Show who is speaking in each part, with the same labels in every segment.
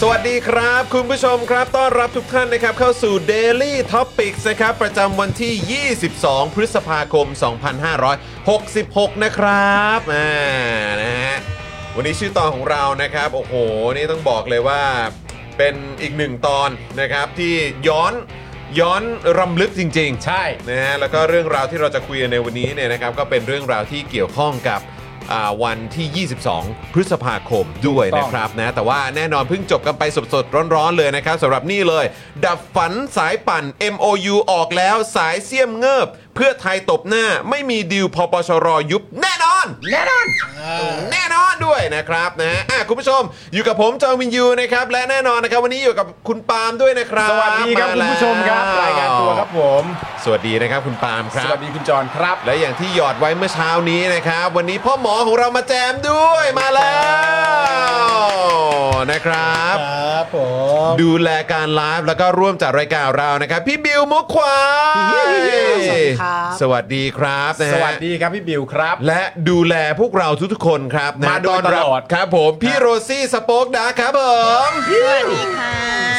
Speaker 1: สวัสดีครับ คุณผู้ชมครับ ต้อนรับทุกท่านนะครับ เข้าสู่ Daily Topics นะครับ ประจำวันที่ 22 พฤษภาคม 2566 นะครับอ่านะฮะวันนี้ชื่อตอนของเรานะครับ โอ้โห นี่ต้องบอกเลยว่าเป็นอีกหนึ่งตอนนะครับ ที่ย้อนย้อนรำลึกจริง ๆ
Speaker 2: ใช่
Speaker 1: นะฮะแล้วก็เรื่องราวที่เราจะคุยกันในวันนี้เนี่ยนะครับก็เป็นเรื่องราวที่เกี่ยวข้องกับอ่าวันที่ 22 พฤษภาคมด้วย
Speaker 3: ถูกต้
Speaker 1: นะ
Speaker 3: อง
Speaker 1: ครับนะแต่ว่าแน่นอนเพิ่งจบกันไปสดๆ ร้อนๆ เลยนะครับสำหรับนี่เลย ดับฝันสายปั่น MOU ออกแล้วสายเสี่ยมเงิบ เพื่อไทยตบหน้าไม่มีดีลพปชรยุบแน่นอน แน่นอน แน่นอนด้วยนะครับนะฮะอ่ะคุณผู้ชมอยู่กับผมจอห์นวินยูนะครับและแน่นอนนะครับวันนี้อยู่กับคุณปาล์มด้วยนะครับ
Speaker 4: สวัสดีครับคุณผู้ชมครับ
Speaker 1: แล้ว
Speaker 4: รายงานตัวครับผม
Speaker 1: สวัสดีนะครับคุณปาล์มครั
Speaker 4: ส
Speaker 1: บ
Speaker 4: วัสดีคุณจอนครับ
Speaker 1: และอย่างที่หยอดไว้เมื่อเช้านี้นะครับ วันนี้พ่อหมอของเรามาแจมด้วยมาแล้วนะครับ
Speaker 3: ครับผม
Speaker 1: ดูแลการไลฟ์แล้วก็ร่วมจัดรายการเรานะครับ พี่บิวมุกควาย
Speaker 5: สวัสดีครับ
Speaker 1: สวัสดีครับนะฮะ
Speaker 4: สวัสดีครับพี่บิวครับ
Speaker 1: และดูแลพวกเราทุกๆคนครับนะ
Speaker 4: มาโดย
Speaker 1: นรับ
Speaker 4: ตลอด
Speaker 1: ครับผมพี่โรซี่สป็อกดาร์กครับผม
Speaker 5: สวัสดีค่ะ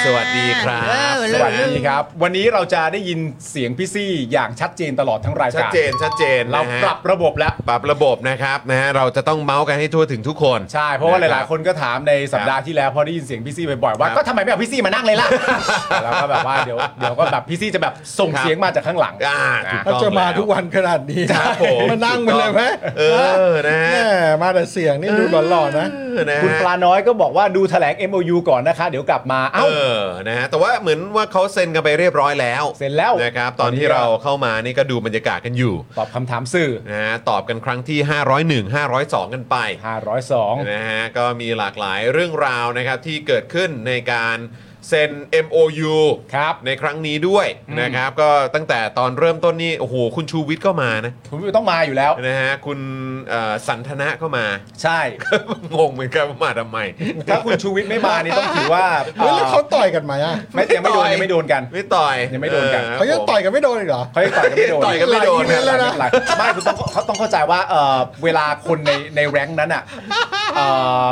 Speaker 1: สวัสดีครับ
Speaker 5: เออ
Speaker 4: สวัสดีครับ วันนี้เราจะได้ยินเสียงพี่ซี่อย่างชัดเจนตลอดทั้งรายการ
Speaker 1: ชัดเจนชัดเจน
Speaker 4: เรา
Speaker 1: นะฮะ
Speaker 4: ปรับระบบแล้ว
Speaker 1: ปรับระบบนะครับนะฮะเราจะต้องเมาส์กันให้ทั่วถึงทุกคน
Speaker 4: ใช่ เพราะว่าหลายๆ คนก็ถามในสัปดาห์ที่แล้วพอได้ยินเสียงพี่ซี่บ่อยๆว่า
Speaker 1: ครับ
Speaker 4: ก็ทำไมไม่เอาพี่ซี่มานั่งเลยล่ะ แล้วก็แบบว่าเดี๋ยวเดี๋ยวก็แบบพี่ซี่จะแบบส่ง
Speaker 1: ครับ
Speaker 4: เสียงมาจากข้างหลัง
Speaker 1: อ่าถูก
Speaker 3: ถ้า
Speaker 1: ต้อง
Speaker 3: จะมา
Speaker 1: แล้ว
Speaker 3: ทุกวันขนาดนี้
Speaker 1: ครับผม
Speaker 3: มานั่งมันเลยไหม
Speaker 1: เออนะฮะ
Speaker 3: แม่มาแต่เสียงนี่ดูหล่อๆนะ
Speaker 1: เออนะฮะ
Speaker 4: คุณปลาน้อยก็บอกว่าดูแถลง MOU ก่อนนะคะ เดี๋ยวกลับมาเอ้า
Speaker 1: เออนะฮะแต่ว่าเหมือนว่าเขาเซ็นกันไปเรียบร้อยแล้ว
Speaker 4: เซ็นแล้ว
Speaker 1: นะครับตอนที่
Speaker 4: ตอนนี้
Speaker 1: เราเข้ามานี่ก็ดูบรรยากาศกันอยู่
Speaker 4: ตอบคำถามสื่อ
Speaker 1: นะฮะตอบกันครั้งที่ 501 502 กันไป
Speaker 4: 502
Speaker 1: นะฮะก็มีหลากหลายเรื่องราวนะครับที่เกิดขึ้นในการเซ็น MOU
Speaker 4: ครับ
Speaker 1: ในครั้งนี้ด้วยนะครับก็ตั้งแต่ตอนเริ่มต้นนี่โอ้โหคุณชูวิทย์ก็มานะ
Speaker 4: คุณวิวต้องมาอยู่แล้ว
Speaker 1: นะฮะคุณเอ่อสันทนะก็มา
Speaker 4: ใช่
Speaker 1: งงเหมือนกันว่ามาทำไม
Speaker 4: ถ้าคุณชูวิทย์ไม่มานี่ต้องถือว่า
Speaker 3: เฮ้ยแล้วเขาต่อยกันไหมอ่ะ
Speaker 4: ไม่ยังไม่โดนยังไม่โดนกัน
Speaker 1: ไม่ต่อย
Speaker 4: ยังไม่โดนกัน
Speaker 1: ออ
Speaker 3: เขายังต่อยกันไม่โดนอีกเหรอ
Speaker 4: เขาจะต่อยกันไม่โดน
Speaker 1: ต่อยกันไม่โดน
Speaker 4: หลายอีเวต์แล้วนะหลายไม่คุณต้องเขาต้องเข้าใจว่าเอ่อเวลาคนในในแรงค์นั้นอ่ะเอ่อ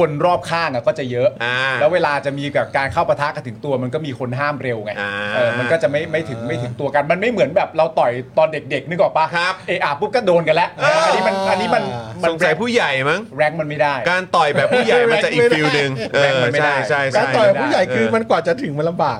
Speaker 4: คนรอบข้างอะก็จะเยอะ
Speaker 1: อ่า
Speaker 4: แล้วเวลาจะมีกับการเข้าปะทะกันถึงตัวมันก็มีคนห้ามเร็วไง
Speaker 1: อ่า
Speaker 4: เออมันก็จะไม่ไม่ถึงไม่ถึงตัวกันมันไม่เหมือนแบบเราต่อยตอนเด็กๆนึกออกปะ
Speaker 1: ครับ
Speaker 4: เอะอะปุ๊บก็โดนกันแล้ว
Speaker 1: เอออั
Speaker 4: อันนี้มันอันนี้มัน
Speaker 1: ส
Speaker 4: มั
Speaker 1: งสัยผู้ใหญ่มั้ง
Speaker 4: แรงค์มันไม่ได้
Speaker 1: การต่อยแบบผู้ใหญ่มันจะอีกฟิลหนึ่งเอ
Speaker 4: แบงค์
Speaker 1: อ
Speaker 4: มันไม่ได้
Speaker 1: ใช่ใช่
Speaker 3: กา
Speaker 1: ใช่
Speaker 3: รต่อย
Speaker 4: ไม่ได้
Speaker 3: ผู้ใหญ่คือ
Speaker 1: เ
Speaker 3: มันกว่าจะถึงมันลำบาก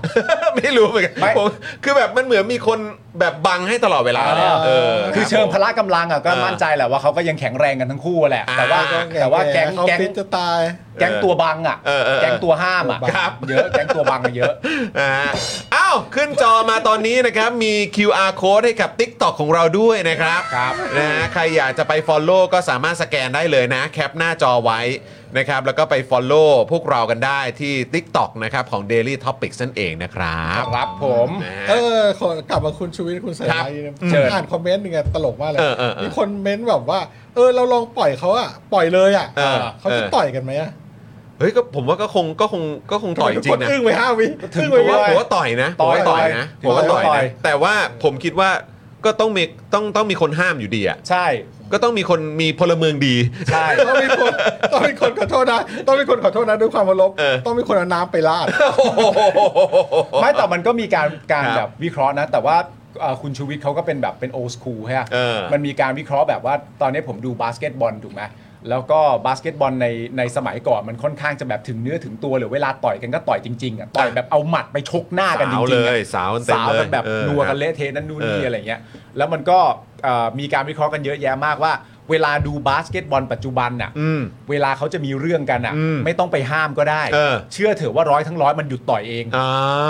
Speaker 1: ไม่รู้เหมือนกัน
Speaker 4: ไม่
Speaker 1: ผมคือแบบมันเหมือนมีคนแบบบังให้ตลอดเวลาเลยอะเออ
Speaker 4: คือเชิงพ
Speaker 1: รับ
Speaker 4: ละกำลังอ่ะก็มั่นใจแหละว่าเขาก็ยังแข็งแรงกันทั้งคู่แหละ แต่ว่า
Speaker 1: อ่า
Speaker 4: แต่ว่าแก๊ง
Speaker 3: เขา
Speaker 4: แก๊ง
Speaker 3: ฟิตจะตาย
Speaker 4: แก๊งตัวบังอ่ะ
Speaker 1: เออเออเออ
Speaker 4: แก๊งตัวห้ามอ่ะ
Speaker 1: ครับ
Speaker 4: เยอะแก๊งตัวบังอะเยอะ
Speaker 1: อ่าอ้าว าวขึ้นจอมาตอนนี้นะครับ มี QR code ให้กับ TikTok ของเราด้วยนะครับ
Speaker 4: ครับ
Speaker 1: นะฮะใครอยากจะไป Follow ก็สามารถสแกนได้เลยนะ แคปหน้าจอไว้นะครับ แล้วก็ไป Follow พวกเรากันได้ที่ TikTok นะครับ ของ Daily Topics นั่นเองนะครับ
Speaker 4: ครับผม
Speaker 1: นะ
Speaker 6: เอ
Speaker 1: ฮะ
Speaker 6: อขอกลับมาคุณชูวิทย์คุณสาย
Speaker 1: ครับ
Speaker 6: ไลน์เนี่ย
Speaker 4: เชิญ
Speaker 6: อ่านคอมเมนต์หนึ่งอะตลกมากเลย
Speaker 1: เออเออเออ
Speaker 6: มีคนเม้นต์แบบว่า เออเราลองปล่อยเขาอะปล่อยเลยอะ
Speaker 1: เออ
Speaker 6: เขาจะต่อยกันไหมอะ
Speaker 1: เฮ้ยก็ผมว่าก็คงก็คงก็คงต่อยจริ
Speaker 6: กด
Speaker 1: งนะ
Speaker 6: อึ้งไปห้าวิ
Speaker 4: ถึง
Speaker 6: อึ้งไปวิ
Speaker 1: ผม
Speaker 4: ตั
Speaker 1: ว่าผมว่าต่อยนะผมว่า
Speaker 4: ต่
Speaker 1: ต่
Speaker 4: อ
Speaker 1: อย
Speaker 4: ย
Speaker 1: นะผมว่าต่อย
Speaker 4: ต่
Speaker 1: นะ
Speaker 4: อย
Speaker 1: แต่ว่าผมคิดว่าก็ต้องมีต้องต้องมีคนห้ามอยู่ดีอ่ะ
Speaker 4: ใช่
Speaker 1: ก็ต้องมีคนมีพลเมืองดี
Speaker 4: ใช่
Speaker 6: ต้องมีคนต้องมีคนขอโทษนะ ต้องมีคนขอโทษนะด้วยความเคารพ
Speaker 1: เออ
Speaker 6: ต้องมีคนเอาน้ำไปลาด
Speaker 4: ไม่แต่มันก็มีการการ
Speaker 1: ครับ
Speaker 4: แบบวิเคราะห์นะ แต่ว่าเอ่อคุณชูวิทย์เขาก็เป็นแบบเป็นโอ h คูลใช่ไหม
Speaker 1: เออ
Speaker 4: มันมีการวิเคราะห์แบบว่าตอนนี้ผมดูบาสเกตบอลถูกไหมแล้วก็บาสเกตบอลในในสมัยก่อนมันค่อนข้างจะแบบถึงเนื้อถึงตัวหรือเวลาต่อยกันก็ต่อยจริงๆอ่ะต่อยแบบเอาหมัดไปชกหน้ากันจริงๆ
Speaker 1: สาว
Speaker 4: อะ
Speaker 1: เลยสาวเต็มเลย
Speaker 4: สาวกันแบบ
Speaker 1: เออ
Speaker 4: นัวกั
Speaker 1: ครั
Speaker 4: น
Speaker 1: บ
Speaker 4: เละเทะนั่นนู่น
Speaker 1: เออ
Speaker 4: นี่
Speaker 1: อ
Speaker 4: อะไรเงี้ยแล้วมันก็เอ่อมีการวิเคราะห์กันเยอะแยะมากว่า เวลาดูบาสเกตบอลปัจจุบันน่ะ
Speaker 1: อืม
Speaker 4: เวลาเขาจะมีเรื่องกันอ่ะ
Speaker 1: อืม
Speaker 4: ไม่ต้องไปห้ามก็ได้
Speaker 1: เออ
Speaker 4: เชื่อเถอะว่าร้อยทั้งร้อยมันหยุดต่อยเอง
Speaker 1: อ่า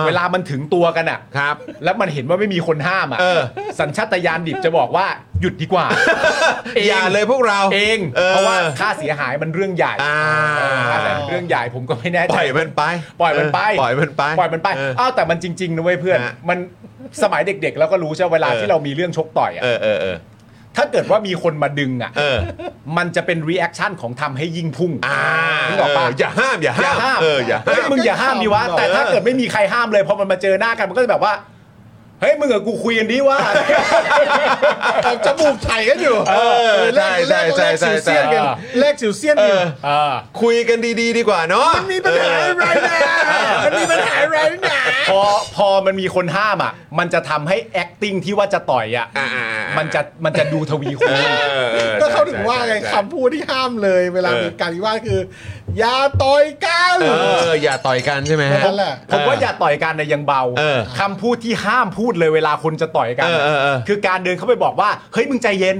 Speaker 4: เวลามันถึงตัวกันอ่ะ
Speaker 1: ครับ
Speaker 4: แล้วมันเห็นว่าไม่มีคนห้ามอ่ะ
Speaker 1: เออ
Speaker 4: สัญชาตญาณดิบจะบอกว่าหยุดดีกว่า เอง
Speaker 1: อย่าเลยพวกเรา
Speaker 4: เอง
Speaker 1: เออ
Speaker 4: เพราะว่าค่าเสียหายมันเรื่องใหญ่
Speaker 1: อ่า
Speaker 4: เออค่าเสียหายเรื่องใหญ่ผมก็ไม่แน่ใจ
Speaker 1: ปล่อยมันไป
Speaker 4: ปล่อยมันไป
Speaker 1: ปล่อยมันไป
Speaker 4: ปล่อยมันไป
Speaker 1: เ
Speaker 4: อ้าวแต่มันจริงๆนะเว้ยเพื่อน
Speaker 1: ฮะ
Speaker 4: มันสมัยเด็ก ๆ แล้วก็รู้ใช่ไหมเวลา
Speaker 1: เออ
Speaker 4: ที่เรามีเรื่องชกต่อยอ่ะ
Speaker 1: เออเออเออ
Speaker 4: ถ้าเกิดว่ามีคนมาดึงอ่ะ
Speaker 1: เออ
Speaker 4: มันจะเป็นรีแอคชั่นของทำให้ยิ่งพุ่ง
Speaker 1: อ่า
Speaker 4: นึกออกปะ
Speaker 1: เอออย่าห้ามอย่า
Speaker 4: อย่า
Speaker 1: ห้าม
Speaker 4: ห้าม
Speaker 1: เอออย่าห้า
Speaker 4: เฮ้ย
Speaker 1: ม
Speaker 4: มึงอย่าห้ามดีวะ
Speaker 6: เออ
Speaker 4: แต่ถ้าเกิดไม่มีใครห้ามเลยพอมันมาเจอหน้ากันมันก็จะแบบว่า เฮ้ยมึงกับกูคุยกันดี ว่า
Speaker 6: แบบจมูกไถกันอยู่
Speaker 1: เออ
Speaker 6: แลก
Speaker 1: ใช่
Speaker 6: แลกแล
Speaker 1: ใช่
Speaker 6: ก
Speaker 1: ใช่
Speaker 6: สิว
Speaker 1: ใช่
Speaker 6: เซียนกันแลกสิวเซียนอยู่
Speaker 1: คุยกันดีๆ ดีกว่าเนาะ
Speaker 6: มันมีปัญหาอะไรนะมันมีปัญหาอะไรนะ
Speaker 4: พอพอมันมีคนห้ามอ่ะ มันจะทำให้ acting ที่ว่าจะต่อยอ่ะ
Speaker 1: อ่าอ่าอ่า
Speaker 4: มันจะมันจะดูทวีคูณ
Speaker 1: เออออ
Speaker 6: ก็เขาถึงว่าไง
Speaker 1: ใช่ใช่
Speaker 6: คำพูดที่ห้ามเลยเวลา
Speaker 1: เออ
Speaker 6: มีการวิวาทคือ อย่าต่อยกัน
Speaker 1: เอออย่าต่อยกันใช่ไหมฮะ
Speaker 6: นั่นแหละ
Speaker 4: ผมว่าอย่าต่อยกันในะยังเบา
Speaker 1: เออ
Speaker 4: คำพูดที่ห้ามพูดเลยเวลาคนจะต่อยกัน
Speaker 1: เออเออเออ
Speaker 4: คือการเดินเข้าไปบอกว่า เฮ้ยมึงใจ เย็น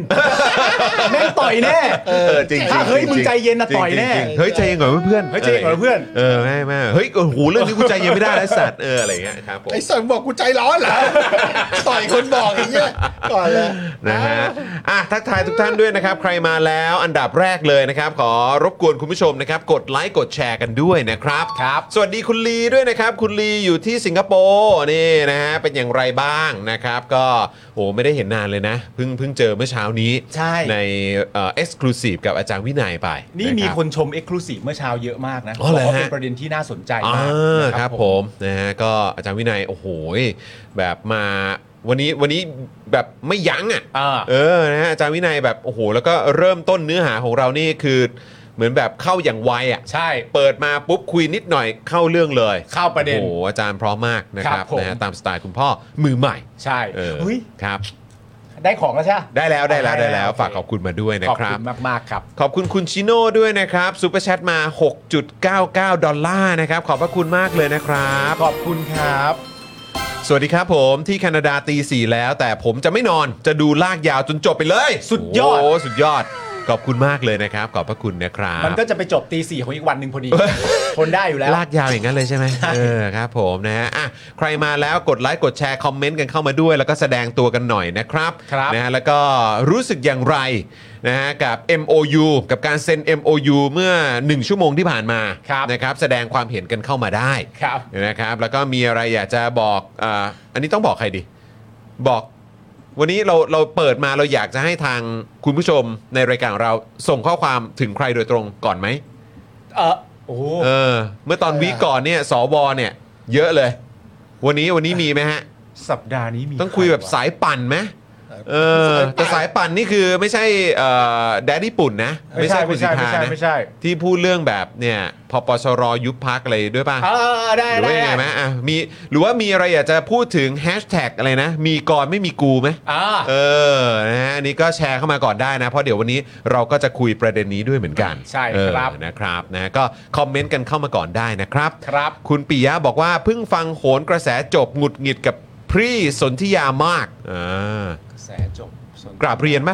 Speaker 4: แม่งต่อยแน่
Speaker 1: เออจริงๆ
Speaker 4: ถ้าเฮ้ย
Speaker 1: จริๆ
Speaker 4: มึงใจเย็น
Speaker 1: ริ
Speaker 4: นะ
Speaker 1: งๆ
Speaker 4: ต่อยแน่
Speaker 1: จริงๆเฮ้ยใจเย็นก่อนเพื่อน
Speaker 4: เฮ้ยใจเย็นก่อนเพื่อน
Speaker 1: เออไม่ไม่เฮ้ยโอ้โหเรื่องนี้กูใจเย็นไม่ได้แล้วสัตว์เอออะไรอย่างเงี้ยครับผม
Speaker 6: ไอ้สันบอกกูใจร้อนเหรอ ต่อยคนบอกอย่างเงี้ยก่อนเลย
Speaker 1: นะฮะ อ่ะ ทักทายทุกท่านด้วยนะครับ ใครมาแล้ว อันดับแรกเลยนะครับ ขอรบกวนคุณผู้ชมนะครับ กดไลค์กดแชร์กันด้วยนะครับ
Speaker 4: ครับ
Speaker 1: สวัสดีคุณลีด้วยนะครับ คุณลีอยู่ที่สิงคโปร์นี่นะฮะ เป็นอย่างไรบ้างนะครับ ก็โอ้ไม่ได้เห็นนานเลยนะ เพิ่งเพิ่งเจอเมื่อเช้านี้
Speaker 4: ใช่
Speaker 1: ในเอ่อ็กซ์คลูซีฟกับอาจารย์วินัยไป
Speaker 4: นี่มี
Speaker 1: ะรับ
Speaker 4: คนชม Exclusive เมื่อเช้าเยอะมากนะ
Speaker 1: อ๋อเหรอฮะ
Speaker 4: ว่าเป็นประเด็นที่น่าสนใจมาก
Speaker 1: อ่า
Speaker 4: นะครับ
Speaker 1: ผมนะฮะก็อาจารย์วินัยโอ้โหแบบมาวันนี้วันนี้แบบไม่ยั้งอ่ะ
Speaker 4: อ่า
Speaker 1: เออ นะฮะอาจารย์วินัยแบบโอ้โห แล้วก็เริ่มต้นเนื้อหาของเรานี่คือ เหมือนแบบเข้าอย่างไวอ่ะ
Speaker 4: ใช่
Speaker 1: เปิดมาปุ๊บคุยนิดหน่อยเข้าเรื่องเลย
Speaker 4: เข้าประเด็น
Speaker 1: โอ้โห อาจารย์พร้อมมากนะค
Speaker 4: ค
Speaker 1: รั
Speaker 4: รั
Speaker 1: บบ
Speaker 4: ผม
Speaker 1: นะฮะตามสไตล์คุณพ่อมือใหม่
Speaker 4: ใช่
Speaker 1: เออ
Speaker 4: เฮ้ย
Speaker 1: ครับ
Speaker 4: ได้ของแล้วใช่ปะ
Speaker 1: ได้แล้วได้แล้วได้แล้ว
Speaker 4: โอเค
Speaker 1: ฝากขอบคุณมาด้วยนะ
Speaker 4: ขอบ
Speaker 1: ครับ
Speaker 4: คุณมากๆครับ
Speaker 1: ขอบคุณคุณชิโน่ด้วยนะครับซูเปอร์แชทมา 6.99 ดอลลาร์นะครับ ขอบพระคุณมากเลยนะครับ
Speaker 4: ขอบคุณครับ
Speaker 1: สวัสดีครับผมที่แคนาดาตีสี่แล้ว แต่ผมจะไม่นอนจะดูลากยาวจนจบไปเลย
Speaker 4: สุดยอด
Speaker 1: โสุดยอด ขอบคุณมากเลยนะครับ ขอบพระคุณนะครับ
Speaker 4: มันก็จะไปจบตีสี่ของอีกวันหนึ่งพอดี ทนได้อยู่แล้ว
Speaker 1: ลากยาวอย่างนั้นเลยใช่ไหมเออครับผมนะฮะอ่ะใครมาแล้วกดไลค์กดแชร์คอมเมนต์กันเข้ามาด้วย แล้วก็แสดงตัวกันหน่อยนะครับ
Speaker 4: ครับ
Speaker 1: นะฮะแล้วก็รู้สึกอย่างไรนะฮะกับ MOU กับการเซ็น MOU เมื่อ 1 ชั่วโมงที่ผ่านมา
Speaker 4: ครับ
Speaker 1: นะครับแสดงความเห็นกันเข้ามาได้
Speaker 4: ครับ
Speaker 1: นะครับ แล้วก็มีอะไรอยากจะบอกอ่าอันนี้ต้องบอกใครดี บอก วันนี้เราเราเปิดมาเราอยากจะให้ทางคุณผู้ชมในรายการของเราส่งข้อความถึงใครโดยตรงก่อนไหม
Speaker 4: เออโอ้โห
Speaker 1: เออเมื่อตอน
Speaker 6: ใช่
Speaker 1: วีคก่อนเนี่ยสวเนี่ย เยอะเลย วันนี้วันนี้มีไหมฮะ
Speaker 4: สัปดาห์นี้มี
Speaker 1: ต้องคุยแบบ
Speaker 4: ใรวะ
Speaker 1: สายปั่นไหมเออแต่สายปั่นนี่คือไม่ใช่แดดญี่ปุ่นนะ
Speaker 4: ไม่ใช่ไม่ใช่
Speaker 1: คุณ
Speaker 4: ไม่
Speaker 1: สิท
Speaker 4: ใช่
Speaker 1: ธานะ
Speaker 4: ไม่ใช่
Speaker 1: ที่พูดเรื่องแบบเนี่ยพปชรยุบพักอะไรด้วยป่ะ
Speaker 4: เออเออเออได้
Speaker 1: หรือ
Speaker 4: ได้
Speaker 1: ว่ายังไงไหม
Speaker 4: ได้
Speaker 1: อ่ะมีหรือว่ามีอะไรอยากจะพูดถึงแฮชแท็กอะไรนะ มีก่อนไม่มีกูไหม
Speaker 4: อ่า
Speaker 1: เออนะฮะอันนี้ก็แชร์เข้ามาก่อนได้นะ เพราะเดี๋ยววันนี้เราก็จะคุยประเด็นนี้ด้วยเหมือนกัน
Speaker 4: ใช่
Speaker 1: เออ
Speaker 4: ครับ
Speaker 1: นะครับนะก็คอมเมนต์กันเข้ามาก่อนได้นะครับ
Speaker 4: ครับ
Speaker 1: คุณปิยะบอกว่าเพิ่งฟังโหนกระแสจบหงุดหงิดกับพรีสนธิยามากอ่าก
Speaker 4: ระแสจบสน
Speaker 1: กราบเรียนไหม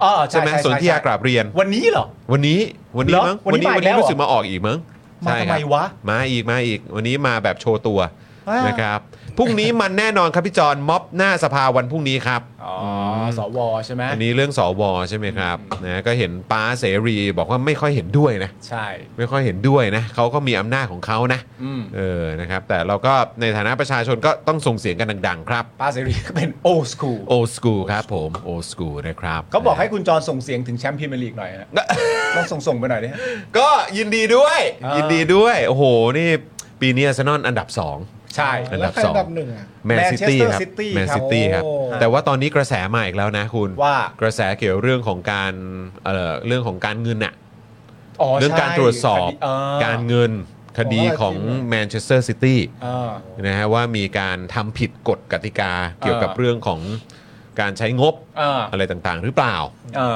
Speaker 4: เออ
Speaker 1: ใช่ไหมสนธิยากราบเรียน
Speaker 4: วันนี้เหรอ
Speaker 1: วันนี้วันนี้
Speaker 4: เหรอ
Speaker 1: มั้ง
Speaker 4: วันนี้
Speaker 1: วั
Speaker 4: มาอี
Speaker 1: น
Speaker 4: กแล้
Speaker 1: นี้
Speaker 4: วเหรอ
Speaker 1: รู้สึกมาออกอีกมั้ง
Speaker 4: มา
Speaker 1: ใช่ค
Speaker 4: ทำไม
Speaker 1: รับ
Speaker 4: วะ
Speaker 1: มาอีกมาอีก วันนี้มาแบบโชว์ตัว นะครับพรุ่งนี้มันแน่นอนครับพี่จอนม็อบหน้าสภาวันพรุ่งนี้ครับ
Speaker 4: อ๋อสวใช่ไหม
Speaker 1: อันนี้เรื่องสวใช่ไหมครับนะก็เห็นป้าเสรีบอกว่าไม่ค่อยเห็นด้วยนะ
Speaker 4: ใช่
Speaker 1: ไม่ค่อยเห็นด้วยนะเขาก็มีอำนาจของเขานะ
Speaker 4: อืม
Speaker 1: เออนะครับแต่เราก็ในฐานะประชาชนก็ต้องส่งเสียงกันดัง ๆ ครับ
Speaker 4: ป้าเสรี ก็เป็นโอสคูล
Speaker 1: โอสกูครับผมโอสกูนะครับ
Speaker 4: เขาบอกให้คุณจรส่งเสียงถึงแชมป์พรีเมียร์ลีกหน่อยนะลองส่งส่งๆไปหน่อยดิฮะ
Speaker 1: ก็ยินดีด้วย
Speaker 4: อ่ายิ
Speaker 1: ยินดีด้วยโอ้โหนี่ปีนี้อาร์เซนอลอันดับ
Speaker 4: ใช่
Speaker 1: อันดับ
Speaker 3: แล้วใคร
Speaker 1: สอง
Speaker 3: อันดับหนึ่งอ่ะ
Speaker 1: 2 แมนซิตี้ครับ
Speaker 4: Manchester City
Speaker 1: แมนซิตี้ครับ
Speaker 4: โอ้
Speaker 1: แต่ว่าตอนนี้กระแสมาอีกแล้วนะคุณ
Speaker 4: ว่า
Speaker 1: กระแสเกี่ยวเรื่องของการเอ่อเรื่องของการเงินอะ เรื่องการ
Speaker 4: ใช่
Speaker 1: ตรวจสอบ
Speaker 4: คดีเออ
Speaker 1: การเงินคดีของ
Speaker 3: ของอะไรจริงอะ
Speaker 1: แมนเชสเตอร์ซิตี้
Speaker 4: เออ
Speaker 1: นะฮะว่ามีการทำผิดกฎกติกาเกี่ยวกับ
Speaker 4: เออ
Speaker 1: เรื่องของการใช้งบ
Speaker 4: เออ
Speaker 1: อะไรต่างๆ หรือเปล่า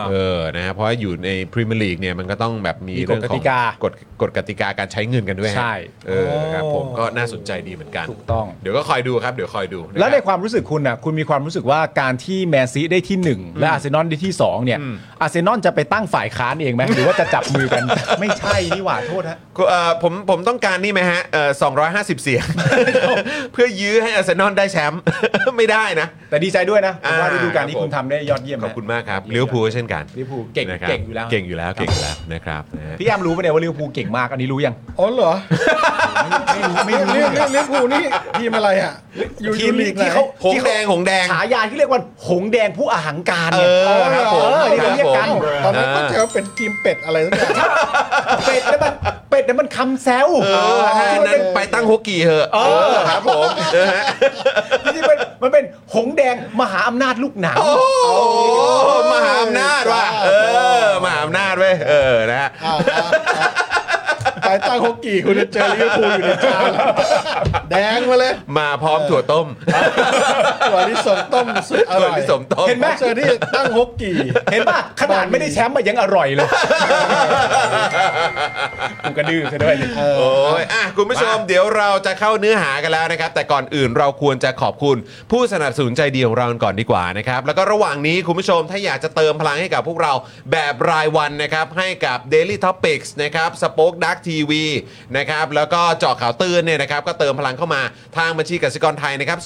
Speaker 4: เอ
Speaker 1: อ
Speaker 4: อ
Speaker 1: นะฮะเพราะว่าอยู่ในพรีเมียร์ลีกเนี่ยมันก็ต้องแบบมี
Speaker 4: มีกฎ
Speaker 1: เรื่องข
Speaker 4: ก
Speaker 1: อ
Speaker 4: ติ
Speaker 1: ง
Speaker 4: กาก
Speaker 1: ฎกฎกติกาการใช้เงินกันด้วยฮะ
Speaker 4: ใช่
Speaker 1: เออครับผม
Speaker 4: โอ้
Speaker 1: ก็น่าสนใจดีเหมือนกัน
Speaker 4: ถูกต้อง
Speaker 1: เดี๋ยวก็คอยดูครับเดี๋ยวคอยดูะครับ
Speaker 4: แล้วในความรู้สึกคุณอ่ะคุณมีความรู้สึกว่าการที่แมนซีได้ที่ 1 และอาร์เซนอลได้ที่ 2 เนี่ย อาร์เซนอลจะไปตั้งฝ่ายค้านเองไหมหรือว่าจะจับมือกัน ไม่ใช่นี่หว่าโทษฮะ
Speaker 1: เอ่อผมผมต้องการนี่ไหมฮะเอ่อ250 เสียง เพื่อยื้อให้อาร์เซนอลได้แชมป์ ไม่ได้นะ
Speaker 4: แต่ดีใจด้วยนะผมว่า
Speaker 1: อ่า
Speaker 4: ฤดูกาลนี้
Speaker 1: ครับผม
Speaker 4: คุณทำได้ยอดเยี่ยมนะ
Speaker 1: ขอบคุณมากครับลิเวอร์พูลก็เช่นกัน
Speaker 4: ลิเวอร์พูลเก่ง
Speaker 1: นะครับ
Speaker 4: เก่งอยู่แล้ว
Speaker 1: เก่งอยู่แล้วเก่งอยู่แล้วนะครับนะฮะ
Speaker 4: พี่แอมรู้ปะเนี่ยว่าลิเวอร์พูลเก่งมากอันนี้รู้ยัง
Speaker 3: อ๋อเหรอไม่รู้ไม่รู้เรื่องเรื่องผูลนี่ทีมอะไรอ่ะอยู่
Speaker 4: ทีม
Speaker 3: อยู่ลีกไหน
Speaker 4: ที่เขา
Speaker 1: หงแดงหงแดง
Speaker 4: ฉายาที่เรียกว่าหงแดงผู้อาหังการ
Speaker 1: เออค
Speaker 4: เนี่ย
Speaker 1: รับผม
Speaker 4: เออที่เขาเรียกกัน
Speaker 1: คบผม
Speaker 3: ตอนนั้นก็เจอเป็นทีมเป็ดอะไรสักอย่าง
Speaker 4: เป็ดเนี่ยมันเป็ดเนี่ยมันคำแซว
Speaker 1: เออถ้าอันนั้นไปตั้งฮกกี้เถอะเออครับผมนะฮะ
Speaker 4: จริงๆมันมันเป็นหงแดงมหาอำนาจลูกหนัง
Speaker 1: โอ้โหมหาอำนาจว่ะเออมหาอำนาจเว้ยเออนะฮะ
Speaker 3: อ่าอ่าอ่าสายใต้ฮอกกี้คุณจะเจอลิเวอร์พูลอยู่ในจานแดงมาเลย
Speaker 1: มาพร้อมถั่วต้ม
Speaker 3: ถั่วลิสงต้มสุดอ
Speaker 1: ถั่ว
Speaker 3: ร่อย
Speaker 1: ลิสงต้ม
Speaker 4: เห็นไหม
Speaker 3: เจอที่ตั้งฮอกกี้
Speaker 4: เห็นป่ะขนาดไม่ได้แชมป์มันยังอร่อยเลย กูกระดื้อซะด้วย
Speaker 1: โอ้ยอ่ะคุณผู้ชมเดี๋ยวเราจะเข้าเนื้อหากันแล้วนะครับ แต่ก่อนอื่นเราควรจะขอบคุณผู้สนับสนุนใจดีของเรากันก่อนดีกว่านะครับ แล้วก็ระหว่างนี้คุณผู้ชมถ้าอยากจะเติมพลังให้กับพวกเราแบบรายวันนะครับ ให้กับ Daily Topics นะครับสป็อคดักทีวีนะครับ แล้วก็เจาะข่าวตื่นเนี่ยนะครับ ก็เติมพลังเข้ามาทางบัญชีกสิกรไทยนะครับ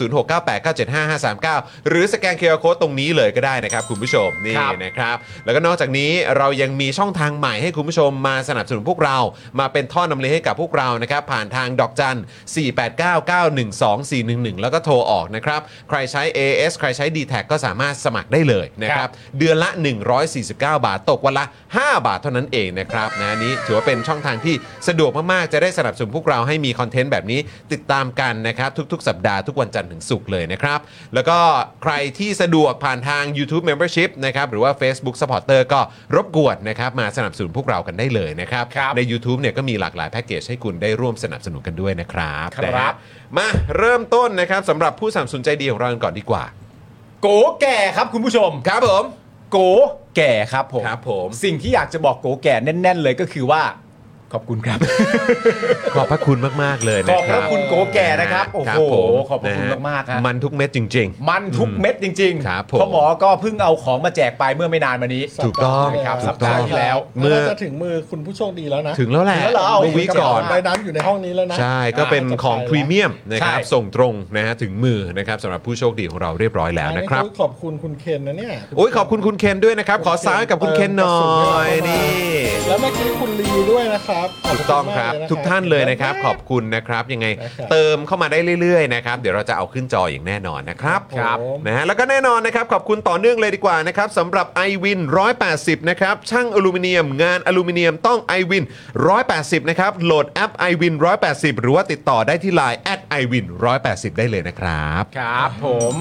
Speaker 1: 0698975539 หรือสแกนเคอร์โคตรงนี้เลยก็ได้นะครับ คุณผู้ชมนี่
Speaker 4: ครับ
Speaker 1: นะครับ แล้วก็นอกจากนี้เรายังมีช่องทางใหม่ให้คุณผู้ชมมาสนับสนุนพวกเรา มาเป็นท่อนำเลี้ยงให้กับพวกเรานะครับ ผ่านทางดอกจัน 489912411 แล้วก็โทรออกนะครับ ใครใช้ AS ใครใช้ d t แทก็สามารถสมัครได้เลยนะครับ เดือนละ 149 บาทตกวันละ 5 บาทเท่านั้นเองนะครับนะอันนี้ถือว่าเป็นช่องทางที่สะดวกมาก ๆ จะได้สนับสนุนพวกเราให้มีคอนเทนต์แบบนี้ติดตามกันนะครับ ทุก ๆ สัปดาห์ทุกวันจันทร์ถึงศุกร์เลยนะครับ แล้วก็ใครที่สะดวกผ่านทาง YouTube Membership นะครับ หรือว่า Facebook Supporter ก็รบกวนนะครับ มาสนับสนุนพวกเรากันได้เลยนะครับ ใน u t u b e เนี่ยก็มีหลากหลายแพ็กเกจให้คุณได้ร่วมสนับสนุนกันด้วยนะครับ
Speaker 4: ครับ
Speaker 1: นะฮะมาเริ่มต้นนะครับสำหรับผู้สนับสนุนใจดีของเรากันก่อนดีกว่า
Speaker 4: โกแก่ครับคุณผู้ชม
Speaker 1: ครับผม
Speaker 4: โกแก่ครับผม
Speaker 1: ครับผม
Speaker 4: สิ่งที่อยากจะบอกโกแก่แน่น ๆ เลยก็คือว่า ขอบคุณครับ
Speaker 1: ขอบพระคุณมาก ๆ เลย
Speaker 4: ข
Speaker 1: นะ
Speaker 4: อบ
Speaker 1: ค
Speaker 4: พ
Speaker 1: รั
Speaker 4: ระ
Speaker 1: บ
Speaker 4: คุณโกแก่นะครับ โอ้
Speaker 1: รั
Speaker 4: โห
Speaker 1: ผม
Speaker 4: ขอบพระคุณ
Speaker 1: นะฮะ
Speaker 4: มากๆฮะ
Speaker 1: มันทุกเม็ดจริง
Speaker 4: มันทุกเม็ดจริง
Speaker 1: ครับผม
Speaker 4: พ่อหมอก็เพิ่งเอาของมาแจกไปเมื่อไม่นานมานี้
Speaker 1: ๆ ถูกต้อง
Speaker 4: ครับ
Speaker 1: ถู
Speaker 4: สั
Speaker 1: ก
Speaker 4: ป
Speaker 1: ต้
Speaker 4: ดา
Speaker 1: อ
Speaker 4: ห์
Speaker 1: ง
Speaker 4: ที่แล้ว
Speaker 1: เมื่
Speaker 3: เมื่
Speaker 1: อ
Speaker 3: อจะถึงมือคุณผู้โชคดีแล้วนะ
Speaker 1: ถึงแล้วแหละ
Speaker 4: ถึงแล้วเหรอ
Speaker 1: เมื่อวีคก่อน
Speaker 3: ใบนั้นอยู่ในห้องนี้แล้วนะ
Speaker 1: ใช่ก็เป็นของพรีเมียมนะครับ
Speaker 4: ใช่
Speaker 1: ส่งตรงนะฮะถึงมือนะครับสำหรับผู้โชคดีของเราเรียบร้อยแล้วนะครับ
Speaker 3: ขอบคุณคุณเคนนะเนี่ย
Speaker 1: โอ้ยขอบคุณคุณเคนด้วยนะครับ ขอซ้ายกับคุณเคนหน่อยนี่
Speaker 3: แล้วเมื่อกี้คุณลีด้วยนะครับข
Speaker 1: ถู
Speaker 3: บคุ
Speaker 1: ก
Speaker 3: ณ
Speaker 1: ต้อง
Speaker 3: มา
Speaker 1: ครับ
Speaker 3: เลยะ
Speaker 1: ทุกท่านเลยนะครับ ขอบคุณนะครับยังไง
Speaker 3: นะครับ
Speaker 1: เติมเข้ามาได้เรื่อยๆนะครับเดี๋ยวเราจะเอาขึ้นจออย่างแน่นอนนะครับ
Speaker 3: ครับผม
Speaker 1: นะฮะแล้วก็แน่นอนนะครับขอบคุณต่อเนื่องเลยดีกว่านะครับสำหรับ i w วิน180 นะครับช่างอลูมิเนียม งานอลูมิเนียมต้อง i w วิน180 นะครับโหลดแอป i w วิน180 หรือว่าติดต่อได้ที่ Line i w วิน180 ได้เลยนะครับ
Speaker 4: ครับผม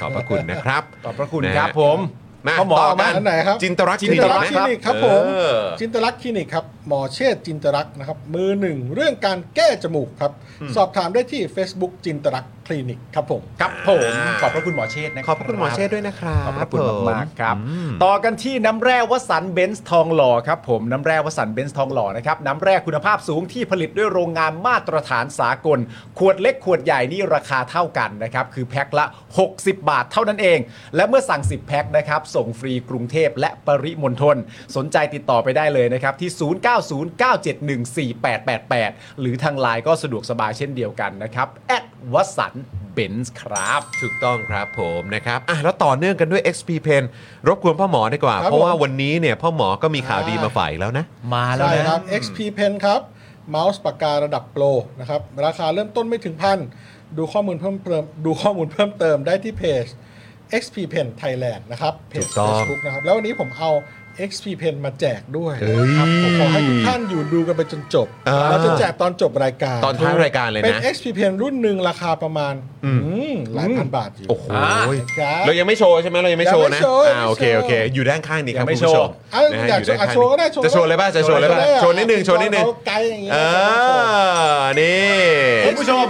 Speaker 1: ขอบพระคุณนะครับ
Speaker 4: ขอบพระคุณ
Speaker 1: นะฮะ
Speaker 4: ครับผม
Speaker 1: มา
Speaker 4: พ่อหมอ
Speaker 1: ต่อ
Speaker 4: เอา
Speaker 1: กั
Speaker 4: มา
Speaker 1: น
Speaker 3: อันไหนครับ
Speaker 1: จินตรักษณ์
Speaker 3: จินตรักษณ์คลินิกครับผม
Speaker 1: เออ
Speaker 3: จินตลักษณ์คลินิกครับ หมอเชษฐ์จินตลักษณ์นะครับ มือหนึ่งเรื่องการแก้จมูกครับ สอบถามได้ที่ Facebook จินตลักษณ์คลินิกครับผม
Speaker 4: ครับผม ขอบพระคุณหมอเชษฐ์นะ
Speaker 1: ขอบพระคุณหมอเชษฐ์ด้วยนะครับ
Speaker 4: ขอบพระคุณ
Speaker 1: ผม
Speaker 4: มากๆครับ
Speaker 1: อืม
Speaker 4: ต่อกันที่น้ำแร่วสันเบนซ์ทองหล่อครับผมน้ำแร่วสันเบนซ์ทองหล่อนะครับน้ำแร่คุณภาพสูงที่ผลิตด้วยโรงงานมาตรฐานสากล ขวดเล็กขวดใหญ่นี่ราคาเท่ากันนะครับคือแพ็คละ 60 บาทเท่านั้นเอง และเมื่อสั่ง 10 แพ็คนะครับส่งฟรีกรุงเทพและปริมณฑลสนใจติดต่อไปได้เลยนะครับที่ 0909714888 หรือทางไลน์ก็สะดวกสบายเช่นเดียวกันนะครับแอด วสันต์เบนซ์ครับ
Speaker 1: ถูกต้องครับผมนะครับอ่ะแล้วต่อเนื่องกันด้วย XP Pen รบกวนพ่อหมอดีกว่า
Speaker 3: ครับ
Speaker 1: เพราะว่า
Speaker 3: ผม
Speaker 1: วันนี้เนี่ยพ่อหมอก็มีข่าวดีมาฝ่ายแล้วนะ
Speaker 4: มาแล้ว
Speaker 3: ใช่
Speaker 4: นะครับ
Speaker 3: XP Pen ครับเมาส์ปากการะดับโปรนะครับ ราคาเริ่มต้นไม่ถึงพันดูข้อมูลเพิ่มเติมดูข้อมูลเพิ่มเติมได้ที่เพจ XP Pen Thailand นะครับเพ
Speaker 1: ถู
Speaker 3: จ
Speaker 1: กต้อง
Speaker 3: Facebook นะครับ แล้ววันนี้ผมเอา XP Pen มาแจกด้วยนะครับผมขอให้ทุกท่านอยู่ดูกันไปจนจบ
Speaker 1: อ่า
Speaker 3: เราจะแจกตอนจบรายการ
Speaker 1: ตอนท้ายรายการเลย
Speaker 3: เป็น
Speaker 1: นะ
Speaker 3: XP Pen รุ่นหนึ่งราคาประมาณอืมหลายพันบาทอยู่
Speaker 1: โอ้โห
Speaker 3: ครับ
Speaker 1: เรายังไม่โชว์ใช่ไหมเรายังไม่โชว์นะ
Speaker 3: ยังไม่โชว์
Speaker 1: อ่าโอเค
Speaker 3: ยัง
Speaker 1: โอ
Speaker 3: ไม่โชว์
Speaker 1: เค อยู่ด้านข้างนี้ครับ
Speaker 4: ยังไม่
Speaker 1: คุณผู้ชม
Speaker 3: โชว์
Speaker 1: นะ
Speaker 3: เอาอยาก
Speaker 1: ด้นข้ง
Speaker 3: โชว์อ่ะโชว์ก็ได้โชว์
Speaker 1: จะโชว์เลยป่ะจะโชว์เลยป่ะ
Speaker 3: โชว์เลยอ่ะ
Speaker 1: โชว์นิดนึงโชว์นิดนึง
Speaker 3: เอาไกลอย่างงี้
Speaker 1: เออนี่
Speaker 4: คุณผู้ชม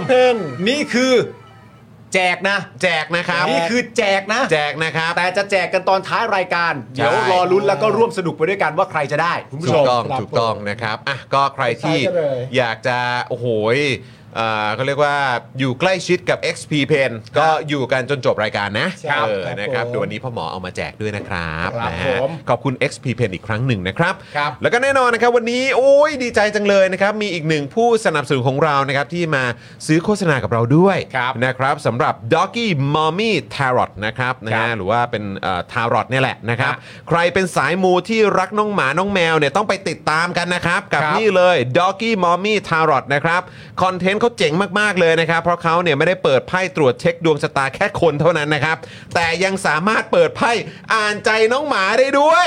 Speaker 4: นี่คือแจกนะ
Speaker 1: แจกนะครับ
Speaker 4: นี่คือแจกนะ
Speaker 1: แจกนะครับ
Speaker 4: แต่จะแจกกันตอนท้ายรายการ เดี๋ยวรอลุ้นแล้วก็ร่วมสนุกไปด้วยกันว่าใครจะได้ คุณผู้ช
Speaker 1: ถู
Speaker 4: ม
Speaker 1: กต้อง
Speaker 3: ครับ
Speaker 1: ถูกต้องนะครับอ่ะก็ใครที่
Speaker 3: ใช่เลย
Speaker 1: อยากจะโอ้โหยเอ่อเขาเรียกว่าอยู่ใกล้ชิดกับ XP Pen ก็อยู่กันจนจบรายการนะครับ เออ
Speaker 3: ครับ
Speaker 1: นะครับ
Speaker 3: ผม
Speaker 1: เดี๋ยววันนี้พ่อหมอเอามาแจกด้วยนะครับ
Speaker 4: ครับ
Speaker 1: นะฮะ
Speaker 4: ผม
Speaker 1: ขอบคุณ XP Pen อีกครั้งหนึ่งนะครับ
Speaker 4: ครับ
Speaker 1: แล้วก็แน่นอนนะครับวันนี้โอ้ยดีใจจังเลยนะครับ มีอีกหนึ่งผู้สนับสนุนของเรานะครับที่มาซื้อโฆษณากับเราด้วย
Speaker 4: ครับ
Speaker 1: นะครับสำหรับ Doggy Mommy Tarot นะครับนะ
Speaker 4: ครั
Speaker 1: ฮะ
Speaker 4: บ
Speaker 1: หรือว่าเป็นทารอตเนี่ยแหละนะครับ
Speaker 4: ฮะ
Speaker 1: ใครเป็นสายมูที่รักน้องหมาน้องแมวเนี่ยต้องไปติดตามกันนะครับ กับ
Speaker 4: ครับ
Speaker 1: นี่เลย Doggy Mommy Tarot นะครับ คอนเทนต์เขาเจ๋งมาก ๆ เลยนะครับ เพราะเขาเนี่ยไม่ได้เปิดไพ่ตรวจเช็คดวงชะตาแค่คนเท่านั้นนะครับ แต่ยังสามารถเปิดไพ่อ่านใจน้องหมาได้ด้วย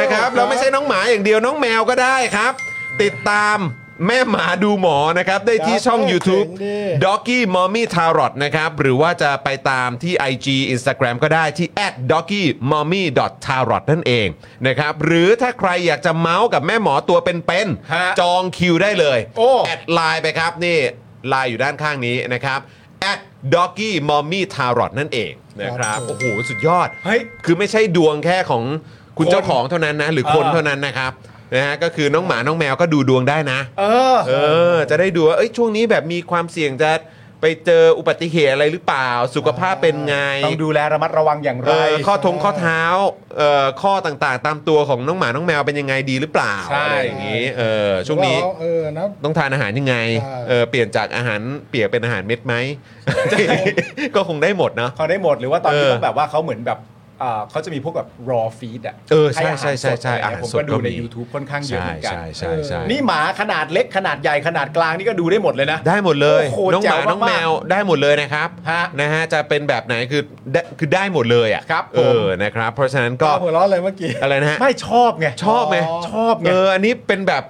Speaker 1: นะครับแล้วไม่ใช่น้องหมาอย่างเดียวน้องแมวก็ได้ครับ ติดตามแม่หมาดูหมอนะครับได้ที่ช่อง
Speaker 3: ครับ
Speaker 1: YouTube
Speaker 3: เจ๋งดิ
Speaker 1: ด็อกกี้มอมมี่ทารอตนะครับ หรือว่าจะไปตามที่ IG Instagram ก็ได้ที่ at d o g g y m o m m y t a r o t นั่นเองนะครับ หรือถ้าใครอยากจะเมาส์กับแม่หมอตัวเป็น
Speaker 4: ฮะ
Speaker 1: ๆจองคิวได้เลย
Speaker 4: โอ้
Speaker 1: แอดไลน์ไปครับ นี่ไลน์อยู่ด้านข้างนี้นะครับ at d o g g y m o m m y t a r o t นั่นเองนะครับโอ้โห สุดยอด
Speaker 4: เฮ้ย
Speaker 1: คือไม่ใช่ดวงแค่ของคุณ
Speaker 4: คน
Speaker 1: เจ้าของเท่านั้นนะ หรือคน
Speaker 4: เออ
Speaker 1: เท่านั้นนะครับนะฮะก็คือน้องหมาน้องแมวก็ดูดวงได้นะ
Speaker 4: เออ
Speaker 1: เออ จะได้ดูว่าเอ้ย ช่วงนี้แบบมีความเสี่ยงจะไปเจออุบัติเหตุอะไรหรือเปล่า สุขภาพเป็นไง
Speaker 4: ต้องดูแลระมัดระวังอย่างไร
Speaker 1: เออข้อทงข้อเท้าเอ่อข้อต่างๆ ตามตัวของน้องหมาน้องแมวเป็นยังไงดีหรือเปล่า
Speaker 4: ใช่
Speaker 1: อะไรอย่างนี้เออช่วงนี้
Speaker 3: เออนะ
Speaker 1: ต้องทานอาหารยังไง
Speaker 3: ใช่
Speaker 1: เออเปลี่ยนจากอาหารเปียกเป็นอาหารเม็ดไห ม ก็คงได้หมดเนาะ
Speaker 4: เขาได้หมดหรือว่าตอนนี้
Speaker 1: เออ
Speaker 4: ต้องแบบว่าเขาเหมือนแบบเอ่อเขาจะมีพวกแบบ raw feed อ่ะ
Speaker 1: เออใช่
Speaker 4: ห้าหาร
Speaker 1: ใช่ใช่
Speaker 4: สดอะไร
Speaker 1: อาหาร
Speaker 4: เงี้ยผม
Speaker 1: สด
Speaker 4: ก็
Speaker 1: ก็
Speaker 4: ดูใน
Speaker 1: มี
Speaker 4: YouTube ค่อนข้างเยอะ
Speaker 1: ใช่
Speaker 4: เหมือนกัน
Speaker 1: ใช่ใช่ใช่
Speaker 4: นี่หมาขนาดเล็กขนาดใหญ่ขนาดกลางนี่ก็ดูได้หมดเลยนะ
Speaker 1: ได้หมดเลย
Speaker 4: โอ้โห
Speaker 1: น้องหมา
Speaker 4: แจ๋วมากๆ
Speaker 1: น้องแมวได้หมดเลยนะครับ
Speaker 4: ฮะ
Speaker 1: นะฮะจะเป็นแบบไหนคือได้คือได้หมดเลยอ่ะ
Speaker 4: ครับผม
Speaker 1: เออนะครับ เพราะฉะนั้นก็
Speaker 3: ก็หัวเร้อนเลยเมื่อกี้
Speaker 1: อะไรนะฮะ
Speaker 4: ไม่ชอบไง
Speaker 1: ชอบไหม
Speaker 3: อ๋อ
Speaker 4: ชอบไง
Speaker 1: เอออันนี้เป็นแบบ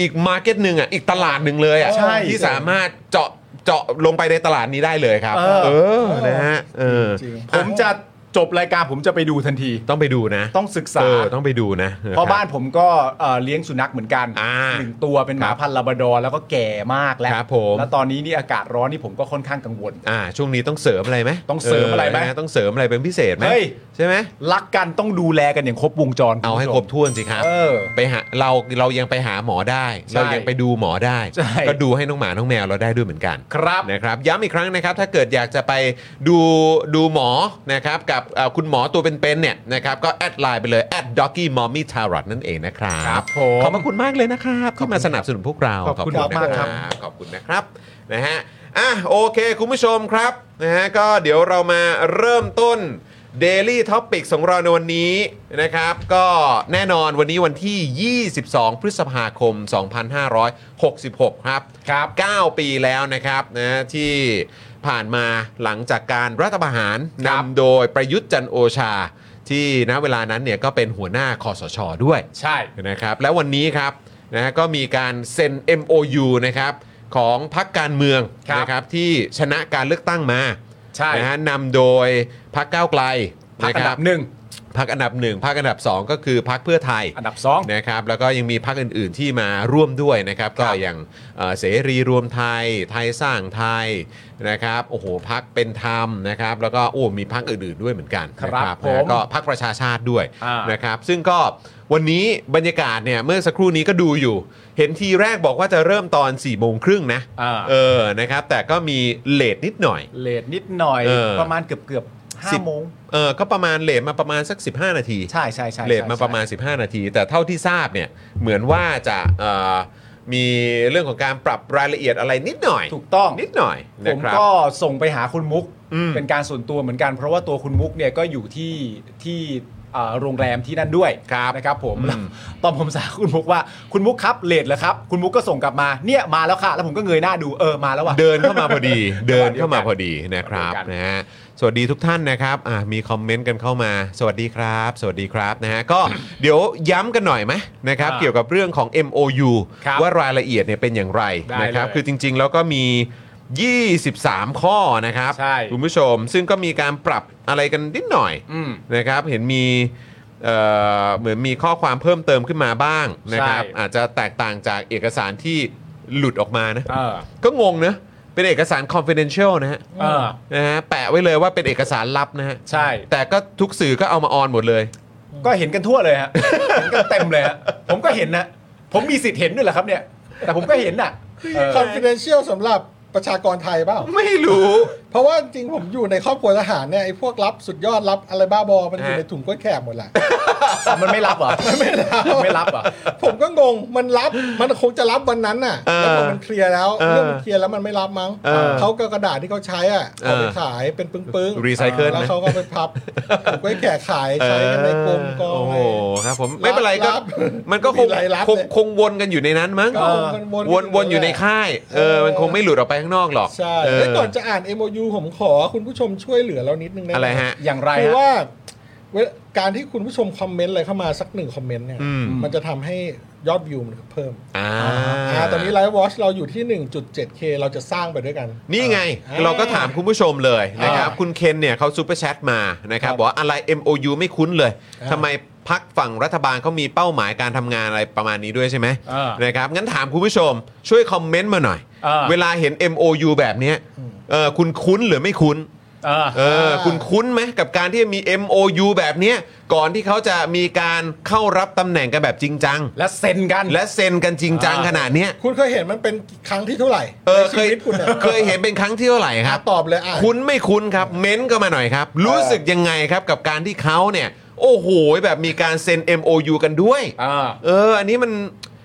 Speaker 1: อีกมาร์เก็ตหนึ่งอ่ะอีกตลาดหนึ่งเลยอ่ะ
Speaker 4: ใช่
Speaker 1: ที่สามารถเจาะเจาะลงไปในตลาดนี้ได้เลยครับ
Speaker 4: เออ
Speaker 1: เออนะฮะเออ
Speaker 3: จริง
Speaker 4: ผมจะจบรายการผมจะไปดูทันที
Speaker 1: ต้องไปดูนะ
Speaker 4: ต้องศึกษา
Speaker 1: เออต้องไปดูนะค
Speaker 4: เพราะบ้านผมก็เอ่อเลี้ยงสุนัขเหมือนกัน
Speaker 1: อ่า
Speaker 4: หนึ่งตัวเป็นหมา
Speaker 1: ครับ
Speaker 4: พันธุ์ลาบราดอร์แล้วก็แก่มากแล้ว
Speaker 1: ครับผม
Speaker 4: แล้วตอนนี้นี่อากาศร้อนนี่ผมก็ค่อนข้างกังวล
Speaker 1: อ่าช่วงนี้ต้องเสริมอะไรไหม
Speaker 4: ต้องเสริมอะไรไหม
Speaker 1: นฮต้องเสริมอะไรเป็นพิเศษไหม
Speaker 4: เฮ้ย
Speaker 1: ใช่ไหม
Speaker 4: รักกันต้องดูแลกันอย่างครบวงจร
Speaker 1: เอาให้ครบถ้วนสิครับ
Speaker 4: เออ
Speaker 1: ไปหาเราเรายังไปหาหมอได้
Speaker 4: ใช่
Speaker 1: เรายังไปดูหมอได้
Speaker 4: ใช่
Speaker 1: ก็ดูให้น้องหมาน้องแมวเราได้ด้วยเหมือนกัน
Speaker 4: ครับ
Speaker 1: นะครับย้ำอีกครั้งนะครับถ้าเกิดอยากจะไปดูดูหมอนะครับกับเอ่อคุณหมอตัวเป็นๆเนี่ยนะครับก็แอดไลน์ไปเลยแอดด็อกกี้มอมมี่ทารอตนั่นเองนะครับ
Speaker 4: ครับผม
Speaker 1: ขอบพระคุณมากเลยนะครับที่มาสนับสนุนพวกเรา
Speaker 4: ขอบคุณ
Speaker 1: นะ
Speaker 4: มากครับ
Speaker 1: ขอบคุณนะครับนะฮะอ่ะโอเค คุณผู้ชมครับนะฮะก็เดี๋ยวเรามาเริ่มต้น Daily t o p i c ของเราในวันนี้นะครับ ก็แน่นอนวันนี้วันที่ 22 พฤษภาคม 2566 ครับ
Speaker 4: ครับ
Speaker 1: 9 ปีแล้วนะครับนะที่ผ่านมาหลังจากการรัฐประหาร
Speaker 4: ครับ
Speaker 1: นำโดยประยุทธ์จันทร์โอชา ที่ณเวลานั้นเนี่ยก็เป็นหัวหน้าคอสชด้วย
Speaker 4: ใช่
Speaker 1: นะครับและวันนี้ครับนะก็มีการเซ็น MOU นะครับของพักการเมือง
Speaker 4: ครับ
Speaker 1: นะครับที่ชนะการเลือกตั้งมา
Speaker 4: ใช่
Speaker 1: นะฮะนำโดยพักก้าวไกล
Speaker 4: พักอันดับหนึ่ง
Speaker 1: พักอันดับหนึ่งพักอันดับสองก็คือพักเพื่อไทย
Speaker 4: อันดับสอง
Speaker 1: นะครับแล้วก็ยังมีพรรคอื่น ๆ ที่มาร่วมด้วยนะครับ ก็อย่างเอ่อเสรีรวมไทยไทยสร้างไทยนะครับโอ้โหพักเป็นธรรมนะครับ แล้วก็โอ้มีพรรคอื่น ๆ ด้วยเหมือนกัน
Speaker 4: ครับ
Speaker 1: นะ
Speaker 4: ผม
Speaker 1: แล้วก็พรรคประชาชาติด้วย
Speaker 4: อ่าน
Speaker 1: นะครับ ซึ่งก็วันนี้บรรยากาศเนี่ยเมื่อสักครู่นี้ก็ดูอยู่ เห็นทีแรกบอกว่าจะเริ่มตอน4ี่โมงครึ่งนะ
Speaker 4: อ่า
Speaker 1: เออนะครับ แต่ก็มีเลทนิดหน่อย
Speaker 4: เลทนิดหน่อย
Speaker 1: เออ
Speaker 4: ประมาณเกือบเกือบๆห้าโมง
Speaker 1: เออก็ประมาณเลทมาประมาณสัก 15 นาที
Speaker 4: ใช่ใช่ใช่ใช่
Speaker 1: เลทมา
Speaker 4: ใช่
Speaker 1: ประมาณ 15 นาที แต่เท่าที่ทราบเนี่ยเหมือนว่าจะเอ่อ มีเรื่องของการปรับรายละเอียดอะไรนิดหน่อย
Speaker 4: ถูกต้อง
Speaker 1: นิดหน่อย
Speaker 4: ผ
Speaker 1: นะ
Speaker 4: ม
Speaker 1: ครับ
Speaker 4: ก็ส่งไปหาคุณมุก
Speaker 1: อืม
Speaker 4: เป็นการส่วนตัวเหมือนกัน เพราะว่าตัวคุณมุกเนี่ยก็อยู่ที่ที่เอ่อโรงแรมที่นั่นด้วย
Speaker 1: ครับ
Speaker 4: นะครับผม
Speaker 1: อืม
Speaker 4: แล้วตอนผมสามคุณมุกว่าคุณมุกครับเลทเหรอครับ คุณมุกก็ส่งกลับมาเนี่ยมาแล้วค่ะ แล้วผมก็เงยหน้าดูเออมาแล้วว่ะ
Speaker 1: เดินเข้ามาพอ ดี เดินเข้ามาพอดีนะครับ
Speaker 4: เดียวกัน
Speaker 1: นะฮะสวัสดีทุกท่านนะครับอ่ะมีคอมเมนต์กันเข้ามา สวัสดีครับ สวัสดีครับนะฮะก็ เดี๋ยวย้ำกันหน่อยไหมนะครับ
Speaker 4: อ่า
Speaker 1: เกี่ยวกับเรื่องของ MOU
Speaker 4: ครับ
Speaker 1: ว่ารายละเอียดเนี่ยเป็นอย่างไร
Speaker 4: ได้
Speaker 1: นะครับ
Speaker 4: เลย
Speaker 1: คือจริง ๆ แล้วก็มี 23 ข้อนะครับ
Speaker 4: ใช่
Speaker 1: คุณผู้ชม ซึ่งก็มีการปรับอะไรกันนิดหน่อย
Speaker 4: อืม
Speaker 1: นะครับเห็นมีเอ่อเหมือนมีข้อความเพิ่มเติมขึ้นมาบ้างนะครับ
Speaker 4: ใช่
Speaker 1: อาจจะแตกต่างจากเอกสารที่หลุดออกมานะ
Speaker 4: เออ
Speaker 1: ก็งงนะ เป็นเอกสาร confidential นะฮะ
Speaker 4: เออ
Speaker 1: นะฮะแปะไว้เลยว่าเป็นเอกสารลับนะฮะ
Speaker 4: ใช่
Speaker 1: แต่ก็ทุกสื่อก็เอามาออนหมดเลย
Speaker 4: ก็เห็นกันทั่วเลยฮะ เห็นกันเต็มเลยฮะผมก็เห็นนะผมมีสิทธิ์เห็นด้วยเหรอครับเนี่ย แต่ผมก็เห็นน่ะเออ
Speaker 3: confidential สำหรับประชากรไทยเปล่า
Speaker 1: ไม่รู้
Speaker 3: เพราะว่าจริงๆผมอยู่ในครอบครัวทหารเนี่ยไอ้พวกรับสุดยอดรับอะไรบ้าบอ มันอยู่
Speaker 1: ฮะ
Speaker 3: ในถุงกล้วยแขกหมดแหละ
Speaker 4: มันไม่รับเหรอ
Speaker 3: ไม่รับ
Speaker 4: ไม่รับเหรอ
Speaker 3: ผมก็งงมันรับมันคงจะรับวันนั้นน่ะ
Speaker 1: เออ
Speaker 3: แล้วพอมันเคลียร์แล้ว
Speaker 1: เออ
Speaker 3: เรื่องมันเคลียร์แล้วมันไม่รับมั้ง
Speaker 1: เออ
Speaker 3: เขาก็กระดาษที่เขาใช้อ่ะ
Speaker 1: เออ
Speaker 3: เอาไปขายเป็นปึ้ง
Speaker 1: รีไซเคิล
Speaker 3: แล้ว
Speaker 1: นะ
Speaker 3: เขาก็ไปพับถุงกล้วยแขก ขายใช้กันในกรมกอง
Speaker 1: โอ้
Speaker 3: อะ
Speaker 1: โห
Speaker 3: ไร
Speaker 1: ครับผมไม่เป็นไรก็
Speaker 3: รับ
Speaker 1: มันก็คง
Speaker 3: มีรายรับ
Speaker 1: คง
Speaker 3: เลย
Speaker 1: คงวนกันอยู่ในนั้นมั้ง
Speaker 3: ก็คงวนๆ
Speaker 1: วนวนอยู่ในค่ายเออ
Speaker 3: เออ
Speaker 1: มันคงไม่หลุดออกไปข้างนอกหรอก
Speaker 3: ใช่
Speaker 1: เออ
Speaker 3: แล้วก่อนจะอ่าน MOU ผมขอคุณผู้ชมช่วยเหลือเรานิดนึงได้หม
Speaker 1: อะไรฮะ
Speaker 4: อย่างไร
Speaker 3: คือ
Speaker 4: ฮะ
Speaker 3: ว่าเวลาการที่คุณผู้ชมคอมเมนต์อะไรเข้ามาสักหนึ่งคอมเมนต์เนี่ย
Speaker 1: อืม
Speaker 3: มันจะทำให้ยอดวิวมันเพิ่ม
Speaker 1: อ่า
Speaker 3: อ่าตอนนี้ไลฟ์วอชเราอยู่ที่ 1.7K เราจะสร้างไปด้วยกัน
Speaker 1: นี่ไง
Speaker 3: อ่า
Speaker 1: เราก็ถามคุณผู้ชมเลยนะครับ
Speaker 3: อ่า
Speaker 1: คุณเคนเนี่ยเขาซูเปอร์แชทมานะครับ
Speaker 3: ครับ
Speaker 1: บอกว่าอะไร MOU ไม่คุ้นเลย
Speaker 3: อ่า
Speaker 1: ทำไมพักฝั่งรัฐบาลเขามีเป้าหมายการทำงานอะไรประมาณนี้ด้วยใช่ไหม
Speaker 4: อ่าน
Speaker 1: นะครับงั้นถามคุณผู้ชมช่วยคอมเมนต์มาหน่อย
Speaker 4: เออ
Speaker 1: เวลาเห็น MOU แบบเนี้ยเออคุณคุ้นหรือไม่คุ้น
Speaker 4: เออ
Speaker 1: เออคุณคุ้นไหมกับการที่มี MOU แบบเนี้ยก่อนที่เขาจะมีการเข้ารับตำแหน่งกันแบบจริงจัง
Speaker 4: และเซ็นกัน
Speaker 1: และเซ็นกันจริงจัง
Speaker 4: อ่า
Speaker 1: ขนาดเนี้ย
Speaker 3: คุณเคยเห็นมันเป็นครั้งที่เท่าไหร่
Speaker 1: เออ
Speaker 3: ใน
Speaker 1: เค
Speaker 3: ชี
Speaker 1: ย
Speaker 3: วิตคุณอะ
Speaker 1: เคยเห็นเป็นครั้งที่เท่าไหร่ค
Speaker 3: อ่ะ
Speaker 1: รับ
Speaker 3: ตอบเลยอ่ะ
Speaker 1: คุ้นไม่คุ้นครับ เม้นต์ก็มาหน่อยครับ รู้สึกยังไงครับกับการที่เขาเนี่ย โอ้โห แบบมีการเซ็น MOU กันด้วย
Speaker 4: อ่า
Speaker 1: เออ อันนี้มัน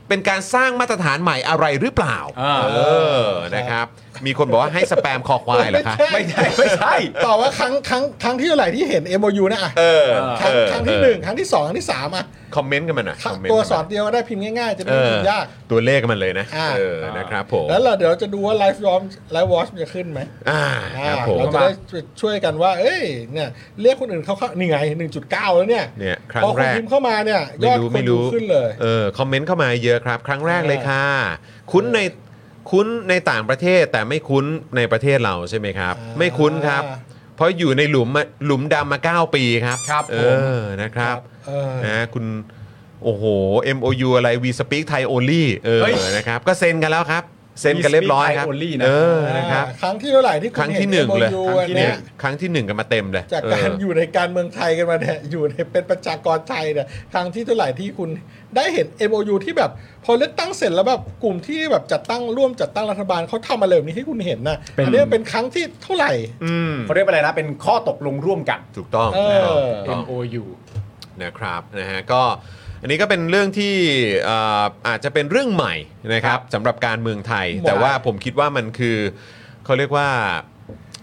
Speaker 1: เป็นการสร้างมาตรฐานใหม่อะไรหรือเปล่า
Speaker 4: อ่า
Speaker 1: เออนะครับ มีคนบอกว่าให้สแปมคอควายเหรอคะ
Speaker 4: ไม่ใช่ไม่ใช่
Speaker 3: ตอบว่าครั้งครั้งครั้งที่เท่าไหร่ที่เห็น MOU นะอ่ะ
Speaker 1: เออ
Speaker 3: ครั้ง
Speaker 1: เออ
Speaker 3: ครั้งที่หนึ่งครั้งที่สองครั้งที่สามอ่ะ
Speaker 1: คอมเมนต์กันมาหน่อยคอมเมนต์
Speaker 3: ตัว
Speaker 1: กันมา
Speaker 3: สอนเดียวก็ได้พิมพ์ง่ายๆ จะ
Speaker 1: เอ
Speaker 3: ไม่
Speaker 1: อ
Speaker 3: พิมพ์ยาก
Speaker 1: ตัวเลขกันมันเลยนะ
Speaker 3: อ่า
Speaker 1: เออนะครับผม
Speaker 3: แล้วเราเดี๋ยวเราจะดูว่าไลฟ์วอชไลฟ์วอชมันจะขึ้นไหม
Speaker 1: อ่าค
Speaker 3: อ่า
Speaker 1: รับผม
Speaker 3: เราจะได้ช่วยกันว่า เอ้ย เนี่ย เรียกคนอื่นเขาเข้านี่ไง 1.9 แล้วเนี่ย
Speaker 1: เนี่ยครั้ง
Speaker 3: พอคุณ
Speaker 1: แรก
Speaker 3: พิมพ์เข้ามาเนี่ย ย
Speaker 1: ไม่
Speaker 3: อด
Speaker 1: รู้
Speaker 3: คน
Speaker 1: ไม่
Speaker 3: ดู
Speaker 1: รู้
Speaker 3: ขึ้นเลย
Speaker 1: เออคอมเมนต์เข้ามาเยอะครับ ครั้งแรก
Speaker 3: เออ
Speaker 1: เลยค่ะ คุ้นในคุ้นในต่างประเทศแต่ไม่คุ้นในประเทศเราใช่ไหมครับ ไม่คุ้นครับ เพราะอยู่ในหลุมมาหลุมดำมา 9 ปีครับ
Speaker 4: ครับ
Speaker 1: เออนะครับ
Speaker 3: เออ
Speaker 1: นะคุณโอ้โห MOU อะไร We Speak Thai Only เออ
Speaker 4: เฮ้ย
Speaker 1: นะครับ ก็เซ็นกันแล้วครับ เซ็นกันเรียบร้อยครับ
Speaker 4: We Speak Thai Only นะ
Speaker 1: เออนะครับ
Speaker 3: ครั้งที่เท่าไหร่ที่
Speaker 1: ครั้งที่หนึ่งเลย
Speaker 3: ค
Speaker 1: ครั้ง
Speaker 3: รั้ง
Speaker 1: ที่
Speaker 3: ที่
Speaker 1: ห
Speaker 3: ห
Speaker 1: นึ่งครั้งที่ห
Speaker 3: นึ่
Speaker 1: นึ่งกันมาเต็มเลย
Speaker 3: จากการ
Speaker 1: เออ
Speaker 3: อยู่ในการเมืองไทยกันมาเนี่ยอยู่ในเป็นประชากรไทยเนี่ยครั้งที่เท่าไหร่ที่คุณได้เห็น MOU ที่แบบพอเลือกตั้งเสร็จแล้วแบบกลุ่มที่แบบจัดตั้งร่วมจัดตั้งรัฐบาลเขาทำอะไรแบบนี้ให้คุณเห็นนะ
Speaker 4: เป็น
Speaker 3: อันนี้มันเป็นครั้งที่เท่าไหร่
Speaker 4: เขาเรียกว่าอะไรนะ เป็นข้อตกลงร่วมกัน
Speaker 1: ถูกต้อง
Speaker 3: เออ
Speaker 1: นะครับถูกต้อง
Speaker 4: MOU
Speaker 1: นะครับนะฮะก็อันนี้ก็เป็นเรื่องที่เอ่ออาจจะเป็นเรื่องใหม่นะครับสำหรับการเมืองไทย แต่ว่าผมคิดว่ามันคือเขาเรียกว่า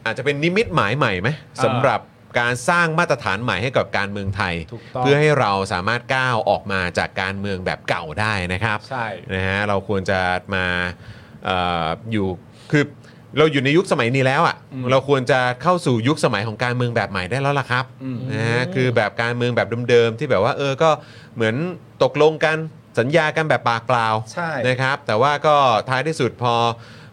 Speaker 1: อาจจะเป็นนิมิตหมายใหม่ไหมสำหรับการสร้างมาตรฐานใหม่ให้กับการเมืองไทย
Speaker 4: ถูกต้อง
Speaker 1: เพื่อให้เราสามารถก้าวออกมาจากการเมืองแบบเก่าได้นะครับ
Speaker 4: ใช่
Speaker 1: นะฮะเราควรจะมาเอออยู่คือเราอยู่ในยุคสมัยนี้แล้วอะ่ะเราควรจะเข้าสู่ยุคสมัยของการเมืองแบบใหม่ได้แล้วล่ะครับ นะฮะคือแบบการเมืองแบบเดิมๆที่แบบว่าเออก็เหมือนตกลงกันสัญญากันแบบปากเปล่า
Speaker 4: ใช่
Speaker 1: นะครับ แต่ว่าก็ท้ายที่สุดพอ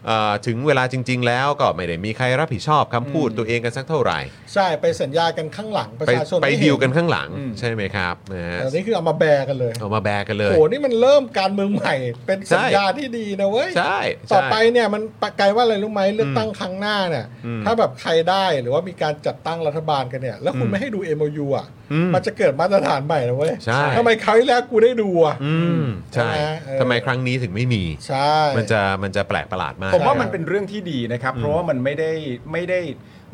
Speaker 1: เออถึงเวลาจริง ๆ แล้วก็ไม่ได้มีใครรับผิดชอบคำพูดตัวเองกันสักเท่าไหร่
Speaker 3: ใช่ไปสัญญากันข้างหลังประ
Speaker 1: ไป
Speaker 3: ชาชน
Speaker 1: ไป
Speaker 3: ม่เห็
Speaker 1: ดีลกันข้างหลังใช่ไหมครับนะฮะ
Speaker 3: แต่นี่คือเอามาแบร์กันเลย
Speaker 1: เอามาแบกกันเลย
Speaker 3: โอ้โหนี่มันเริ่มการเมืองใหม่ เป็นสัญญาณที่ดีนะเว้ย
Speaker 1: ใช่ใช่
Speaker 3: ต่อไปเนี่ยมันไกลว่าอะไรรู้ไหมเลือกตั้งครั้งหน้าเนี่ย ถ้าแบบใครได้หรือว่ามีการจัดตั้งรัฐบาลกันเนี่ย แล้วคุณไม่ให้ดู MOU อ่ะ
Speaker 1: อืม
Speaker 3: มันจะเกิดมาตรฐานใหม่นะเว้ย
Speaker 1: ใช่
Speaker 3: ทำไมคราวที่แล้วกูได้ดูอ่ะ
Speaker 1: อืมใช่
Speaker 3: ใช่ไหมเออ
Speaker 1: ทำไมครั้งนี้ถึงไม่มี
Speaker 3: ใช่
Speaker 1: มันจะมันจะแปลกประหลาดมาก
Speaker 4: ผมว่ามันเป็นเรื่องที่ดีนะครับ เพราะว่ามันไม่ได้ไม่ได้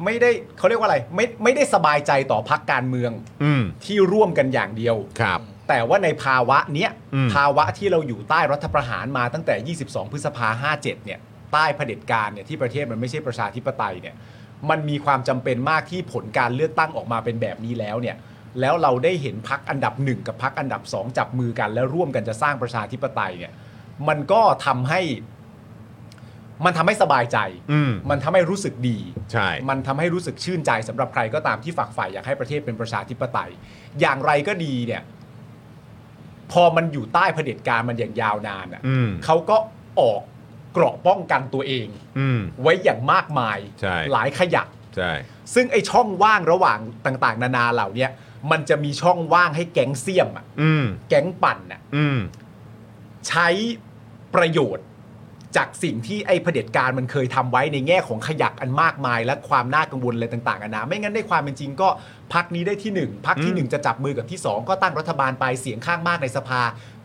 Speaker 4: ไม่ได้เขาเรียกว่าอะไร ไม่ไม่ได้สบายใจต่อพักการเมือง
Speaker 1: อืม
Speaker 4: ที่ร่วมกันอย่างเดียว
Speaker 1: ครับ
Speaker 4: แต่ว่าในภาวะเนี้ย
Speaker 1: อืม
Speaker 4: ภาวะที่เราอยู่ใต้รัฐประหารมาตั้งแต่ 22 พฤษภา57 เนี่ย ใต้เผด็จการเนี่ยที่ประเทศมันไม่ใช่ประชาธิปไตยเนี่ย มันมีความจำเป็นมากที่ผลการเลือกตั้งออกมาเป็นแบบนี้แล้วเนี่ย แล้วเราได้เห็นพักอันดับหนึ่งกับพักอันดับสองจับมือกัน แล้วร่วมกันจะสร้างประชาธิปไตยเนี่ย มันก็ทำให้ มันทำให้สบายใจ
Speaker 1: อืม
Speaker 4: มันทำให้รู้สึกดี
Speaker 1: ใช่
Speaker 4: มันทำให้รู้สึกชื่นใจสำหรับใครก็ตามที่ฝักใฝ่อยากให้ประเทศเป็นประชาธิปไตย อย่างไรก็ดีเนี่ย พอมันอยู่ใต้เผด็จการมันอย่างยาวนานอ่ะ
Speaker 1: อืม
Speaker 4: เขาก็ออกเกราะป้องกันตัวเอง
Speaker 1: อืม
Speaker 4: ไว้อย่างมากมาย
Speaker 1: ใช่
Speaker 4: หลายขยัก
Speaker 1: ใช่
Speaker 4: ซึ่งไอ้ช่องว่างระหว่างต่างๆ นานาเหล่าเนี้ยมันจะมีช่องว่างให้แก๊งเสี่ยมอะ
Speaker 1: อืม
Speaker 4: แก๊งปั่นอะ
Speaker 1: อืม
Speaker 4: ใช้ประโยชน์จากสิ่งที่ไอ้เผด็จการมันเคยทำไว้ในแง่ของขยักอันมากมาย และความน่ากังวลอะไรต่างๆนานาไม่งั้นในความเป็นจริงก็พักนี้ได้ที่หนึ่งพักที่หนึ่งจะจับมือกับที่สองก็ตั้งรัฐบาลไปเสียงข้างมากในสภา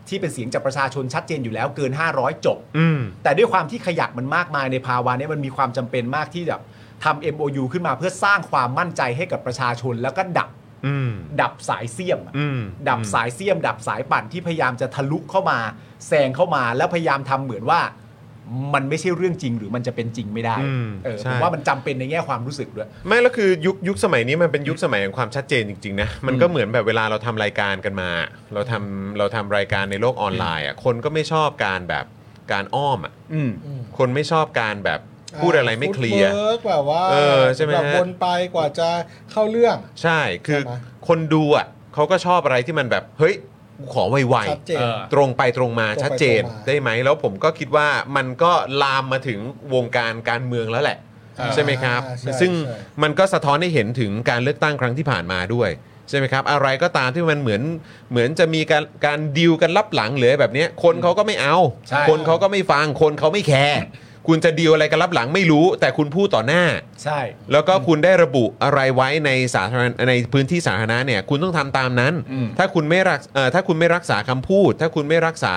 Speaker 4: ที่เป็นเสียงจากประชาชนชัดเจนอยู่แล้วเกิน 500 จบ
Speaker 1: อืม
Speaker 4: แต่ด้วยความที่ขยักมันมากมายในภาวะเนี้ยมันมีความจำเป็นมากที่แบบทำ MOU ขึ้นมาเพื่อสร้างความมั่นใจให้กับประชาชน แล้วก็ดับ
Speaker 1: อืม
Speaker 4: ดับสายเสี้ยมอะ
Speaker 1: อืม
Speaker 4: ดับสายเสี้ยม ดับสายปั่นที่พยายามจะทะลุเข้ามาแซงเข้ามาแล้วพยายามทำเหมือนว่า มันไม่ใช่เรื่องจริงหรือมันจะเป็นจริงไม่ได้
Speaker 1: อืม
Speaker 4: เออ
Speaker 1: ใช่
Speaker 4: ผมว่ามันจำเป็นในแง่ความรู้สึกด้วย
Speaker 1: ไม่แล้วคือยุคยุคสมัยนี้มันเป็นยุคสมัยของความชัดเจนจริงๆนะมันก็เหมือนแบบเวลาเราทำรายการกันมา เราทำเราทำรายการในโลกออนไลน์อ่ะคนก็ไม่ชอบการแบบการอ้อมอ่ะ
Speaker 4: อืม
Speaker 3: อืม
Speaker 1: คนไม่ชอบการแบบพูดอะไรไม่เคลียร์
Speaker 3: ฟุตเวิร์กแบบว่า
Speaker 1: เออใช่ไหมฮะ
Speaker 3: แบบวนไปกว่าจะเข้าเรื่อง
Speaker 1: ใช่คือ
Speaker 3: ใช่ไหม
Speaker 1: คนดูอ่ะเขาก็ชอบอะไรที่มันแบบเฮ้ยกูขอไว
Speaker 3: ชัดเจน
Speaker 4: เออ
Speaker 1: ๆตรงไปตรงมา
Speaker 3: ตรงไป
Speaker 1: ชัดเจน
Speaker 3: ตรงมา
Speaker 1: ได้ไหมแล้วผมก็คิดว่ามันก็ลามมาถึงวงการการเมืองแล้วแหละ
Speaker 3: อ่า
Speaker 1: ใช่ไหมครับ
Speaker 3: ใช่
Speaker 1: ซึ่ง
Speaker 3: ใช่
Speaker 1: มันก็สะท้อนให้เห็นถึงการเลือกตั้งครั้งที่ผ่านมาด้วย ใช่ไหมครับ อะไรก็ตามที่มันเหมือนเหมือนจะมีการการดีลกันลับหลังหรือแบบเนี้ยคนเขาก็ไม่เอา
Speaker 4: ใช่
Speaker 1: คนเขาก็ไม่ฟัง คนเขาไม่แคร์คุณจะดีลอะไรกันลับหลังไม่รู้ แต่คุณพูดต่อหน้า
Speaker 4: ใช่
Speaker 1: แล้วก็คุณได้ระบุอะไรไว้ในสาธารณในพื้นที่สาธารณะเนี่ยคุณต้องทำตามนั้น
Speaker 4: อืม
Speaker 1: ถ้าคุณไม่รักเอ่อถ้าคุณไม่รักษาคำพูด ถ้าคุณไม่รักษา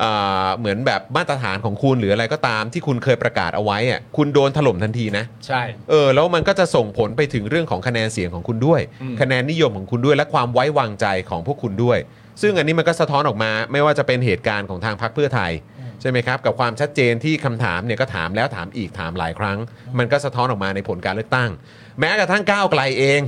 Speaker 1: เอ่อเหมือนแบบมาตรฐานของคุณหรืออะไรก็ตามที่คุณเคยประกาศเอาไว้อะคุณโดนถล่มทันทีนะ
Speaker 4: ใช่
Speaker 1: เออแล้วมันก็จะส่งผลไปถึงเรื่องของคะแนนเสียงของคุณด้วย
Speaker 4: อืม
Speaker 1: คะแนนนิยมของคุณด้วยและความไว้วางใจของพวกคุณด้วย ซึ่งอันนี้มันก็สะท้อนออกมา ไม่ว่าจะเป็นเหตุการณ์ของทางพรรคเพื่อไทย ใช่ไหมครับ กับความชัดเจนที่คำถามเนี่ยก็ถามแล้วถามอีกถามหลายครั้ง มันก็สะท้อนออกมาในผลการเลือกตั้ง แม้กระทั่งก้าวไกลเอง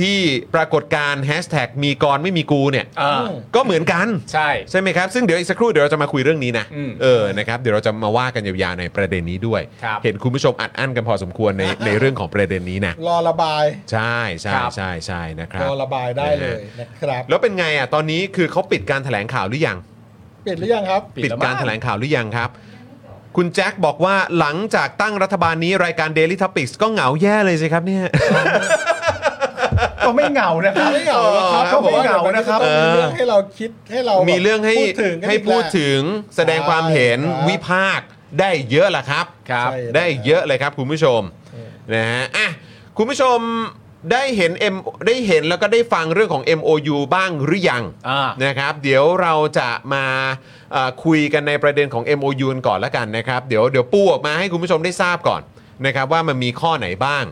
Speaker 1: ที่ปรากฏการณ์แฮชแท็กมีกรไม่มีกูเนี่ย
Speaker 4: อ่า
Speaker 1: ก็เหมือนกัน
Speaker 4: ใช่
Speaker 1: ใช่ไหมครับซึ่งเดี๋ยวอีกสักครู่เดี๋ยวเราจะมาคุยเรื่องนี้นะ
Speaker 4: อืม
Speaker 1: เออนะครับเดี๋ยวเราจะมาว่ากันยาวๆในประเด็นนี้ด้วย
Speaker 4: ครับ
Speaker 1: เห็นคุณผู้ชมอัดอั้นกันพอสมควรใน ในเรื่องของประเด็นนี้นะ
Speaker 3: รอระบาย
Speaker 1: ใช่ใช่
Speaker 4: ครับ
Speaker 1: ใช่ใช่นะครับ
Speaker 3: รอระบายได้เลยนะครับ
Speaker 1: แล้วเป็นไงอ่ะตอนนี้คือเขาปิดการแถลงข่าวหรือยัง
Speaker 3: ปิดหรือยังครับ
Speaker 1: ปิดการแถลงข่าวหรือยังครับ คุณแจ็คบอกว่าหลังจากตั้งรัฐบาลนี้รายการ Daily Topics ก็เหงาแย่เลยสิครับเนี่ย
Speaker 4: ก็ไม่เหงานะครับ
Speaker 3: ไม่เหงาแล้วครับ
Speaker 4: ก็ไม่
Speaker 3: พะว่
Speaker 4: เหงานะครับ
Speaker 3: ดี๋ยวมัจมีเรื่องให้เราคิดให้เรา
Speaker 1: มี
Speaker 3: มี
Speaker 1: เรื่องให้
Speaker 3: พูดถึงกัน
Speaker 1: ให้
Speaker 3: อีก
Speaker 1: พูด
Speaker 3: แหละ
Speaker 1: ถึงแสดงความเห็น
Speaker 3: ใช่ครับ
Speaker 1: วิพากษ์ได้เยอะละครับ
Speaker 3: ครับ
Speaker 1: ได้เยอะเลยครับคุณผู้ชมนะฮะอ่ะคุณผู้ชมได้เห็น M ได้เห็นแล้วก็ได้ฟังเรื่องของ MOU บ้างหรือยัง
Speaker 4: อ่า
Speaker 1: นะครับ เดี๋ยวเราจะมาเอ่อคุยกันในประเด็นของ MOU กันก่อนละกันนะครับ เดี๋ยวเดี๋ยวปูออกมาให้คุณผู้ชมได้ทราบก่อนนะครับว่ามันมีข้อไหนบ้าง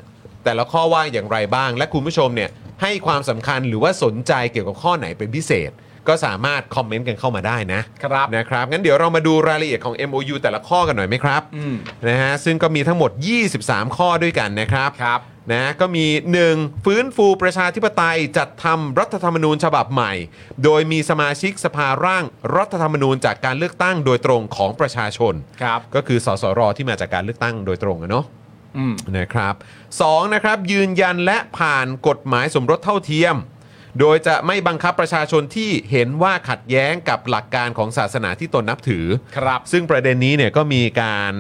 Speaker 1: แต่ละข้อว่าอย่างไรบ้าง และคุณผู้ชมเนี่ยให้ความสำคัญหรือว่าสนใจเกี่ยวกับข้อไหนเป็นพิเศษ ก็สามารถคอมเมนต์กันเข้ามาได้นะครับ นะครับงั้นเดี๋ยวเรามาดูรายละเอียดของ MOU แต่ละข้อกันหน่อยไหมครับ
Speaker 4: อืม
Speaker 1: นะฮะซึ่งก็มีทั้งหมด 23 ข้อด้วยกันนะครับ
Speaker 4: ครับ
Speaker 1: นะก็มี 1. ฟื้นฟูประชาธิปไตยจัดทำรัฐธรรมนูญฉบับใหม่ โดยมีสมาชิกสภาร่างรัฐธรรมนูญจากการเลือกตั้งโดยตรงของประชาชน
Speaker 4: ครับ
Speaker 1: ก็คือสสรที่มาจากการเลือกตั้งโดยตรงอะเนาะ
Speaker 4: อืม
Speaker 1: นะครับสองนะครับยืนยันและผ่านกฎหมายสมรสเท่าเทียม โดยจะไม่บังคับประชาชนที่เห็นว่าขัดแย้งกับหลักการของศาสนาที่ตนนับถือ
Speaker 4: ครับ
Speaker 1: ซึ่งประเด็นนี้เนี่ยก็มีการ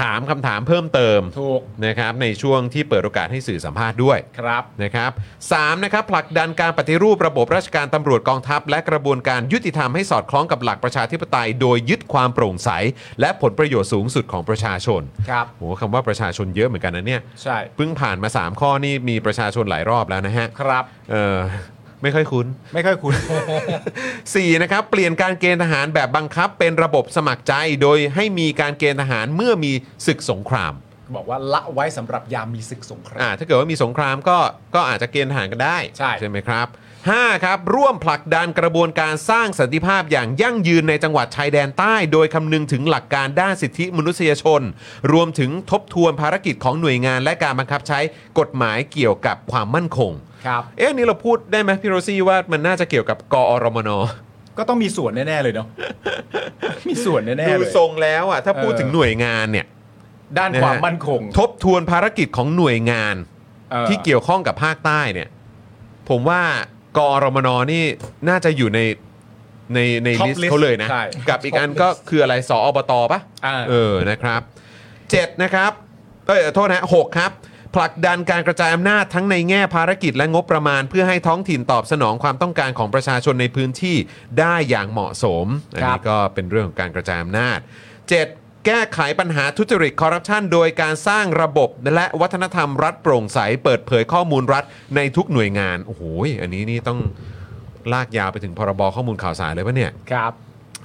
Speaker 1: ถามคำถามเพิ่มเติม
Speaker 4: ถูก
Speaker 1: นะครับในช่วงที่เปิดโอกาสให้สื่อสัมภาษณ์ด้วย
Speaker 4: ครับ
Speaker 1: นะครับสามนะครับผลักดันการปฏิรูประบบราชการตำรวจกองทัพ และกระบวนการยุติธรรมให้สอดคล้องกับหลักประชาธิปไตย โดยยึดความโปร่งใส และผลประโยชน์สูงสุดของประชาชน
Speaker 4: ครับ
Speaker 1: โหคำว่าประชาชนเยอะเหมือนกันนะเนี่ย
Speaker 4: ใช่
Speaker 1: เพิ่งผ่านมา 3 ข้อนี่มีประชาชนหลายรอบแล้วนะฮะ
Speaker 4: ครับ
Speaker 1: เออไม่ค่อยคุ้น
Speaker 4: ไม่ค่อย คุ้น
Speaker 1: 4นะครับเปลี่ยนการเกณฑ์ทหารแบบบังคับเป็นระบบสมัครใจ โดยให้มีการเกณฑ์ทหารเมื่อมีศึกสงคราม
Speaker 4: บอกว่าละไว้สำหรับยามมีศึกสงครา
Speaker 1: อ่าม ถ้าเกิดว่ามีสงครามก็ก็อาจจะเกณฑ์ทหารก็ได้
Speaker 4: ใช่
Speaker 1: ใช่ไหมครับ 5ครับร่วมผลักดันกระบวนการสร้างสันติภาพอย่างยั่งยืนในจังหวัดชายแดนใต้ โดยคำนึงถึงหลักการด้านสิทธิมนุษยชน รวมถึงทบทวนภารกิจของหน่วยงานและการบังคับใช้กฎหมายเกี่ยวกับความมั่นคง
Speaker 4: ครับ
Speaker 1: เอ๊ะอันนี่เราพูดได้ไหมพี่โรซี่ว่ามันน่าจะเกี่ยวกับกอรม น
Speaker 4: ก็ต้องมีส่วนแน่ ๆ เลยเนาะ มีส่วนแน่ ๆ
Speaker 1: ดู
Speaker 4: เลย
Speaker 1: ทรงแล้วอ่ะถ้าพูดถึง
Speaker 4: เออ
Speaker 1: หน่วยงานเนี่ย
Speaker 4: ด้าน
Speaker 1: นะฮะ
Speaker 4: ความมั่นคง
Speaker 1: ทบทวนภารกิจของหน่วยงาน
Speaker 4: อ่อ
Speaker 1: ที่เกี่ยวข้องกับภาคใต้เนี่ย ผมว่ากอรมนนี่น่าจะอยู่ในในใน
Speaker 4: Top
Speaker 1: ลิสต์
Speaker 4: list
Speaker 1: เขาเลยนะ
Speaker 4: ใช่
Speaker 1: กับอีกอันก็คืออะไรสออบตปะ
Speaker 4: อ่า
Speaker 1: เออนะครับ 7 นะครับเอ้ยโทษนะหกครับ ผลักดันการกระจายอำนาจทั้งในแง่ภารกิจและงบประมาณ เพื่อให้ท้องถิ่นตอบสนองความต้องการของประชาชนในพื้นที่ได้อย่างเหมาะสม อัน
Speaker 4: ครั
Speaker 1: นี้
Speaker 4: บ
Speaker 1: ก็เป็นเรื่องของการกระจายอำนาจ 7. แก้ไขปัญหาทุจริตคอร์รัปชันโดยการสร้างระบบและวัฒนธรรมรัฐโปร่งใส เปิดเผยข้อมูลรัฐในทุกหน่วยงาน โอ้โหยอันนี้นี่ต้องลากยาวไปถึงพรบข้อมูลข่าวสารเลยปะเนี่ย
Speaker 4: ครับ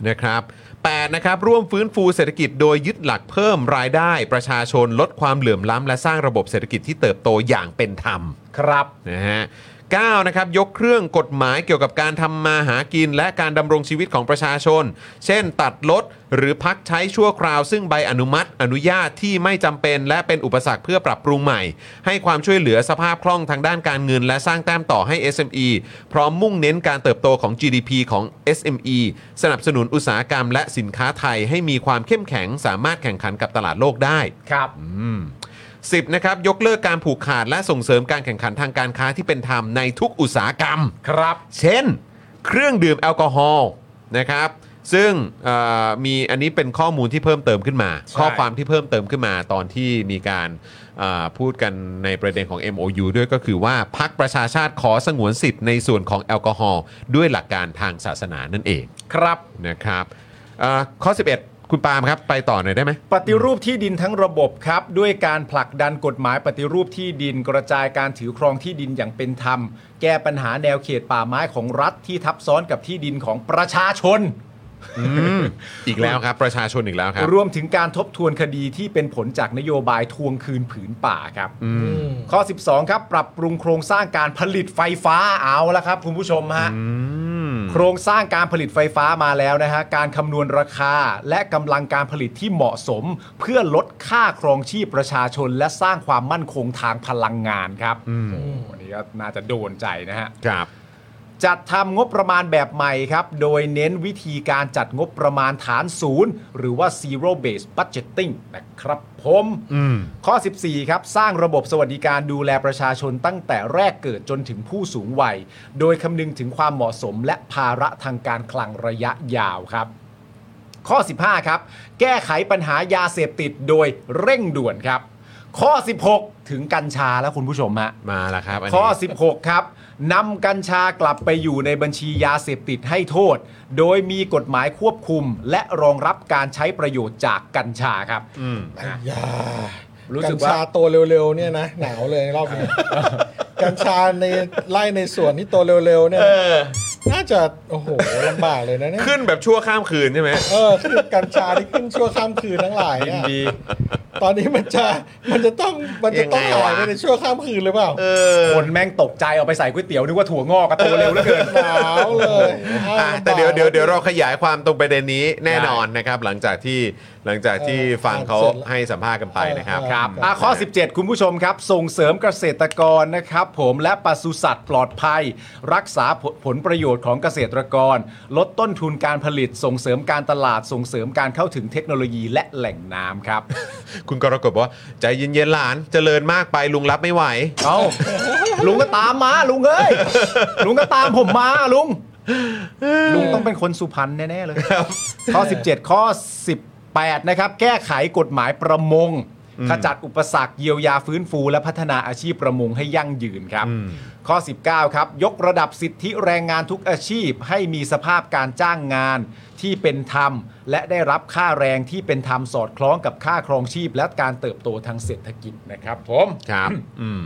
Speaker 1: นะครับ8นะครับ ร่วมฟื้นฟูเศรษฐกิจโดยยึดหลักเพิ่มรายได้ ประชาชนลดความเหลื่อมล้ำ และสร้างระบบเศรษฐกิจที่เติบโตอย่างเป็นธรรม
Speaker 4: ครับ
Speaker 1: นะฮะ9นะครับ ยกเครื่องกฎหมายเกี่ยวกับการทำมาหากิน และการดำรงชีวิตของประชาชน เช่น ตัดลดหรือพักใช้ชั่วคราว ซึ่งใบอนุมัติ อนุญาตที่ไม่จำเป็น และเป็นอุปสรรคเพื่อปรับปรุงใหม่ ให้ความช่วยเหลือสภาพคล่องทางด้านการเงิน และสร้างแต้มต่อให้ SME พร้อมมุ่งเน้นการเติบโตของ GDP ของ SME สนับสนุนอุตสาหกรรมและสินค้าไทยให้มีความเข้มแข็งสามารถแข่งขันกับตลาดโลกได้
Speaker 4: ครับ
Speaker 1: 10นะครับยกเลิกการผูกขาดและส่งเสริมการแข่งขันทางการค้าที่เป็นธรรมในทุกอุตสาหกรรม
Speaker 4: ครับ
Speaker 1: เช่น เครื่องดื่มแอลกอฮอล์นะครับ ซึ่งเอ่อมีอันนี้เป็นข้อมูลที่เพิ่มเติมขึ้นมา
Speaker 4: ใช่
Speaker 1: ข้อความที่เพิ่มเติมขึ้นมาตอนที่มีการเอ่อพูดกันในประเด็นของ MOU ด้วยก็คือว่าพักประชาชาติขอสงวนสิทธิ์ในส่วนของแอลกอฮอล์ด้วยหลักการทางศาสนานั่นเอง
Speaker 4: ครับ
Speaker 1: นะครับเอ่อข้อ 11 คุณปาล์มครับ ไปต่อหน่อยได้ไหม
Speaker 4: ปฏิรูปที่ดินทั้งระบบครับ ด้วยการผลักดันกฎหมายปฏิรูปที่ดินกระจายการถือครองที่ดินอย่างเป็นธรรม แก้ปัญหาแนวเขตป่าไม้ของรัฐที่ทับซ้อนกับที่ดินของประชาชน
Speaker 1: อีกแล้วครับ ประชาชนอีกแล้วครับ
Speaker 4: รวมถึงการทบทวนคดีที่เป็นผลจากนโยบายทวงคืนผืนป่าครับ ข้อ 12 ครับ ปรับปรุงโครงสร้างการผลิตไฟฟ้าเอาละครับ คุณผู้ชมฮะโครงสร้างการผลิตไฟฟ้ามาแล้วนะฮะการคำนวณราคาและกำลังการผลิตที่เหมาะสม เพื่อลดค่าครองชีพประชาชน และสร้างความมั่นคงทางพลังงานครับอันนี้ก็น่าจะโดนใจนะฮะ
Speaker 1: ครับ
Speaker 4: จัดทำงบประมาณแบบใหม่ครับ โดยเน้นวิธีการจัดงบประมาณฐานศูนย์ หรือว่า zero base budgeting นะครับผมข้อ 14 ครับ สร้างระบบสวัสดิการดูแลประชาชนตั้งแต่แรกเกิดจนถึงผู้สูงวัย โดยคำนึงถึงความเหมาะสมและภาระทางการคลังระยะยาวครับ ข้อ 15 ครับ แก้ไขปัญหายาเสพติดโดยเร่งด่วนครับ ข้อ 16 ถึงกัญชาแล้วคุณผู้ชมฮะ
Speaker 1: มาแล้วครับนนี้
Speaker 4: ข้อ 16 ครับนำกัญชากลับไปอยู่ในบัญชียาเสพติดให้โทษ โดยมีกฎหมายควบคุม และรองรับการใช้ประโยชน์จากกัญชาครับ
Speaker 3: อย่า
Speaker 4: รู้
Speaker 3: รู้
Speaker 4: สึ
Speaker 3: กั
Speaker 4: ก
Speaker 3: ญ
Speaker 4: ว่า
Speaker 3: ชาโตเร็วๆเนี่ยนะ หนาวเลยรอบนี้ กัญชาในไล่ในสวนที่โตเร็วๆเนี่ยน่าจะโอ้โหลำบากเลยนะเนี่ย
Speaker 1: ขึ้นแบบชั่วข้ามคืนใช่ไหม
Speaker 3: เออคือกัญชาที่ขึ้นชั่วข้ามคืนทั้งหลาย
Speaker 4: ยิน
Speaker 3: อะ
Speaker 4: ดี
Speaker 3: ตอนนี้มันจะมันจะต้องมันจะต้อง
Speaker 1: ยังไงวะ
Speaker 3: หายไปในชั่วข้ามคืนหรือเปล่า
Speaker 4: คนแม่งตกใจเอาไปใส่ก๋วยเตี๋ยวนึกว่าถั่วงอกกระตัวเร็วเหลือเกิน
Speaker 3: หนาวเลยอ้าว
Speaker 1: อ่ะ
Speaker 3: ลำบาก
Speaker 1: แต่เดี๋ยวเดี๋ยวเดี๋ยวเราขยายความตรงประเด็นนี้แน่นอนนะครับ หลังจากที่หลังจากที่
Speaker 3: เออ
Speaker 1: ฟังเขา
Speaker 3: เสร็จแล้ว
Speaker 1: ให้สัมภาษณ์กันไปนะครับ
Speaker 3: เออ
Speaker 4: ครับอ่ะข้อ 17 คุณผู้ชมครับ ส่งเสริมเกษตรกรนะครับ ผมและปศุสัตว์ปลอดภัย รักษาผลผลประโยชน์ของเกษตรกร ลดต้นทุนการผลิต ส่งเสริมการตลาดส่งเสริมการเข้าถึงเทคโนโลยีและแหล่งน้ำครับ
Speaker 1: คุณกรกฎบอกว่า ใจเย็นๆหลานเจริญมากไปลุงรับไม่ไหว
Speaker 4: เอาลุงก็ตามมาลุงเอ้ยลุงก็ตามผมมาลุง ลุงต้องเป็นคนสุพรรณแน่ ๆ เลย ข้อ 17 ข้อ 18 นะครับ แก้ไขกฎหมายประมง ขจัดอุปสรรคเยียวยาฟื้นฟู และพัฒนาอาชีพประมงให้ยั่งยืนครับ ข้อ 19 ครับ ยกระดับสิทธิแรงงานทุกอาชีพ ให้มีสภาพการจ้างงานที่เป็นธรรม และได้รับค่าแรงที่เป็นธรรมสอดคล้องกับค่าครองชีพ และการเติบโตทางเศรษฐกิจนะครับผม
Speaker 1: ครับ อืม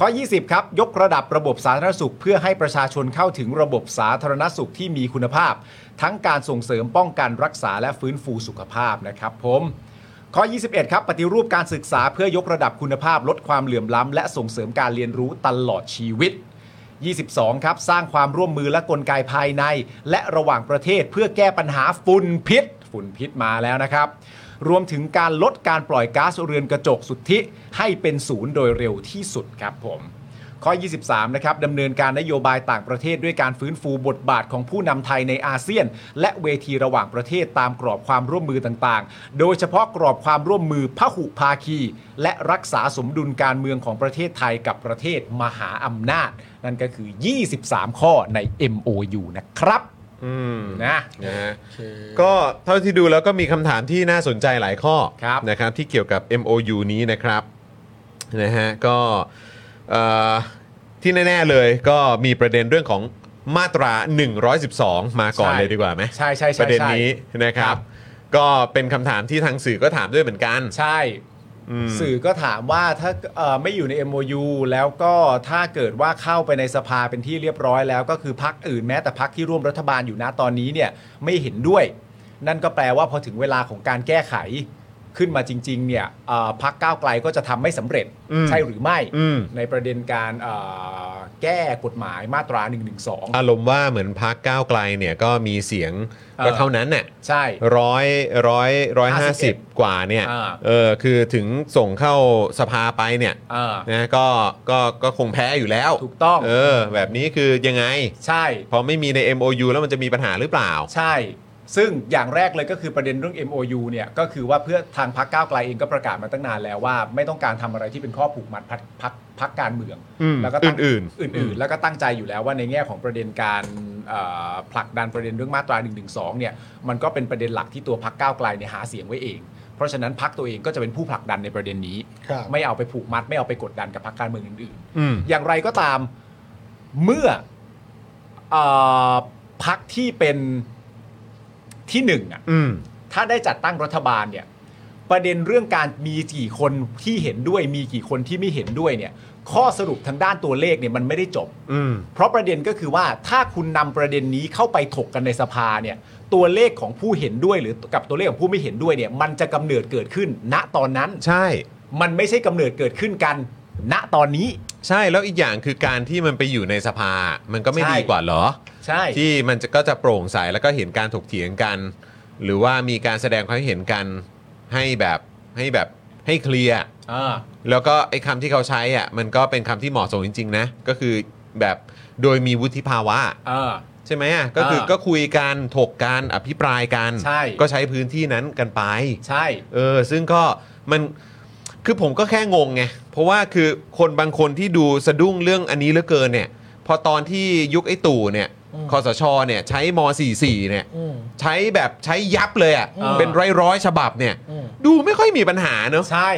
Speaker 4: ข้อ 20 ครับ ยกระดับระบบสาธารณสุข เพื่อให้ประชาชนเข้าถึงระบบสาธารณสุขที่มีคุณภาพ ทั้งการส่งเสริมป้องกันรักษาและฟื้นฟูสุขภาพนะครับผม ข้อ 21 ครับ ปฏิรูปการศึกษาเพื่อยกระดับคุณภาพลดความเหลื่อมล้ำและส่งเสริมการเรียนรู้ตลอดชีวิต 22 ครับ สร้างความร่วมมือและกลไกภายใน และระหว่างประเทศเพื่อแก้ปัญหาฝุ่นพิษ ฝุ่นพิษมาแล้วนะครับ รวมถึงการลดการปล่อยก๊าซเรือนกระจกสุทธิให้เป็นศูนย์โดยเร็วที่สุดครับผม ข้อ 23 นะครับดำเนินการนโยบายต่างประเทศด้วยการฟื้นฟูบทบาทของผู้นำไทยในอาเซียน และเวทีระหว่างประเทศตามกรอบความร่วมมือต่างๆ โดยเฉพาะกรอบความร่วมมือพหุภาคี และรักษาสมดุลการเมืองของประเทศไทยกับประเทศมหาอำนาจ นั่นก็คือ 23 ข้อใน MOU นะครับ
Speaker 1: อืม
Speaker 4: นะ
Speaker 1: นะฮะ
Speaker 3: โอเค
Speaker 1: ก็เท่าที่ดูแล้วก็มีคำถามที่น่าสนใจหลายข้อ
Speaker 4: ครับ
Speaker 1: นะครับที่เกี่ยวกับ MOU นี้นะครับนะฮะก็เอ่อที่แน่ๆเลยก็มีประเด็นเรื่องของมาตรา 112 มาก่อนเลยดีกว่าไหม
Speaker 4: ใช่ใช่ใช่
Speaker 1: ประเด็น
Speaker 4: ใช่
Speaker 1: นี้นะครั
Speaker 4: ครับ บ
Speaker 1: ก็เป็นคำถามที่ทางสื่อก็ถามด้วยเหมือนกัน
Speaker 4: ใช่
Speaker 1: อืม
Speaker 4: สื่อก็ถามว่าถ้าเอ่อไม่อยู่ใน MOU แล้วก็ถ้าเกิดว่าเข้าไปในสภาเป็นที่เรียบร้อยแล้วก็คือพักอื่นแม้แต่พักที่ร่วมรัฐบาลอยู่นะตอนนี้เนี่ยไม่เห็นด้วย นั่นก็แปลว่าพอถึงเวลาของการแก้ไขขึ้นมาจริงๆเนี่ยเอ่อพักก้าวไกลก็จะทำไม่สำเร็จ
Speaker 1: อืม
Speaker 4: ใช่หรือไม่
Speaker 1: อืม
Speaker 4: ในประเด็นการเอ่อแก้กฎหมายมาตรา1นึ
Speaker 1: อารมณ์ว่าเหมือนพักก้าวไกลเนี่ยก็มีเสียงก็เท่านั้นน่ะ
Speaker 4: ใช่
Speaker 1: ร้อยร้อยร้อยห้าสิบกว่าเนี่ย
Speaker 4: อ่า
Speaker 1: เออคือถึงส่งเข้าสภาไปเนี่ย
Speaker 4: เออ
Speaker 1: นะก็ก็ก็คงแพ้อยู่แล้ว
Speaker 4: ถูกต้อง
Speaker 1: เออ แบบนี้คือยังไง
Speaker 4: ใช่
Speaker 1: พอไม่มีใน MOU แล้วมันจะมีปัญหาหรือเปล่า
Speaker 4: ใช่ ซึ่งอย่างแรกเลยก็คือประเด็นเรื่อง MOU เนี่ยก็คือว่าเพื่อทางพักก้าวไกลเองก็ประกาศมาตั้งนานแล้วว่า ไม่ต้องการทำอะไรที่เป็นข้อผูกมัดพักพักพักการเมือง
Speaker 1: อืม
Speaker 4: แล้วก็ตั้ง
Speaker 1: อื่
Speaker 4: อื่
Speaker 1: น
Speaker 4: น
Speaker 1: ๆอืม
Speaker 4: ๆ แล้วก็ตั้งใจอยู่แล้วว่าในแง่ของประเด็นการเอ่อผลักดันประเด็นเรื่องมาตรา1นึเนี่ยมันก็เป็นประเด็นหลักที่ตัวพักก้าวไกลเนี่ยหาเสียงไว้เอง เพราะฉะนั้นพักตัวเองก็จะเป็นผู้ผลักดันในประเด็นนี้
Speaker 3: ครับ
Speaker 4: ไม่เอาไปผูกมัดไม่เอาไปกดดันกับพรรคการเมืองอื่นๆ
Speaker 1: อืม
Speaker 4: อย่างไรก็ตามเมื่อเออพักที่เป็นที่หนึ่งอะ
Speaker 1: อืม
Speaker 4: ถ้าได้จัดตั้งรัฐบาลเนี่ยประเด็นเรื่องการมีกี่คนที่เห็นด้วย มีกี่คนที่ไม่เห็นด้วยเนี่ยข้อสรุปทางด้านตัวเลขเนี่ยมันไม่ได้จบ
Speaker 1: อืม
Speaker 4: เพราะประเด็นก็คือว่าถ้าคุณนำประเด็นนี้เข้าไปถกกันในสภาเนี่ยตัวเลขของผู้เห็นด้วยหรือกับตัวเลขของผู้ไม่เห็นด้วยเนี่ยมันจะกำเนิดเกิดขึ้น ณตอนนั้น
Speaker 1: ใช่
Speaker 4: มันไม่ใช่กำเนิดเกิดขึ้นกัน ณตอนนี้
Speaker 1: ใช่แล้วอีกอย่างคือการที่มันไปอยู่ในสภา มันก็ไม่
Speaker 4: ใช่
Speaker 1: ดีกว่าเหรอ
Speaker 4: ใช่
Speaker 1: ที่มันจะก็จะโปร่งใสแล้วก็เห็นการถกเถียงกัน หรือว่ามีการแสดงความเห็นกันให้แบบให้แบบให้เคลียร์
Speaker 4: อ่า
Speaker 1: แล้วก็ไอ้คำที่เขาใช้อ่ะมันก็เป็นคำที่เหมาะสมจริง ๆ นะ ก็คือแบบโดยมีวุฒิภาวะ
Speaker 4: เออ
Speaker 1: ใช่ไหมอ่ะก็คือ
Speaker 4: เออ
Speaker 1: ก็คุยกันถกกันอภิปรายกัน
Speaker 4: ใช่
Speaker 1: ก็ใช้พื้นที่นั้นกันไป
Speaker 4: ใช่
Speaker 1: เออ ซึ่งก็มันคือผมก็แค่งงไง เพราะว่าคือคนบางคนที่ดูสะดุ้งเรื่องอันนี้เหลือเกินเนี่ย พอตอนที่ยุคไอ้ตู่เนี่ย
Speaker 3: อืม
Speaker 1: คอสชเนี่ยใช้ม .44 เนี่ย
Speaker 3: อืม
Speaker 1: ใช้แบบใช้ยับเลยอ่ะ
Speaker 4: เออ
Speaker 1: เป็นร้อยๆฉบับเนี่ย
Speaker 3: อืม
Speaker 1: ดูไม่ค่อยมีปัญหาเนอะ
Speaker 4: ใช่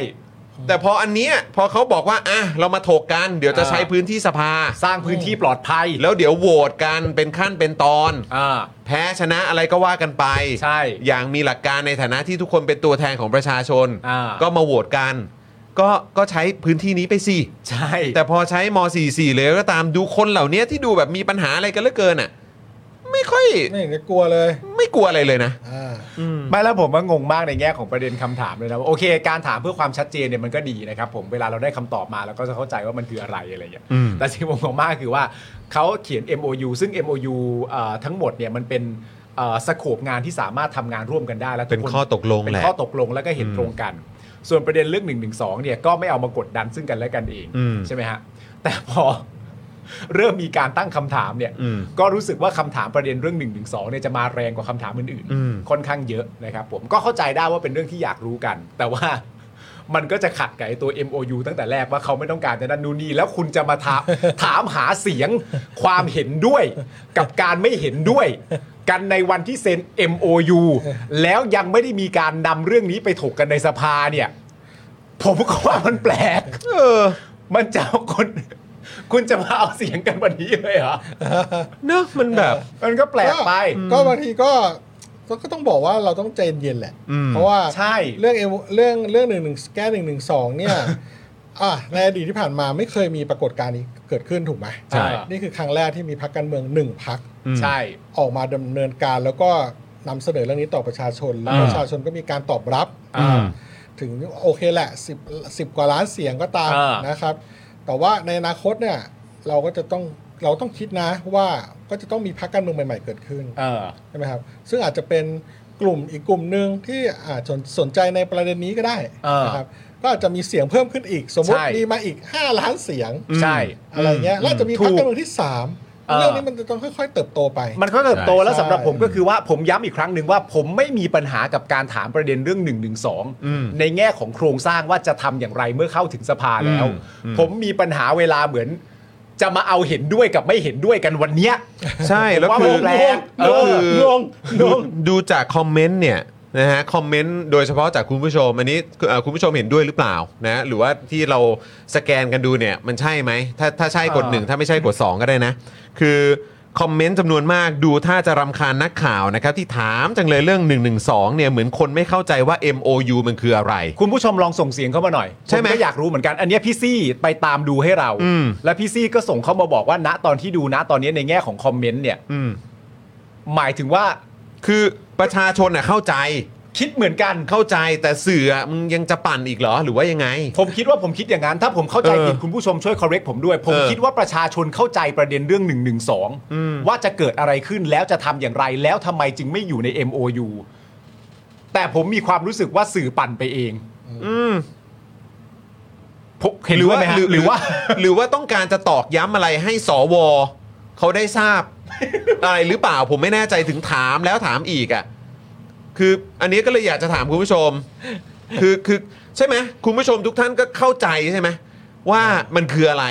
Speaker 1: แต่พออันเนี้ยพอเขาบอกว่าอ่ะเรามาถกกัน เดี๋ยวจะ
Speaker 4: อ่า
Speaker 1: ใช้พื้นที่สภา
Speaker 4: สร้างพื้นที่ปลอดภัย
Speaker 1: แล้วเดี๋ยวโหวตกันเป็นขั้นเป็นตอน
Speaker 4: อ่า
Speaker 1: แพ้ชนะอะไรก็ว่ากันไป
Speaker 4: ใช่
Speaker 1: อย่างมีหลักการในฐานะที่ทุกคนเป็นตัวแทนของประชาชน
Speaker 4: อ่า
Speaker 1: ก็มาโหวตกัน ก็ก็ใช้พื้นที่นี้ไปสิ
Speaker 4: ใช่
Speaker 1: แต่พอใช้ม .44 เลยก็ตามดูคนเหล่านี้ที่ดูแบบมีปัญหาอะไรกันเหลือเกินอ่ะ ไม่ค่อย
Speaker 3: ไม่เห็นจะกลัวเลย
Speaker 1: ไม่กลัวอะไรเลยนะ
Speaker 3: อ่า
Speaker 4: ไม่แล้วผมว่างงมากในแง่ของประเด็นคำถามเลยนะว่าโอเค การถามเพื่อความชัดเจนเนี่ยมันก็ดีนะครับผมเวลาเราได้คำตอบมาเราก็จะเข้าใจว่ามันคืออะไรอะไรอย่างเงี้ย
Speaker 1: อืม
Speaker 4: แต่สิ่งผมงงมากคือว่าเขาเขียน MOU ซึ่ง MOU เอ่อทั้งหมดเนี่ยมันเป็นเอ่อสโคปงานที่สามารถทำงานร่วมกันได้แล้วทุ
Speaker 1: เป็น
Speaker 4: กค
Speaker 1: ข้อตกลง
Speaker 4: เป็
Speaker 1: แห
Speaker 4: น
Speaker 1: ละ
Speaker 4: ข้อตกลงแล้วก็เห็นตรงกัน ส่วนประเด็นเรื่อง1นึเนี่ยก็ไม่เอามากดดันซึ่งกันและกันเอง
Speaker 1: อืม
Speaker 4: ใช่ไหมฮะ แต่พอ เริ่มมีการตั้งคำถามเนี่ย
Speaker 1: อืม
Speaker 4: ก็รู้สึกว่าคำถามประเด็นเรื่อง1นึเนี่ยจะมาแรงกว่าคำถามอื่น
Speaker 1: อืม
Speaker 4: ค่อนข้างเยอะนะครับผมก็เข้าใจได้ว่าเป็นเรื่องที่อยากรู้กัน แต่ว่า มันก็จะขัดกับไอ้ตัว MOU ตั้งแต่แรกว่าเขาไม่ต้องการจะนั่นนู่นนี่แล้วคุณจะมาถาม ถามหาเสียงความเห็นด้วย กับการไม่เห็นด้วย กันในวันที่เซ็น MOU แล้วยังไม่ได้มีการนำเรื่องนี้ไปถกกันในสภาเนี่ย ผมก็ว่ามันแปลก
Speaker 1: เออ
Speaker 4: มันจะเอาคน คุณจะมาเอาเสียงกันวันนี้เลยเหรอ
Speaker 1: เนอะมันแบบ
Speaker 4: มันก็แปลกไป
Speaker 3: ก็ก็บางทีก็ก็ก็ต้องบอกว่าเราต้องใจเย็นๆแหละ
Speaker 1: อืม
Speaker 3: เพราะว่า
Speaker 4: ใช่
Speaker 3: เรื่อง M- เรื่องเรื่องหนึ่งหนึ่งแก้หนึ่งหนึ่งสองเนี่ย อ่ะในอดีตที่ผ่านมาไม่เคยมีปรากฏการณ์นี้เกิดขึ้นถูกไหม
Speaker 4: ใช่
Speaker 3: นี่คือครั้งแรกที่มีพักการเมืองหนึ่งพัก
Speaker 1: อืม
Speaker 4: ใช่
Speaker 3: ออกมาดำเนินการแล้วก็นำเสนอเรื่องนี้ต่อประชาชน แล้ว
Speaker 4: อ่า
Speaker 3: ประชาชนก็มีการตอบรับ
Speaker 4: อ่า
Speaker 3: ถึงโอเคแหละ10 10 กว่าล้านเสียงก็ตาม
Speaker 4: อ่าน
Speaker 3: นะครับ แต่ว่าในอนาคตเนี่ยเราก็จะต้อง เราต้องคิดนะว่าก็จะต้องมีพรรคการเมืองใหม่ๆเกิดขึ้น
Speaker 4: เออ
Speaker 3: ใช่ไหมครับ ซึ่งอาจจะเป็นกลุ่มอีกกลุ่มหนึ่งที่อาจสนสนใจในประเด็นนี้ก็ได้
Speaker 4: เออ
Speaker 3: นะครับ ก็อาจจะมีเสียงเพิ่มขึ้นอีก สมมติ
Speaker 4: ใช่
Speaker 3: มีมาอีก 5 ล้านเสียง
Speaker 4: ใช่
Speaker 3: อะไรเงี้ยแล้วอาจจะมีพรรคการเมืองที่ 3
Speaker 4: เออ
Speaker 3: เรื่องนี้มันจะต้องค่อย ๆ เติบโตไป
Speaker 4: มันก็เติบโตแล้ว
Speaker 3: ใช่
Speaker 4: สำหรับผมก็คือว่าผมย้ำอีกครั้งหนึ่งว่าผมไม่มีปัญหากับการถามประเด็นเรื่อง1นึในแง่ของโครงสร้างว่าจะทำอย่างไรเมื่อเข้าถึงสภาแล้ว ผมมีปัญหาเวลาเหมือน จะมาเอาเห็นด้วยกับไม่เห็นด้วยกันวันเนี้ย
Speaker 1: ใช่แล้วคือ
Speaker 4: ผมว่ามันแปลกเอ
Speaker 1: แล้ว
Speaker 4: อ
Speaker 1: คือง
Speaker 4: งงง
Speaker 1: ดูจากคอมเมนต์เนี่ยนะฮะคอมเมนต์โดยเฉพาะจากคุณผู้ชม อันนี้เอ่อคุณผู้ชมเห็นด้วยหรือเปล่านะหรือว่าที่เราสแกนกันดูเนี่ยมันใช่ไหมถ้าถ้าใช่กดหนึ่งถ้าไม่ใช่กด 2 ก็ได้นะ คือคอมเมนต์จำนวนมากดูถ้าจะรำคาญนักข่าวนะครับ ที่ถามจังเลยเรื่อง 112เนี่ยเหมือนคนไม่เข้าใจว่า MOU มันคืออะไร
Speaker 4: คุณผู้ชมลองส่งเสียงเข้ามาหน่อย
Speaker 1: ใช่ไหม
Speaker 4: ผก็อยากรู้เหมือนกัน อันเนี้ยพี่ซี่ไปตามดูให้เรา
Speaker 1: อืม
Speaker 4: และพี่ซี่ก็ส่งเข้ามาบอกว่าณตอนที่ดูณตอนนี้ในแง่ของคอมเมนต์เนี่ย
Speaker 1: อืม
Speaker 4: หมายถึงว่า
Speaker 1: คือประชาชนน่ะเข้าใจ
Speaker 4: คิดเหมือนกัน
Speaker 1: เข้าใจแต่สื่ออะมึงยังจะปั่นอีกเหรอหรือว่ายังไง
Speaker 4: ผมคิดว่าผมคิดอย่างนั้น ถ้าผมเข้าใจผิด
Speaker 1: เออ
Speaker 4: คุณผู้ชมช่วย correct ผมด้วย ผม
Speaker 1: เออ
Speaker 4: คิดว่าประชาชนเข้าใจประเด็นเรื่อง1นึว่าจะเกิดอะไรขึ้นแล้วจะทำอย่างไร แล้วทำไมจึงไม่อยู่ใน MOU แต่ผมมีความรู้สึกว่าสื่อปั่นไปเองผมเห็น
Speaker 1: หรือ
Speaker 4: ด้ว
Speaker 1: ว่าย
Speaker 4: ไหมฮะ
Speaker 1: หรือ
Speaker 4: หรือว่า
Speaker 1: หรือว่าต้องการจะตอกย้ำอะไรให้สวเขาได้ทรา บ อะไรหรือเปล่าผมไม่แน่ใจถึงถามแล้วถามอีกอ่ะคืออันนี้ก็เลยอยากจะถามคุณผู้ชม คือคือใช่ไหมคุณผู้ชมทุกท่านก็เข้าใจใช่ไหมว่ามันคืออะไร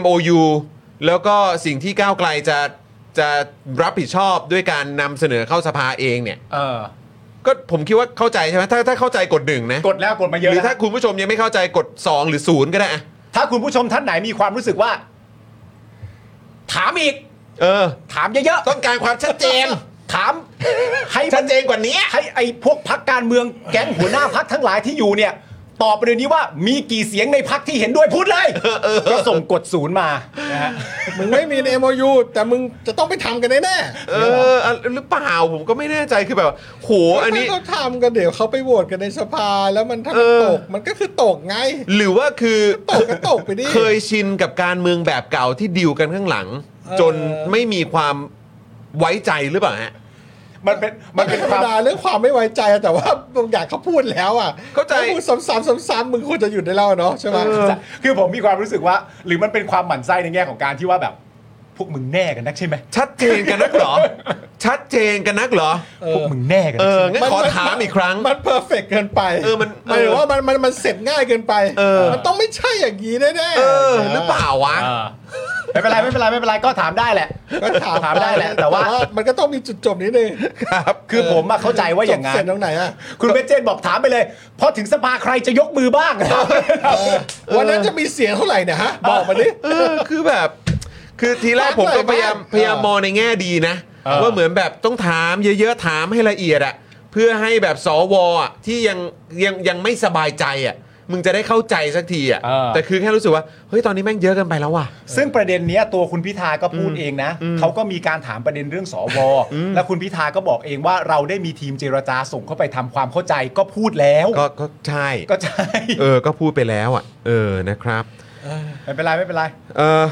Speaker 1: MOU แล้วก็สิ่งที่ก้าวไกลจะจะรับผิดชอบด้วยการนำเสนอเข้าสภาเองเนี่ย
Speaker 4: เออ
Speaker 1: ก็ผมคิดว่าเข้าใจใช่ไหมถ้าถ้าเข้าใจกดหนึ่งนะ
Speaker 4: กดแล้วกดมาเย
Speaker 1: ห
Speaker 4: อะ
Speaker 1: รือ
Speaker 4: แล้ว
Speaker 1: ถ้าคุณผู้ชมยังไม่เข้าใจกดสองหรือศูนย์ก็ได้อะ
Speaker 4: ถ้าคุณผู้ชมท่านไหนมีความรู้สึกว่า ถามอีก
Speaker 1: เออ
Speaker 4: ถามเยอะ
Speaker 1: ต้องการความชัดเจน
Speaker 4: ๆถาม ให้
Speaker 1: ชั
Speaker 4: มั
Speaker 1: ด
Speaker 4: น
Speaker 1: เจนกว่านี้
Speaker 4: ให้ไอ้พวกพักการเมืองแก๊งหัวหน้าพักทั้งหลายที่อยู่เนี่ย ตอบประเด็นนี้ว่ามีกี่เสียงในพักที่เห็นด้วยพูดเลยก็ส่งกดศูนย์มานะฮะ
Speaker 3: มึงไม่มีใน MOU แต่มึงจะต้องไปทำกันแน่
Speaker 1: เอออ่ะหรือเปล่าผมก็ไม่แน่ใจคือแบบว่าโห
Speaker 3: ๆ
Speaker 1: อันนี้
Speaker 3: ถ้าเขาทำกันเดี๋ยวเขาไปโหวตกันในสภาแล้วมันถ้ามัน
Speaker 1: เออ
Speaker 3: ตกมันก็คือตกไง
Speaker 1: หรือว่าคือ
Speaker 3: ตกก็ตกไปดิ
Speaker 1: เคยชินกับการเมืองแบบเก่าที่ดิวกันข้างหลัง จนไม่มีความไว้ใจหรือเปล่าฮะ
Speaker 4: มันเป็น
Speaker 3: มั
Speaker 4: มัน น
Speaker 3: เป็
Speaker 4: เป็น น
Speaker 3: ธรรม
Speaker 4: ความ
Speaker 3: ดาเรื่องความไม่ไว้ใจอะแต่ว่าบางอย่างเขาพูดแล้วอ่ะ
Speaker 1: เข้าใจ
Speaker 3: ขพูดซ้ำๆซ้ำๆมึงควรจะหยุดได้แล้วอะเนาะใช่ไหม
Speaker 4: คือผมมีความรู้สึกว่า หรือมันเป็นความหมั่นไส้ในแง่ของการที่ว่าแบบ พวกมึงแน่กันนักใช่ไหม
Speaker 1: ชัดเจนกันนักเหร อ ชัดเจนกันนักเหรอ
Speaker 4: พวกมึงแน่กัน
Speaker 1: เอ
Speaker 4: นั
Speaker 1: อ
Speaker 4: กใช่ไหม
Speaker 1: งั้นขอถามอีกครั้ง
Speaker 3: มันเพอร์เฟกเกินไป
Speaker 1: เออมัน
Speaker 3: หมายถึงว่ามันมันมันเสร็จง่ายเกินไป
Speaker 1: เออ
Speaker 3: มันต้องไม่ใช่อย่างนี้แน่ๆ
Speaker 1: เออ หรือเปล่าวะ
Speaker 4: เออไม่เป็นไรไม่เป็นไรไม่เป็นไรก็ถามได้แหละ
Speaker 3: ก็ถาม
Speaker 4: ถามได้แหละแต่ว่า
Speaker 3: มันก็ต้องมีจุดจบนิดนึง
Speaker 4: คือผมอะเข้าใจว่าอย่างนั้
Speaker 3: จบเสร็จ
Speaker 4: น
Speaker 3: ตรงไหนอ่ะ
Speaker 4: คุณเบนเจนบอกถามไปเลยพอถึงสภาใครจะยกมือบ้าง
Speaker 3: วันนั้นจะมีเสียงเท่าไหร่เนี่ยฮะบอกมาดิ
Speaker 1: เออคือแบบ คือทีแรกผมก็พยายาม
Speaker 3: เออ
Speaker 1: พยายามมองในแง่ดีนะ
Speaker 4: เออ
Speaker 1: ว่าเหมือนแบบต้องถามเยอะๆถามให้ละเอียดอะเพื่อให้แบบสวอะที่ยังยังยังไม่สบายใจอะมึงจะได้เข้าใจสักทีอะ
Speaker 4: เออ
Speaker 1: แต่คือแค่รู้สึกว่าเฮ้ยตอนนี้แม่งเยอะเกินไปแล้วว่ะ
Speaker 4: ซึ่งประเด็นเนี้ยตัวคุณพิธาก็พูดเองนะเขาก็มีการถามประเด็นเรื่องสวและคุณพิธาก็บอกเองว่าเราได้มีทีมเจรจาส่งเข้าไปทำความเข้าใจก็พูดแล้ว
Speaker 1: ก็ก็ใช่
Speaker 4: ก็ใช่
Speaker 1: เออก็พูดไปแล้วอะเออนะครับ
Speaker 4: ไม่เป็นไรไม่เป็นไร
Speaker 1: เออ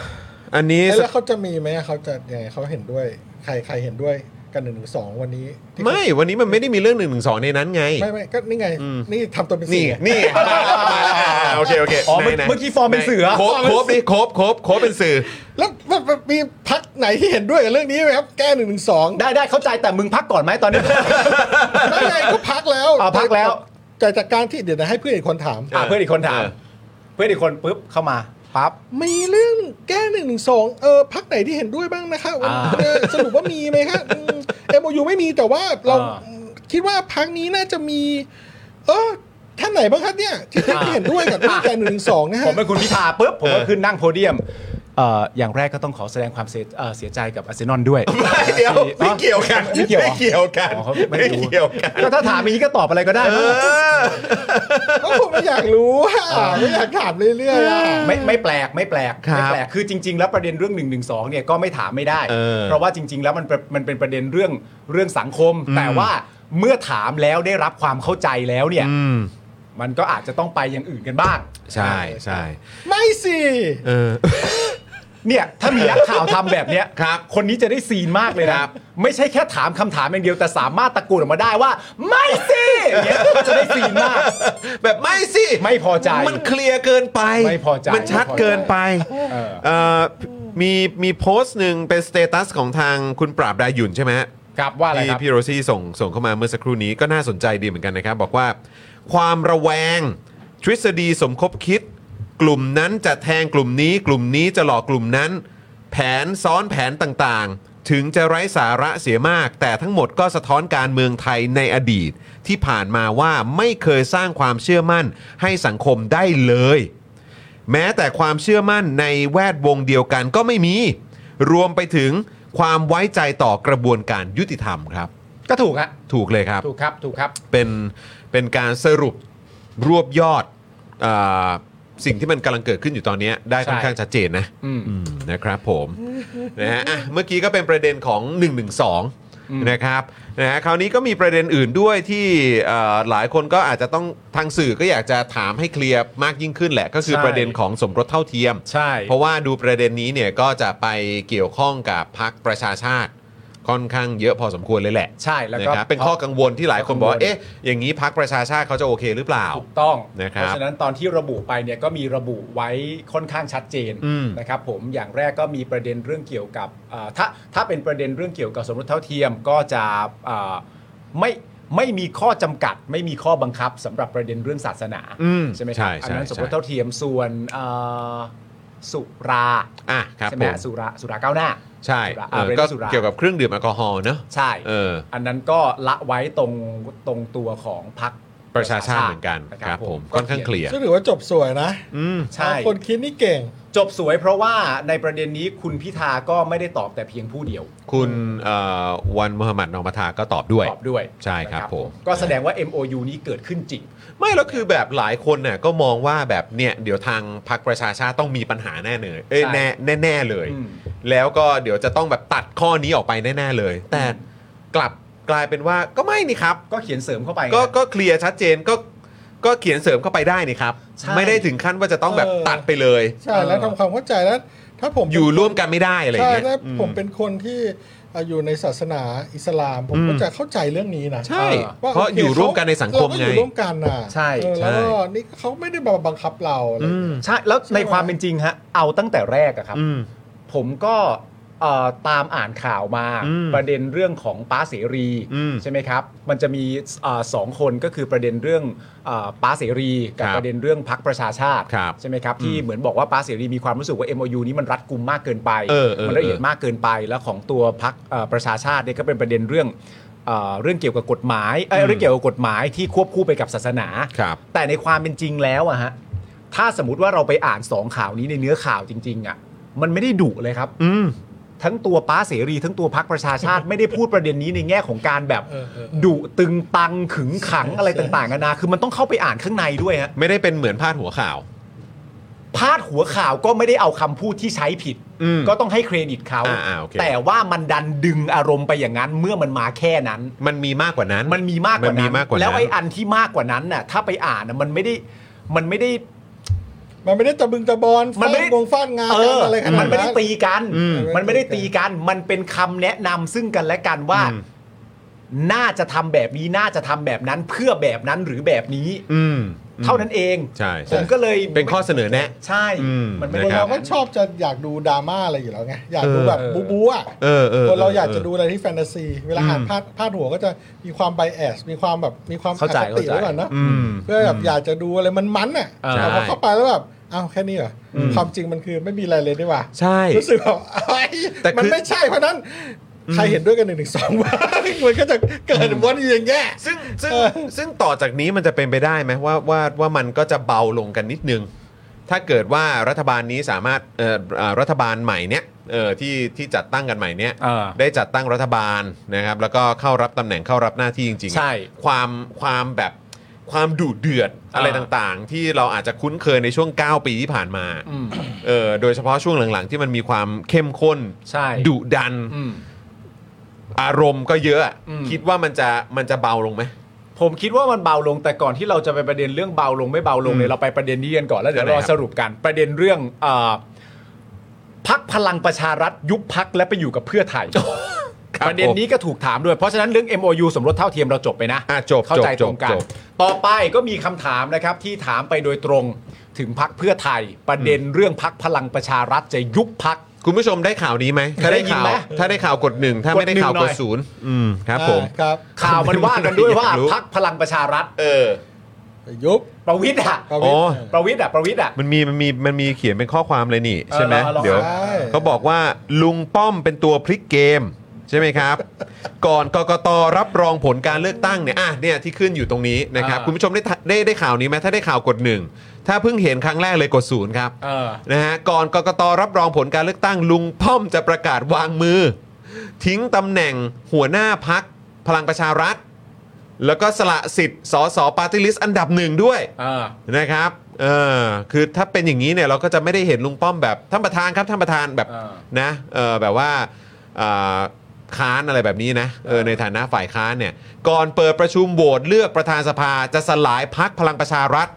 Speaker 1: อันนี้
Speaker 3: แล้วเขาจะมีไหมเขาจะยังไงเขาเห็นด้วย ใครใครเห็นด้วยกันหนึ่งถึงสองวันนี้ที่
Speaker 1: ไม่วันนี้มันไม่ได้มีเรื่องหนึ่งหนึ่งสองในนั้นไง
Speaker 3: ไม่ไม่ก็นี่ไงนี่ทำตัวเป็น
Speaker 1: นี่
Speaker 3: เสี่
Speaker 1: ไง นี่ไงมาแล้วอ่าโอเคโอเค
Speaker 4: อ๋อเมื่อ
Speaker 1: ไหนๆ
Speaker 4: เมื่อกี้ฟอร์มเป็นเสือ
Speaker 1: โคบโคบดิโคบโคบโคบเป็นสื่อ
Speaker 3: แล้วมันมันมีพักไหนที่เห็นด้วยกับเรื่องนี้ไหมครับ แก้หนึ่งถึงสอง
Speaker 4: ได้ได้เข้าใจแต่มึงพักก่อนไหมตอนนี้
Speaker 3: ไม่ไงก็พักแล้ว
Speaker 4: อ่าพักแล้ว
Speaker 3: แต่จากการที่เดี๋ยวนะให้เพื่อนอีกคนถาม
Speaker 4: อ่ะเพื่อนอีกคนถาม
Speaker 1: เออ
Speaker 4: เพื่อนอีกคนปุ๊บเข้ามาปั๊บ
Speaker 3: มีเรื่องแก้หนึ่งหนึ่งสองเออพักไหนที่เห็นด้วยบ้างนะคะวัน
Speaker 4: อ่า
Speaker 3: เออสรุปว่ามีไหมคะเอ็มโอยูไม่มีแต่ว่าเรา
Speaker 4: อ่า
Speaker 3: คิดว่าพักนี้น่าจะมี เออท่านไหนบ้างคะเนี่ยที่
Speaker 4: อ่า
Speaker 3: ที่เห็นด้วยกับเรื่องแก้หนึ่งหนึ่งสองนะ
Speaker 4: ผ
Speaker 3: ฮะ
Speaker 4: มเป็นคุณพิธาปุ๊บผมก็ขึ้นนั่งโพเดียมเอ่ออย่างแรกก็ต้องขอแสดงความเสียเอ่อเสียใจกับอาร์เซนอลด้วย
Speaker 1: เดี๋ยวไม่เกี่ยวกัน
Speaker 4: ไม่เกี่ยวเหรอ
Speaker 1: เกี่ยวกัน
Speaker 4: อ๋อเขาไม่
Speaker 1: ไม่
Speaker 4: รู้
Speaker 1: เกี่ยวกัน
Speaker 4: ก็ถ้าถามอย่างนี้ก็ตอบอะไรก็ได้
Speaker 1: เออ
Speaker 3: ก็ผมไม่อยากรู้อะไม่อยากถามเรื่อยๆอะ
Speaker 4: ไม่ไม่แปลกไม่แปลก
Speaker 1: ครับ
Speaker 4: ไม่แปลกคือจริง ๆ แล้วประเด็นเรื่อง1นึเนี่ยก็ไม่ถามไม่ได้
Speaker 1: เออ
Speaker 4: เพราะว่าจริง ๆ แล้วมันเป็นมันเป็นประเด็นเรื่องเรื่องสังคม แต่ว่าเมื่อถามแล้วได้รับความเข้าใจแล้วเนี่ย
Speaker 1: อืม
Speaker 4: มันก็อาจจะต้องไปอย่างอื่นกันบ้าง
Speaker 1: ใช่ใช่
Speaker 3: ไม่สิ
Speaker 1: เออ
Speaker 4: เนี่ยถ้ามีนักข่าวทำแบบเนี้ย
Speaker 1: ครับ
Speaker 4: คนนี้จะได้ซีนมากเลย
Speaker 1: ค
Speaker 4: นะ
Speaker 1: รับ
Speaker 4: ไม่ใช่แค่ถามคำถามอย่างเดียวแต่สามารถตะโกนออกมาได้ว่า ไม่สิอย่างเงี้ยจะได้ซีนมาก
Speaker 1: แบบไม่สิ
Speaker 4: ไม่พอใจ
Speaker 1: มันเคลียร์เกินไป
Speaker 4: ไม่พอใจ
Speaker 1: มันชัดเกินไป
Speaker 4: เออ
Speaker 1: เอ่อมีมีโพสต์หนึ่งเป็นสเตตัสของทางคุณปราบดาหยุ่นใช่ไหมฮะ
Speaker 4: ครับว่าอะไร
Speaker 1: ที่
Speaker 4: ครับ
Speaker 1: พี่โรซี่ส่งส่งเข้ามาเมื่อสักครู่นี้ก็น่าสนใจดีเหมือนกันนะครับ บอกว่า ความระแวง ทฤษฎีสมคบคิด กลุ่มนั้นจะแทงกลุ่มนี้ กลุ่มนี้จะหลอกกลุ่มนั้น แผนซ้อนแผนต่างๆ ถึงจะไร้สาระเสียมาก แต่ทั้งหมดก็สะท้อนการเมืองไทยในอดีต ที่ผ่านมาว่าไม่เคยสร้างความเชื่อมั่นให้สังคมได้เลย แม้แต่ความเชื่อมั่นในแวดวงเดียวกันก็ไม่มี รวมไปถึงความไว้ใจต่อกระบวนการยุติธรรมครับ
Speaker 4: ก็ถูกฮะ
Speaker 1: ถูกเลยครับ
Speaker 4: ถูกครับถูกครับ
Speaker 1: เป็นเป็นการสรุปรวบยอดอาสิ่งที่มันกำลังเกิดขึ้นอยู่ตอนนี้ได้ค่อนข้างชัดเจนนะ
Speaker 4: อืม
Speaker 1: อืมนะครับผมนะฮะอ่ะเมื่อกี้ก็เป็นประเด็นของ 1 1 2 นะครับนะฮะคราวนี้ก็มีประเด็นอื่นด้วยที่เอ่อหลายคนก็อาจจะต้องทางสื่อก็อยากจะถามให้เคลียร์มากยิ่งขึ้นแหละ ก็คือ
Speaker 4: ใช่
Speaker 1: ประเด็นของสมรสเท่าเทียม
Speaker 4: ใช่
Speaker 1: เพราะว่าดูประเด็นนี้เนี่ยก็จะไปเกี่ยวข้องกับพักประชาชาติค่อนข้างเยอะพอสมควรเลยแหละ
Speaker 4: ใช่แล้ว
Speaker 1: นะ
Speaker 4: ก็
Speaker 1: ครับเป็นข้อกังวลที่หลายคนบอกว่า
Speaker 4: ข้อกังวล
Speaker 1: เอ๊ะ อย่างนี้พักประชาชาติเขาจะโอเคหรือเปล่า
Speaker 4: ถูกต้อง
Speaker 1: นะครับ
Speaker 4: เพราะฉะนั้นตอนที่ระบุไปเนี่ยก็มีระบุไว้ค่อนข้างชัดเจน
Speaker 1: อืม
Speaker 4: นะครับผมอย่างแรกก็มีประเด็นเรื่องเกี่ยวกับเอ่อถ้าถ้าเป็นประเด็นเรื่องเกี่ยวกับสมรสเท่าเทียมก็จะเอ่อไม่ไม่มีข้อจำกัด ไม่มีข้อบังคับสำหรับประเด็นเรื่องศาสนา
Speaker 1: อืม
Speaker 4: ใช่ไหมครับ
Speaker 1: ใช่ใช่
Speaker 4: อันั้นสมรส
Speaker 1: ใช่
Speaker 4: เท่าเทียมส่วนเอ่อสุรา
Speaker 1: อ่ะครับ
Speaker 4: ใช่
Speaker 1: ผ
Speaker 4: ไหม
Speaker 1: ม
Speaker 4: ฮะสุราสุราก้าวหน้า
Speaker 1: ใช่
Speaker 4: สุรา
Speaker 1: เออ
Speaker 4: เอ่อ
Speaker 1: ก็
Speaker 4: สุรา
Speaker 1: เกี่ยวกับเครื่องดื่มแอลกอฮอล์เนอะ
Speaker 4: ใช่
Speaker 1: เออ
Speaker 4: อันนั้นก็ละไว้ตรงตรงตัวของพรรค
Speaker 1: ประชาชาติเหมือนกันะครับ ครับผม
Speaker 4: ก็
Speaker 1: ค่อนข้างเคลียร์
Speaker 3: ก็ถือว่าจบสวยนะ
Speaker 1: อืม
Speaker 4: ใช่
Speaker 3: คนคิดนี่เก่ง
Speaker 4: จบสวยเพราะว่าในประเด็นนี้คุณพิธาก็ไม่ได้ตอบแต่เพียงผู้เดียว
Speaker 1: คุณเอ่อวันมูฮัมหมัดนอมทาก็ตอบด้วย
Speaker 4: ตอบด้วย
Speaker 1: ใช่ครับ
Speaker 4: นะ
Speaker 1: ผม
Speaker 4: ก็แสดงว่า MOU นี้เกิดขึ้นจริง
Speaker 1: ไม่แล้วคือแบบหลายคนน่ะก็มองว่าแบบเนี่ยเดี๋ยวทางพรรคประชาชาติต้องมีปัญหาแน่เลยเอ้ย
Speaker 4: ใช่
Speaker 1: แน่แน่ๆเลย
Speaker 4: อืม
Speaker 1: แล้วก็เดี๋ยวจะต้องแบบตัดข้อนี้ออกไปแน่ๆเลย แต่กลับกลายเป็นว่าก็ไม่นี่ครับ
Speaker 4: ก็เขียนเสริมเข้าไป
Speaker 1: ก็ก็เคลียร์ชัดเจนก็ก็เขียนเสริมเข้าไปได้นี่ครับ
Speaker 4: ใช่
Speaker 1: ไม่ได้ถึงขั้นว่าจะต้องแบบ
Speaker 3: เออ
Speaker 1: ตัดไปเลย
Speaker 3: ใช่แล้วทำความเข้าใจแล้ว ถ้าผม
Speaker 1: อยู่ร่วมกันไม่ได้อะไรอย่า
Speaker 3: ใช่
Speaker 1: งเงี้ย
Speaker 3: ถ้า
Speaker 1: อืม
Speaker 3: ผมเป็นคนที่เอ่ออยู่ในศาสนาอิสลาม ผม
Speaker 1: อืม
Speaker 3: ก็จะเข้าใจเรื่องนี้นะ
Speaker 1: ใช่
Speaker 4: เออ
Speaker 3: ว่า
Speaker 1: เพราะ
Speaker 3: โค
Speaker 1: อยู่ร่วมกันในสังคม
Speaker 3: เราก็อ
Speaker 1: ไง
Speaker 3: ยู่ร่วมกันนะ
Speaker 4: ใช่
Speaker 3: เออ
Speaker 1: ใช่
Speaker 3: แล้วก็นี่เขาไม่ได้มาบังคับเราอะไร
Speaker 1: อืม
Speaker 4: ใช่แล้วในความเป็นจริงฮะเอาตั้งแต่แรกอะครับ
Speaker 1: อืม
Speaker 4: ผมก็เอ่อตามอ่านข่าวมา
Speaker 1: อืม
Speaker 4: ประเด็นเรื่องของป้าเสรี
Speaker 1: อืม
Speaker 4: ใช่ไหมครับ มันจะมีเออสองคนก็คือประเด็นเรื่องเออป้าเสรีกับ
Speaker 1: ครับ
Speaker 4: ประเด็นเรื่องพักประชาชาติ
Speaker 1: ครับ
Speaker 4: ใช่ไหมครับที่เหมือนบอกว่าป้าเสรีมีความรู้สึกว่า MOU นี้มันรัดกุมมากเกินไป
Speaker 1: เออเออ
Speaker 4: มันละเอียด
Speaker 1: เออ
Speaker 4: มากเกินไปแล้วของตัวพักประชาชาติเนี่ยก็เป็นประเด็นเรื่องเอ่อเรื่องเกี่ยวกับกฎหมายเอ้ยเรื่องเกี่ยวกับกฎหมายที่ควบคู่ไปกับศาสนา
Speaker 1: ครับ
Speaker 4: แต่ในความเป็นจริงแล้วอะฮะ ถ้าสมมติว่าเราไปอ่านสองข่าวนี้ในเนื้อข่าวจริง ๆอะมันไม่ได้ดุเลยครับ
Speaker 1: อืม
Speaker 4: ทั้งตัวป้าเสรี ทั้งตัวพักประชาชาติ ไม่ได้พูดประเด็นนี้ในแง่ของการแบบ
Speaker 3: เออเออ
Speaker 4: ดุตึงตังขึงขังอะไรต่างๆนานาคือมันต้องเข้าไปอ่านข้างในด้วยฮะ
Speaker 1: ไม่ได้เป็นเหมือนพาดหัวข่าว
Speaker 4: พาดหัวข่าวก็ไม่ได้เอาคำพูดที่ใช้ผิด
Speaker 1: อืม
Speaker 4: ก็ต้องให้เครดิตเขา
Speaker 1: อ่าอ่าโอเค
Speaker 4: แต่ว่ามันดันดึงอารมณ์ไปอย่างนั้นเมื่อมันมาแค่นั้น
Speaker 1: มันมีมากกว่านั้น
Speaker 4: มันมีมากกว่านั้น
Speaker 1: นมากกว่านั้น
Speaker 4: แล้วไอ้อันที่มากกว่านั้นน่ะถ้าไปอ่านน่ะมันไม่ได้มันไม่ได้
Speaker 3: มันไม่ได้ตะบึงตะบอล
Speaker 4: มันไม่ได้
Speaker 3: ฟาดวงฟาดงาน
Speaker 4: เอ
Speaker 3: กัน
Speaker 4: อ
Speaker 3: อะไรขนาดนั้น
Speaker 4: มันไม่ได้ตีกัน
Speaker 3: อืม
Speaker 4: มันไม่ได้ตีกัน มันเป็นคำแนะนำซึ่งกันและกันว่า
Speaker 1: อืม
Speaker 4: น่าจะทำแบบนี้ น่าจะทำแบบนั้น เพื่อแบบนั้นหรือแบบนี้
Speaker 1: อืม
Speaker 4: เท่านั้นเอง
Speaker 1: ใช่
Speaker 4: ผ
Speaker 1: ใช่
Speaker 4: มก็เลย
Speaker 1: เป็นข้อเสนอแนะ
Speaker 4: ใช่
Speaker 1: อืม
Speaker 4: มันไม่
Speaker 1: นะ
Speaker 4: ได้
Speaker 1: ครั
Speaker 3: เรา
Speaker 1: บ
Speaker 3: ก็ชอบจะอยากดูดราม่าอะไรอยู่แล้วไง อยากดูแบบ
Speaker 4: เออ
Speaker 3: บูบูอ่ะ
Speaker 1: เออเออ
Speaker 3: คนเราอยาก
Speaker 1: เ
Speaker 3: จะดูอะไรที่แฟนตาซี เวลาอ่านพาดพาดหัวก็จะมีความไบแอส มีความแบบมีความ
Speaker 4: เข้าใจ
Speaker 3: อคติ
Speaker 4: เข้าใจ
Speaker 3: ไว้ก่อนนะ
Speaker 1: อืม
Speaker 3: เพื่อแบบอยากจะดูอะไรมันมันๆอ่ะ
Speaker 4: เออ
Speaker 3: แต่พอเข้าไปแล้วแบบอ้าวแค่นี้เหรออความจริงมันคือไม่มีอะไรเลยดีกว่า
Speaker 1: ใช่
Speaker 3: รู้สึกแบบเอ้ย
Speaker 1: แต่คือ
Speaker 3: มันไม่ใช่เพราะนั้นใครเห็นด้วยกันหนึ่งถึงส องบ้างมันก็จะเกิดวนอยู่อย่างเงี้ย
Speaker 1: ซึ่งซึ่ง
Speaker 3: เออ
Speaker 1: ซึ่งต่อจากนี้มันจะเป็นไปได้ไหมว่าว่าว่ามันก็จะเบาลงกันนิดนึง ถ้าเกิดว่ารัฐบาลนี้สามารถเอ่ออ่ารัฐบาลใหม่เนี้ยเออที่ที่จัดตั้งกันใหม่เนี้ย
Speaker 4: เออ
Speaker 1: ได้จัดตั้งรัฐบาลนะครับ แล้วก็เข้ารับตำแหน่งเข้ารับหน้าที่จริงๆ
Speaker 4: ใช่
Speaker 1: ความความแบบความดุเดือดอะไรต่างๆ ที่เราอาจจะคุ้นเคยในช่วง 9 ปีที่ผ่านมา
Speaker 4: อืม
Speaker 1: เออโดยเฉพาะช่วงหลังๆ ที่มันมีความเข้มข้น
Speaker 4: ใช่
Speaker 1: ดุดัน
Speaker 4: อืม
Speaker 1: อารมณ์ก็เยอะอะ
Speaker 4: อืม
Speaker 1: คิดว่ามันจะมันจะเบาลงไหม
Speaker 4: ผมคิดว่ามันเบาลงแต่ก่อนที่เราจะไปประเด็นเรื่องเบาลงไม่เบาลงเนี่ยเราไปประเด็นนี้กันก่อนแล้วเดี๋ยว
Speaker 1: อะไร
Speaker 4: ร
Speaker 1: ค
Speaker 4: อ
Speaker 1: รับ
Speaker 4: สรุปกันประเด็นเรื่องเอ่อ พักพลังประชารัฐยุบพักและไปอยู่กับเพื่อไทย
Speaker 1: ครับ
Speaker 4: ประเด็นนี้ก็ถูกถามด้วย เพราะฉะนั้นเรื่อง MOU สมรสเท่าเทียมเราจบไปนะ
Speaker 1: อ่ะจบ
Speaker 4: เข้าใจ
Speaker 1: จบ
Speaker 4: ตรงกัน
Speaker 1: จบ
Speaker 4: ต่อไปก็มีคำถามนะครับที่ถามไปโดยตรงถึงพักเพื่อไทย ประเด็นเรื่องพักพลังประชารัฐจะยุบพัก
Speaker 1: คุณผู้ชมได้ข่าวนี้ไหมถ้าได้
Speaker 4: ได้ยิน
Speaker 1: ข่าว
Speaker 4: ไหม
Speaker 1: ถ้าได้ข่าวกดหนึ่งถ้าไม่ได้ข่าว
Speaker 4: กด
Speaker 1: ก
Speaker 4: หนึ่งหน่อ
Speaker 1: ด
Speaker 4: ย
Speaker 1: ศูนย์อืมครับผม
Speaker 3: อ่าครับ
Speaker 4: ข่าวมันว่ากันด้วยว่า
Speaker 1: อยากรู้
Speaker 4: พักพลังประชารัฐ
Speaker 1: เออ
Speaker 3: ยุบ
Speaker 4: ประวิทย์อะ
Speaker 3: ประ
Speaker 1: อ๋
Speaker 3: วิต
Speaker 1: อ
Speaker 3: ร
Speaker 4: ประวิทย์อะประวิทย์อะ
Speaker 1: มันมีมันมีมันมีเขียนเป็นข้อความเลยนี่ ใช่ไหม
Speaker 4: เออเหรอ
Speaker 1: เดี๋ยว
Speaker 3: ใช่
Speaker 1: เขาบอกว่าลุงป้อมเป็นตัวพลิกเกม ใช่ไหมครับ ก่อนกกตรับรองผลการเลือกตั้งเนี่ยอ่ะเนี่ยที่ขึ้นอยู่ตรงนี้นะครับ
Speaker 4: อ่า
Speaker 1: คุณผู้ชมได้ทะได้ได้ข่าวนี้ไหมถ้าได้ข่าวกดหนึ่งถ้าเพิ่งเห็นครั้งแรกเลยกดศูนย์ครับ
Speaker 4: เออ
Speaker 1: นะฮะก่อนกกตรับรองผลการเลือกตั้งลุงป้อมจะประกาศวางมือ ทิ้งตำแหน่งหัวหน้าพักพลังประชารัฐ แล้วก็สละสิทธิ์สสปาร์ตี้ลิสต์อันดับหนึ่งด้วย
Speaker 4: เออ
Speaker 1: นะครับเออคือถ้าเป็นอย่างนี้เนี่ยเราก็จะไม่ได้เห็นลุงป้อมแบบท่านประธานครับท่านประธานแบบ
Speaker 4: เออ
Speaker 1: นะเออแบบว่าเอ่อค้านอะไรแบบนี้นะเออในฐานะฝ่ายค้านเนี่ยก่อนเปิดประชุมโหวตเลือกประธานสภาจะสลายพักพลังประชารัฐ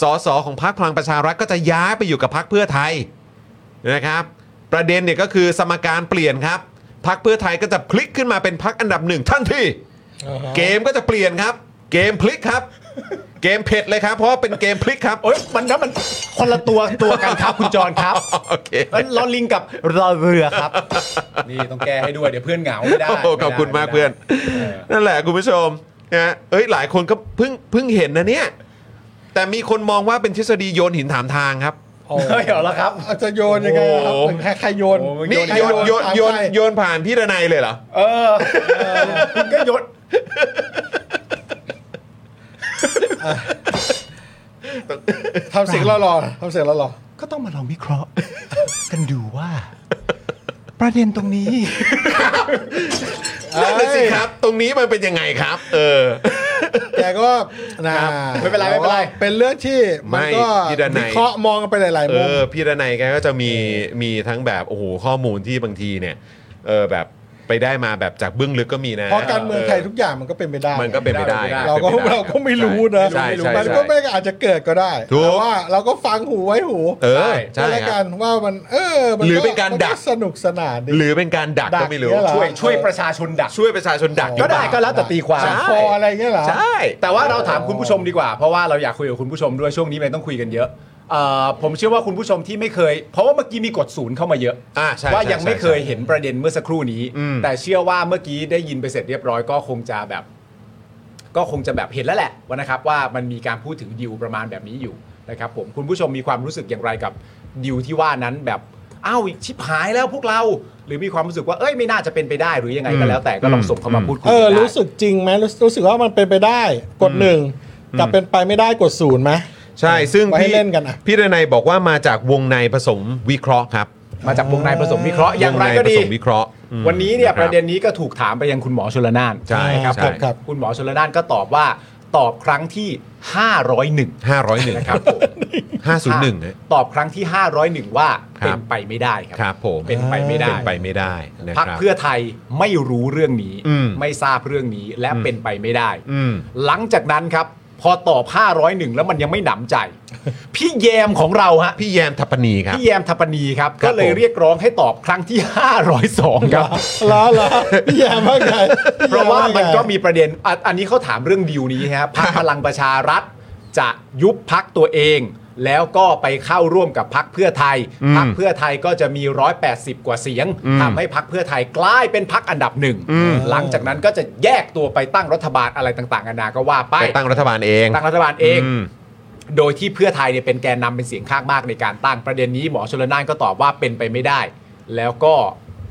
Speaker 1: สสของพักพลังประชารัฐก็จะย้ายไปอยู่กับพักเพื่อไทย นะครับประเด็นเนี่ยก็คือสมการเปลี่ยนครับพักเพื่อไทยก็จะพลิกขึ้นมาเป็นพักอันดับหนึ่งทันที
Speaker 3: อ่าฮะ
Speaker 1: เกมก็จะเปลี่ยนครับ เกมพลิกครับ เกมเผ็ดเลยครับเพราะว่าเป็นเกมพลิกครับ
Speaker 4: โอ๊ยมันนะมันคนละตัวตัวกันครับคุณจรครับ
Speaker 1: โอเค
Speaker 4: แล้วลอลิงกับรอเรือครับ นี่ต้องแก้ให้ด้วยเดี๋ยวเพื่อนเหงาไม่ได้
Speaker 1: โอ้ขอบคุณมากเพื่อน นั่นแหละคุณผู้ชมนะเอ้ยหลายคนก็เพิ่งเพิ่งเห็นนะเนี่ยแต่มีคนมองว่าเป็นทฤษฎีโยนหินถามทางครับ
Speaker 4: เฮ้ยเหรอครับ
Speaker 3: อาจจะโยนยังไงครับ
Speaker 1: โอ้โห
Speaker 3: ใครใครโยน
Speaker 4: โอ้โห
Speaker 1: นี่
Speaker 3: ใคร
Speaker 1: โยนโยน
Speaker 3: ถาม
Speaker 1: โยน
Speaker 3: ใคร
Speaker 1: โยนผ่านพี่ดนัยเลยเหรอ
Speaker 4: เออคุณก็ยศ
Speaker 3: ทำเสียงหล่อๆทำเสียงหล่อ
Speaker 4: ก็ต้องมาลองวิเคราะห์ กันดูว่า ประเด็นตรงนี้
Speaker 1: นั่นนะสิครับ ตรงนี้มันเป็นยังไงครับ เออ
Speaker 3: ๆแกก็นะ
Speaker 4: ไม่เป็นไรไม่เป็นไร
Speaker 3: เป็นเรื่องที่มัน
Speaker 1: ไม่
Speaker 3: ก็
Speaker 1: พี่ดนัย
Speaker 3: วิเคราะห์มองกันไปหลายๆ
Speaker 1: เอ
Speaker 3: มุม
Speaker 1: อพี่ดนัยแกก็จะมีมีทั้งแบบโอ้โหข้อมูลที่บางทีเนี่ยเออแบบไปได้มาแบบจากเบื้องลึกก็มีนะ
Speaker 3: เพราะการเมืองไทยทุกอย่างมันก็เป็นไปได้
Speaker 1: มันก็เป็นไปได้
Speaker 4: มัน
Speaker 3: เราก็
Speaker 1: ป็นปด้
Speaker 3: เราก็ไม่รู้นะ
Speaker 1: ใช่ใช่
Speaker 3: มัน
Speaker 1: ใช่
Speaker 3: ก็ไม่อาจจะเกิดก็ได้
Speaker 1: ถูก
Speaker 3: แต่ว่าเราก็ฟังหูไว้หู
Speaker 1: เออใช่
Speaker 3: แล้ว
Speaker 1: ค
Speaker 3: กั
Speaker 1: รับ
Speaker 3: นว่ามันเออมัน
Speaker 1: หรือเป็นการ
Speaker 3: มั
Speaker 1: ดัก
Speaker 3: สนุกสนานดี
Speaker 1: หรือเป็นการดัก
Speaker 3: ดัก
Speaker 1: ก็ไม่รู้
Speaker 3: เนี่ยเหรอ
Speaker 1: ช่
Speaker 4: ช่
Speaker 1: ว
Speaker 4: วย ยช่วยประชาชนดัก
Speaker 1: ช่วยประชาชนดัก
Speaker 4: ก็ได้
Speaker 1: หรือเปล่า
Speaker 4: ก็แล้วแต่ตีความ
Speaker 1: ใช่
Speaker 3: คออะไรเงี้ยเหรอ
Speaker 1: ใช่
Speaker 4: แต่ว่าเราถามคุณผู้ชมดีกว่า เพราะว่าเราอยากคุยกับคุณผู้ชมด้วยช่วงนี้มันต้องคุยกันเยอะเอ่อผมเชื่อว่าคุณผู้ชมที่ไม่เคย เพราะว่าเมื่อกี้มีกดศูนย์เข้ามาเยอะ
Speaker 1: อ่ะใช่
Speaker 4: ว่ายัง
Speaker 1: ใช่
Speaker 4: ไม่เคย
Speaker 1: ใช่
Speaker 4: เห็นประเด็นเมื่อสักครู่นี้
Speaker 1: อืม
Speaker 4: แต่เชื่อว่าเมื่อกี้ได้ยินไปเสร็จเรียบร้อยก็คงจะแบบ ก็คงจะแบบเห็นแล้วแหละว่านะครับว่ามันมีการพูดถึงดิวประมาณแบบนี้อยู่นะครับผมคุณผู้ชมมีความรู้สึกอย่างไรกับดิวที่ว่านั้นแบบอ้าวชิบหายแล้วพวกเรา หรือมีความรู้สึกว่าเอ้ยไม่น่าจะเป็นไปได้หรือยังไงก็แล้วแต่ก็ลองส่งเข้ามาพูดคุย
Speaker 3: เออ
Speaker 4: กันได้
Speaker 3: รู้สึกจริงไหมรู้รู้สึกว่ามันเป็นไปได้กดหนึ่งแต่เป็นไปไม่ได้กดศูนย์ไหม
Speaker 1: ใช่ซึ่ง
Speaker 3: ไว้ให้
Speaker 1: พี่
Speaker 3: เล่นกันอะ
Speaker 1: พี่ดนัยบอกว่ามาจากวงในผสมวิเคราะห์ครับ
Speaker 4: มาจากวงในผสมวิเคราะห์อย่างไรก็
Speaker 1: ว
Speaker 4: ดี
Speaker 1: ในผสมวิเคราะห์อืม
Speaker 4: วันนี้เนี่ย
Speaker 1: ค
Speaker 4: ป
Speaker 1: บ
Speaker 4: ระเด็นนี้ก็ถูกถามไปยังคุณหมอชลนาน
Speaker 1: ใช่ครับ
Speaker 4: ผม
Speaker 3: ครับ
Speaker 4: คุณหมอชลนานก็ตอบว่าตอบครั้งที่ 501
Speaker 1: 501
Speaker 4: นะครับผม
Speaker 1: 501นะ
Speaker 4: ตอบครั้งที่ 501 ว่า
Speaker 1: ครับ
Speaker 4: เป็นไปไม่ได้ครั
Speaker 1: ครับผม
Speaker 4: เป็นไปไม่ได้
Speaker 1: เป็นไปไม่ได้นะค
Speaker 4: พั
Speaker 1: รั
Speaker 4: ก
Speaker 1: บ
Speaker 4: เพื่อไทยไม่รู้เรื่องนี้
Speaker 1: อืม
Speaker 4: ไม่ทราบเรื่องนี้และเป็นไปไม่ได้
Speaker 1: อืม
Speaker 4: หลังจากนั้นครับ พอตอบ 501 แล้วมันยังไม่หนำใจ พี่แยมของเราฮะ
Speaker 1: พี่แยมทัปปนีครับ
Speaker 4: พี่แยมทัปปนีครับ
Speaker 1: ครับ
Speaker 4: ก็เลย
Speaker 1: ผม
Speaker 4: เรียกร้องให้ตอบครั้งที่ 502 ครับ
Speaker 3: ล้อล้อพี่แยามว่าไงพี่แยม
Speaker 4: เพราะว่ามันก็
Speaker 3: ไง
Speaker 4: มีประเด็นอ่ะอันนี้เขาถามเรื่องดีลนี้ครับพักพลังประชารัฐจะยุบพักตัวเอง แล้วก็ไปเข้าร่วมกับพักเพื่อไทย
Speaker 1: อืม
Speaker 4: พักเพื่อไทยก็จะมี 180 กว่าเสียง
Speaker 1: อืม
Speaker 4: ทำให้พักเพื่อไทยกลายเป็นพักอันดับหนึ่ง
Speaker 1: อืม
Speaker 4: หลังจากนั้นก็จะแยกตัวไปตั้งรัฐบาลอะไรต่างๆนานาก็ว่าไป
Speaker 1: ไปตั้งรัฐบาลเอง
Speaker 4: ตั้งรัฐบาลเอง
Speaker 1: อืม
Speaker 4: โดยที่เพื่อไทยเนี่ยเป็นแกนนำเป็นเสียงข้างมากในการตั้งประเด็นนี้หมอชลนานก็ตอบว่าเป็นไปไม่ได้ แล้วก็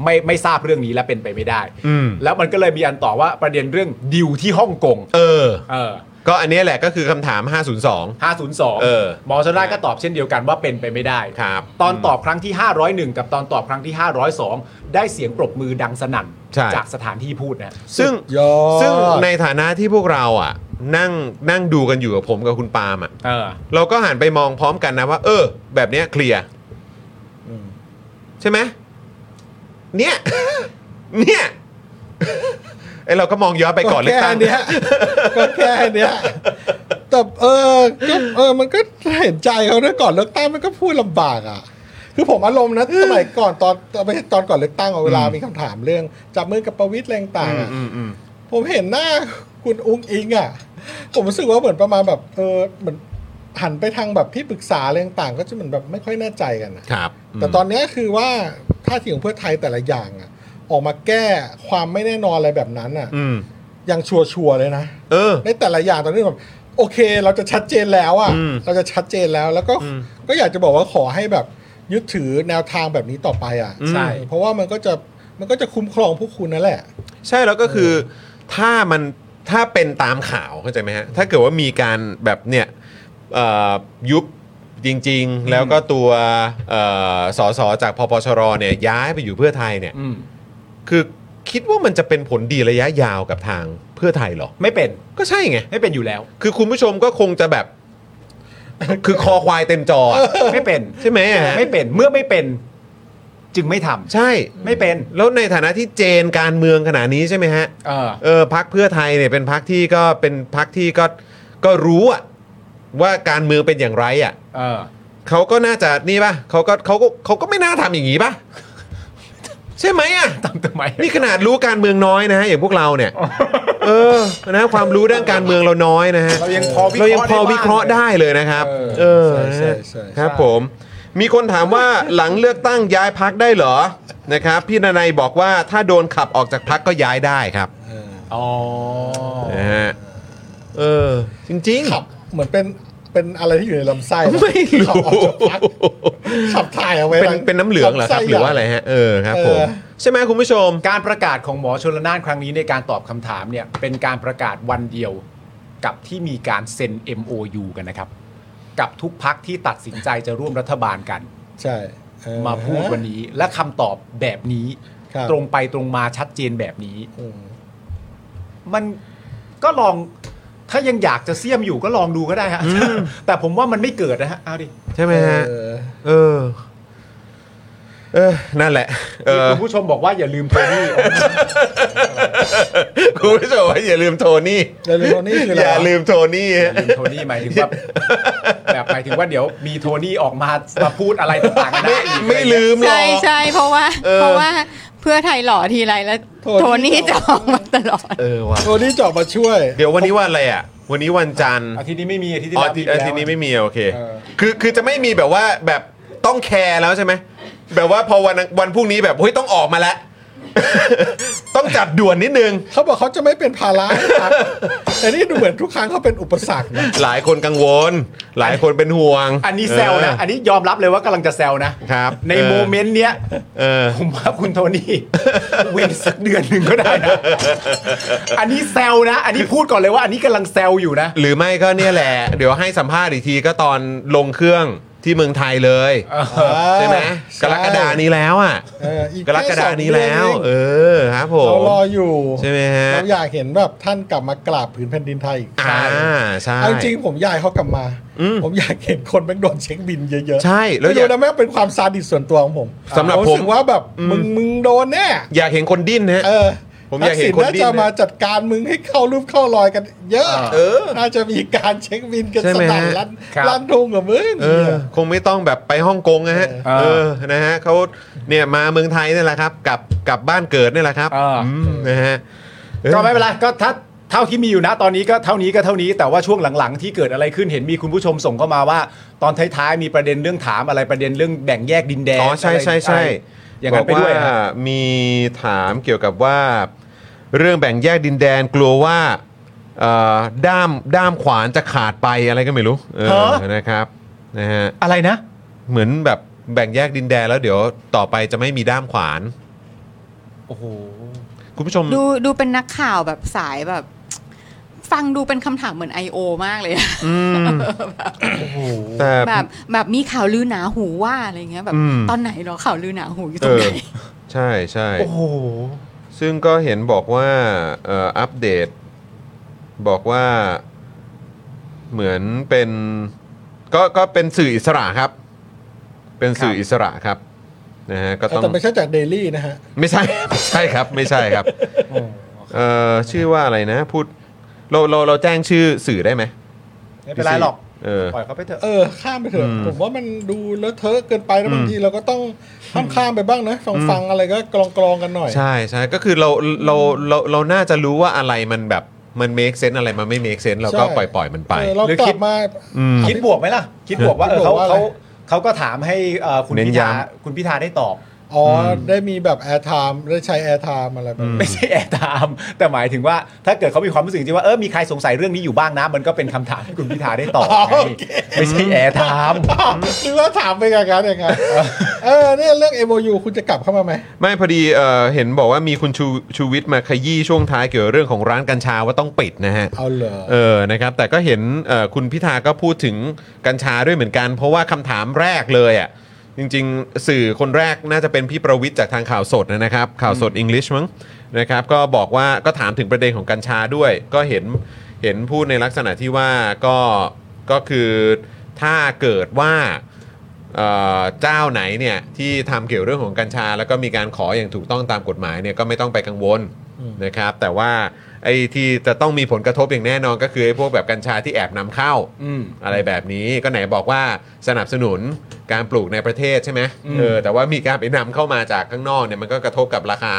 Speaker 4: ไม่ไม่ทราบเรื่องนี้และเป็นไปไม่ได้
Speaker 1: อืม
Speaker 4: แล้วมันก็เลยมีอันต่อว่าประเด็นเรื่องดิวที่ฮ่องกง
Speaker 1: เออ
Speaker 4: เออ
Speaker 1: ก็อันเนี้ยแหละก็คือคำถาม 502
Speaker 4: 502
Speaker 1: เออ
Speaker 4: หมอชลนานก็ตอบเช่นเดียวกันว่าเป็นไปไม่ได้
Speaker 1: ครับ
Speaker 4: ตอนตอบครั้งที่ 501 กับตอนตอบครั้งที่ 502 ได้เสียงปรบมือดังสนั่น
Speaker 1: ใช่
Speaker 4: จากสถานที่พูดนะ
Speaker 1: ซึ่ง
Speaker 3: สุดยอด
Speaker 1: ซึ่งในฐานะที่พวกเราอ่ะ นั่งนั่งดูกันอยู่กับผมกับคุณปาล์มอ่ะ
Speaker 4: เออ
Speaker 1: เราก็หันไปมองพร้อมกันนะว่า เออ แบบเนี้ยเคลียร์ใช่ไหมเนี่ย เนี่ย ไอเราก็มองย้อนไปก่อนเลือกตั้ง
Speaker 3: แค่เนี้ยก็แค่เนี้ยแต่เออก็เออมันก็เห็นใจเขาด้วยก่อนเลือกตั้งมันก็พูดลำบากอ่ะ คือผมอารมณ์นะสมัยก่อนตอนตอนไม่ใช่ตอนก่อนเลือกตั้งเอาเวลามีคำถามเรื่อง จับมือกับประวิตยแรงต่างๆอะผมเห็นหน้าคุณอุ้งอิงอ่ะ ผมรู้สึกว่าเหมือนประมาณแบบเออเหมือนหันไปทางแบบที่ปรึกษาอะไรต่างๆ ก็จะเหมือนแบบไม่ค่อยแน่ใจกันนะ
Speaker 1: ครับ
Speaker 3: แต่ตอนเนี้ยคือว่าท่าทีของเพื่อไทยแต่ละอย่างอะออกมาแก้ความไม่แน่นอนอะไรแบบนั้นอะ
Speaker 1: อืม
Speaker 3: ยังชัวชัวร์ๆเลยนะ
Speaker 1: เออ
Speaker 3: ในแต่ละอย่างตอนนี้แบบโอเคเราจะชัดเจนแล้วอะ
Speaker 1: อืม
Speaker 3: เราจะชัดเจนแล้วแล้วก็
Speaker 1: อืม
Speaker 3: ก็อยากจะบอกว่าขอให้แบบยึดถือแนวทางแบบนี้ต่อไปอะ
Speaker 4: ใช่
Speaker 3: เพราะว่ามันก็จะมันก็จะคุ้มครองพวกคุณนั่นแหละ
Speaker 1: ใช่แล้วก็คือถ้ามันถ้าเป็นตามข่าวเข้าใจไหมฮะ ถ้าเกิดว่ามีการแบบเนี่ยเอ่อยุบจริง ๆ แล้วก็ตัวเอ่อสสจากพปชรเนี่ยย้ายไปอยู่เพื่อไทยเนี่ย
Speaker 4: อืม
Speaker 1: คือคิดว่ามันจะเป็นผลดีระยะยาวกับทางเพื่อไทยเหรอ
Speaker 4: ไม่เป็น
Speaker 1: ก็ใช่ไง
Speaker 4: ไม่เป็นอยู่แล้ว
Speaker 1: คือคุณผู้ชมก็คงจะแบบ คือคอควายเต็มจอ อะ
Speaker 4: ไม่เป็น
Speaker 1: ใช่ไหมฮะ
Speaker 4: ไม่เป็นเมื่อไม่เป็น จึงไม่ทำ
Speaker 1: ใช่
Speaker 4: ไม่เป็น
Speaker 1: แล้วในฐานะที่เจนการเมืองขนาดนี้ใช่ไหมฮะ
Speaker 4: เออ
Speaker 1: เออพักเพื่อไทยเนี่ยเป็นพักที่ก็เป็นพักที่ก็ก็รู้อะว่าการเมืองเป็นอย่างไรอะ
Speaker 4: เออ
Speaker 1: เขาก็น่าจะนี่ป่ะเขาก็เขาก็เขาก็ไม่น่าทำอย่างนี้ป่ะ ใช่ไหมอะ
Speaker 4: ทำทำไม
Speaker 1: นี่ขนาดรู้การเมืองน้อยนะฮะอย่างพวกเราเนี่ย เออนะความรู้ด้านการเมืองเราน้อยนะฮะ
Speaker 4: เรายังพอวิเค
Speaker 1: เรา
Speaker 4: ราะห์
Speaker 1: ยังพอวิเคราะห์ได้เลยนะครับ เอ
Speaker 3: เอ
Speaker 1: อ
Speaker 3: อใช่ใช่ใช่
Speaker 1: ครับผม มีคนถามว่าหลังเลือกตั้งย้ายพักได้เหรอนะครับ พี่นายบอกว่าถ้าโดนขับออกจากพักก็ย้ายได้ครับ
Speaker 4: อ๋อ
Speaker 1: นะฮะเออ จริงๆ
Speaker 3: ขับเหมือนเป็นเป็นอะไรที่อยู่ในลำไส้นะ
Speaker 1: ไม่
Speaker 3: ขับ
Speaker 1: รู้
Speaker 3: ออกจากพักขับถ่ายเอาไว้
Speaker 1: เป็นเป็นน้ำเหลืองเหรอครับ
Speaker 3: ลำไส้
Speaker 1: หรือว่า
Speaker 3: ใญ่
Speaker 1: อะไรฮะ เออครับผม
Speaker 3: เออ
Speaker 1: ใช่ไหมคุณผู้ชม
Speaker 4: การประกาศของหมอชนละนานครั้งนี้ในการตอบคำถามเนี่ย เป็นการประกาศวันเดียวกับที่มีการเซ็น MOU กันนะครับ กับทุกพักที่ตัดสินใจจะร่วมรัฐบาลกัน
Speaker 3: ใช่เออ
Speaker 4: มาพูดวันนี้และคำตอบแบบนี้
Speaker 3: ครับ
Speaker 4: ตรงไปตรงมาชัดเจนแบบนี้
Speaker 3: อืม
Speaker 4: มันก็ลองถ้ายังอยากจะเสี่ยมอยู่ก็ลองดูก็ได้ฮะแต่ผมว่ามันไม่เกิดนะฮะเอาดิ
Speaker 1: ใช่ไหมฮะ
Speaker 3: เออ
Speaker 1: เออ เออ นั่นแหละ เออ
Speaker 4: มีคุณผู้ชมบอกว่าอย่าลืมโทนี่
Speaker 1: คุณผู้ชมอย่าลืมโทนี่
Speaker 3: อย่าลืมคนนี้คืออะไร
Speaker 1: อย่าว
Speaker 3: ะ
Speaker 1: ลืมโทนี่
Speaker 4: อย่า
Speaker 1: ฮะ
Speaker 4: ลืมโทนี่หมายถึงว่าแบบหมายถึงว่าเดี๋ยวมีโทนี่ออกมามาพูดอะไรต่างๆกันได้อีก
Speaker 1: ไม่ลืมหรอ
Speaker 7: ใช่
Speaker 1: ก
Speaker 7: ใช่เพราะว่า
Speaker 1: เออ
Speaker 7: เพราะว่าเพื่อไทยหล่อทีไรแล้ว โทนี่จะออกมาตลอด
Speaker 1: เออว่ะ
Speaker 3: โทนี่จอบมาช่วย
Speaker 1: เดี๋ยววันนี้วันอะไรอ่ะ วันนี้วันจันทร์
Speaker 4: อาทิตย์นี้ไม่มีอาทิตย์ที่
Speaker 1: อ๋อ
Speaker 4: แล้ว
Speaker 1: ทีเออทีนี้
Speaker 4: มี
Speaker 1: ไม่มีโอเค คือคือจะไม่มีแบบว่าแบบต้องแคร์แล้วใช่ไหมแบบว่าพอวันวันพรุ่งนี้แบบเฮ้ยต้องออกมาแล้ว ต้องจัดด่วนนิดนึง
Speaker 3: เขาบอกเขาจะไม่เป็นภาระให้ ครับแต่นี่ดูเหมือนทุกครั้งเขาเป็นอุปสรรคนะ
Speaker 1: หลายคนกังวล หลายคนเป็นห่วง
Speaker 4: อันนี้แซวนะ
Speaker 1: เออ
Speaker 4: อันนี้ยอมรับเลยว่ากำลังจะแซวนะครับใน
Speaker 1: ออ
Speaker 4: โมเมนต์เนี้ย
Speaker 1: เออ
Speaker 4: ผมว่าคุณโทนี่ เว้นสักเดือนหนึ่งก็ได้นะ อันนี้แซวนะ อันนี้พูดก่อนเลยว่าอันนี้กำลังแซวอยู่นะ
Speaker 1: หรือไม่ก็เนี่ยแหละ เดี๋ยวให้สัมภาษณ์อีกทีก็ตอนลงเครื่องที่เมืองไทยเลยใช่ไหมกรกฎานี้แล้วอ่ะ
Speaker 3: เอออี
Speaker 1: กรกฎานี้แล้ว เออครับผม
Speaker 3: เรารออยู่
Speaker 1: ใช่ไหมฮะ
Speaker 3: เราอยากเห็นแบบท่านกลับมากราบผืนแผ่นดินไทยอีกค
Speaker 1: อ่า
Speaker 3: รั้ง
Speaker 1: ใช่
Speaker 3: เอาจริงผมอยากให้เขากลับมา
Speaker 1: อืม
Speaker 3: ผมอยากเห็นคนแม่งโดนเช็คบินเยอะๆ
Speaker 1: ใช่แล้ว
Speaker 3: ไม่
Speaker 1: อยาก
Speaker 3: รู้นะแม่งเป็นความซาดิสส่วนตัวของผม
Speaker 1: สำหรับผม
Speaker 3: รู้สึกว่าแบบมึงมึงโดนแน่
Speaker 1: อยากเห็นคนดิ้นนะ
Speaker 3: เออ
Speaker 1: ผมอยากเห็น
Speaker 3: ทักษิณ
Speaker 1: คนดิ้น
Speaker 3: น่าจะมาจัดการมึงให้เข้ารูปเข้ารอยกัน เยอะ
Speaker 1: เออ
Speaker 3: น่าจะมีการเช็คบินกัน
Speaker 1: ใช่
Speaker 3: ส
Speaker 1: ไหมฮะ
Speaker 3: นั่นลั่น
Speaker 4: ครับ
Speaker 3: ลั่นทุ่งกับมึง
Speaker 1: เออ คงไม่ต้องแบบไปฮ่องกงนะฮะ
Speaker 4: เออ
Speaker 1: เออ นะฮะเขาเนี่ยมาเมืองไทยนี่แหละครับ กลับกลับบ้านเกิดนี่แหละครับมนะฮะเออ
Speaker 4: ก็ไม่เป็นไรก็ถ้าเท่าที่มีอยู่นะตอนนี้ก็เท่านี้ก็เท่านี้แต่ว่าช่วงหลังๆ ที่เกิดอะไรขึ้นเห็นมีคุณผู้ชมส่งเข้ามาว่า ตอนท้ายๆมีประเด็นเรื่องถามอะไรประเด็นเรื่องแบ่งแยกดินแดน
Speaker 1: อ๋อใช่ใช่ใช่
Speaker 4: อะไรอย่างนั้นไปด้วย
Speaker 1: บก
Speaker 4: ฮะ
Speaker 1: มีถามเกี่ยวกับว่า เรื่องแบ่งแยกดินแดนกลัวว่าเอ่อด้ามด้ามขวานจะขาดไปอะไรก็ไม่รู้ เอ
Speaker 4: ฮ
Speaker 1: อะ นะครับนะฮะ
Speaker 4: อะไรนะ
Speaker 1: เหมือนแบบแบ่งแยกดินแดนแล้วเดี๋ยวต่อไปจะไม่มีด้ามขวาน
Speaker 4: โอ้โห
Speaker 1: คุณผู้ชม
Speaker 7: ดูดูเป็นนักข่าวแบบสายแบบ ฟังดูเป็นคำถามเหมือน I.O. มากเลยอะ
Speaker 1: อืมแต่
Speaker 7: แบบแบบมีข่าวลือหนาหูว่าอะไรเงี้ยแบบ
Speaker 1: อืม
Speaker 7: ตอนไหนเหรอข่าวลือหนาหูอยู่ต
Speaker 1: เอ
Speaker 7: รงไห
Speaker 1: อน ใช่ใช่
Speaker 4: โอ้โห
Speaker 1: ซึ่งก็เห็นบอกว่าเอ่ออัปเดต บอกว่าเหมือนเป็นก็ก็เป็นสื่ออิสระครับ เป็นสื่ออิสระครับนะฮะก็ต้อง
Speaker 3: แต่ไม่ใช่จากเดลี่นะฮะ
Speaker 1: ไม่ ใช่ ไม่ใช่ครับ ไม่ใช่ครับเอ่อชื่อว่าอะไรนะ พูดเราเราเราแจ้งชื่อสื่อได้ไหม
Speaker 4: ไม่เป็นไรหรอก
Speaker 1: พี่ เออ
Speaker 4: ปล่อยเขาไปเถอะ
Speaker 3: เออข้ามไปเถอะผมว่ามันดูเลอะเทอะเกินไปแล้วบางทีเราก็ต้องข้ามข้ามๆไปบ้างนะฟังฟังๆอะไรก็กรองกรองๆกันหน่อย
Speaker 1: ใช่ใช่ก็คือเราเราเราเราน่าจะรู้ว่าอะไรมันแบบมัน make sense อะไรมันไม่ make sense เราก็
Speaker 3: ใช่
Speaker 1: ปล่อยปล่อยมันไป
Speaker 3: เออเรา
Speaker 4: หรือก คิ
Speaker 3: ลั
Speaker 4: ด
Speaker 3: บมา
Speaker 1: อืม
Speaker 4: คิดบวกไหมล่ะ คิดบวกว่าเออ
Speaker 3: คิดบวกว่า
Speaker 4: เขา
Speaker 3: อะไร
Speaker 4: เขาเขาก็ถามให้เอ่อคุณ
Speaker 1: เน้น
Speaker 4: พิธา
Speaker 1: ย้ำ
Speaker 4: คุณพิธาได้ตอบ
Speaker 3: อ๋ออได้มีแบบแอร์ไทม์ได้ใช้แอร์ไทม์อะไรแบบนี้
Speaker 4: ไม่ใช่แอร์ไทม์แต่หมายถึงว่าถ้าเกิดเขามีความรู้สึกจริงๆว่าเออมีใครสงสัยเรื่องนี้อยู่บ้างนะ มันก็เป็นคำถามที่คุณพิธาได้ตอบ
Speaker 3: อ๋อ
Speaker 4: ไง
Speaker 3: โอเค
Speaker 4: ไม่ใช่แอร์ไทม์
Speaker 3: อ้าวคิดว่าถามไปกันกันยังไงเออเนี่ยเรื่อง MOU คุณจะกลับเข้ามาไหม
Speaker 1: ไม่พอดีเอ่อเห็นบอกว่ามีคุณชูชูวิทย์มาขยี้ช่วงท้ายเกี่ยวกับเรื่องของร้านกัญชาว่าต้องปิดนะฮะ
Speaker 3: เอาเหรอ
Speaker 1: เออ นะครับ แต่ก็เห็นเอ่อคุณพิธาก็พูดถึงกัญชาด้วยเหมือนกัน เพราะว่าคำถามแรกเลยอ่ะ จริงๆ สื่อคนแรกน่าจะเป็นพี่ประวิทย์จากทางข่าวสดนะครับ ข่าวสดอังกฤษมั้งนะครับ ก็บอกว่าก็ถามถึงประเด็นของกัญชาด้วย ก็เห็นเห็นพูดในลักษณะที่ว่าก็ก็คือถ้าเกิดว่าเอ่อเจ้าไหนเนี่ยที่ทำเกี่ยวเรื่องของกัญชา แล้วก็มีการขออย่างถูกต้องตามกฎหมายเนี่ยก็ไม่ต้องไปกังวล นะครับแต่ว่าไอ้ที่จะต้องมีผลกระทบอย่างแน่นอนก็คือไอ้พวกแบบกัญชาที่แอบนำเข้าอะไรแบบนี้ก็ไหนบอกว่าสนับสนุนการปลูกในประเทศใช่ไหมเออแต่ว่ามีการไปนำเข้ามาจากข้างนอกเนี่ยมันก็กระทบกับราคา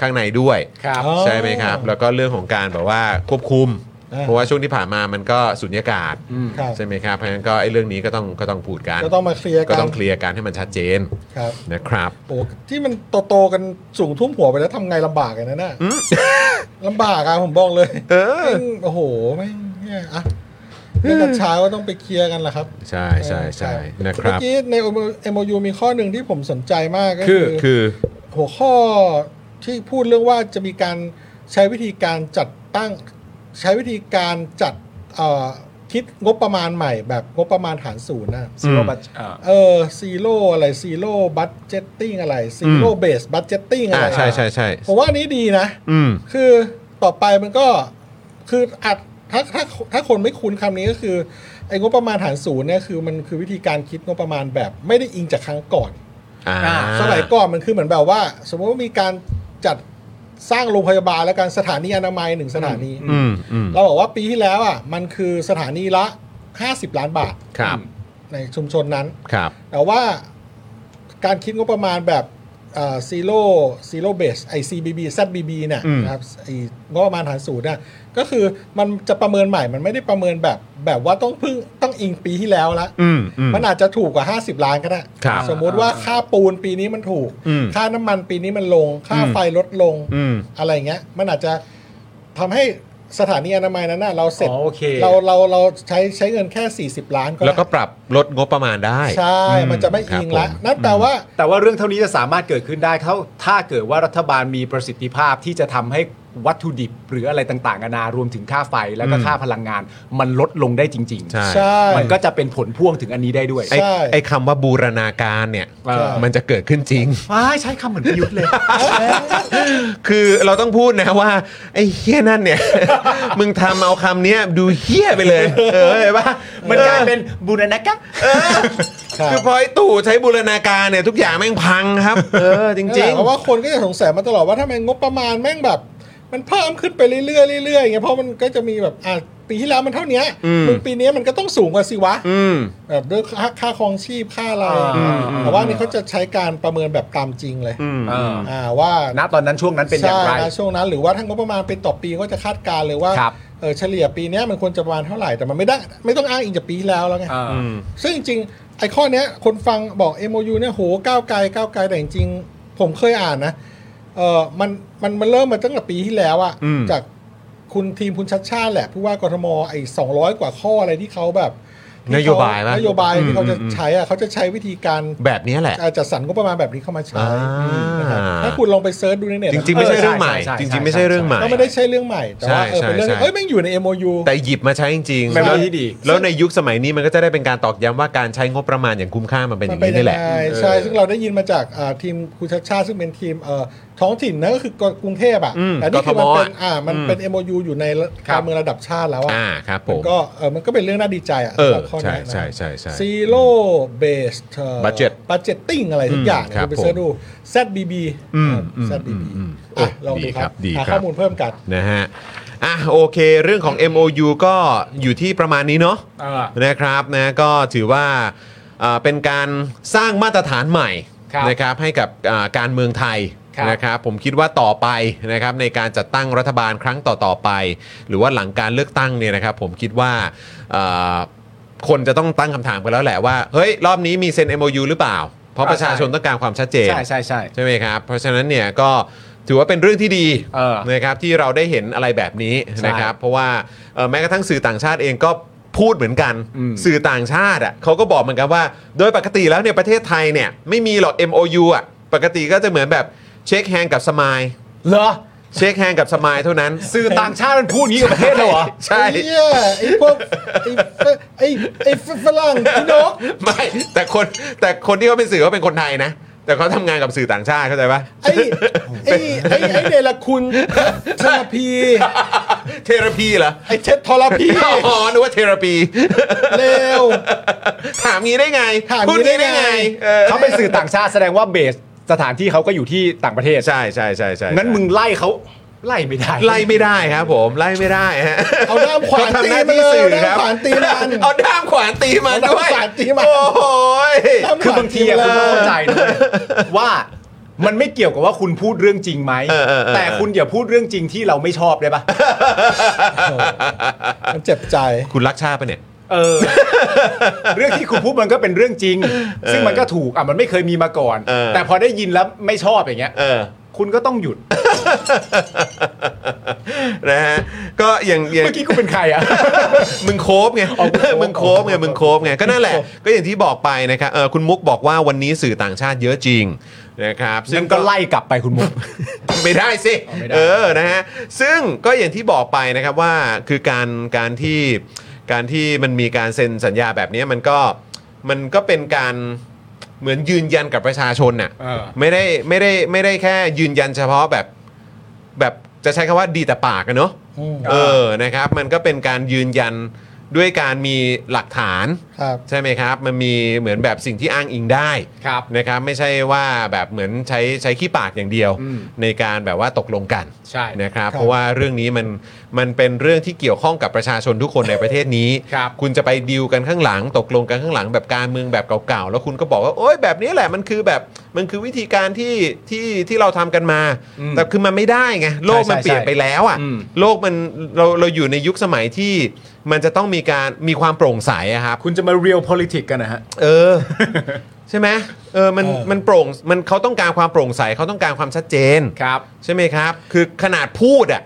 Speaker 1: ข้างในด้วย
Speaker 4: ครับ
Speaker 1: ใช่ไหมครับ แล้วก็เรื่องของการแบบว่าควบคุม
Speaker 3: อ่า
Speaker 1: เพราะว่าช่วงที่ผ่านมามันก็สุญญากาศ
Speaker 3: ครับ
Speaker 1: ใช่ไหมครับเพราะฉะนั้นก็ไอ้เรื่องนี้ก็ต้องก็ต้องพูดกัน
Speaker 3: ก็ต้องมาเคลียร์
Speaker 1: ก็
Speaker 3: กัน
Speaker 1: ต้องเคลียร์กันให้มันชัดเจน
Speaker 3: ครับ
Speaker 1: นะครับ
Speaker 3: โอ้ที่มันโตๆกันสูงทุ่วมหัวไปแล้วทำไงลำบากกันนะน่ะ ลำบากอะผมบอกเลย
Speaker 1: เออ
Speaker 3: แม่งโอ้โหแม่งเนี่ยอะเรื่องกัญชาก็ต้องไปเคลียร์กันละครับ
Speaker 1: ใช่ใช่ใช่นะค
Speaker 3: เมื่อ
Speaker 1: รับ
Speaker 3: กี้ใน MOU มีข้อหนึ่งที่ผมสนใจมากก็
Speaker 4: คื
Speaker 3: คือ อ
Speaker 1: คือ
Speaker 3: หัวข้อที่พูดเรื่องว่าจะมีการใช้วิธีการจัดตั้ง ใช้วิธีการจัดเอ่อคิดงบประมาณใหม่ แบบงบประมาณฐานศูนย์นะ
Speaker 4: ซีโรบัตอ่า
Speaker 3: เออซีโร่อะไรซีโร่บัตเจตติ้งอะไรซีโร่เบสบัตเจตติ้งอะไร
Speaker 1: อ่าใช่ใช่ใช่
Speaker 3: ผมว่าอันนี้ดีนะ
Speaker 1: อืม
Speaker 3: คือต่อไปมันก็คืออัดถ้าถ้าถ้าคนไม่คุ้นคำนี้ก็คือไอ้งบประมาณฐานศูนย์เนี่ยคือมันคือวิธีการคิดงบประมาณแบบไม่ได้อิงจากครั้งก่อน
Speaker 1: อ่า
Speaker 4: อ่า
Speaker 3: สมัยก่อนมันคือเหมือนแบบว่า สมมติว่ามีการจัดสร้างโรงพยาบาลและการสถานีอนามัยหนึ่งสถานี
Speaker 1: อืมอืม
Speaker 3: เราบอกว่าปีที่แล้วอ่ะมันคือสถานีละ 50 ล้านบาท
Speaker 1: ครับ
Speaker 3: ในชุมชนนั้น
Speaker 1: ครับ
Speaker 3: แต่ว่าการคิดงบประมาณแบบซีโร่ซีโร่เบสไอซีบีบีซบีบีเนี่ย
Speaker 1: อืม
Speaker 3: นะครับไองบประมาณฐานศูนย์น่ะก็คือมันจะประเมินใหม่มันไม่ได้ประเมินแบบแบบว่าต้องพึ่งต้องอิงปีที่แล้วละ
Speaker 1: อืมอืม
Speaker 3: มันอาจจะถูกกว่า 50 ล้านก็ได้
Speaker 1: ครับ
Speaker 3: สมมุติว่าค่าปูนปีนี้มันถูก
Speaker 1: อืม
Speaker 3: ค่าน้ำมันปีนี้มันลง ค่า
Speaker 1: อืม
Speaker 3: ไฟลดลง
Speaker 1: อืม
Speaker 3: อะไรเงี้ย มันอาจจะทำให้สถานีอนามัยนั้นนะเราเสร็จ
Speaker 4: อ๋อโอเค
Speaker 3: เราเราเราใช้ใช้เงินแค่ 40 ล้านก็ได้
Speaker 1: แล้วก็ปรับลดงบประมาณได้
Speaker 3: ใช่
Speaker 1: อื
Speaker 3: มันจะไม่อิงละ
Speaker 1: ครับผม
Speaker 3: นั่นแปลว่า
Speaker 4: แต่ว่าเรื่องเท่านี้จะสามารถเกิดขึ้นได้ถ้าถ้าเกิดว่ารัฐบาลมีประสิทธิภาพที่จะทำให้วัตถุดิบ หรืออะไรต่างๆนานารวมถึงค่าไฟแล้วก็ค่าพลังงาน มันลดลงได้จริงๆ
Speaker 1: ใช่
Speaker 3: ใช่
Speaker 4: มันก็จะเป็นผลพ่วงถึงอันนี้ได้ด้วย
Speaker 1: ไอ้
Speaker 3: ใช่
Speaker 1: ไอ้คำว่าบูรณาการเนี่ย
Speaker 4: ใช่
Speaker 1: มันจะเกิดขึ้นจริง
Speaker 4: ว้ายใช้คำเหมือนประยุทธ์เลย
Speaker 1: คือเราต้องพูดนะว่า ไอ้เฮี้ยนั่นเนี่ย มึงทำเอาคำเนี้ยดูเฮี้ยไปเลย เออเห็นปะ
Speaker 4: มันกลายเป็นบูรณะกะ
Speaker 3: ครับ
Speaker 1: คือพอไอ้ตู่ใช้บูรณาการเนี่ยทุกอย่างแม่งพังครับ เออ จ
Speaker 3: นั่นแห
Speaker 1: ริง
Speaker 3: ละเพราะว่าคนก็จะสงสัยมาตลอดว่าทำไมงบประมาณแม่งแบบ มันเพิ่มขึ้นไปเรื่อยๆเรื่อยๆอย่างเงี้ยเพราะมันก็จะมีแบบอ่ะปีที่แล้วมันเท่านี้
Speaker 1: อืม
Speaker 3: มึงปีนี้มันก็ต้องสูงกว่าสิวะ
Speaker 1: ๆ อืม
Speaker 3: แบบด้วยค่าค่าครองชีพค่าอะไร
Speaker 4: อืม
Speaker 3: แต่ว่านี่เขาจะใช้การประเมินแบบตามจริงเลย อ่าว่า
Speaker 4: ณตอนนั้นช่วงนั้นเป็นอย่างไร
Speaker 3: ใช่นะช่วงนั้นหรือว่าทั้งงบประมาณเป็นต่อปีก็จะคาดการณ์เลยว่า
Speaker 4: ครับ
Speaker 3: เออเฉลี่ยปีเนี้ยมันควรจะประมาณเท่าไหร่แต่มันไม่ได้ไม่ต้องอ้างอิงจากปีที่แล้วแล้วไง
Speaker 4: อ่า
Speaker 3: ซึ่งจริงๆไอ้ข้อเนี้ยคนฟังบอก MOU เนี่ยโหก้าวไกลก้าวไกลแต่จริงๆผมเคยอ่านนะเออมันมันมันเริ่มมาตั้งแต่ปีที่แล้วอะ
Speaker 1: อืม
Speaker 3: จากคุณทีมคุณชัดชาติแหละผู้ว่ากทมไอ้สองร้อยกว่าข้ออะไรที่เขาแบบที่เข
Speaker 1: นโยบายปะ
Speaker 3: นโยบายที่เขาจะ
Speaker 1: อืมอืม
Speaker 3: ใช้อะเขาจะใช้วิธีการ
Speaker 1: แบบเนี้ยแหละ
Speaker 3: อาจจะสั่นก็ประมาณแบบนี้เข้ามา
Speaker 1: อ
Speaker 3: ใช้
Speaker 1: ่า
Speaker 3: นะครับถ้าคุณลองไปเซิร์ชดูในเน็ต
Speaker 1: จริง ๆ ไม่ใช่เรื่องใหม่
Speaker 4: ใช่ใช่
Speaker 1: จริง ๆ ไม่ใช่เรื่องใหม่
Speaker 3: ก็ไม่ได้ใช่เรื่องใหม่ แต่ว่าเออ
Speaker 1: ใช่
Speaker 3: เป็นเรื่อง
Speaker 1: ใช่
Speaker 3: เอ้ยแม่งอยู่ใน MOU
Speaker 1: แต่หยิบมาใช้จริงๆ
Speaker 4: เป็นเรื่องที่ดี
Speaker 1: แล้วแล้วในยุคสมัยนี้มันก็จะได้เป็นการตอกย้ำว่าการใช้งบประมาณอย่างคุ้มค่ามันเป็นอย่าง
Speaker 3: มั
Speaker 1: นี้นี่แหละ
Speaker 3: ไงใช่ ซึ่งเราได้ยินมาจากอ่าทีมคุณชัดชาติซึ่งเป็นทีมเอ่อท้องถิ่นนะก็คือกรุงเทพอ่ะ
Speaker 1: อืม
Speaker 3: แต่นี่คือมัน
Speaker 1: กทม
Speaker 3: เป็นอ่ามัน
Speaker 1: อืม
Speaker 3: เป็น MOU อยู่ในการเมืองระดับชาติแล้วอ่ะ
Speaker 1: อ่าครับผ
Speaker 3: มัน
Speaker 1: ม
Speaker 3: ก็เออมันก็เป็นเรื่องน่าดีใจอ่ะ
Speaker 1: เออ
Speaker 3: สำหรับข้อ
Speaker 1: ใช่
Speaker 3: นี้นะ
Speaker 1: ใช่ใช่ใช่
Speaker 3: ซีโร่เบส
Speaker 1: Budget
Speaker 3: บัจเจตติ้งอะไรทุ
Speaker 1: อื
Speaker 3: ก
Speaker 1: ม
Speaker 3: อย่าง
Speaker 1: ครับ
Speaker 3: ไปเสิร์ชดู ZBB
Speaker 1: อืม
Speaker 3: เออ ZBB
Speaker 1: อืมอืม
Speaker 3: อ่ะลอง
Speaker 1: ดี
Speaker 3: ดู
Speaker 1: ค
Speaker 3: ค
Speaker 1: รั
Speaker 3: รั
Speaker 1: บบ ดีค
Speaker 3: หา
Speaker 1: รับ
Speaker 3: ข้อมูลเพิ่มกัน
Speaker 1: นะฮะ อ่ะโอเค เรื่องของ MOU ก็อยู่ที่ประมาณนี้เนาะ
Speaker 4: เออ
Speaker 1: นะครับนะก็ถือว่าเอ่อเป็นการสร้างมาตรฐานใหม่
Speaker 4: ครับ
Speaker 1: นะครับให้กับอ่าการเมืองไทย
Speaker 4: ครับ
Speaker 1: นะครับผมคิดว่าต่อไปนะครับในการจัดตั้งรัฐบาลครั้งต่อๆไป หรือว่าหลังการเลือกตั้งเนี่ยนะครับผมคิดว่าเอ่อคนจะต้องตั้งคำถามกันแล้วแหละว่าเฮ้ยรอบนี้มีเซ็น MOU หรือเปล่า เพราะ
Speaker 4: อ่า
Speaker 1: ประชาชน
Speaker 4: ใช่
Speaker 1: ต้องการความชัดเจน
Speaker 4: ใช่ใช่ใช่
Speaker 1: ใช่ไหมครับ เพราะฉะนั้นเนี่ยก็ถือว่าเป็นเรื่องที่ดี
Speaker 4: เออ
Speaker 1: นะครับที่เราได้เห็นอะไรแบบนี้
Speaker 4: ใช่
Speaker 1: นะครับ เพราะว่าเอ่อแม้กระทั่งสื่อต่างชาติเองก็พูดเหมือนกัน
Speaker 4: อืม
Speaker 1: สื่อต่างชาติอ่ะเขาก็บอกเหมือนกันว่า โดยปกติแล้วเนี่ยประเทศไทยเนี่ยไม่มีหรอก MOU อ่ะปกติก็จะเหมือนแบบเช็คแฮงกับสมาย
Speaker 4: เหรอ
Speaker 1: เช็คแฮงกับสมายเท่า นั้น
Speaker 4: สื่อต่างชาติมันพูดอย่างนี้กับประเทศเลยเหรอ
Speaker 1: ใช่
Speaker 3: ไอ้เหี้ยไอ้พวกไอ้ฝไอ้ไอ้ฝ รั่งพี่นก
Speaker 1: ไม่แต่คนแต่คนที่เขาเป็นสื่อเขาเป็นคนไทยนะ แต่เขาทำงานกับสื่อต่างชาติเข้าใจปะ
Speaker 3: ไอ้ไอ้ไอ้ไอ้เนรคุณเทอราพี
Speaker 1: เทราพีเหรอ
Speaker 3: ไอ้เท็ดทอราพี
Speaker 1: อ๋อนึกว่าเทราปี
Speaker 3: เร็ว
Speaker 1: ถามงี้ได้ไง
Speaker 3: ถามงี้
Speaker 1: พูดงี้ได้
Speaker 3: ได้
Speaker 1: ไง
Speaker 3: ไง
Speaker 1: เออ
Speaker 4: เขาเป็นสื่อต่างชาติแสดงว่าเบสสถานที่เขาก็อยู่ที่ต่างประเทศ
Speaker 1: ใช่ใช่ใช่ใช่
Speaker 4: งั้นมึงไล่เขาไล่ไม่ได้
Speaker 1: ไล่ไม่ได้ครับผมไล่ไม่ได้ ฮะ
Speaker 3: เอาด้ามขวาน
Speaker 1: เขทำ
Speaker 3: ตี
Speaker 1: หน้า
Speaker 3: มา
Speaker 1: ที่
Speaker 3: เลย
Speaker 1: สื่อ
Speaker 3: เอา
Speaker 1: ครั
Speaker 3: ด้าม
Speaker 1: บ
Speaker 3: ขวานตีมัน
Speaker 1: เอาด้ามขวานตีมันด้วย
Speaker 3: เอาด้ามขวานตีมัน
Speaker 1: โอ้โหย
Speaker 4: คือบางทีอะ
Speaker 3: เล
Speaker 4: คุณต้องเข้าย ใจนะว่ามันไม่เกี่ยวกับว่าคุณพูดเรื่องจริงไหม
Speaker 1: เออเออเออ
Speaker 4: แต่คุณอย่าพูดเรื่องจริงที่เราไม่ชอบได้ปะ
Speaker 3: มันเจ็บใจ
Speaker 1: คุณรักชาติปะเนี่ย
Speaker 4: เออ เรื่องที่คุณพูดมันก็เป็นเรื่องจริง ซึ่งมันก็ถูกอ่ะมันไม่เคยมีมาก่อน
Speaker 1: เออ
Speaker 4: แต่พอได้ยินแล้วไม่ชอบอย่างเงี้ย
Speaker 1: เอ อ
Speaker 4: คุณก็ต้องหยุด
Speaker 1: นะฮะก็อย่างอย่าง
Speaker 4: เมื่อกี้กูเป็นใครอ่ะ
Speaker 1: มึงโคบไงมึงโคบไง มึงโคบไง ก็นั่นแหละ ก็อย่างที่บอกไปนะครับเออคุณมุกบอกว่าวันนี้สื่อต่างชาติเยอะจริงนะครับ
Speaker 4: ซึ่งก็ไล่กลับไปคุณมุก
Speaker 1: ไม่ได้สิ
Speaker 4: เอาไม่ได้
Speaker 1: เออ นะฮะ ซึ่งก็อย่างที่บอกไปนะครับว่าคือการการที่การที่มันมีการเซ็นสัญญาแบบนี้มันก็มันก็เป็นการเหมือนยืนยันกับประชาชนน่ะ
Speaker 4: เออ
Speaker 1: ไม่ได้ไม่ได้ไม่ได้แค่ยืนยันเฉพาะแบบแบบจะใช้คำว่าดีแต่ปากกันเนอะ
Speaker 3: อืม
Speaker 1: เออนะครับ มันก็เป็นการยืนยันด้วยการมีหลักฐาน
Speaker 3: ครับ
Speaker 1: ใช่ไหมครับ มันมีเหมือนแบบสิ่งที่อ้างอิงได้
Speaker 4: ครับ
Speaker 1: นะครับไม่ใช่ว่าแบบเหมือนใช้ใช้ขี้ปากอย่างเดียว
Speaker 4: อืม
Speaker 1: ในการแบบว่าตกลงกัน
Speaker 4: ใช่นะ
Speaker 1: นะครับ
Speaker 3: ครับ
Speaker 1: เพราะว่าเรื่องนี้มันมันเป็นเรื่องที่เกี่ยวข้องกับประชาชนทุกคนในประเทศนี้
Speaker 4: ครับ
Speaker 1: คุณจะไปดีลกันข้างหลัง ตกลงกันข้างหลังแบบการเมืองแบบเก่าๆ แล้วคุณก็บอกว่าโอ๊ยแบบนี้แหละมันคือแบบมันคือวิธีการที่ที่ที่เราทำกันมา
Speaker 4: อืม
Speaker 1: แต่คือมันไม่ได้ไงโลกมัน
Speaker 4: ใช่
Speaker 1: เป
Speaker 4: ใช่
Speaker 1: ลี่ยนไปแล้วอ่ะ
Speaker 4: อืม
Speaker 1: โลกมันเราเราอยู่ในยุคสมัยที่มันจะต้องมีการมีความโปร่งใสอะครับ
Speaker 4: คุณจะมา real politics กันนะฮะ
Speaker 1: เออ ใช่ไหมเออมัน
Speaker 3: เออ
Speaker 1: มันโปร่งมันเขาต้องการความโปร่งใสเขาต้องการความชัดเจน
Speaker 4: ครับ
Speaker 1: ใช่ไหมครับ คือขนาดพูดอะ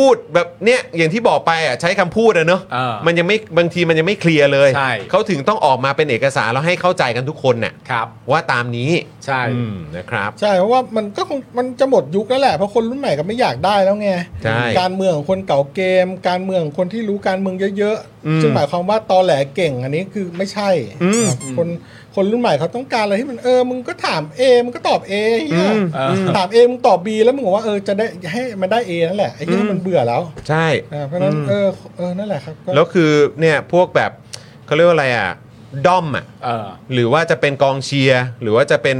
Speaker 1: พูดแบบเนี้ยอย่างที่บอกไปอะใช้คำพูดอะเนอะ
Speaker 4: เออ
Speaker 1: มันยังไม่บางทีมันยังไม่เคลียร์เลย
Speaker 4: ใช่
Speaker 1: เขาถึงต้องออกมาเป็นเอกสารแล้วให้เข้าใจกันทุกคนน่ะ
Speaker 4: ครับ
Speaker 1: ว่าตามนี้
Speaker 4: ใช่
Speaker 1: อืมนะครับ
Speaker 3: ใช่เพราะว่ามันก็คงมันจะหมดยุคแล้วแหละเพราะคนรุ่นใหม่ก็ไม่อยากได้แล้วไง
Speaker 1: ใช่
Speaker 3: การเมืองของคนเก่าเกม การเมืองของคนที่รู้การเมืองเยอะ
Speaker 1: อืม
Speaker 3: ๆซึ่งหมายความว่าตอแหลเก่งอันนี้คือไม่ใช่
Speaker 1: อืม
Speaker 3: ครับคนคนรุ่นใหม่เขาต้องการอะไรที่มันเออมึงก็ถาม A มึงก็ตอบ A เหี้ย
Speaker 4: เออ
Speaker 3: ถาม A มึงตอบ B แล้วมึงบอกว่าเออจะได้ให้มันได้ A นั่นแหละไอ้ที่มันเบื่อแล้ว
Speaker 1: ใช่
Speaker 3: อ่าเพราะฉะนั้น
Speaker 1: อืม
Speaker 3: เออเออนั่นแหละครับก็
Speaker 1: แล้วคือเนี่ยพวกแบบเขาเรียกว่าอะไรอะด้อมอะ
Speaker 4: เออ
Speaker 1: หรือว่าจะเป็นกองเชียร์หรือว่าจะเป็น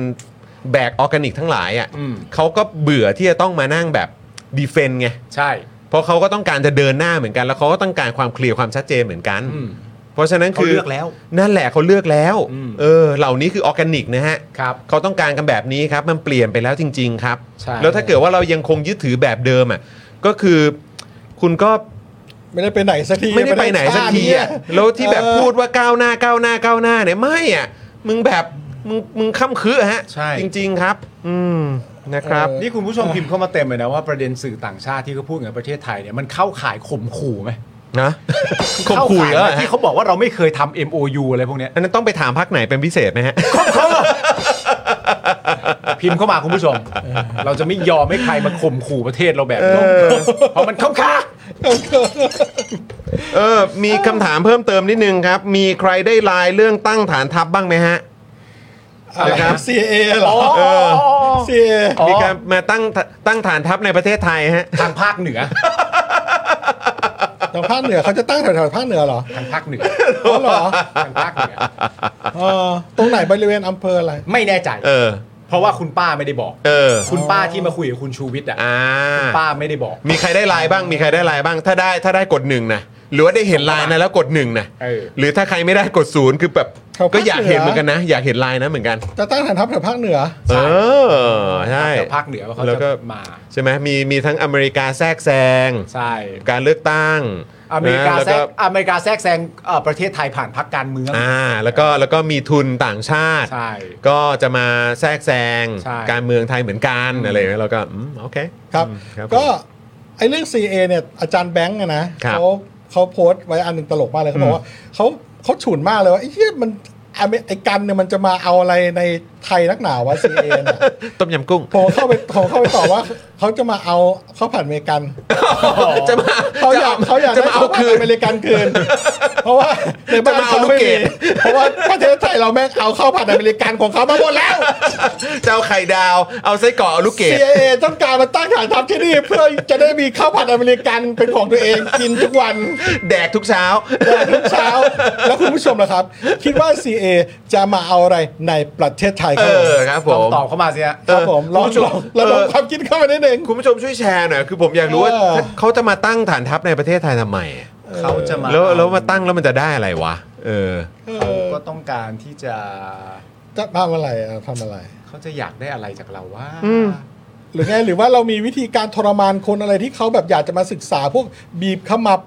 Speaker 1: แบกออร์แกนิกทั้งหลายอะ
Speaker 4: อืม
Speaker 1: เขาก็เบื่อที่จะต้องมานั่งแบบดีเฟนต์ไง
Speaker 4: ใช่
Speaker 1: เพราะเขาก็ต้องการจะเดินหน้าเหมือนกัน แล้วเขาก็ต้องการความเคลียร์ความชัดเจนเหมือนกัน
Speaker 4: อืม
Speaker 1: เพราะฉะนั้นคือ
Speaker 4: เขาเลือกแล้ว
Speaker 1: นั่นแหละเขาเลือกแล้ว
Speaker 4: อืม
Speaker 1: เออเหล่านี้คือออร์แกนิกนะฮะ
Speaker 4: ครับ
Speaker 1: เขาต้องการกันแบบนี้ครับ มันเปลี่ยนไปแล้วจริง ๆ ครับ
Speaker 4: ใช่
Speaker 1: แล้วถ้าเกิดว่าเรายังคงยึดถือแบบเดิมอ่ะก็คือคุณก็
Speaker 3: ไม่ได้ไปไหนสักที
Speaker 1: ไม่ได้ไปไหนสักที
Speaker 3: ไม่ได้
Speaker 1: อ่ะ
Speaker 3: ชาติเนี่ย
Speaker 1: แล้วที่แบบ
Speaker 3: เออ
Speaker 1: พูดว่าก้าวหน้าก้าวหน้าก้าวหน้าเนี่ยไม่อ่ะมึงแบบมึงมึงค้ำคือฮะ
Speaker 4: ใช่
Speaker 1: จริง ๆครับ อืมนะครับ
Speaker 4: นี่คุณผู้ชมพิมพ์เข้ามาเต็มเลยนะว่าประเด็นสื่อต่างชาติที่เขาพูดกับประเทศไทยเนี่ยมันเข้าข่ายข่มขู่ไหม
Speaker 1: นะ ข่มขู่อีกแล้วเหรอฮะ
Speaker 4: เข้าข่ายไหมที่เขาบอกว่าเราไม่เคยทำ MOU อะไรพวกเนี้ย
Speaker 1: อันนั้นต้องไปถามพักไหนเป็นพิเศษไหมฮะ
Speaker 4: พิมพ์เข้ามาคุณผู้ชม เราจะไม่ยอมให้ใครมาข่มขู่ประเทศเราแบบนี้เพราะมันเข้าข่าย
Speaker 1: เออ มีคำถามเพิ่มเติมนิดนึงครับ มีใครได้ไลายเรื่องตั้งฐานทัพบ้างไหมฮะ
Speaker 3: อะไร
Speaker 1: นะค
Speaker 3: ค
Speaker 1: รั
Speaker 3: รับ บ CA เหรอ
Speaker 1: เออ
Speaker 3: CA
Speaker 4: อ๋อ
Speaker 1: มีการมาตั้งตั้งฐานทัพในประเทศไทยฮะ
Speaker 4: ทางภาคเหนือ
Speaker 3: ทางภาคเหนือเขาจะตั้งแถวๆภาคเหนือเหรอ
Speaker 4: ทางภาคเหนือ
Speaker 3: อ๋อเหรอ
Speaker 4: ทางภาคเหนือ
Speaker 3: เออตรงไหนบริเวณอำเภออะไร
Speaker 4: ไม่แน่ใจ
Speaker 1: เออ
Speaker 4: เพราะว่าคุณป้าไม่ได้บอก
Speaker 1: เออ
Speaker 4: คุณป้าที่มาคุยกับคุณชูวิทย์อ่ะ
Speaker 1: อ่า
Speaker 4: ป้าไม่ได้บอก
Speaker 1: มีใครได้ไลน์บ้างมีใครได้ไลน์บ้าง ถ้าได้ถ้าได้กดหนึ่งนะหรือว่าได้เห็นไลน์นะแล้วกดหนึ่งนะ
Speaker 4: เออ
Speaker 1: หรือถ้าใครไม่ได้กดศูนย์คือแบบ
Speaker 3: เขาก็
Speaker 1: ก็อยากเห็น
Speaker 3: เห
Speaker 1: เห
Speaker 3: ลือ
Speaker 1: มือนกันนะ อยากเห็นไลน์นะเหมือนกัน
Speaker 3: จะตั้งฐานทัพแถวภาคเหนือ
Speaker 1: เออใช่
Speaker 4: แต่ภาคเหนือเขา
Speaker 1: แล้วก็
Speaker 4: จะมา
Speaker 1: ใช่ไหมมีมีทั้งอเมริกาแทรกแซง
Speaker 4: ใช่
Speaker 1: การเลือกตั้ง
Speaker 4: อเมริกา
Speaker 1: นะแล้ว
Speaker 4: แทร
Speaker 1: ก็
Speaker 4: กอเมริกาแทรกแซงเอ่อประเทศไทยผ่านพรรคการเมือง
Speaker 1: อ่าแล้วก็แล้วก็มีทุนต่างชาติ
Speaker 4: ใช่
Speaker 1: ก็จะมาแทรกแซง
Speaker 4: ใช่
Speaker 1: การเมืองไทยเหมือนกันอะไรอย่างเงี้ยเราก็อืมโอเค
Speaker 3: ครับ
Speaker 1: อืมครับ
Speaker 3: ก็
Speaker 1: ผม
Speaker 3: ไอเรื่อง CA เนี่ยอาจารย์แบงค์อะนะครับ เขาเขาโพสต์ไว้อันหนึ่งตลกมากเลยเขาบอกว่าเขาเขาฉุนมากเลยว่าไอ้เหี้ยมันไอ้ไอ้กันเนี่ยมันจะมาเอาอะไรในไทยนักหนาวะ CA เนี่ย
Speaker 1: ต้มยำกุ้ง
Speaker 3: ผมเข้าไปผมเข้าไปตอบว่าเขาจะมาเอาเขาผ่านอเมริกัน
Speaker 1: จะมา
Speaker 3: เขาอยากเขาอยาก
Speaker 1: จะมาเอาคืน
Speaker 3: อเมริกันคืน เพราะว่าในบ้าน
Speaker 1: จะมาเอา
Speaker 3: เขาไม่
Speaker 1: ลูกเก
Speaker 3: มี
Speaker 1: ด
Speaker 3: เพราะว่าประเทศไทยเราแม่งเอาเข้าผ่านอเมริกันของเขามาหมดแล้ว
Speaker 1: จะเอาไข่ดาวเอาไส้กรอกเอาลูกเกด
Speaker 3: CIA ต้องการมาตั้งฐานทัพที่นี่ เพื่อจะได้มีข้าวผัดอเมริกันเป็นของตัวเองกินทุกวัน
Speaker 1: แดกทุกเช้า
Speaker 3: แต่ทุกเช้า แล้วคุณผู้ชมล่ะครับ คิดว่า CA จะมาเอาอะไรในประเทศไทยค
Speaker 1: เออค
Speaker 3: รับผม
Speaker 1: รับผ
Speaker 4: ลอง
Speaker 1: ม
Speaker 4: ตอบเข้ามาสิฮะ
Speaker 3: ครับผมลอง
Speaker 1: คุณผู้ชม
Speaker 3: ลองระดม
Speaker 1: เออ
Speaker 3: ความคิดเข้ามานิดนึง
Speaker 1: คุณผู้ชมช่วยแชร์หน่อยคือผมอยากรู้ว่า
Speaker 3: เออ
Speaker 1: เขาจะมาตั้งฐานทัพในประเทศไทยทำไมอะ
Speaker 4: เขาจะมา
Speaker 1: แล้วแล้วมาตั้งแล้วมันจะได้อะไรวะเออ
Speaker 4: เขาก็ต้องการที่จะ
Speaker 3: จะทำอะไรอะทำอะไร
Speaker 4: เขาจะอยากได้อะไรจากเราว่า
Speaker 3: หรือไงหรือว่าเรามีวิธีการทรมานคนอะไรที่เขาแบบอยากจะมาศึกษาพวกบีบขมับ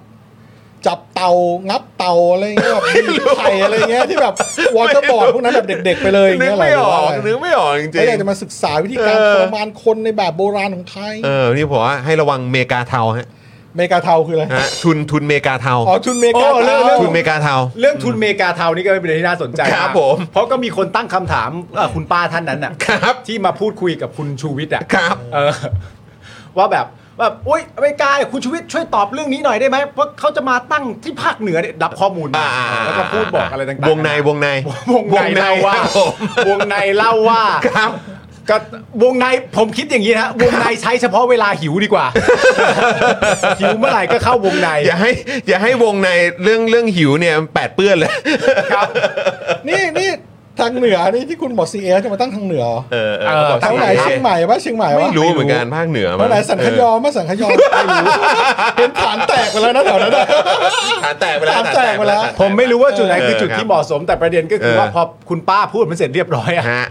Speaker 3: จับเตางับเตาอะไร เงี้ยแบบบีบไข่อะไรเงี้ยที่แบบวอเตอร์บอร์ดพวกนั้นแบบเด็ก ๆ ไปเลยอย่าง
Speaker 1: นึก
Speaker 3: เงี้ย
Speaker 1: ไม่ออก
Speaker 3: ห
Speaker 1: นึ
Speaker 3: รื
Speaker 1: ก
Speaker 3: อ
Speaker 1: ไม่ออกจริงๆ
Speaker 3: ว่าอะไรเขาอยากจะมาศึกษาวิธีการ
Speaker 1: เออ
Speaker 3: ทรมานคนในแบบโบราณของไทย
Speaker 1: เออนี่ผมว่าให้ระวังเมกาเทาฮะ
Speaker 3: เมกาเทาคืออะไร
Speaker 1: ฮะทุนทุนเมกาเทา
Speaker 3: อ๋อทุนเมกา
Speaker 4: โอ้เรื่
Speaker 3: เทา
Speaker 4: องเรื่อง
Speaker 1: ทุนเมกาเทา
Speaker 4: เรื่องทุนเมกาเทานี่ก็เป็นเรื่องที่น่าสนใจาก
Speaker 1: ครับผม
Speaker 4: เพราะก็มีคนตั้งคำถามเอ่อคุณป้าท่านนั้นน่ะ
Speaker 1: ครับ
Speaker 4: ที่มาพูดคุยกับคุณชูวิทย์อ่ะ
Speaker 1: ครับ
Speaker 4: เออว่าแบบว่าโอ๊ยอเมริกาเนี่ยคุณชูวิทย์ช่วยตอบเรื่องนี้หน่อยได้ไหมเพราะเขาจะมาตั้งที่ภาคเหนือเนี่ยรับข้อมูลมา
Speaker 1: อ่าอ่าอ่า
Speaker 4: แล้วก็พูดบอกอะไรต่างๆ
Speaker 1: วงในวงใน
Speaker 4: วงในเล่า
Speaker 1: ค
Speaker 4: ว่า
Speaker 1: รับผม
Speaker 4: วงในเล่าว่า
Speaker 1: ครับ
Speaker 4: ก็วงในผมคิดอย่างนี้นะวงในใช้เฉพาะเวลาหิวดี กว่า หิวเมื่อไหร่ก็เข้าวงใน
Speaker 1: อย่าให้อย่าให้วงในเรื่องเรื่องหิวเนี่ยมันแปดเปื้อนเลย
Speaker 4: ครับ
Speaker 3: นี่นี่ทางเหนือนี่ที่คุณบอกซีเอจะมาตั้งทางเหนือเหรอ
Speaker 1: เออเอ
Speaker 4: เออ
Speaker 1: อบอก
Speaker 3: ทางไหน
Speaker 1: สิ
Speaker 3: เชียงใหม่ปะเชียงใหม่
Speaker 1: ไม่
Speaker 3: ปะ
Speaker 1: รู้เหมือนกันภาคเหนือมั้
Speaker 3: ทางไหนสันคยอ
Speaker 1: เ
Speaker 3: มาสันคยอไม่รู้เห็นฐานแตกไปแล้วนะแถวนั้นอะ
Speaker 1: อฐานแตกไปแล้ว
Speaker 3: ฐานแตกไปแล้ว
Speaker 1: ฐาน
Speaker 4: ผมไม่รู้ว่าจุดไหนคือ
Speaker 1: เออ
Speaker 4: จุด
Speaker 1: ครั
Speaker 4: ที่
Speaker 1: บ
Speaker 4: เหมาะสมแต่ประเด็นก็คือ
Speaker 1: เออ
Speaker 4: ว่าพอคุณป้าพูดมันเสร็จเรียบร้อยอะ
Speaker 1: ฮะ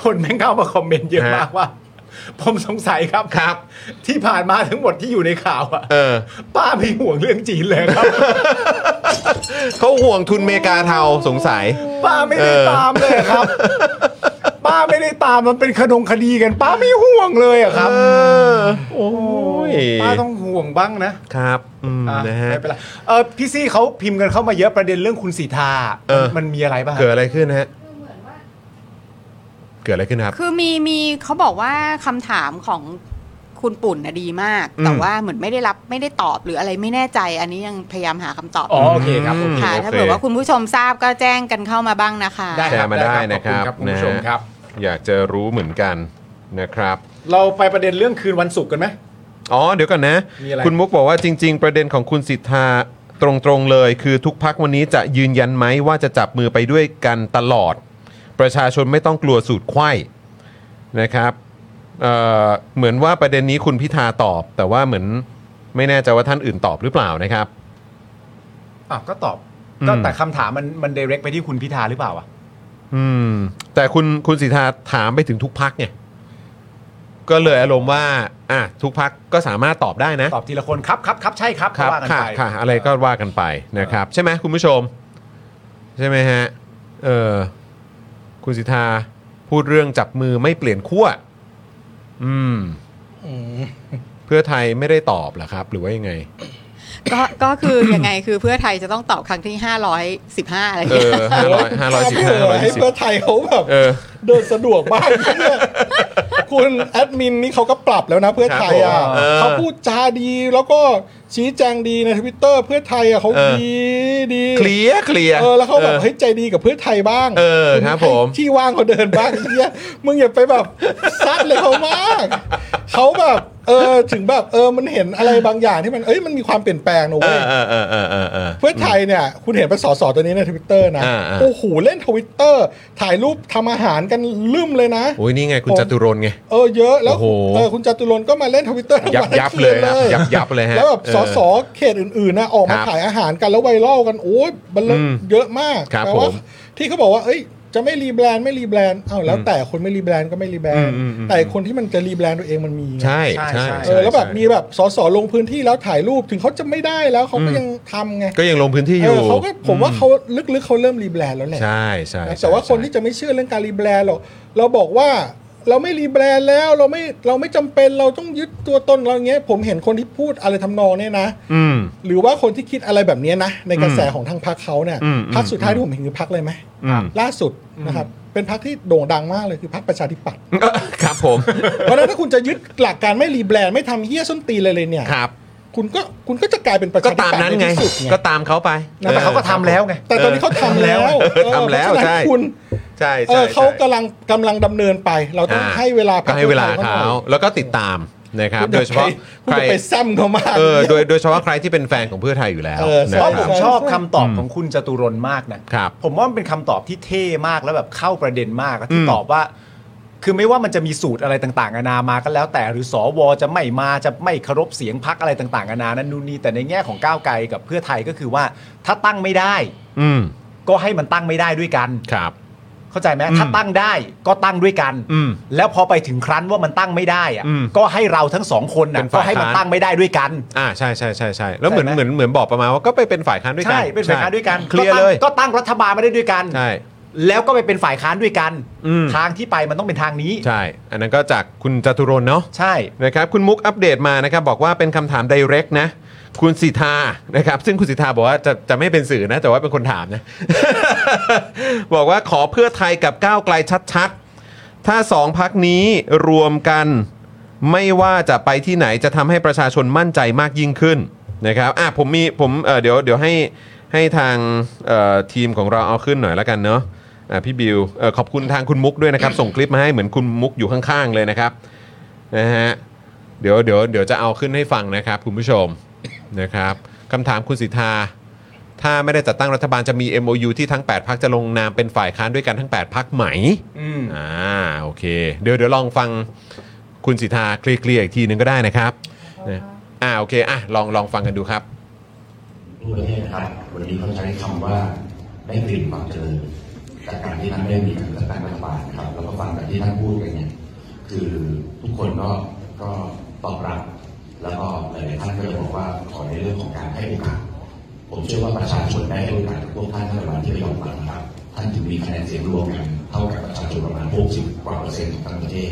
Speaker 4: คนแม่งเข้ามาคอมเมนต์เยอะ
Speaker 1: ฮะ
Speaker 4: มากว่า ผมสงสัยครับ
Speaker 1: ครับ
Speaker 4: ที่ผ่านมาทั้งหมดที่อยู่ในข่าวอะ
Speaker 1: เออ
Speaker 4: ป้าไม่ห่วงเรื่องจีนเลยครับ
Speaker 1: เขาห่วงทุนเมกาเทาสงสัย
Speaker 4: ป้าไม่ได้ตามเลยครับ ป้าไม่ได้ตามมันเป็นขนงคดีกัน ป้าไม่ห่วงเลยอะครับ
Speaker 1: เออโอ้ย
Speaker 4: ป้าต้องห่วงบ้างนะครับ
Speaker 1: อืม
Speaker 4: อ่ะ
Speaker 1: นะฮะ
Speaker 4: ไม่เป็นไรเออพี่ซี่เขาพิมพ์กันเข้ามาเยอะประเด็นเรื่องคุณสีทา
Speaker 1: เออ
Speaker 4: มันมีอะไรบ้าง
Speaker 1: เกิดอะไรขึ้นฮะเกิดอะไรขึ้นครับ
Speaker 7: คือมีมีเขาบอกว่าคำถามของคุณปุ่นนะดีมาก
Speaker 1: อืม
Speaker 7: แต่ว่าเหมือนไม่ได้รับไม่ได้ตอบหรืออะไรไม่แน่ใจ อันนี้ยังพยายามหาคำตอบ
Speaker 4: อ๋อโอเคครับโอเค
Speaker 7: ค่ะ
Speaker 1: โอเค
Speaker 7: ถ้าเผื่อว่าคุณผู้ชมทราบก็แจ้งกันเข้ามาบ้างนะคะ
Speaker 4: ได้
Speaker 1: แชร์มาได้นะครับ
Speaker 4: ขอบคุณครับคุณผู้ชมครับ
Speaker 1: นะฮะอยากจะรู้เหมือนกันนะครับ
Speaker 4: เราไปประเด็นเรื่องคืนวันศุกร์กันไหม
Speaker 1: อ๋อ เดี๋ยวก่อนนะ
Speaker 4: มีอะไร
Speaker 1: คุณมุกบอกว่าจริง ๆ ประเด็นของคุณสิทธาตรงๆเลย คือทุกพักวันนี้จะยืนยันไหมว่าจะจับมือไปด้วยกันตลอด ประชาชนไม่ต้องกลัวสูตรไขว้นะครับเอ่อเหมือนว่าประเด็นนี้คุณพิธาตอบ แต่ว่าเหมือนไม่แน่ใจว่าท่านอื่นตอบหรือเปล่านะครับ
Speaker 4: อ้าวก็ตอบ
Speaker 1: อืม
Speaker 4: ก็แต่คำถามมันมันเดเรกไปที่คุณพิธาหรือเปล่าอ่ะ
Speaker 1: อืมแต่คุณคุณสิทธาถามไปถึงทุกพักไงก็เลยอารมณ์ว่าอ่ะทุกพักก็สามารถตอบได้นะ
Speaker 4: ตอบทีละคนครับครับครับใช่ครับ
Speaker 1: ครับ
Speaker 4: ก็ว่ากัน
Speaker 1: ค่ะ
Speaker 4: ไป
Speaker 1: ค่ะอะไรก็ว่ากันไปนะครับ ใช่ไหมคุณผู้ชม ใช่ไหมฮะเออคุณสิทธาพูดเรื่องจับมือไม่เปลี่ยนขั้วอืม เพื่อไทยไม่ได้ตอบเหรอครับ หรือว่ายังไง
Speaker 7: ก็ก็คือ ยังไงคือเพื่อไทยจะต้องตอบครั้งที่ 515 อะไร
Speaker 1: เอ
Speaker 7: เงี้ย
Speaker 1: อห้าร้อยห้าร้อยสิบ
Speaker 3: เ
Speaker 1: ห้าร้อย
Speaker 3: ให้
Speaker 1: สิบ
Speaker 3: เพื่อไทยเขาแบบ
Speaker 1: เออ
Speaker 3: เดินสะดวกมากเนี่ยคุณแอดมินนี่เขาก็ปรับแล้วนะเพื่อไทย
Speaker 1: ครั
Speaker 3: อ่ะ
Speaker 1: บผมเออ
Speaker 3: เขาพูดจาดีแล้วก็ชี้แจงดีในทวิตเตอร์เพื่อไทยอ่ะเขา
Speaker 1: เออ
Speaker 3: ดีดี
Speaker 1: เคลียร์เคลียร์
Speaker 3: เออแล้วเขาแบบเฮ้ยใจดีกับเพื่อไทยบ้าง
Speaker 1: เออครับผม
Speaker 3: ให้ที่ว่างเขาเดินบ้างเนี่ยมึงอย่าไปแบบซัดเลยเขามาก เขาแบบเออถึงแบบเออมันเห็นอะไรบางอย่างที่มันเอ้ยมันมีความเปลี่ยนแปลงนะ
Speaker 1: เอ
Speaker 3: เว้ย
Speaker 1: อเออเออเออเออเออ
Speaker 3: เพื่อไทยเนี่ย คุณเห็นเป็นสสตัวนี้ในทวิตเตอร์นะ
Speaker 1: อ่าอ่า
Speaker 3: โอ้โหเล่นทวิตเตอร์ถ่ายรูปทำอาหารกันลืมเลยนะ
Speaker 1: โอ้ยนี่ไงคุณจตุรนต์ไง
Speaker 3: เออเยอะแล้ว
Speaker 1: โอ้โห
Speaker 3: เออคุณจตุรนก็มาเล่นทวิตเตอร์
Speaker 1: ยั บ
Speaker 3: ทั้งวัน
Speaker 1: ยับ
Speaker 3: ทั้งคืน
Speaker 1: เลยนะยับยับเลยฮะ
Speaker 3: แล้วแบบ
Speaker 1: เออ
Speaker 3: สสเขตอื่นๆนะออกมา
Speaker 1: ครับ
Speaker 3: ขายอาหารกันแล้วไวรัลกันโอ้ยบันเลิศ
Speaker 1: อืม
Speaker 3: เยอะมาก
Speaker 1: ครับ
Speaker 3: แปลว่า
Speaker 1: ผม
Speaker 3: ที่เขาบอกว่าเอ้ย จะไม่รีแบรนด์ไม่รีแบรนด์อ้าวแล้วแต่คนไม่รีแบรนด์ก็ไม่รีแบรนด์
Speaker 1: อืมอืมอืม
Speaker 3: แต่คนที่มันจะรีแบรนด์ตัวเองมันมีไง
Speaker 1: ใช่ใช่
Speaker 3: เอ
Speaker 1: ใช่
Speaker 3: อแล้วแบบ
Speaker 1: ใช่
Speaker 3: มีแบบสสลงพื้นที่แล้วถ่ายรูปถึงเขาจะไม่ได้แล้วเขาก็ยังทำไง
Speaker 1: ก็ยังลงพื้นที่อ
Speaker 3: เอยู่ อเขาก็ผมว่าเขาลึกๆเขาเริ่มรีแบรนด์แล้วแหละ
Speaker 1: ใช่ใช่
Speaker 3: นะ
Speaker 1: ใช่
Speaker 3: แต่ว่าคน
Speaker 1: ใช่
Speaker 3: ที่จะไม่เชื่อเรื่องการรีแบรนด์หรอกเราบอกว่าเราไม่รีแบรนด์แล้วเราไม่เราไม่จำเป็นเราต้องยึดตัวตนเราอย่างเงี้ยผมเห็นคนที่พูดอะไรทำนองเนี้ยนะ
Speaker 1: อืม
Speaker 3: หรือว่าคนที่คิดอะไรแบบเนี้ยนะ ในกระแสของทางพรรคเขาเนี่ย
Speaker 1: อืม
Speaker 3: พรรคสุดท้าย
Speaker 1: อืม
Speaker 3: ที่ผมเห็นคือพรรคเลยไหม
Speaker 1: อืม
Speaker 3: ล่าสุดนะครับเป็นพรรคที่โด่งดังมากเลยคือพรรคประชาธิปัตย์
Speaker 1: ครับ ผม
Speaker 3: เพราะฉะนั้นถ้าคุณจะยึดหลักการไม่รีแบรนด์ไม่ทำเฮี้ยส้นตีนเลยเลยเนี่ย
Speaker 1: ครับ
Speaker 3: คุณก็คุณก็จะกลายเป็นประ
Speaker 1: ก็
Speaker 3: ชาธิ
Speaker 1: ตาม
Speaker 3: ปัตย์
Speaker 1: นั้น
Speaker 3: ใน
Speaker 1: ไง
Speaker 3: ที่สุดไง
Speaker 1: ก็ตามเขาไป
Speaker 3: นะแต่
Speaker 4: แต่เขาก็ทำแล้วไง
Speaker 3: แต่ตอนนี้เขาทำแล้ว
Speaker 1: เออทำแล้ว
Speaker 3: เออเพราะฉะ
Speaker 1: ใช่
Speaker 3: นั้นคุณ
Speaker 1: ใช่
Speaker 3: เอ
Speaker 1: ใช่
Speaker 3: อเขากำ
Speaker 1: ใช่
Speaker 3: ลังกำลังดำเนินไป เราต้อง
Speaker 1: อ่
Speaker 3: ให้เวลาพร
Speaker 1: ก็
Speaker 3: รค
Speaker 1: ให้เวลา
Speaker 3: พื่อไทย
Speaker 1: เขา
Speaker 3: หน่อย
Speaker 1: แล้วก็ติดตามนะครับ โดยเฉพาะ
Speaker 3: คุณ
Speaker 1: ใคร
Speaker 3: จะไปซ้ำเขามาก
Speaker 1: เออโดยโดยเฉพาะใครที่เป็นแฟนของเพื่อไทยอยู่แล้ว
Speaker 3: เออ
Speaker 1: นะค
Speaker 3: ซ้
Speaker 4: เพราะ
Speaker 3: ม
Speaker 4: ผ
Speaker 1: รับ
Speaker 4: มชอบคำตอบของคุณจตุรนต์มากนะครับ ผมว่ามันเป็นคำตอบที่เท่มากแล้วแบบเข้าประเด็นมากอะที่
Speaker 1: อืม
Speaker 4: ตอบว่า คือไม่ว่ามันจะมีสูตรอะไรต่างๆนานามาก็แล้ว แต่หรือสวจะไม่มาจะไม่เคารพเสียงพักอะไรต่างๆนานานั้นนู่นนี่แต่ในแง่ของก้าวไกลกับเพื่อไทยก็คือว่าถ้าตั้งไม่ได้
Speaker 1: อืม
Speaker 4: ก็ให้มันตั้งไม่ได้ด้วยกัน
Speaker 1: ครับ
Speaker 4: เข้าใจไหม
Speaker 1: อืม
Speaker 4: ถ้าตั้งได้ก็ตั้งด้วยกัน
Speaker 1: อืม
Speaker 4: แล้วพอไปถึงครั้นว่ามันตั้งไม่ได้อะ
Speaker 1: อืม
Speaker 4: ก็ให้เราทั้งสองคนน่ะ
Speaker 1: เป็นฝ่าย
Speaker 4: ก็ให้มัน
Speaker 1: ค้าน
Speaker 4: ตั้งไม่ได้ด้วยกัน
Speaker 1: อ่าใช่ใช่ใช่ใช่แล้วเหมือน
Speaker 4: ใช่
Speaker 1: เห
Speaker 4: ไหม
Speaker 1: มือนเหมือนบอกประมาณว่าก็ไปเป็นฝ่ายค้านด้วยกัน
Speaker 4: ใช่เป็นฝ่ายค้านด้วยกัน
Speaker 1: เคลียร์
Speaker 4: ก็ตั้ง
Speaker 1: เลย
Speaker 4: ก็ตั้งรัฐบาลมาได้ด้วยกัน
Speaker 1: ใช่
Speaker 4: แล้วก็ไปเป็นฝ่ายค้านด้วยกัน
Speaker 1: อืม
Speaker 4: ทางที่ไปมันต้องเป็นทางนี้
Speaker 1: ใช่ อันนั้นก็จากคุณจตุรนต์เนาะ
Speaker 4: ใช่
Speaker 1: นะครับคุณมุกอัปเดตมานะครับบอกว่าเป็นคำถาม direct นะ คุณสิทธานะครับซึ่งคุณสิทธาบอกว่าจะจะไม่เป็นสื่อนะ แต่ว่าเป็นคนถามนะ บอกว่าขอเพื่อไทยกับก้าวไกลชัดๆ ถ้าสองพักนี้รวมกันไม่ว่าจะไปที่ไหนจะทำให้ประชาชนมั่นใจมากยิ่งขึ้นนะครับอ่ะผมมีผมเอ่อเดี๋ยวเดี๋ยวให้ให้ทางเอ่อทีมของเราเอาขึ้นหน่อยแล้วกันเนาะอ่ะพี่บิวเอ่อขอบคุณทางคุณมุกด้วยนะครับ ส่งคลิปมาให้เหมือนคุณมุกอยู่ข้างๆเลยนะครับ นะฮะเดี๋ยวเดี๋ยวเดี๋ยวจะเอาขึ้นให้ฟังนะครับ คุณผู้ชม นะครับคำถามคุณสิทธา ถ้าไม่ได้จัดตั้งรัฐบาลจะมี MOU ที่ทั้ง 8 พักจะลงนามเป็นฝ่ายค้านด้วยกันทั้ง 8 พักไหม
Speaker 4: อืม
Speaker 1: อ่าโอเค เดี๋ยวเดี๋ยวลองฟังคุณสิทธาเคลียร์ๆอีกทีหนึงก็ได้นะครับนะอ่าโอเคอ่ะลองลองฟังกันดูครับ
Speaker 8: พูดให้นะครับ วันนี้เขาใช้คำว่าได้กลิ่นความเจริญจากการที่ท่านได้มีการจัดตั้งรัฐบาลนะครับแล้วก็ฟังจากที่ท่านพูดไปเนี่ยคือทุกคนก็ก็ตอบรับ แล้วก็หลายๆท่านก็จะบอกว่าขอในเรื่องของการให้โอกาสผมเชื่อว่าประชาชนได้ให้โอกาสพวกท่านในวันที่ยอมรับนะครับ ท่านถึงมีคะแนนเสียงรวมกันเท่ากับประชาชนประมาณ60กว่าเปอร์เซ็นต์ของทั้งประเทศ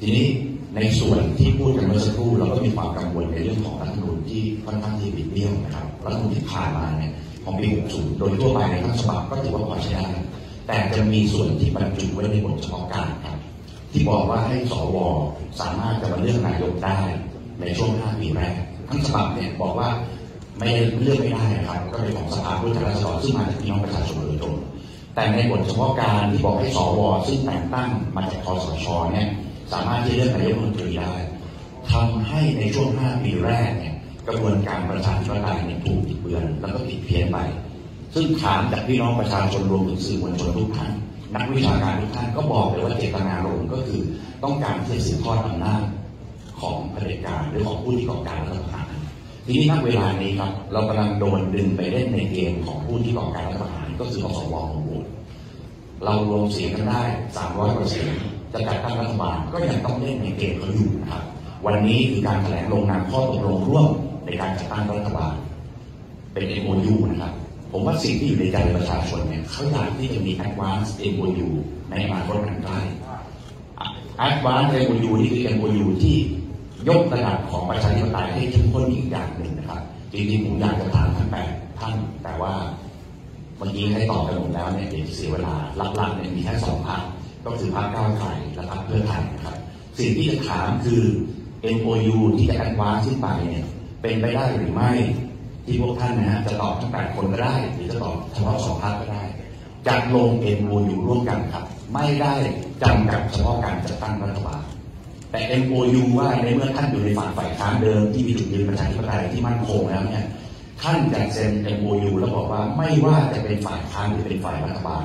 Speaker 8: ทีนี้ในส่วนที่พูดกันเมื่อสักครู่เราก็มีความกังวลในเรื่องของรัฐธรรมนูญที่ค่อนข้างที่บิดเบี้ยวนะครับรัฐธรรมนูญที่ผ่านมาเนี่ยของปี60โดยทั่วไปในทั้งฉบับก็ถือว่าพอใช้ได้แต่จะมีส่วนที่บรรจุไว้ในบทเฉพาะการครับ ที่บอกว่าให้สวสามารถจะมาเลือกนายกได้ในช่วง 5 ปีแรกทั้งฉบับเนี่ยบอกว่าไม่เลือกไม่ได้นะครับ ก็เป็นของสภาผู้แทนราษฎรซึ่งมาจากพี่น้องประชาชนโดยตรง แต่ในบทเฉพาะการที่บอกให้สวซึ่งแต่งตั้งมาจากคอสชเนี่ยสามารถที่เลือกนายกรัฐมนตรีได้ทำให้ในช่วง 5 ปีแรกเนี่ยกระบวนการประชาธิปไตยเนี่ยถูกบิดเบือน แล้วก็ผิดเพี้ยนไป ซึ่งถามจากพี่น้องประชาชนรวมถึงสื่อมวลชนทุกท่านนักวิชาการทุกท่านก็บอกเลยว่าเจตนารมณ์ก็คือต้องการที่จะสืบทอดอำนาจของเผด็จการหรือของผู้ที่ก่อการรัฐประหาร ทีนี้ณเวลานี้ครับ เรากำลังโดนดึงไปเล่นในเกมของผู้ที่ก่อการรัฐประหารก็คืออสวของโหวตเรารวมเสียงกันได้ 300กว่าเสียงจะจัดตั้งรัฐบาลก็ยังต้องเล่นในเกมเขาอยู่นะครับ วันนี้คือการแถลงลงนามข้อตกลงร่วมในการจัดตั้งรัฐบาล เป็น MOU นะครับ ผมว่าสิ่งที่อยู่ในใจประชาชนเนี่ยเขาอยากที่จะมี Advance MOU ในอนาคตอันใกล้ Advance MOU นี่คือ MOU ที่ยกระดับของประชาธิปไตยให้เข้มข้นอีกอย่างหนึ่งนะครับ จริงๆผมอยากจะถามท่านแปดท่านแต่ว่าเมื่อกี้ให้ตอบไปหมดแล้วเนี่ยเดี๋ยวจะเสียเวลาหลักๆเนี่ยมีแค่สองพรรคก็คือพรรคก้าวไกลและพรรคเพื่อไทยนะครับ สิ่งที่จะถามคือ MOU ที่จะแอดวานซ์ขึ้นไปเนี่ยเป็นไปได้หรือไม่ ที่พวกท่านนะฮะจะตอบทั้งแปดคนก็ได้ หรือจะตอบเฉพาะสองท่านก็ได้จะลง MOU ร่วมกันครับ ไม่ได้จำกัดเฉพาะการจัดตั้งรัฐบาล แต่ MOU ว่าในเมื่อท่านอยู่ในฝั่งฝ่ายค้านเดิมที่มีจุดยืนประชาธิปไตยที่มั่นคงแล้วเนี่ยท่านจะเซ็น MOU แล้วบอกว่าไม่ว่าจะเป็นฝ่ายค้านหรือเป็นฝ่ายรัฐบาล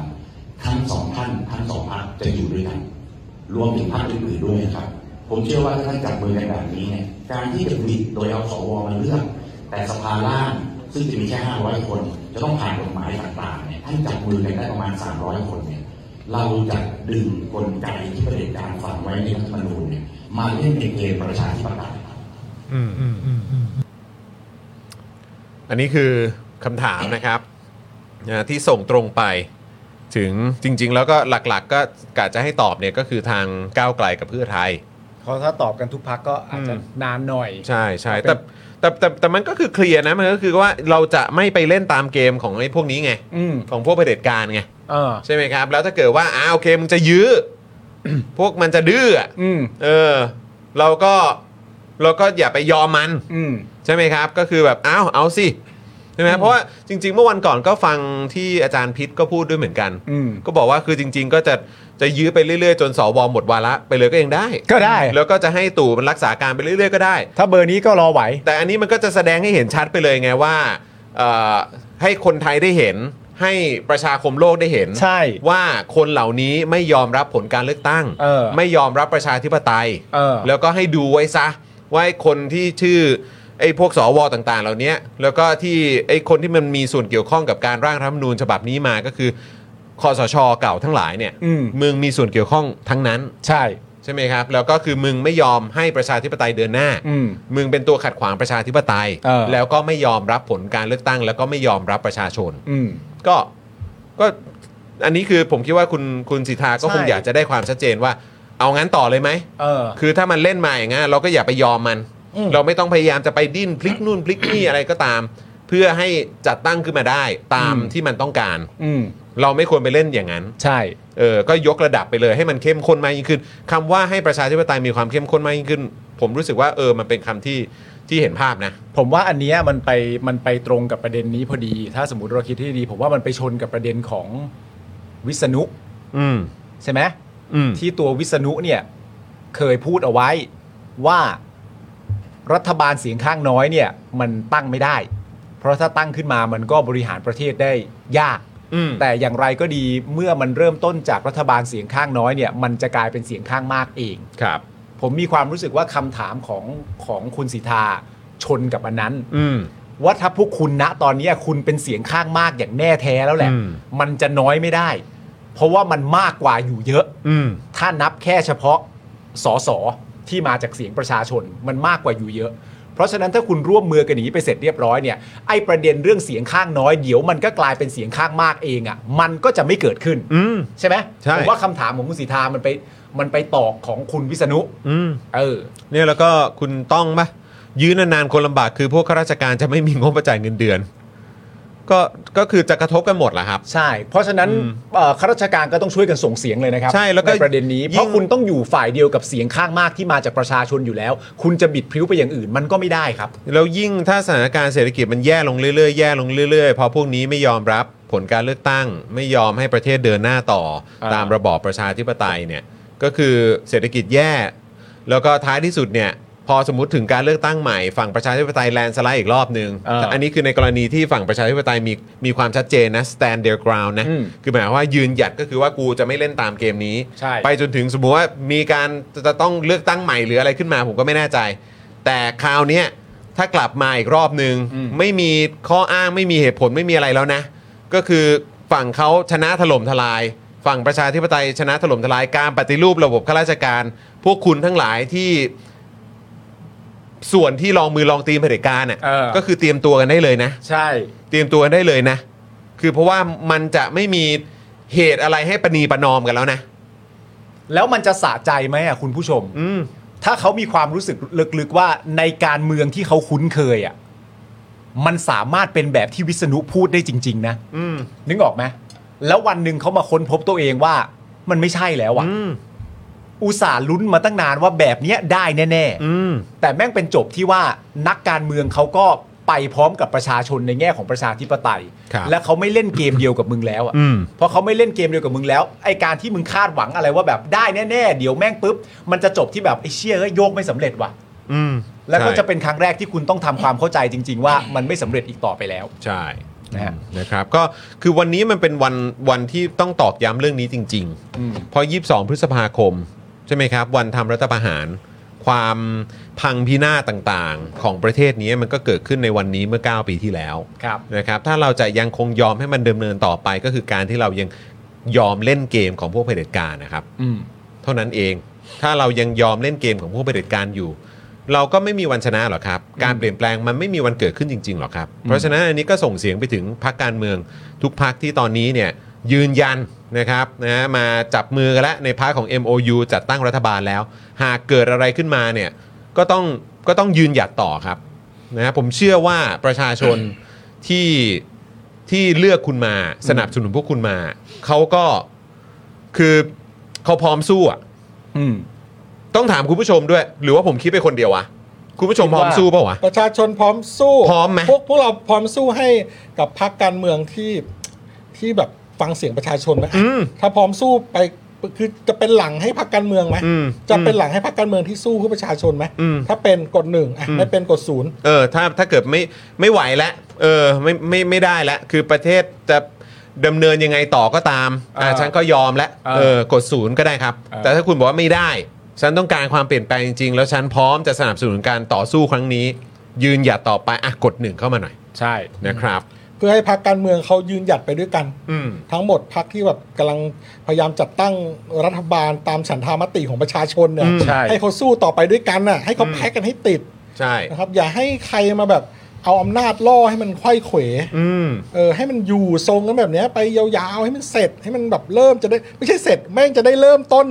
Speaker 8: ทั้งสองท่านทั้งสองพรรคจะอยู่ด้วยกัน รวมถึงพรรคอื่นๆด้วยนะครับ ผมเชื่อว่าถ้าท่านจับมือกันแบบนี้เนี่ยการที่จะผลิตโดยเอาสวมาเลือก แต่สภาล่างซึ่งจะมีแค่ 500 คน จะต้องผ่านกฎหมายต่างๆเนี่ยท่านจับมือกันได้ประมาณ 300 คนเนี่ยเราจะดึงกลไกที่ประเผด็จการฝังไว้ในรัฐธรรมนูญเนี่ยมาเล่นในเกมประชาธิปไตย
Speaker 1: อืมอันนี้คือคำถามนะครับนะที่ส่งตรงไปถึงจริง ๆ แล้วก็หลัก ๆ ก็กะจะให้ตอบเนี่ยก็คือทางก้าวไกลกับเพื่อไทย
Speaker 4: เพราะถ้าตอบกันทุกพักก็อาจจะ
Speaker 1: อืม
Speaker 4: นานหน่อย
Speaker 1: ใช่ใช่
Speaker 4: เป็น
Speaker 1: แต่แต่แต่แต่มันก็คือเคลียร์นะมันก็คือว่าเราจะไม่ไปเล่นตามเกมของไอ้พวกนี้ไง
Speaker 4: อืม
Speaker 1: ของพวกเผด็จการไง
Speaker 4: เออ
Speaker 1: ใช่ไหมครับ แล้วถ้าเกิดว่าอ้าวโอเคมึงจะ ยื้อ พวกมันจะดื้ออะ
Speaker 4: อืม
Speaker 1: เออ เราก็เราก็อย่าไปยอมมัน
Speaker 4: อืม
Speaker 1: ใช่ไหมครับ ก็คือแบบอ้าวเอาสิใช่ไหมเพราะว่าจริง ๆ เมื่อวันก่อนก็ฟังที่อาจารย์พิษก็พูดด้วยเหมือนกัน
Speaker 4: อืม
Speaker 1: ก็บอกว่าคือจริง ๆ ก็จะจะยื้อไปเรื่อยๆ จนสวหมดวาระไปเลยก็ยังได้
Speaker 4: ก็ได้
Speaker 1: แล้วก็จะให้ตู่มันรักษาการไปเรื่อยๆ ก็ได้
Speaker 4: ถ้าเบอร์นี้ก็รอไหว
Speaker 1: แต่อันนี้มันก็จะแสดงให้เห็นชัดไปเลยไงว่าเอ่อให้คนไทยได้เห็น ให้ประชาคมโลกได้เห็น
Speaker 4: ใช่
Speaker 1: ว่าคนเหล่านี้ไม่ยอมรับผลการเลือกตั้ง
Speaker 4: เออ
Speaker 1: ไม่ยอมรับประชาธิปไตย
Speaker 4: เออ
Speaker 1: แล้วก็ให้ดูไว้ซะว่าไอ้คนที่ชื่อไอ้พวกสวต่างๆ เหล่านี้แล้วก็ที่ไอ้คนที่มันมีส่วนเกี่ยวข้องกับการร่างรัฐธรรมนูญฉบับนี้มาก็คือคอสชเก่าทั้งหลายเนี่ย
Speaker 4: อืม
Speaker 1: มึงมีส่วนเกี่ยวข้องทั้งนั้น
Speaker 4: ใช่
Speaker 1: ใช่ไหมครับ แล้วก็คือมึงไม่ยอมให้ประชาธิปไตยเดินหน้า
Speaker 4: อืม
Speaker 1: มึงเป็นตัวขัดขวางประชาธิปไตย
Speaker 4: เออ
Speaker 1: แล้วก็ไม่ยอมรับผลการเลือกตั้ง แล้วก็ไม่ยอมรับประชาชน
Speaker 4: อืม
Speaker 1: ก็ก็อันนี้คือผมคิดว่าคุณคุณสิทธาก็คง
Speaker 4: ใช่
Speaker 1: อยากจะได้ความชัดเจนว่า เอางั้นต่อเลยไหม
Speaker 4: เออ
Speaker 1: คือถ้ามันเล่นมาอย่างงั้นเราก็อย่าไปยอมมัน เราไม่ต้องพยายามจะไปดิ้นพลิกนู่นพลิกนี่ อะไรก็ตาม เพื่อให้จัดตั้งขึ้นมาได้ตาม
Speaker 4: อืม
Speaker 1: ที่มันต้องการ
Speaker 4: อืม
Speaker 1: เราไม่ควรไปเล่นอย่างนั้น
Speaker 4: ใช่
Speaker 1: เออ ก็ยกระดับไปเลยให้มันเข้มข้นมากยิ่งขึ้นคำว่าให้ประชาธิปไตยมีความเข้มข้นมากยิ่งขึ้น ผมรู้สึกว่าเออมันเป็นคำที่ที่เห็นภาพนะ
Speaker 4: ผมว่าอันเนี้ยมันไปมันไปตรงกับประเด็นนี้พอดี ถ้าสมมติเราคิดที่ดี ผมว่ามันไปชนกับประเด็นของวิษณุ
Speaker 1: อืม
Speaker 4: ใช่ไหม
Speaker 1: อืม
Speaker 4: ที่ตัววิษณุเนี่ยเคยพูดเอาไว้ว่ารัฐบาลเสียงข้างน้อยเนี่ยมันตั้งไม่ได้ เพราะถ้าตั้งขึ้นมามันก็บริหารประเทศได้ยาก
Speaker 1: อืม
Speaker 4: แต่อย่างไรก็ดีเมื่อมันเริ่มต้นจากรัฐบาลเสียงข้างน้อยเนี่ยมันจะกลายเป็นเสียงข้างมากเอง
Speaker 1: ครับ
Speaker 4: ผมมีความรู้สึกว่าคำถามของของคุณสิทธาชนกับอันนั้น
Speaker 1: อืม
Speaker 4: ว่าถ้าพวกคุณณตอนเนี้ยคุณเป็นเสียงข้างมากอย่างแน่แท้แล้วแหละ
Speaker 1: อืม
Speaker 4: มันจะน้อยไม่ได้ เพราะว่ามันมากกว่าอยู่เยอะ
Speaker 1: อืม
Speaker 4: ถ้านับแค่เฉพาะสสที่มาจากเสียงประชาชนมันมากกว่าอยู่เยอะ เพราะฉะนั้นถ้าคุณร่วมมือกันอย่างนี้ไปเสร็จเรียบร้อยเนี่ยไอ้ประเด็นเรื่องเสียงข้างน้อยเดี๋ยวมันก็กลายเป็นเสียงข้างมากเองอะ่ะมันก็จะไม่เกิดขึ้น
Speaker 1: อืม
Speaker 4: ใช่ไหม
Speaker 1: ใช่
Speaker 4: ผมว่าคำถามของคุณสีทามันไปมันไปตอกของคุณวิษณุ
Speaker 1: อืม
Speaker 4: เออ
Speaker 1: เนี่ยแล้วก็คุณต้องปะยื้อนานๆคนลำบากคือพวกข้าราชการจะไม่มีงบประจ่ายเงินเดือน ก็ก็คือจะกระทบกันหมดแหละครับ
Speaker 4: ใช่ เพราะฉะนั้นเอ่อข้าราชการก็ต้องช่วยกันส่งเสียงเลยนะครับ
Speaker 1: ใช่แล้วก็
Speaker 4: นประเด็นนี้
Speaker 1: ยิ่ง
Speaker 4: เพราะคุณต้องอยู่ฝ่ายเดียวกับเสียงข้างมากที่มาจากประชาชนอยู่แล้ว คุณจะบิดพริ้วไปอย่างอื่นมันก็ไม่ได้ครับ
Speaker 1: แล้วยิ่งถ้าสถานการณ์เศรษฐกิจมันแย่ลงเรื่อยๆ แย่ลงเรื่อยๆ เพราะพวกนี้ไม่ยอมรับผลการเลือกตั้ง ไม่ยอมให้ประเทศเดินหน้าต่อ
Speaker 4: อ่า
Speaker 1: ตามระบอบประชาธิปไตยเนี่ยก็คือเศรษฐกิจแย่ แล้วก็ท้ายที่สุดเนี่ยพอสมมติถึงการเลือกตั้งใหม่ฝั่งประชาธิปไตยแลนด์สไลด์อีกรอบหนึ่ง
Speaker 4: อ่า
Speaker 1: แต่อันนี้คือในกรณีที่ฝั่งประชาธิปไตยมีมีความชัดเจนนะ stand their ground นะ
Speaker 4: อืม
Speaker 1: คือหมายความว่ายืนหยัดก็คือว่ากูจะไม่เล่นตามเกมนี้
Speaker 4: ใช่
Speaker 1: ไปจนถึงสมมติว่ามีการจะต้องเลือกตั้งใหม่หรืออะไรขึ้นมาผมก็ไม่แน่ใจ แต่คราวเนี้ยถ้ากลับมาอีกรอบหนึ่งไม่มีข้ออ้างไม่มีเหตุผลไม่มีอะไรแล้วนะ ก็คือฝั่งเขาชนะถล่มทลาย ฝั่งประชาธิปไตยชนะถล่มทลายการปฏิรูประบบข้าราชการ พวกคุณทั้งหลายที่ส่วนที่ลองมือลองตีนเผด็จการ
Speaker 4: เออ
Speaker 1: น่ะก็คือเตรียมตัวกันได้เลยนะ
Speaker 4: ใช่
Speaker 1: เตรียมตัวกันได้เลยนะ คือเพราะว่ามันจะไม่มีเหตุอะไรให้ประนีประนอมกันแล้วนะ
Speaker 4: แล้วมันจะสะใจไหมอ่ะคุณผู้ชม
Speaker 1: อืม
Speaker 4: ถ้าเขามีความรู้สึกลึกๆว่าในการเมืองที่เขาคุ้นเคยอ่ะมันสามารถเป็นแบบที่วิษณุพูดได้จริง ๆ นะ
Speaker 1: อืม
Speaker 4: นึกออกไหมแล้ววันหนึ่งเขามาค้นพบตัวเองว่า มันไม่ใช่แล้วอ่ะ
Speaker 1: อืม
Speaker 4: อุตส่าห์ลุ้นมาตั้งนานว่าแบบเนี้ยได้แน่
Speaker 1: อืม
Speaker 4: ๆ แต่แม่งเป็นจบที่ว่านักการเมืองเขาก็ ไปพร้อมกับประชาชนในแง่ของประชาธิปไตย
Speaker 1: ครับ
Speaker 4: และเขาไม่เล่นเกมเดียวกับมึงแล้วอ่ะ
Speaker 1: อืม
Speaker 4: เพราะเขาไม่เล่นเกมเดียวกับมึงแล้วไอการที่มึงคาดหวังอะไรว่าแบบได้แน่ๆเดี๋ยวแม่งปุ๊บมันจะจบที่แบบไอเชี่ยเอ้ยโยกไม่สำเร็จว่ะ
Speaker 1: อืม
Speaker 4: แล้วก็
Speaker 1: ใช่
Speaker 4: จะเป็นครั้งแรกที่คุณต้องทำความเข้าใจจริง ๆ ว่ามันไม่สำเร็จอีกต่อไปแล้ว
Speaker 1: ใช่
Speaker 4: นะฮะ
Speaker 1: นะครับก็คือวันนี้มันเป็นวันวันที่ต้องตอกย้ำเรื่องนี้จริง ๆ เพราะ 22 พฤษภาคม ใช่ไหมครับ วันทำรัฐประหาร ความพังพินาศต่างๆ ของประเทศนี้มันก็เกิดขึ้นในวันนี้เมื่อ 9 ปีที่แล้ว
Speaker 4: ครับ
Speaker 1: นะครับถ้าเราจะยังคงยอมให้มันดำเนินต่อไปก็คือการที่เรายังยอมเล่นเกมของพวกเผด็จการนะครับ
Speaker 4: อืม
Speaker 1: เท่านั้นเอง ถ้าเรายังยอมเล่นเกมของพวกเผด็จการอยู่ เราก็ไม่มีวันชนะหรอกครับ การเปลี่ยนแปลงมันไม่มีวันเกิดขึ้นจริงๆหรอกครับ เพราะฉะนั้นอันนี้ก็ส่งเสียงไปถึงพรรคการเมือง ทุกพรรคที่ตอนนี้เนี่ยยืนยันนะครับนะมาจับมือกันแล้วในพรรคของ MOU จัดตั้งรัฐบาลแล้ว หากเกิดอะไรขึ้นมาเนี่ยก็ต้องก็ต้องยืนหยัดต่อครับนะผมเชื่อว่าประชาชนที่ที่เลือกคุณมาสนับสนุนพวกคุณมาเขาก็คือเขาพร้อมสู้อะ
Speaker 4: อืม
Speaker 1: ต้องถามคุณผู้ชมด้วย หรือว่าผมคิดไปคนเดียววะ คุณผู้ชมพร้อม
Speaker 4: คิดว่า
Speaker 1: สู้เปล่าวะ
Speaker 3: ประชาชนพร้อมสู้
Speaker 1: พร้อมไหม
Speaker 3: พวกพวกเราพร้อมสู้ให้กับพรรคการเมืองที่ที่แบบฟังเสียงประชาชนไหม
Speaker 1: อืม
Speaker 3: ถ้าพร้อมสู้ไปคือจะเป็นหลังให้พรรคการเมืองไหม
Speaker 1: อืม
Speaker 3: จะเป็นหลังให้พรรคการเมืองที่สู้เพื่อประชาชนไหม
Speaker 1: อืม
Speaker 3: ถ้าเป็นกดหนึ่งอ่ะ
Speaker 1: อืม
Speaker 3: ไม่เป็นกดศูนย์
Speaker 1: เออ ถ้าถ้าเกิดไม่ไม่ไหวแล้วเออไม่ไม่ไม่ได้แล้วคือประเทศจะดำเนินยังไงต่อก็ตามอ่า
Speaker 4: เออ
Speaker 1: ฉันก็ยอมแล้ว
Speaker 4: เออ
Speaker 1: เออกดศูนย์ก็ได้ครับ
Speaker 4: เออ
Speaker 1: แต่ถ้าคุณบอกว่าไม่ได้ ฉันต้องการความเปลี่ยนแปลงจริงๆ แล้วฉันพร้อมจะสนับสนุนการต่อสู้ครั้งนี้ ยืนหยัดต่อไปอ่ะกดหนึ่งเข้ามาหน่อย
Speaker 4: ใช่
Speaker 1: นะครับ
Speaker 3: เพื่อให้พรรคการเมืองเขายืนหยัดไปด้วยกัน
Speaker 1: อืม
Speaker 3: ทั้งหมดพรรคที่แบบกำลังพยายามจัดตั้งรัฐบาลตามฉันทามติของประชาชนเนี่ย
Speaker 1: อืม
Speaker 4: ใช่
Speaker 3: เขาสู้ต่อไปด้วยกันน่ะให้เขาแพ้กันให้ติด
Speaker 1: ใช่
Speaker 3: นะครับ อย่าให้ใครมาแบบเอาอำนาจล่อให้มันไขว้เขว
Speaker 1: อืม
Speaker 3: เออให้มันอยู่ทรงกันแบบเนี้ยไปยาวๆให้มันเสร็จให้มันแบบเริ่มจะได้ไม่ใช่เสร็จแม่งจะได้เริ่มต้น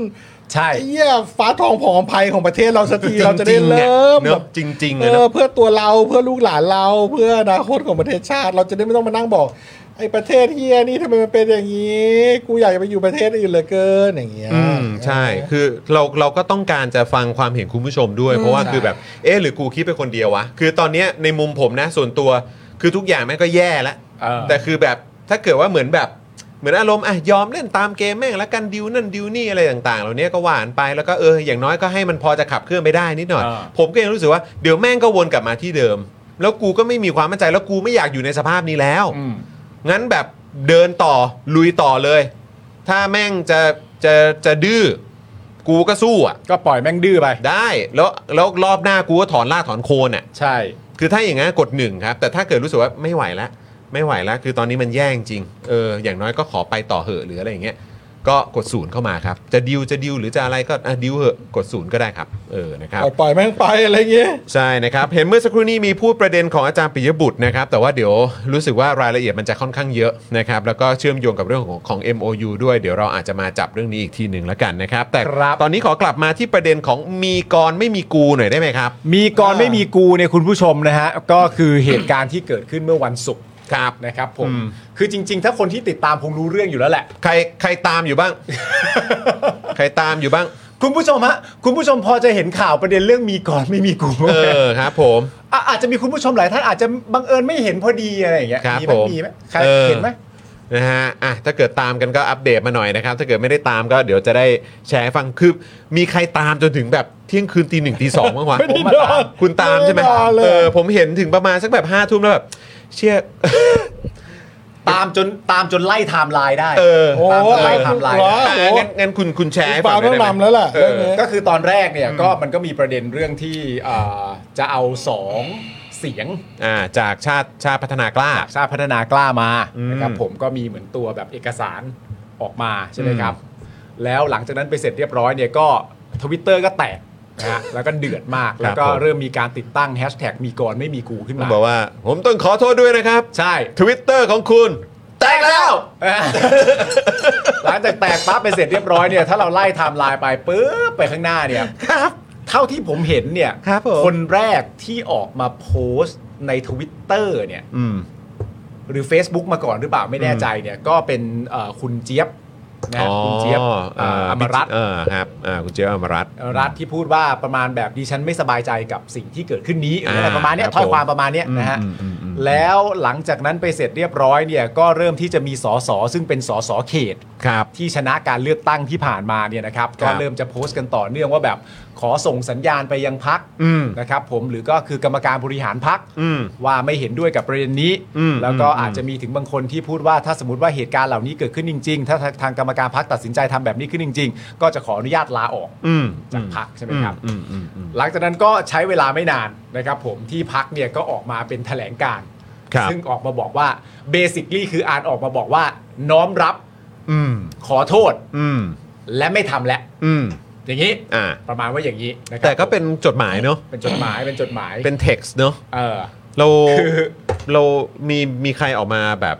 Speaker 4: ใช่
Speaker 3: ไอ้เหี้ยฟ้าทองผองภัยของประเทศเราสักที
Speaker 1: จริงๆ
Speaker 3: เราจะได้เริ่ม
Speaker 1: เนี่ยเนอะ
Speaker 3: แบบ
Speaker 1: จริงๆเล
Speaker 3: เอย
Speaker 1: เนอะ
Speaker 3: อเพื่อตัวเราเพื่อลูกหลานเราเพื่ออนาคตของประเทศชาติ เราจะได้ไม่ต้องมานั่งบอก ไอ้ประเทศเฮียนี่ทำไมมันเป็นอย่างนี้ กูอยากจะไปอยู่ประเทศอื่นเหลือเกินอย่างเงี้ย
Speaker 1: อืมใช่คือเราเราก็ต้องการจะฟังความเห็นคุณผู้ชมด้วย เพราะว่า
Speaker 3: ใช่
Speaker 1: คือแบบเอ๊ะหรือกูคิดเป็นคนเดียววะ คือตอนเนี้ยในมุมผมนะส่วนตัว คือทุกอย่างแม่งก็แย่แล้ว
Speaker 4: เออ
Speaker 1: แต่คือแบบถ้าเกิดว่าเหมือนแบบเหมือนอารมณ์อ่ะยอมเล่นตามเกมแม่งแล้วกันดิวนั่นดิวนี่อะไรต่างๆ เหล่านี้ก็หวานไปแล้วก็เอออย่างน้อยก็ให้มันพอจะขับเคลื่อนไปได้นิดหน่อย
Speaker 4: เออ
Speaker 1: ผมก็ยังรู้สึกว่าเดี๋ยวแม่งก็วนกลับมาที่เดิม แล้วกูก็ไม่มีความมั่นใจแล้วกูไม่อยากอยู่ในสภาพนี้แล้ว
Speaker 4: อืม
Speaker 1: งั้นแบบเดินต่อลุยต่อเลย ถ้าแม่งจะจะจะดื้อกูก็สู้อ่ะ
Speaker 4: ก็ปล่อยแม่งดื้อไป
Speaker 1: ได้แล้วแล้วรอบหน้ากูก็ถอนล่ากถอนโคนอ่ะ
Speaker 4: ใช่
Speaker 1: คือถ้าอย่างงั้นกดหนึ่งครับ แต่ถ้าเกิดรู้สึกว่าไม่ไหวละไม่ไหวละคือตอนนี้มันแย่จริงเอออย่างน้อยก็ขอไปต่อเหอะหรืออะไรอย่างเงี้ยก็กดศูนย์เข้ามาครับ จะดิวจะดิวหรือจะอะไรก็อ่ะดิวเหอะกดศูนย์ก็ได้ครับเออนะครับ
Speaker 3: ปล่อยปล่อยแม่งไปอะไรเงี้ย
Speaker 1: ใช่นะครับ เห็นเมื่อสักครู่นี้มีพูดประเด็นของอาจารย์ปิยบุตรนะครับ แต่ว่าเดี๋ยวรู้สึกว่ารายละเอียดมันจะค่อนข้างเยอะนะครับ แล้วก็เชื่อมโยงกับเรื่องของของ MOU ด้วย เดี๋ยวเราอาจจะมาจับเรื่องนี้อีกทีหนึ่งแล้วกันนะครับ แต่
Speaker 4: ครับ
Speaker 1: ตอนนี้ขอกลับมาที่ประเด็นของมีกรไม่มีกูหน่อยได้ไหมครับ
Speaker 4: มีกรไม่มีกูเนี่ยคุณผู้ชมนะฮะ ก็คือเหตุการณ์ที่เกิดขึ้นเมื่อวันศุกร์
Speaker 1: ครับ
Speaker 4: นะครับผม
Speaker 1: อืม
Speaker 4: คือจริง ๆ ถ้าคนที่ติดตามคงรู้เรื่องอยู่แล้วแหละ
Speaker 1: ใครใครตามอยู่บ้าง ใครตามอยู่บ้าง
Speaker 4: คุณผู้ชมฮะคุณผู้ชมพอจะเห็นข่าวประเด็นเรื่องมีกรไม่มีกู
Speaker 1: เออครับ ผม
Speaker 4: ะอาจจะมีคุณผู้ชมหลายท่านอาจจะบังเอิญไม่เห็นพอดีอะไรอย่างเงี้ย
Speaker 1: ครับ
Speaker 4: มี
Speaker 1: ผ
Speaker 4: ไหม
Speaker 1: ม
Speaker 4: มีไหมใคร
Speaker 1: ออ
Speaker 4: เห็นไหม
Speaker 1: นะฮะอ่ะถ้าเกิดตามกันก็อัปเดตมาหน่อยนะครับ ถ้าเกิดไม่ได้ตามก็เดี๋ยวจะได้แชร์ให้ฟังคือมีใครตามจนถึงแบบเที่ยงคืนตีหนึ่งตีสองบ้างวะ
Speaker 3: ไม่ได้นอน
Speaker 1: คุณตามใช่ไหม
Speaker 3: ไม่นอนเลย
Speaker 1: เออผมเห็นถึงประมาณสักแบบห้าทุ่มแล้วแบบ เชี่ย
Speaker 4: ตามจนตามจนไล่ไทม์ไลน์ได้
Speaker 1: เออ
Speaker 4: ตามจนไล่
Speaker 3: โอ้
Speaker 4: ไทม์ไลน์
Speaker 3: เหร
Speaker 4: ได้
Speaker 3: อ
Speaker 1: อ่ะงั้นงั้นคุณคุณแชร์ให้
Speaker 3: ปา
Speaker 1: ฟังห
Speaker 3: แม่
Speaker 1: น่อย
Speaker 3: ง
Speaker 1: ได้
Speaker 3: นำ
Speaker 1: ไหม
Speaker 3: แล้วล่ะ
Speaker 1: เออ
Speaker 3: เรื่องเนี้ย
Speaker 4: ก็คือตอนแรกเนี่ยก็มันก็มีประเด็นเรื่องที่อ่าจะเอาสองเสียง
Speaker 1: อ่าจากชาติชาติพัฒนากล้า
Speaker 4: ชาติพัฒนากล้ามา
Speaker 1: อืม
Speaker 4: นะครับผมก็มีเหมือนตัวแบบเอกสารออกมาใช่ไหมครับ แล้วหลังจากนั้นไปเสร็จเรียบร้อยเนี่ยก็ทวิตเตอร์ก็แตกนะ ฮะแล้วก็เดือดมาก แล้วก็
Speaker 1: ผม
Speaker 4: เริ่มมีการติดตั้งแฮชแท็กมีกรไม่มีกูขึ้น
Speaker 1: ผม
Speaker 4: มา
Speaker 1: บอกว่า ผมต้องขอโทษด้วยนะครับ
Speaker 4: ใช่
Speaker 1: ทวิตเตอร์ของคุณ แตกแล้ว
Speaker 4: หลังจากแตกปั๊บไปเสร็จเรียบร้อยเนี่ยถ้าเราไล่ไทม์ไลน์ไปปุ๊บไปข้างหน้าเนี่ยเท่าที่ผมเห็นเนี่ย
Speaker 1: ครับผม
Speaker 4: คนแรกที่ออกมาโพสต์ในทวิตเตอร์เนี่ย
Speaker 1: อืม
Speaker 4: หรือ Facebook มาก่อนหรือเปล่าไม่แน่ใจเนี่ยก็เป็นเอ่อคุณเจี๊ยบ นะฮะคุณเจี๊ยบ
Speaker 1: อ๋อเ
Speaker 4: าอมรัตน์
Speaker 1: เออครับอ่าคุณเจี๊ยบอมรัตน์
Speaker 4: รัฐที่พูดว่าประมาณแบบดิฉันไม่สบายใจกับสิ่งที่เกิดขึ้นนี้
Speaker 1: อ่า
Speaker 4: อะไรประมาณเนี้ย
Speaker 1: ครับ
Speaker 4: ถ้อยความ
Speaker 1: ผม
Speaker 4: ประมาณเนี้ยนะฮะ
Speaker 1: อืมอืมอืม
Speaker 4: แล้วหลังจากนั้นไปเสร็จเรียบร้อยเนี่ยก็เริ่มที่จะมีสสซึ่งเป็นสสเขต
Speaker 1: ครับ
Speaker 4: ที่ชนะการเลือกตั้งที่ผ่านมาเนี่ยนะครับ
Speaker 1: ครั
Speaker 4: ก็
Speaker 1: บ
Speaker 4: เริ่มจะโพสต์กันต่อเนื่องว่าแบบขอส่งสัญญาณไปยังพัก
Speaker 1: อืม
Speaker 4: นะครับผมหรือก็คือกรรมการบริหารพัก
Speaker 1: อืม
Speaker 4: ว่าไม่เห็นด้วยกับประเด็นนี้
Speaker 1: อืม
Speaker 4: แล้วก็
Speaker 1: อืม
Speaker 4: อาจจะมีถึงบางคนที่พูดว่าถ้าสมมติว่าเหตุการณ์เหล่านี้เกิดขึ้นจริง ๆ ถ้าทางกรรมการพักตัดสินใจทำแบบนี้ขึ้นจริง ๆ ก็จะขออนุญาตลาออก
Speaker 1: อืม
Speaker 4: จากพักใช่ไหมครับ
Speaker 1: อืมอืมอืม
Speaker 4: หลังจากนั้นก็ใช้เวลาไม่นานนะครับผมที่พักเนี่ยก็ออกมาเป็นแถลงการณ์
Speaker 1: ครับ
Speaker 4: ซึ่งออกมาบอกว่าเบสิคลี่คืออ่านออกมาบอกว่า น้อมรับ
Speaker 1: อืม
Speaker 4: ขอโทษ
Speaker 1: อืม
Speaker 4: และไม่ทำแล้ว
Speaker 1: อืม
Speaker 4: อย่างนี้
Speaker 1: อ่า
Speaker 4: ประมาณว่าอย่างนี้นะครับ
Speaker 1: แต่ก็เป็นจดหมายเนอะ
Speaker 4: เป็นจดหมายเป็นจดหมาย
Speaker 1: เป็น text เนอะ
Speaker 4: เออ
Speaker 1: เรา
Speaker 4: คือ
Speaker 1: เรามีมีใครออกมาแบบ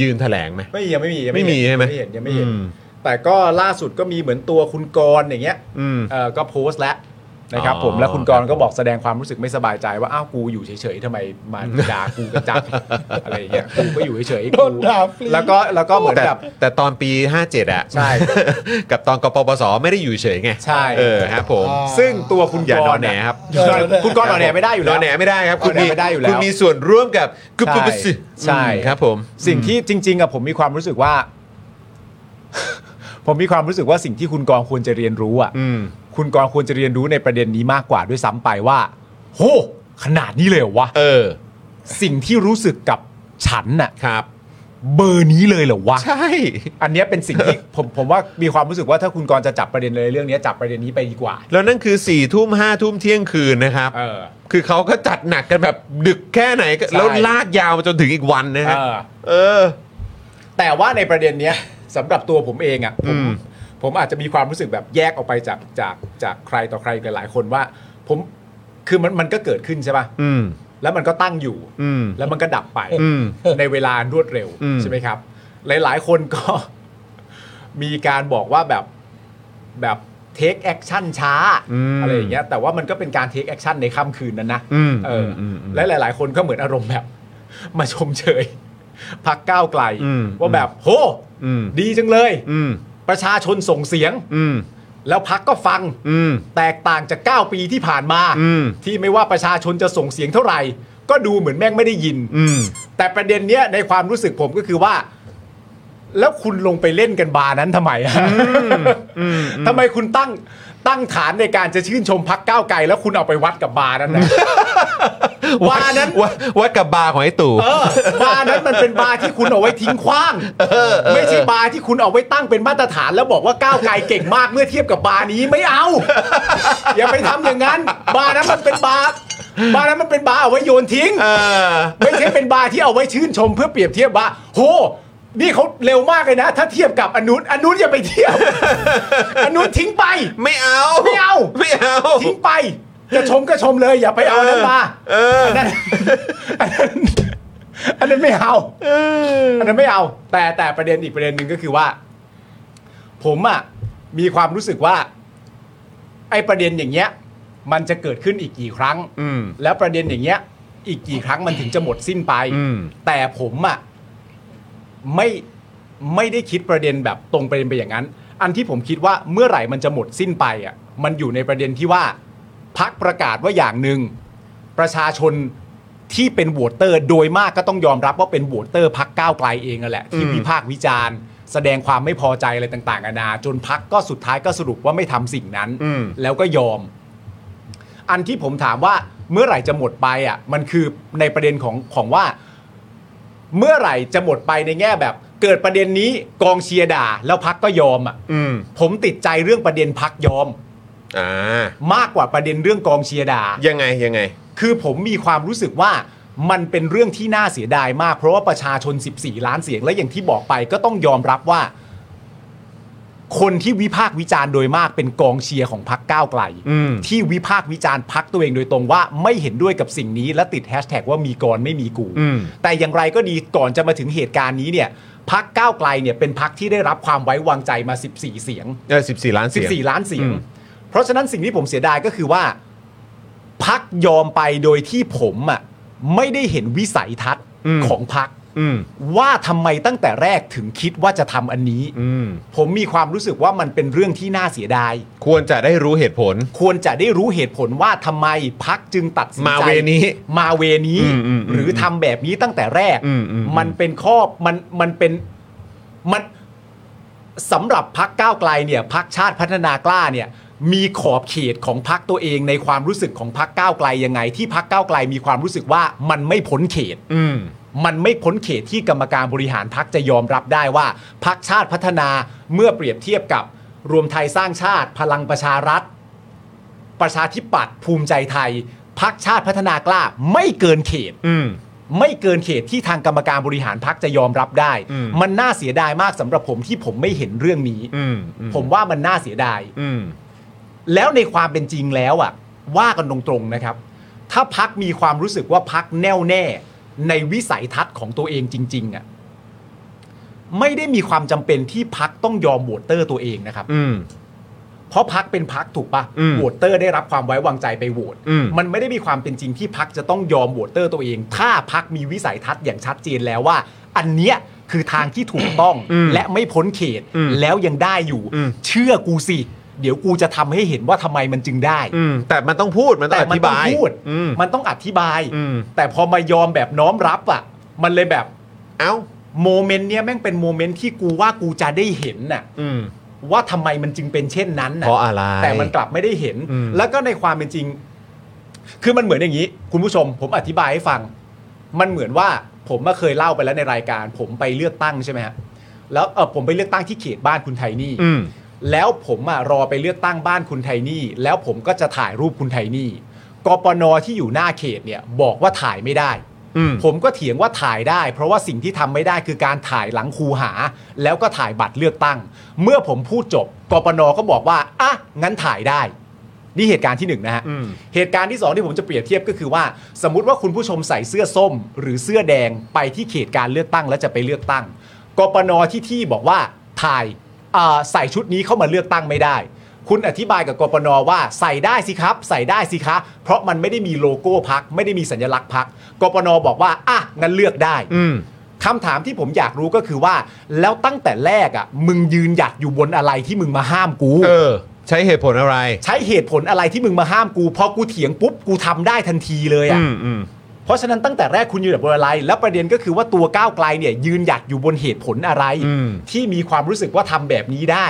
Speaker 1: ยืนแถลงไหม
Speaker 4: ไม่มียังไม่มียัง
Speaker 1: ไม่มี
Speaker 4: เน
Speaker 1: ใช่ไหม
Speaker 4: ยังไม่เห็นยังไม่เห็น
Speaker 1: อืม
Speaker 4: แต่ก็ล่าสุดก็มีเหมือนตัวคุณกรณ์อย่างเงี้ย
Speaker 1: อืม
Speaker 4: เออก็โพสต์แล้วนะครับ
Speaker 1: อ๋อ
Speaker 4: ผมแล้วคุณกรณ์ก็บอกแสดงความรู้สึกไม่สบายใจว่าอ้าวกูอยู่เฉยๆทำไมมาด่ากูกระจักอะไรอย่างเงี้ยกูก็อยู่เฉยๆ
Speaker 3: โด
Speaker 4: กู
Speaker 3: นด่าฟรี
Speaker 4: แล้วก็แล้วก็เหมือน
Speaker 1: แต่
Speaker 4: แบบ
Speaker 1: แต่ตอนปี 57อะ
Speaker 4: ใช่
Speaker 1: กับตอนกปปสไม่ได้อยู่เฉยไง
Speaker 4: ใช่
Speaker 1: เออครับผม
Speaker 3: อ่า
Speaker 4: ซึ่งตัวคุณ
Speaker 1: อย่าก นอ
Speaker 4: รณ์
Speaker 1: แหนครับ
Speaker 4: คุณกรณ์หนอแหนไม่ได้อยู่
Speaker 1: น
Speaker 4: แล้ว
Speaker 1: อนแหนไม่ได้ครับ คุณ
Speaker 4: นอนแหน
Speaker 1: มี
Speaker 4: ไม่ได้อยู่แล้ว
Speaker 1: คุณมีส่วนร่วมกับกุ๊บ
Speaker 4: ใช่
Speaker 1: ปุ๊บปุ๊บสิ
Speaker 4: ใช่
Speaker 1: อืมครับผม
Speaker 4: สิ่งที่จริงๆอะผมมีความรู้สึกว่า ผมมีความรู้สึกว่าสิ่งที่คุณกรณ์ควรจะเรียนรู้อะ
Speaker 1: อืม
Speaker 4: คุณกรณ์ควรจะเรียนรู้ในประเด็นนี้มากกว่าด้วยซ้ำไปว่า โห ขนาดนี้เลยเหรอวะ
Speaker 1: เออ
Speaker 4: สิ่งที่รู้สึกกับฉันน่ะ
Speaker 1: ครับ
Speaker 4: เบอร์นี้เลยเหรอวะ
Speaker 1: ใช่
Speaker 4: อันเนี้ยเป็นสิ่งที่ ผมผมว่ามีความรู้สึกว่าถ้าคุณกรณ์จะจับประเด็นในเรื่องเนี้ยจับประเด็นนี้ไปดีกว่า
Speaker 1: แล้วนั่นคือ4ี่ทุ่มห้าทุ่มเที่ยงคืนนะครับ
Speaker 4: เออ
Speaker 1: คือเขาก็จัดหนักกันแบบดึกแค่ไหนก็
Speaker 4: ใช่
Speaker 1: แล้วลากยาวมาจนถึงอีกวันนะฮะ
Speaker 4: เออ
Speaker 1: เออ
Speaker 4: แต่ว่าในประเด็นเนี้ย สำหรับตัวผมเองอะ่ะผ
Speaker 1: อืม
Speaker 4: มผมอาจจะมีความรู้สึกแบบแยกออกไปจากจากจากใครต่อใครอีกหลายๆ คนว่า ผมคือมันมันก็เกิดขึ้นใช่ป่ะ
Speaker 1: อืม
Speaker 4: แล้วมันก็ตั้งอยู่
Speaker 1: อืม
Speaker 4: แล้วมันก็ดับไป
Speaker 1: อืม
Speaker 4: ในเวลารวดเร็ว
Speaker 1: อืม
Speaker 4: ใช่ไหมครับ หลายๆ คนก็ มีการบอกว่าแบบแบบเทคแอคชั่นช้าอะไรอย่างเงี้ยแต่ว่ามันก็เป็นการเทคแอคชั่นในค่ำคืนนั้นนะ
Speaker 1: อืม
Speaker 4: เอออ
Speaker 1: มอืม
Speaker 4: และหลาย ๆ คนก็เหมือนอารมณ์แบบ มาชมเชย พักก้าวไกล
Speaker 1: อืม
Speaker 4: ว่าแบบโห
Speaker 1: อืม
Speaker 4: ดีจังเลย
Speaker 1: อืม
Speaker 4: ประชาชนส่งเสียง
Speaker 1: อืม
Speaker 4: แล้วพักก็ฟัง
Speaker 1: อืม
Speaker 4: แตกต่างจาก 9 ปีที่ผ่านมา
Speaker 1: อืม
Speaker 4: ที่ไม่ว่าประชาชนจะส่งเสียงเท่าไหร่ ก็ดูเหมือนแม่งไม่ได้ยิน
Speaker 1: อืม
Speaker 4: แต่ประเด็นเนี้ยในความรู้สึกผมก็คือว่า แล้วคุณลงไปเล่นกันบาร์นั้นทำไมอะทำไมคุณตั้งตั้งฐานในการจะชื่นชมพักก้าวไกล แล้วคุณเอาไปวัดกับบาร์นั้นนะ บาร์นั้น
Speaker 1: วัดวัดกับบาร์ของไอ้ตู่
Speaker 4: เออบาร์นั้นมันเป็นบาร์ที่คุณเอาไว้ทิ้งขว้าง ไม่ใช่บาร์ที่คุณเอาไว้ตั้งเป็นมาตรฐาน แล้วบอกว่าก้าวไกลเก่งมากเมื่อเทียบกับบาร์นี้ไม่เอา อย่าไปทำอย่างนั้น บาร์นั้นมันเป็นบาร์บาร์นั้นมันเป็นบาร์เอาไว้โยนทิ้ง
Speaker 1: เออ
Speaker 4: ไม่ใช่เป็นบาร์ที่เอาไว้ชื่นชมเพื่อเปรียบเทียบว่า โห นี่เขาเร็วมากเลยนะ ถ้าเทียบกับอนนุนอนนุนอย่าไปเทียบ อนนุนทิ้งไป
Speaker 1: ไม่เอา
Speaker 4: ไม่เอา
Speaker 1: ไม่เอา
Speaker 4: ทิ้งไป จะชมก็ชมเลย อย่าไปเอาอันนั้นมา
Speaker 1: เออ
Speaker 4: นั่นอันนั้น อันนั้นไม่เอาอันนั้นไม่เอา แต่แต่ประเด็นอีกประเด็นหนึ่งก็คือว่า ผมอะมีความรู้สึกว่า ไอ้ประเด็นอย่างเงี้ย มันจะเกิดขึ้นอีกกี่ครั้ง
Speaker 1: อืม
Speaker 4: แล้วประเด็นอย่างเงี้ย อีกกี่ครั้งมันถึงจะหมดสิ้นไป
Speaker 1: อืม
Speaker 4: แต่ผมอะไม่ไม่ได้คิดประเด็นแบบตรงประเด็นไปอย่างนั้น อันที่ผมคิดว่าเมื่อไหร่มันจะหมดสิ้นไปอะมันอยู่ในประเด็นที่ว่าพักประกาศว่าอย่างหนึ่งประชาชนที่เป็นโหวตเตอร์โดยมากก็ต้องยอมรับว่าเป็นโหวตเตอร์พักก้าวไกลเองนั่นแหละที่วิพากษ์วิจารณ์ แสดงความไม่พอใจอะไรต่างๆนานาจนพักก็สุดท้ายก็สรุปว่าไม่ทำสิ่งนั้น
Speaker 1: อืม
Speaker 4: แล้วก็ยอม อันที่ผมถามว่าเมื่อไหร่จะหมดไปอ่ะ มันคือในประเด็นของของว่า เมื่อไหร่จะหมดไปในแง่แบบ เกิดประเด็นนี้กองเชียร์ด่า แล้วพักก็ยอมอ่ะ
Speaker 1: อืม
Speaker 4: ผมติดใจเรื่องประเด็นพักยอม
Speaker 1: อ่าม
Speaker 4: ากกว่าประเด็นเรื่องกองเชียร์ด่า
Speaker 1: ยังไงยังไง
Speaker 4: คือผมมีความรู้สึกว่ามันเป็นเรื่องที่น่าเสียดายมาก เพราะว่าประชาชน 14 ล้านเสียงและอย่างที่บอกไปก็ต้องยอมรับว่า คนที่วิพากษ์วิจารณ์โดยมากเป็นกองเชียร์ของพักก้าวไกล
Speaker 1: อืม
Speaker 4: ที่วิพากษ์วิจารณ์พักตัวเองโดยตรงว่าไม่เห็นด้วยกับสิ่งนี้ และติดแฮชแท็กว่ามีกรไม่มีกู
Speaker 1: อืม
Speaker 4: แต่อย่างไรก็ดีก่อนจะมาถึงเหตุการณ์นี้เนี่ยพักก้าวไกลเนี่ยเป็นพักที่ได้รับความไว้วางใจมา 14 เสียง
Speaker 1: เออสิบสี่ล้านเสียง
Speaker 4: 14 ล้านเสียง
Speaker 1: อืม
Speaker 4: เพราะฉะนั้นสิ่งที่ผมเสียดายก็คือว่า พักยอมไปโดยที่ผมอ่ะไม่ได้เห็นวิสัยทัศน์ของพัก
Speaker 1: อืม
Speaker 4: ว่าทำไมตั้งแต่แรกถึงคิดว่าจะทำอันนี้
Speaker 1: อืม
Speaker 4: ผมมีความรู้สึกว่ามันเป็นเรื่องที่น่าเสียดาย
Speaker 1: ควรจะได้รู้เหตุผล
Speaker 4: ควรจะได้รู้เหตุผลว่าทำไมพักจึงตัดสินใจ
Speaker 1: มาเวนี้
Speaker 4: มาเวนี้
Speaker 1: อืมอืมอืม
Speaker 4: หรือทำแบบนี้ตั้งแต่แรก
Speaker 1: อืมอืมอืม
Speaker 4: นเป็นข้อมันมันเป็นมันสำหรับพักก้าวไกลเนี่ยพักชาติพัฒนากล้าเนี่ย มีขอบเขตของพักตัวเองในความรู้สึกของพักก้าวไกลยังไง ที่พักก้าวไกลมีความรู้สึกว่ามันไม่พ้นเขต
Speaker 1: อืม
Speaker 4: มันไม่พ้นเขตที่กรรมการบริหารพักจะยอมรับได้ว่าพักชาติพัฒนาเมื่อเปรียบเทียบกับรวมไทยสร้างชาติ พลังประชารัฐ ประชาธิปัตย์ภูมิใจไทยพักชาติพัฒนากล้าไม่เกินเขต
Speaker 1: อืม
Speaker 4: ไม่เกินเขตที่ทางกรรมการบริหารพักจะยอมรับได้
Speaker 1: อืม
Speaker 4: มันน่าเสียดายมากสำหรับผมที่ผมไม่เห็นเรื่องนี้
Speaker 1: อืม
Speaker 4: ผมว่ามันน่าเสียดาย
Speaker 1: อืม
Speaker 4: แล้วในความเป็นจริงแล้วอ่ะ ว่ากันตรงๆนะครับ ถ้าพักมีความรู้สึกว่าพักแน่วแน่ ในวิสัยทัศน์ของตัวเองจริง ๆอ่ะไม่ได้มีความจำเป็นที่พักต้องยอมโหวตเตอร์ตัวเองนะครับ
Speaker 1: อืม
Speaker 4: เพราะพักเป็นพักถูกปะ
Speaker 1: อืม
Speaker 4: โหวตเตอร์ได้รับความไว้วางใจไปโหวต
Speaker 1: อืม
Speaker 4: มันไม่ได้มีความเป็นจริงที่พักจะต้องยอมโหวตเตอร์ตัวเอง ถ้าพักมีวิสัยทัศน์อย่างชัดเจนแล้วว่า อันเนี้ยคือทางที่ถูกต้องและไม่พ้นเขตแล้วยังได้อยู่ เชื่อกูสิ เดี๋ยวกูจะทำให้เห็นว่าทำไมมันจึงได้
Speaker 1: อืม แต่มันต้องพูดมันต้อง
Speaker 4: แต่
Speaker 1: อ
Speaker 4: มันต้อบ
Speaker 1: ธิาง ย
Speaker 4: พูด
Speaker 1: อืม
Speaker 4: มันต้องอธิบาย
Speaker 1: อืม
Speaker 4: แต่พอมายอมแบบน้อมรับอ่ะ มันเลยแบบ
Speaker 1: เอ้า
Speaker 4: โมเมนต์เนี้ยแม่งเป็นโมเมนต์ที่กูว่ากูจะได้เห็นน่ะ
Speaker 1: อืม
Speaker 4: ว่าทำไมมันจึงเป็นเช่นนั้นน่
Speaker 1: เพราะอะไร
Speaker 4: แต่มันกลับไม่ได้เห็น
Speaker 1: อืม
Speaker 4: แล้วก็ในความเป็นจริง คือมันเหมือนอย่างนี้ คุณผู้ชม ผมอธิบายให้ฟัง มันเหมือนว่าผมมาเคยเล่าไปแล้วในรายการ ผมไปเลือกตั้งใช่ไหมฮะแล้วเออผมไปเลือกตั้งที่เขตบ้านคุณไทนี่
Speaker 1: อืม
Speaker 4: แล้วผมอะรอไปเลือกตั้งบ้านคุณไทนี่ แล้วผมก็จะถ่ายรูปคุณไทนี่กปนที่อยู่หน้าเขตเนี่ยบอกว่าถ่ายไม่ได้
Speaker 1: อืม
Speaker 4: ผมก็เถียงว่าถ่ายได้ เพราะว่าสิ่งที่ทำไม่ได้คือการถ่ายหลังคูหา แล้วก็ถ่ายบัตรเลือกตั้ง เมื่อผมพูดจบกปนก็บอกว่าอ่ะงั้นถ่ายได้ นี่เหตุการณ์ที่หนึ่งนะฮะ
Speaker 1: อืม
Speaker 4: เหตุการณ์ที่สองที่ผมจะเปรียบเทียบก็คือว่า สมมติว่าคุณผู้ชมใส่เสื้อส้ม หรือเสื้อแดงไปที่เขตการเลือกตั้งแล้วจะไปเลือกตั้งกปนที่ที่บอกว่าถ่ายเอ่อใส่ชุดนี้เข้ามาเลือกตั้งไม่ได้ คุณอธิบายกับกปนว่าใส่ได้สิครับ ใส่ได้สิคะ เพราะมันไม่ได้มีโลโก้พัก ไม่ได้มีสัญลักษณ์พักกปนบอกว่าอ่ะงั้นเลือกได้
Speaker 1: อืม
Speaker 4: คำถามที่ผมอยากรู้ก็คือว่า แล้วตั้งแต่แรกอ่ะ มึงยืนหยัดอยู่บนอะไรที่มึงมาห้ามกู
Speaker 1: เออ ใช้เหตุผลอะไร
Speaker 4: ใช้เหตุผลอะไรที่มึงมาห้ามกู พอกูเถียงปุ๊บ กูทำได้ทันทีเลยอ่ะ
Speaker 1: อืม อืม
Speaker 4: เพราะฉะนั้นตั้งแต่แรกคุณอยู่แบบอะไร แล้วประเด็นก็คือว่าตัวก้าวไกลเนี่ยยืนหยัดอยู่บนเหตุผลอะไร
Speaker 1: อืม
Speaker 4: ที่มีความรู้สึกว่าทำแบบนี้ได้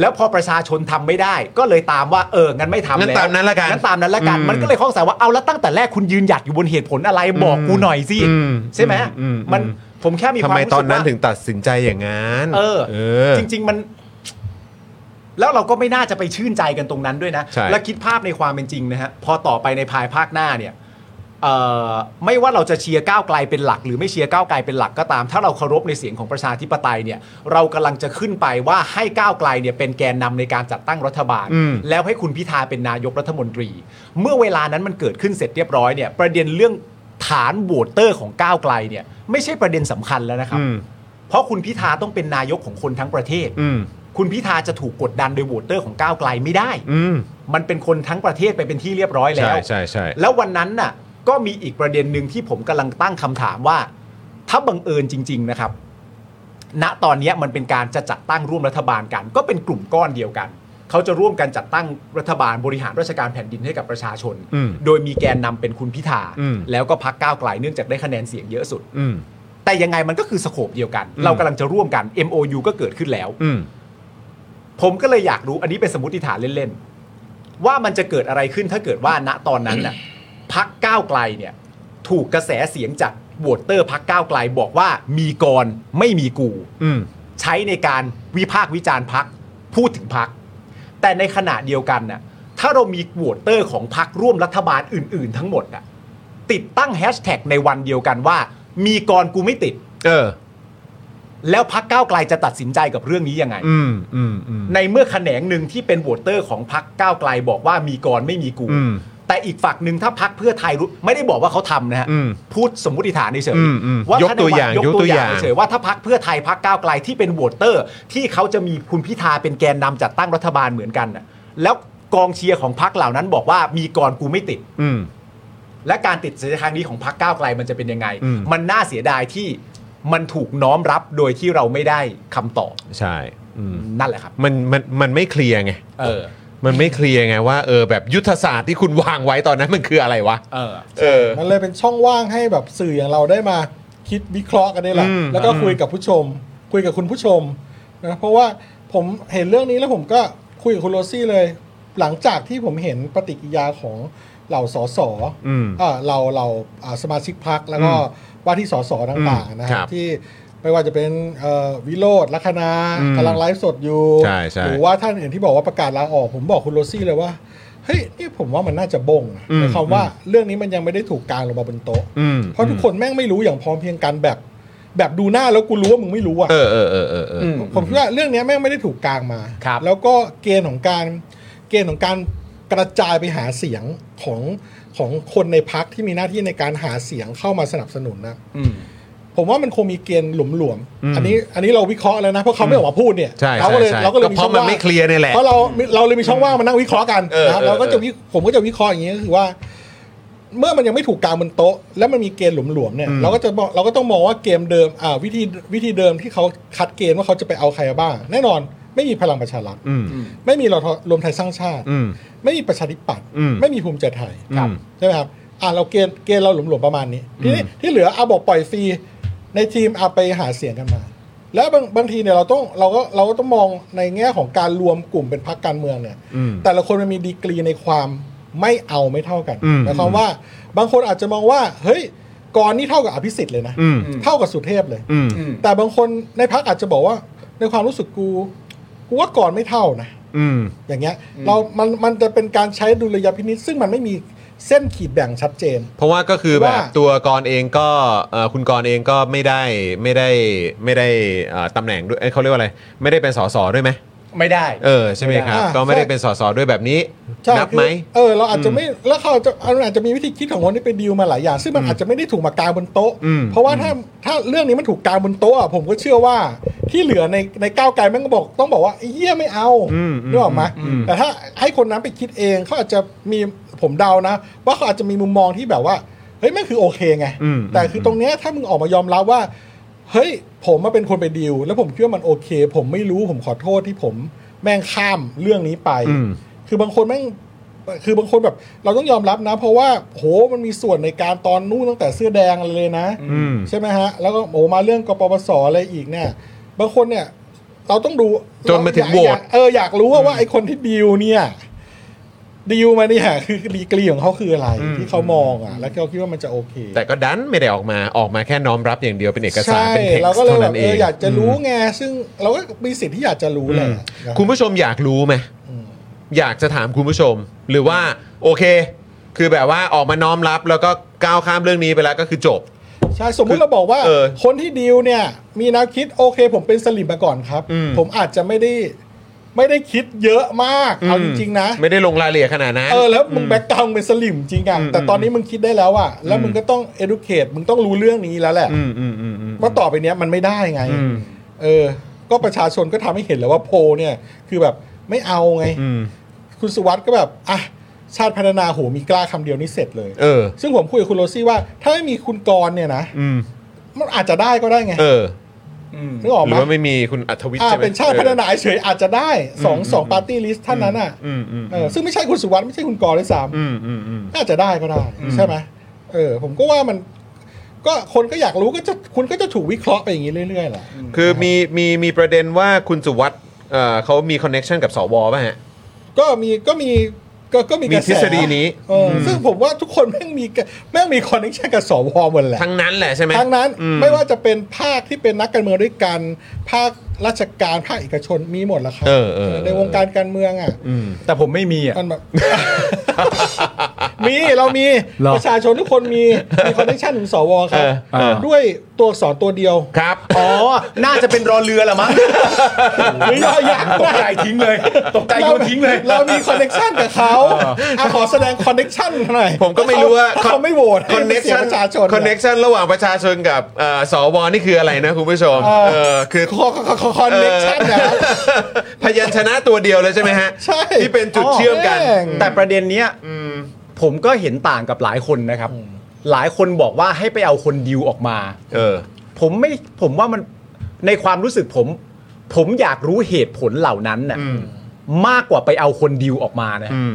Speaker 4: แล้วพอประชาชนทำไม่ได้ ก็เลยตามว่าเอองั้นไม่ทำ
Speaker 1: งั้น
Speaker 4: แล้ว
Speaker 1: ตามนั้นละกัน
Speaker 4: งั้นตามนั้นละกัน
Speaker 1: อืม
Speaker 4: มันก็เลยข้องสงสัยว่าเอาแล้วตั้งแต่แรกคุณยืนหยัดอยู่บนเหตุผลอะไรบอกกูหน่อยสิ
Speaker 1: อืม
Speaker 4: ใช่ไหม
Speaker 1: อืมอืม
Speaker 4: มันผมแค่มีค
Speaker 1: ทำ
Speaker 4: วาม
Speaker 1: ไม
Speaker 4: รู้สึกว่า
Speaker 1: ตอนนั้นถึงตัดสินใจอย่างนั้น
Speaker 4: เออ
Speaker 1: เออ
Speaker 4: จริง ๆ มัน แล้วเราก็ไม่น่าจะไปชื่นใจกันตรงนั้นด้วยนะ
Speaker 1: ใช่
Speaker 4: แล้วคิดภาพในความเป็นจริงนะฮะ พอต่อไปในภายภาคหน้าเนี่ยเอ่อไม่ว่าเราจะเชียร์ก้าวไกลเป็นหลัก หรือไม่เชียร์ก้าวไกลเป็นหลักก็ตาม ถ้าเราเคารพในเสียงของประชาธิปไตยเนี่ย เรากำลังจะขึ้นไปว่าให้ก้าวไกลเนี่ยเป็นแกนนำในการจัดตั้งรัฐบาล แล้วให้คุณพิธาเป็นนายกรัฐมนตรี เมื่อเวลานั้นมันเกิดขึ้นเสร็จเรียบร้อยเนี่ย ประเด็นเรื่องฐานโหวตเตอร์ของก้าวไกลเนี่ย ไม่ใช่ประเด็นสำคัญแล้วนะครับ
Speaker 1: อืม
Speaker 4: เพราะคุณพิธาต้องเป็นนายกของคนทั้งประเทศ
Speaker 1: อืม
Speaker 4: คุณพิธาจะถูกกดดันโดยโหวตเตอร์ของก้าวไกลไม่ได้
Speaker 1: อืม
Speaker 4: มันเป็นคนทั้งประเทศไปเป็นที่เรียบร้อยแล้
Speaker 1: ใช่
Speaker 4: ว
Speaker 1: ใช่ใช่
Speaker 4: แล้ววันนั้นน่ะ ก็มีอีกประเด็นหนึ่งที่ผมกำลังตั้งคำถามว่า ถ้าบังเอิญจริง ๆ นะครับ ณตอนเนี้ยมันเป็นการจะจัดตั้งร่วมรัฐบาลกัน ก็เป็นกลุ่มก้อนเดียวกัน เขาจะร่วมกันจัดตั้งรัฐบาลบริหารราชการแผ่นดินให้กับประชาชน
Speaker 1: อืม
Speaker 4: โดยมีแกนนำเป็นคุณพิธา
Speaker 1: อืม
Speaker 4: แล้วก็พักก้าวไกลเนื่องจากได้คะแนนเสียงเยอะสุด
Speaker 1: อืม
Speaker 4: แต่ยังไงมันก็คือสโคปเดียวกัน
Speaker 1: อืม
Speaker 4: เรากำลังจะร่วมกัน MOU ก็เกิดขึ้นแล้ว
Speaker 1: อืม
Speaker 4: ผมก็เลยอยากรู้อันนี้เป็นสมมติฐานเล่นๆ ว่ามันจะเกิดอะไรขึ้นถ้าเกิดว่าณตอนนั้นน่ะ พักก้าวไกลเนี่ย ถูกกระแสเสียงจากโหวตเตอร์พักก้าวไกลบอกว่ามีกรไม่มีกู
Speaker 1: อืม
Speaker 4: ใช้ในการวิพากษ์วิจารณ์พักพูดถึงพัก แต่ในขณะเดียวกันน่ะถ้าเรามีโหวตเตอร์ของพักร่วมรัฐบาลอื่น ๆ ทั้งหมดน่ะติดตั้งแฮชแท็กในวันเดียวกันว่า มีกรกูไม่ติด
Speaker 1: เออ
Speaker 4: แล้วพักก้าวไกลจะตัดสินใจกับเรื่องนี้ยังไง
Speaker 1: อืม อืม อืม
Speaker 4: ในเมื่อแขนงหนึ่งที่เป็นโหวตเตอร์ของพักก้าวไกลบอกว่ามีกรไม่มีกู
Speaker 1: อืม
Speaker 4: แต่อีกฝั่งหนึ่งถ้าพักเพื่อไทยรู้ไม่ได้บอกว่าเขาทำนะฮะ
Speaker 1: อืม
Speaker 4: พูดสมมติฐานเฉย
Speaker 1: อืมอืม
Speaker 4: ว่าย
Speaker 1: กตัวอย่าง
Speaker 4: ถ้ได้
Speaker 1: ยกตัวอย่าง
Speaker 4: เฉยๆว่าถ้าพักเพื่อไทยพักก้าวไกลที่เป็นโหวตเตอร์ ที่เขาจะมีคุณพิธาเป็นแกนนำจัดตั้งรัฐบาลเหมือนกันน่ะแล้วกองเชียร์ของพักเหล่านั้นบอกว่ามีกรกูไม่ติด
Speaker 1: อืม
Speaker 4: และการติดเสียครั้งนี้ของพักก้าวไกลมันจะเป็นยังไง
Speaker 1: อืม
Speaker 4: มันน่าเสียดายที่ มันถูกน้อมรับโดยที่เราไม่ได้คำตอบ
Speaker 1: ใช่อืม
Speaker 4: นั่นแหละครับ
Speaker 1: มันมันมันไม่เคลียร์ไง
Speaker 4: เออ
Speaker 1: มันไม่เคลียร์ไงว่าเออแบบยุทธศาสตร์ที่คุณวางไว้ตอนนั้นมันคืออะไรวะ
Speaker 4: เออ
Speaker 1: เออ
Speaker 3: มันเลยเป็นช่องว่างให้แบบสื่ออย่างเราได้มาคิดวิเคราะห์กันนี่แหละ
Speaker 1: อืม
Speaker 3: แล้วก็คุยกับผู้ชม คุยกับคุณผู้ชมนะเพราะว่าผมเห็นเรื่องนี้แล้วผมก็คุยกับคุณโรซี่เลย หลังจากที่ผมเห็นปฏิกิริยาของเหล่าสส
Speaker 1: อืม
Speaker 3: เอ่อเราเราอ่าสมาชิกพักแล้วก็
Speaker 1: อื
Speaker 3: ว่าที่สสต่างๆนะค
Speaker 1: ครั
Speaker 3: รับบที่ไม่ว่าจะเป็นเอ่อวิโรธลัคนา
Speaker 1: อืม
Speaker 3: กำลังไลฟ์สดอยู่
Speaker 1: ใช่ใช่
Speaker 3: หรือว่าท่านอื่นที่บอกว่าประกาศลาออกผมบอกคุณโรซี่เลยว่าเฮ้ยนี่ผมว่ามันน่าจะบง
Speaker 1: อืม
Speaker 3: ในคำว่า เรื่องนี้มันยังไม่ได้ถูกกางลงมาบนโต๊ะ
Speaker 1: อืม
Speaker 3: เพราะทุกคนแม่งไม่รู้อย่างพร้อมเพรียงกันแบบ แบบดูหน้าแล้วกูรู้ว่ามึงไม่รู้อ่ะ
Speaker 1: เออเออเออเออเออ
Speaker 3: ผมคิดว่าเรื่องเนี้ยแม่งไม่ได้ถูกกางมา
Speaker 4: ครับ
Speaker 3: แล้วก็เกณฑ์ของการเกณฑ์ของการกระจายไปหาเสียงของของคนในพักที่มีหน้าที่ในการหาเสียงเข้ามาสนับสนุนนะ
Speaker 4: อืม
Speaker 3: ผมว่ามันคงมีเกณฑ์หลวม
Speaker 1: อืม
Speaker 3: ๆอันนี้อันนี้เราวิเคราะห์แล้วนะเพราะเขาไม่ออกมาพูดเนี่ย
Speaker 1: ใช่
Speaker 3: เราก็เลย
Speaker 1: ใช่ใช่
Speaker 3: เราก็เลย
Speaker 1: ก็เพราะมันไม่เคลียร์เนี่ยแหละ
Speaker 3: เพราะเราเราเลยมีช่องว่างมานั่งวิเคราะห์กัน
Speaker 1: เออ
Speaker 3: นะ
Speaker 1: เออ
Speaker 3: เราก็จะ
Speaker 1: เออ
Speaker 3: วิผมก็จะวิเคราะห์อย่างนี้ก็คือว่า เมื่อมันยังไม่ถูกกางบนโต๊ะ แล้วมันมีเกณฑ์หลวมๆเนี่ยเราก็จะมองเราก็ต้องมองว่าเกมเดิมอ่าวิธีวิธีเดิมที่เขาคัดเกณฑ์ว่าเขาจะไปเอาใครมาบ้าง แน่นอนไม่มีพลังประชารัฐ
Speaker 1: อืม
Speaker 3: ไม่มีเรารวมไทยสร้างชาติ
Speaker 1: อืม
Speaker 3: ไม่มีประชาธิปัตย์
Speaker 1: อืม
Speaker 3: ไม่มีภูมิใจไทย
Speaker 1: ครับ
Speaker 3: ใช่ไหมครับอ่าเราเกณฑ์เกณฑ์เราหลวมๆประมาณนี้ทีนี้ที่เหลือเอาบอกปล่อยฟรีในทีมเอาไปหาเสียงกันมา แล้วบางบางทีเนี่ยเราต้องเราก็เราก็ต้องมองในแง่ของการรวมกลุ่มเป็นพรรคการเมืองเนี่ย
Speaker 1: อืม
Speaker 3: แต่ละคนมันมีดีกรีในความไม่เอาไม่เท่ากัน
Speaker 1: อืม
Speaker 3: หมายความว่าบางคนอาจจะมองว่า เฮ้ยกรณ์นี่เท่ากับอภิสิทธิ์เลยนะ
Speaker 1: อืม
Speaker 3: เท่ากับสุเทพเลย
Speaker 1: อืม
Speaker 3: แต่บางคนในพักอาจจะบอกว่าในความรู้สึกกูกูว่ากรณ์ไม่เท่านะ
Speaker 1: อืม
Speaker 3: อย่างเงี้ยเรา มัน มันจะเป็นการใช้ดุลยพินิษซึ่งมันไม่มีเส้นขีดแบ่งชัดเจน
Speaker 1: เพราะว่าก็คือแบบ
Speaker 3: ว่า
Speaker 1: ตัวกรเองก็เอ่อคุณกรเองก็ไม่ได้ไม่ได้ไม่ได้เอ่อตำแหน่งด้วยเอ้ยเขาเรียกว่าอะไร ไม่ได้เป็นสสด้วยไหม
Speaker 4: ไม่ได้
Speaker 1: เออใช่ไหมครับ
Speaker 3: อ่า
Speaker 1: ก็ไม่ได้
Speaker 3: ใช่
Speaker 1: เป็นสสด้วยแบบนี้
Speaker 3: ใช่
Speaker 1: นับ
Speaker 3: คือ
Speaker 1: ไหม
Speaker 3: เออ เราอาจจะไม่ แล้วเขาอาจจะอาจจะมีวิธีคิดของคนที่ไปดีลมาหลายอย่าง ซึ่งมันอาจจะไม่ได้ถูกมากางบนโต๊ะ
Speaker 1: อืม
Speaker 3: เพราะว่าถ้า ถ้าเรื่องนี้มันถูกกางบนโต๊ะอะผมก็เชื่อว่าที่เหลือใน ในก้าวไกลแม่งก็บอก ต้องบอกว่าไอ้เหี้ยไม่เอานึกออกไหมแต่ถ้าให้คนนั้นไปคิดเองเขาอาจจะมี ผมเดานะ ว่าเขาอาจจะมีมุมมองที่แบบว่า เฮ้ย ไม่งคือโอเคไง
Speaker 1: อืม
Speaker 3: แต่คือตรงเนี้ยถ้ามึงออกมายอมรับว่า เฮ้ย ผมมาเป็นคนไปดีลแล้วผมคิดว่ามันโอเค ผมไม่รู้ผมขอโทษที่ผมแม่งข้ามเรื่องนี้ไป
Speaker 1: อืม
Speaker 3: คือบางคนแม่งคือบางคนแบบเราต้องยอมรับนะ เพราะว่าโหมันมีส่วนในการตอนนู้นตั้งแต่เสื้อแดงอะไรเลยนะ
Speaker 1: อืม
Speaker 3: ใช่ไหมฮะ แล้วก็โอมาเรื่องกปปสอะไรอีกเนี่ย บางคนเนี่ย เราต้องดู
Speaker 1: จนมาถึง
Speaker 3: อยก
Speaker 1: โหวต
Speaker 3: อยากเอออยากรู้ว่าว่าไอคนที่ดีลเนี่ยดีลมาเนี่ยคือดีกรีของเขาคืออะไร ที่เขามองอ่ะ แล้วเขาคิดว่ามันจะโอเค
Speaker 1: แต่ก็ดันไม่ได้ออกมาออกมาแค่น้อมรับอย่างเดียวเป็นเอกสาร
Speaker 3: ใช่
Speaker 1: เป็นเท็ก
Speaker 3: เราก็
Speaker 1: ซ์
Speaker 3: เลย
Speaker 1: เท่า
Speaker 3: แบ
Speaker 1: นั้
Speaker 3: บ
Speaker 1: น
Speaker 3: เอ
Speaker 1: เอง
Speaker 3: ออยากจะรู้ไงซึ่งเราก็มีสิทธิ์ที่อยากจะรู้แหละนะ
Speaker 1: คุณผู้ชมอยากรู้ไหมอยากจะถามคุณผู้ชม หรือว่าโอเค คือแบบว่าออกมาน้อมรับแล้วก็ก้าวข้ามเรื่องนี้ไปแล้วก็คือจบ
Speaker 3: ใช่สมมุติเราบอกว่า
Speaker 1: เออ
Speaker 3: คนที่ดีลเนี่ย มีแนวคิดโอเค ผมเป็นสลิมมาก่อนครับ
Speaker 1: อืม
Speaker 3: ผมอาจจะไม่ได้ไม่ได้คิดเยอะมาก เอาจริง ๆ นะ
Speaker 1: ไม่ได้ลงรายละเอียดขนาดนั้น
Speaker 3: เออแล้วมึงแบ็กกราวด์เป็นสลิมจริงอ่ะ
Speaker 1: อืม
Speaker 3: แต่ตอนนี้มึงคิดได้แล้วอ่ะแล้วมึงก็ต้อง educate มึงต้องรู้เรื่องนี้แล้วแหละ
Speaker 1: อืมอืมอืมอืม
Speaker 3: ว่าต่อไปเนี้ยมันไม่ได้ไง
Speaker 1: อืม
Speaker 3: เออ ก็ประชาชนก็ทำให้เห็นแล้วว่าโพลเนี่ย คือแบบไม่เอาไง
Speaker 1: อืม
Speaker 3: คุณสุวัสด์ก็แบบอ่ะชาติพัฒนาโหมีกล้าคำเดียวนี้เสร็จเลย
Speaker 1: เออ
Speaker 3: ซึ่งผมคุยกับคุณโรซี่ว่าถ้าไม่มีคุณกรณ์เนี่ยนะ
Speaker 1: อืม
Speaker 3: มันอาจจะได้ก็ได้ไง
Speaker 1: เออ
Speaker 3: นึกออก
Speaker 1: ห
Speaker 3: ไห
Speaker 1: รื
Speaker 3: ม
Speaker 1: อว่าไม่มีคุณอัธวิทย์
Speaker 3: อ่า
Speaker 1: ใช่ไหม
Speaker 3: เป็นชาติพัฒนาเฉยๆอาจจะได้สองสองปาร์ตี้ลิสต์ท่านนั้นอ่ะ
Speaker 1: อืมอืม
Speaker 3: เออซึ่งไม่ใช่คุณสุวัสด์ไม่ใช่คุณกรณ์ด้วยซ้
Speaker 1: อืมอืมอืม
Speaker 3: ำน่าจะได้ก็ได้ ใช่ไหมเออ ผมก็ว่ามันก็คนก็อยากรู้ก็จะคุณก็จะถูกวิเคราะห์ไปอย่างนี้เรื่อยๆแหละ
Speaker 1: คือมีมีมีประเด็นว่าคุณสุวัสด์เอ่อเขามีคอนเน็ชันกับสวป่ะฮะ
Speaker 3: ก็มีก็มีก็ก็มี
Speaker 1: มี
Speaker 3: กระแส
Speaker 1: ทฤษฎีนี้
Speaker 3: เออซึ่งผมว่าทุกคนแม่งมีแม่งมีคอนเนคชั่นกับสวหมดแหละ
Speaker 1: ทั้งนั้นแหละใช่ไหม
Speaker 3: ทั้งนั้น
Speaker 1: อืม
Speaker 3: ไม่ว่าจะเป็นภาคที่เป็นนักการเมืองด้วยกัน ภาคราชการภาคเอกชนมีหมดแล้วครั
Speaker 1: เออเออ
Speaker 3: ในวงการการเมืองอ่ะ
Speaker 1: อืม
Speaker 4: แต่ผมไม่มีอ่ะ
Speaker 3: มันแบบ มีเรามี
Speaker 4: หรอ
Speaker 3: ประชาชนทุกคนมีมีคอนเนคชั่นถึงสวครับ
Speaker 1: เออเออ
Speaker 3: ด้วยตัวอักษรตัวเดียว
Speaker 1: ครับ
Speaker 4: อ๋อ น่าจะเป็นรอเรือละมั้ง
Speaker 3: หรือเราอยาก
Speaker 4: ตกใจทิ้งเลย ตกใจโยนทิ้งเลย
Speaker 3: เรามีคอนเนคชั่นกับเขาเอาขอแสดงคอนเนคชั่นหน่อย
Speaker 1: ผมก็ไม่รู้ว่า
Speaker 3: ถ้เขาไม่โหวต
Speaker 1: คอนเน็
Speaker 3: ให้
Speaker 1: ชัน
Speaker 3: ประชาชน
Speaker 1: คอนเน็ชันระหว่างประชาชนกับเอ่อสวนี่คืออะไรนะคุณผู้ชม เออคือ
Speaker 3: คอนเนคชั่นนะครับ
Speaker 1: พยัญชนะตัวเดียวเลยใช่ไหมฮะ
Speaker 3: ใช่
Speaker 1: ที่เป็นจุดเชื่อมกัน
Speaker 3: แม่ง
Speaker 4: แต่ประเด็นเนี้ยผมก็เห็นต่างกับหลายคนนะครับ หลายคนบอกว่าให้ไปเอาคนดิวออกมา
Speaker 1: เออ
Speaker 4: ผมไม่ผมว่ามันในความรู้สึกผม ผมอยากรู้เหตุผลเหล่านั้นน่ะมากกว่าไปเอาคนดิวออกมานะ
Speaker 1: อืม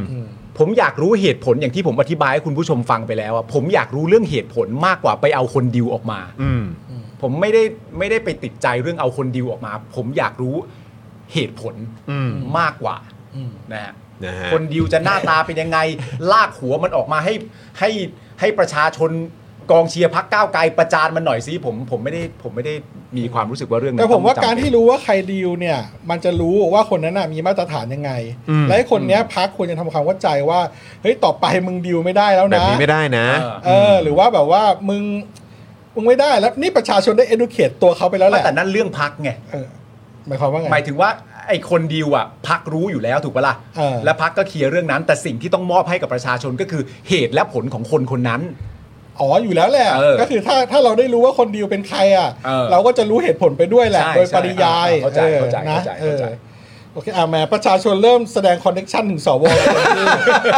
Speaker 4: ผมอยากรู้เหตุผลอย่างที่ผมอธิบายให้คุณผู้ชมฟังไปแล้วอะผมอยากรู้เรื่องเหตุผลมากกว่าไปเอาคนดิวออกมา
Speaker 1: อืม
Speaker 4: ผมไม่ได้ไม่ได้ไปติดใจเรื่องเอาคนดิวออกมา ผมอยากรู้เหตุผล
Speaker 1: อืม
Speaker 4: มากกว่านะฮะ
Speaker 1: นะฮะ
Speaker 4: คนดิวจะหน้าตาเป็นยังไง ลากหัวมันออกมาให้ให้ให้ประชาชนกองเชียร์พักก้าวไกลประจานมันหน่อยสิผมผมไม่ได้ผมไม่ได้มีความรู้สึกว่าเรื่องนั้น
Speaker 3: แต่ผมว่า
Speaker 4: ต้องจำเป็น
Speaker 3: การที่รู้ว่าใครดีลเนี่ย มันจะรู้ว่าคนนั้นน่ะมีมาตรฐานยังไง
Speaker 1: อืม
Speaker 3: และให้คนเนี้ยพักควรจะทำความเข้าใจว่าเฮ้ยต่อไปมึงดีลไม่ได้แล้ว
Speaker 1: แบบ
Speaker 3: นะ
Speaker 1: นี้ไม่ได้นะ
Speaker 4: เออ
Speaker 3: เออหรือว่าแบบว่ามึงมึงไม่ได้แล้วนี่ประชาชนได้ educate ตัวเขาไปแล้วแหละ
Speaker 4: แต่นั่นเรื่องพักไง
Speaker 3: เออหมายความว่าไง
Speaker 4: หมายถึงว่าไอ้คนดีลอ่ะพักรู้อยู่แล้วถูกปะล่ะ
Speaker 3: เออ
Speaker 4: และพักก็เคลียร์เรื่องนั้น แต่สิ่งที่ต้องมอบให้กับประชาชนก็คือเหตุและผลของคนคนนั้น
Speaker 3: อ๋ออยู่แล้วแหละ
Speaker 4: เออ
Speaker 3: ก็คือถ้าถ้าเราได้รู้ว่าคนดีลเป็นใครอ่ะ
Speaker 4: เออ
Speaker 3: เราก็จะรู้เหตุผลไปด้วยแหละ
Speaker 4: ใช่
Speaker 3: โดยปริยาย
Speaker 4: ใช่เข้าใจเข้าใจ
Speaker 3: ออนะ
Speaker 4: เข้าใจเข้าใจ
Speaker 3: ออโอเคอ่ะแหมประชาชนเริ่มแสดงคอนเน t ชันถึงสวแล้ว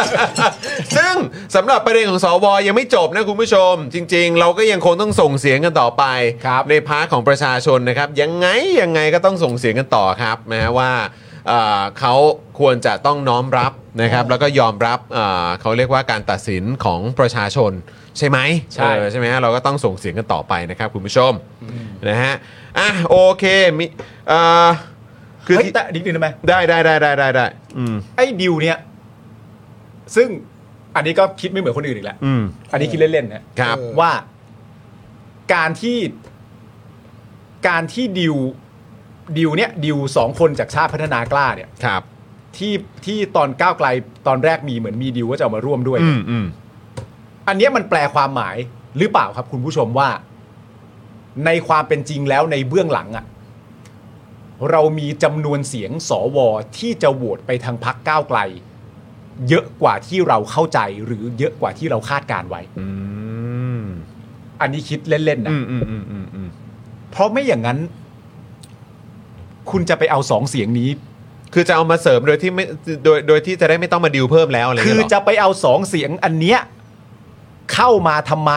Speaker 1: ซึ่งสำหรับประเด็นของสวยังไม่จบนะคุณผู้ชม จริง ๆ เราก็ยังคงต้องส่งเสียงกันต่อไป
Speaker 4: ครับ
Speaker 1: ในพาร์ทของประชาชนนะครับ ยังไงยังไงก็ต้องส่งเสียงกันต่อครับนะฮะว่าเอ่อเขาควรจะต้องน้อมรับนะครับ แล้วก็ยอมรับเอ่อเขาเรียกว่าการตัดสินของประชาชน ใช่ไหม
Speaker 4: ใช่
Speaker 1: เออใช่ไหมฮะเราก็ต้องส่งเสียงกันต่อไปนะครับคุณผู้ชมนะฮะอ่ะโอเคมีเอ่อคือ
Speaker 4: เฮ้ย
Speaker 1: ที่
Speaker 4: แต่นิดนึงได้ไหม
Speaker 1: ได้ได้ได้ได้ได้ได้อืม
Speaker 4: ไอ้ดิวเนี่ยซึ่งอันนี้ก็คิดไม่เหมือนคนอื่นอีกแล้ว
Speaker 1: อืม
Speaker 4: อันนี้คิดเล่นๆนะครับ
Speaker 3: เออ
Speaker 4: ว่าการที่การที่ดิวดิวเนี่ยดิวสองคนจากชาติพัฒนากล้าเนี่ย
Speaker 1: ครับ
Speaker 4: ที่ที่ตอนก้าวไกลตอนแรกมีเหมือนมีดิวว่าจะเอามาร่วมด้วย
Speaker 1: อืมอืม
Speaker 4: อันเนี้ยมันแปลความหมายหรือเปล่าครับคุณผู้ชมว่า ในความเป็นจริงแล้วในเบื้องหลังอะเรามีจำนวนเสียงสวที่จะโหวตไปทางพักก้าวไกล เยอะกว่าที่เราเข้าใจหรือเยอะกว่าที่เราคาดการไว้
Speaker 1: อืม
Speaker 4: อันนี้คิดเล่นๆนะ
Speaker 1: อืมอืมอืมอืมอืม
Speaker 4: เพราะไม่อย่างนั้น คุณจะไปเอาสองเสียงนี้
Speaker 1: คือจะเอามาเสริมโดยที่ไม่โดยโดยที่จะได้ไม่ต้องมาดิวเพิ่มแล้วอะไร
Speaker 4: คื
Speaker 1: เงี้ย
Speaker 4: อ
Speaker 1: เหรอ
Speaker 4: จะไปเอาสองเสียงอันเนี้ยเข้ามาทำไม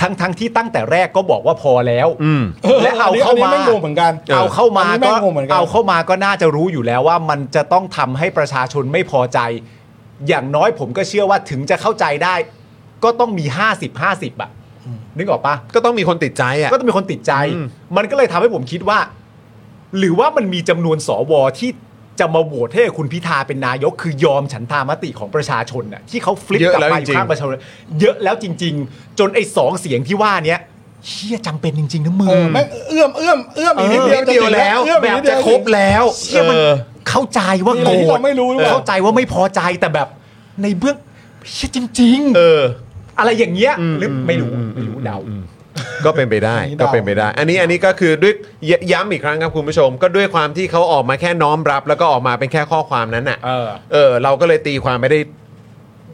Speaker 4: ทั้งทั้งที่ตั้งแต่แรกก็บอกว่าพอแล้ว
Speaker 1: อืม
Speaker 4: และเอาเข้ามา
Speaker 3: นนี้ไม่งงเหมือนกัน
Speaker 4: เอาเข้ามา
Speaker 3: อันนี้
Speaker 4: ก็
Speaker 3: แงงงเหมือนกัน
Speaker 4: เอาเข้ามาก็น่าจะรู้อยู่แล้วว่ามันจะต้องทำให้ประชาชนไม่พอใจ อย่างน้อยผมก็เชื่อว่าถึงจะเข้าใจได้ ก็ต้องมี 50 50อะนึกออกปะ
Speaker 1: ก็ต้องมีคนติดใจอ่ะ
Speaker 4: ก็ต้องมีคนติดใจ
Speaker 1: อืม
Speaker 4: มันก็เลยทำให้ผมคิดว่า หรือว่ามันมีจำนวนสวที่จะมาโหวตให้คุณพิธาเป็นนายก คือยอมฉันทามติของประชาชนน่ะที่เขาฟลิปกลับมาอยู่ข้างประชาชนเยอะแล้วจริง ๆ จนไอ้สองเสียงที่ว่าเนี้ยเฮียจำเป็นจริงๆนะมึง
Speaker 3: เออแม่งเอื้อมเอื้อมเอื้อมอีกนิดเดียว
Speaker 1: เดียวแล้ว
Speaker 3: เอื้อม
Speaker 1: แบ
Speaker 3: อี
Speaker 1: บ
Speaker 3: กนิดเดี
Speaker 1: จะ
Speaker 3: ยว
Speaker 1: ครบแล้ว
Speaker 4: เชี่ยมัน
Speaker 1: เออ
Speaker 4: เข้าใจว่า
Speaker 3: มี
Speaker 4: โก
Speaker 3: อะไร
Speaker 4: ร
Speaker 3: ที่
Speaker 4: ธ
Speaker 3: เราไม่รู้หรือเปล่า
Speaker 4: เข้าใจว่าไม่พอใจแต่แบบ ในเบื้องเชี่ยจริง
Speaker 1: เออ
Speaker 4: ๆ อะไรอย่างเงี้ยหรืออ
Speaker 1: ม
Speaker 4: ไม่รู้
Speaker 1: อืม
Speaker 4: ไม่รู้เดา
Speaker 1: ก็เป็นไปได้
Speaker 3: อันนี้เดา
Speaker 1: ก็เป็นไปได้ อันนี้อันนี้ก็คือด้วยยย้ำอีกครั้งครับคุณผู้ชม ก็ด้วยความที่เขาออกมาแค่น้อมรับ แล้วก็ออกมาเป็นแค่ข้อความนั้นน่ะ
Speaker 4: เออ
Speaker 1: เออ เราก็เลยตีความไม่ได้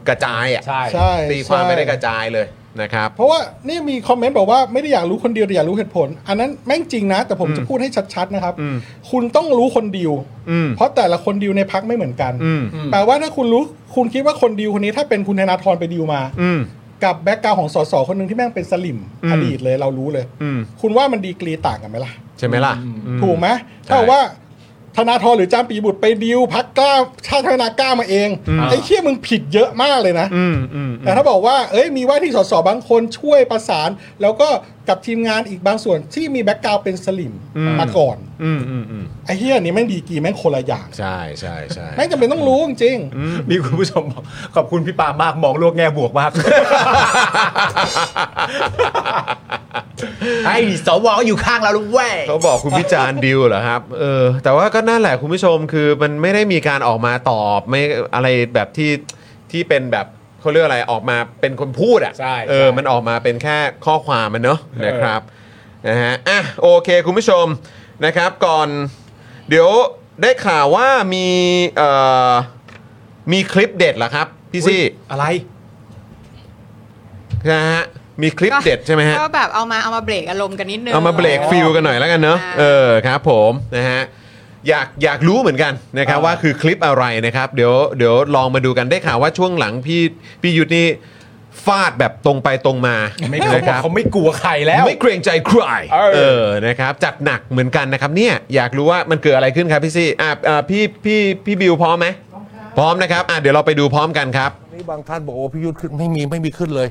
Speaker 1: กระจายอ่ะ
Speaker 4: ใช่
Speaker 3: ใช่
Speaker 1: ตีความไม่ได้กระ
Speaker 3: ใช่
Speaker 1: จายเลยนะครับ
Speaker 3: เพราะว่านี่มีคอมเมนต์บอกว่าไม่ได้อยากรู้คนเดียวแต่อยากรู้เหตุผล อันนั้นแม่งจริงนะ แต่ผมจะพูดให้ชัดๆนะครับ
Speaker 1: อืม
Speaker 3: คุณต้องรู้คนดีล
Speaker 1: อืม
Speaker 3: เพราะแต่ละคนดีลในพักไม่เหมือนกัน
Speaker 1: อืม
Speaker 3: แปลว่าถ้าคุณรู้คุณคิดว่าคนดีลคนนี้ถ้าเป็นคุณธนาธรไปดีลมา
Speaker 1: อืม
Speaker 3: กับแบ็กกราวของสสคนหนึ่งที่แม่งเป็นสลิม
Speaker 1: อืม
Speaker 3: อดีตเลยเรารู้เลย
Speaker 1: อืม
Speaker 3: คุณว่ามันดีกรีต่างกันไหมล่ะ
Speaker 1: ใช่ไหมล่ะอื
Speaker 3: ถูกไหม
Speaker 1: ใช่
Speaker 3: ถ้าว่าธนาธรหรือจามปีบุตรไปดิวพักกล้าชาติพัฒนากล้ามาเอง
Speaker 1: อืม
Speaker 3: ไอ้เชี่ยมึงผิดเยอะมากเลยนะ
Speaker 1: อืมอืมอื
Speaker 3: แต่
Speaker 1: ม
Speaker 3: ถ้าบอกว่าเอ้ยมีว่าที่สสบางคนช่วยประสาน แล้วก็กับทีมงานอีกบางส่วนที่มีแบ็กกราวด์เป็นสลิม
Speaker 1: อืม
Speaker 3: มาก่อน
Speaker 1: อืมอืมอืม
Speaker 3: ไอ้เฮียนี่แม่งดีกรีแม่งคนละอย่าง
Speaker 1: ใช่ใช่ใช่
Speaker 3: แม่งจำเป็นต้องรู้จริง
Speaker 4: มีคุณผู้ชมบอกขอบคุณพี่ปามากมองโลกแง่บวกมาก ไอ้สวก็อยู่ข้างเราแล้วเว้ย
Speaker 1: เขาบอกคุณพิจารณ์ดิวเหรอครับ เออ แต่ว่าก็นั่นแหละคุณผู้ชมคือมันไม่ได้มีการออกมาตอบไม่อะไรแบบที่ที่เป็นแบบเขาเรียกอะไรออกมาเป็นคนพูดอ่ะ
Speaker 4: ใช่
Speaker 1: เออ
Speaker 4: ใช่
Speaker 1: มันออกมาเป็นแค่ข้อความมันเนอะนะครับนะฮะอ่ะโอเคคุณผู้ชมนะครับก่อน เดี๋ยวได้ข่าวว่ามีเอ่อมีคลิปเด็ดเหรอครับพี่ซี่
Speaker 4: อะไร
Speaker 1: นะฮะมีคลิปเด็ดใช่ไหมฮะ
Speaker 7: ก็แบบเอามาเอามาเบรกอารมณ์กันนิดนึง
Speaker 1: เอามาเบรกฟิลกันหน่อยแล้วกันเนอะ
Speaker 7: อ่า
Speaker 1: เออครับผมนะฮะอยากอยากรู้เหมือนกันนะครับ
Speaker 4: อ่า
Speaker 1: ว่าคือคลิปอะไรนะครับ เดี๋ยวเดี๋ยวลองมาดูกันได้ข่าวว่าช่วงหลังพี่พี่ยุทธนี่ ฟาดแบบตรงไปตรงมา
Speaker 4: ไม่เขาบอกเขาไม่กลัวใครแล้ว
Speaker 1: ไม่เกรงใจใคร
Speaker 4: เออ
Speaker 1: เออนะครับจัดหนักเหมือนกันนะครับเนี่ยอยากรู้ว่ามันเกิดอะไรขึ้นครับพี่ซี่อ่ะอ่ะพี่พี่พี่บิวพร้อมไหมพร้อมนะครับอ่ะเดี๋ยวเราไปดูพร้อมกันครับ
Speaker 9: นี่บางท่านบอกโอ้พี่ยุทธขึ้นไม่มีไม่มีขึ้นเลย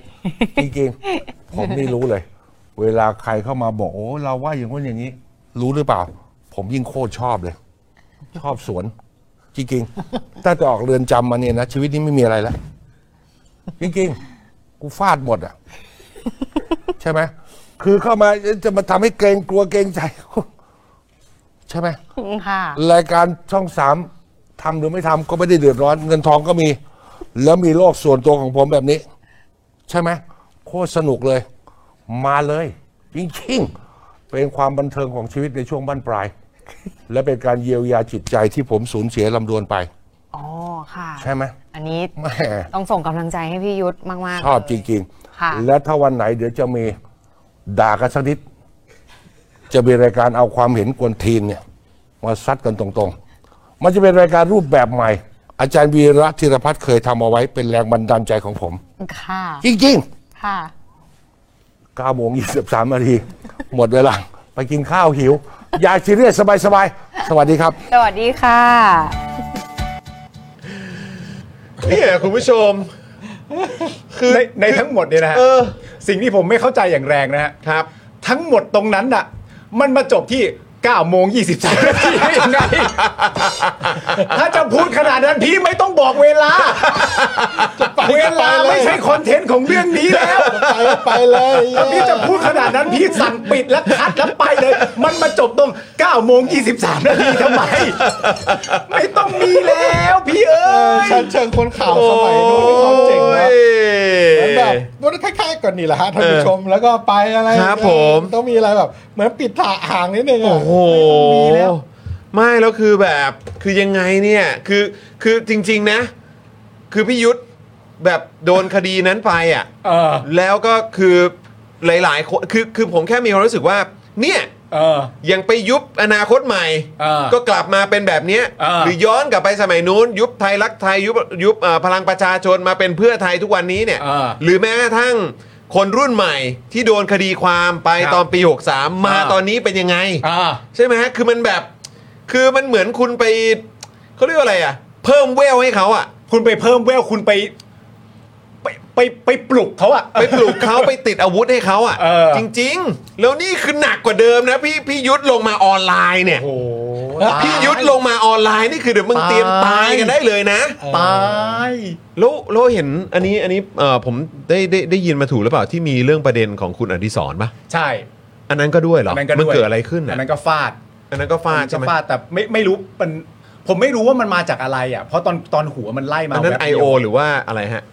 Speaker 9: จริงๆ ผมนี่รู้เลย เวลาใครเข้ามาบอกโอ้เราว่าอย่างนู้นอย่างนี้ รู้หรือเปล่า ผมยิ่งโคตรชอบเลย ชอบสวน จริงๆ ถ้าจะออกเรือนจำมาเนี่ยนะ ชีวิตนี้ไม่มีอะไรแล้วจริงๆ กูฟาดหมดอ่ะ ใช่ไหมคือเข้ามาจะมาทำให้เกรงกลัวเกรงใจ ใช่ไหม
Speaker 10: ค่ะ
Speaker 9: รายการช่องสามทำหรือไม่ทำก็ไม่ได้เดือดร้อน เงินทองก็มี แล้วมีโลกส่วนตัวของผมแบบนี้ ใช่ไหมโคตรสนุกเลย มาเลยจริงๆเป็นความบันเทิงของชีวิตในช่วงบั้นปลาย และเป็นการเยียวยาจิตใจที่ผมสูญเสียลำดวนไป
Speaker 10: อ๋อ ค่ะ
Speaker 9: ใช่ไหม
Speaker 10: อันนี้
Speaker 9: แหม่
Speaker 10: ต้องส่งกำลังใจให้พี่ยุทธมากๆ
Speaker 9: ชอบ
Speaker 10: เลย
Speaker 9: จริง
Speaker 10: ค่ะ
Speaker 9: ๆ และถ้าวันไหนเดี๋ยวจะมีด่ากันสักนิด จะมีรายการเอาความเห็นกวนทีนเนี่ยมาซัดกันตรงๆ มันจะเป็นรายการรูปแบบใหม่ อาจารย์วีระธีรพัฒน์เคยทำเอาไว้เป็นแรงบันดาลใจของผม
Speaker 10: ค่ะ
Speaker 9: จริง
Speaker 10: ค่ะ
Speaker 9: ๆ9โมง23นาทีหมดเวลา ไปกินข้าวหิว อยากซีเรียสสบายๆ สวัสดีครับ
Speaker 10: สวัสดีค่ะ
Speaker 1: เนี่ยคุณผู้ชม คือ
Speaker 4: ในในทั้งหมดเนี่ยนะฮะ
Speaker 1: เออ
Speaker 4: สิ่งที่ผมไม่เข้าใจอย่างแรงนะฮะ
Speaker 1: ครับ
Speaker 4: ทั้งหมดตรงนั้นน่ะ มันมาจบที่9โมง23นาทีได้ยังไงถ้าจะพูดขนาดนั้นพี่ไม่ต้องบอกเวลา เวลาไม่ใช่คอนเทนต์ของเรื่องนี้แล้ว
Speaker 3: ไปไปเลย
Speaker 4: ถ้าพี่จะพูดขนาดนั้นพี่สั่งปิดและคัดแล้วไปเลย มันมาจบตรง9โมง23นาทีทำไม ไม่ต้องมีแล้วพี่เอ้
Speaker 3: เออย ชันเชิงคนข่าวสมัยนู้นมีความเจ๋งนะเหมือนแบบมันคล้ายๆกันนี่แหละฮะท่านผู้ชมแล้วก็ไปอะไร
Speaker 1: ครับผม
Speaker 3: ต้องมีอะไรแบบ เหมือนปิดถาห่างนิดนึงอะ
Speaker 1: โอ้โหไม่แล้วคือแบบคือยังไงเนี่ยคือคือจริง ๆนะ คือพี่ยุทธแบบโดนคดีนั้นไปอ่ะ
Speaker 4: เออ
Speaker 1: แล้วก็คือหลายๆคนคือคือผมแค่มีความรู้สึกว่า เนี่ย
Speaker 4: เออ
Speaker 1: ยังไปยุบอนาคตใหม่
Speaker 4: เออ
Speaker 1: ก็กลับมาเป็นแบบเนี้ย
Speaker 4: เออ
Speaker 1: หรือย้อนกลับไปสมัยนู้น ยุบไทยรักไทยยุบยุบเอ่อพลังประชาชนมาเป็นเพื่อไทยทุกวันนี้เนี่ย
Speaker 4: เออ
Speaker 1: หรือแม้กระทั่งคนรุ่นใหม่ที่โดนคดีความไป
Speaker 4: ครับ
Speaker 1: ตอนปี 63 มา
Speaker 4: เออ
Speaker 1: ตอนนี้เป็นยังไง
Speaker 4: อ่า
Speaker 1: ใช่ไหมฮะคือมันแบบ คือมันเหมือนคุณไปเขาเรียกว่าอะไรอ่ะ เพิ่มเวลให้เขาอ่ะ
Speaker 4: คุณไปเพิ่มแววคุณไป ไปไปไปปลุกเขาอะ
Speaker 1: ไปปลูกเขา ไปติดอาวุธให้เขาอ่ะ
Speaker 4: เออ
Speaker 1: จริง ๆ แล้วนี่คือหนักกว่าเดิมนะ พี่พี่ยุทธลงมาออนไลน์เนี่ย
Speaker 4: โอ้โห
Speaker 1: พี่ยุทธลงมาออนไลน์นี่คือเดี๋ยวมึงเตรียมตายกันได้เลยนะ
Speaker 4: ตาย
Speaker 1: แล้วแล้วเห็นอันนี้อันนี้เอ่อผมได้ได้ได้ยินมาถูกหรือเปล่าที่มีเรื่องประเด็นของคุณอดิศรปะ
Speaker 4: ใช่
Speaker 1: อันนั้นก็ด้วยเหรอ
Speaker 4: อันนั้นก็
Speaker 1: มั
Speaker 4: ด้วย
Speaker 1: เกิดอะไรขึ้น
Speaker 4: อั
Speaker 1: อ่ะ
Speaker 4: นนั้นก็ฟาด
Speaker 1: อันนั้นก็ฟาดใช่ไหม
Speaker 4: ฟาดแต่ไม่ไม่รู้มันผมไม่รู้ว่ามันมาจากอะไรอ่ะเพราะตอนตอนหัวมันไล่มา
Speaker 1: อันนั้น
Speaker 4: แบบเดียว
Speaker 1: IO หรือว่าอะไรฮะ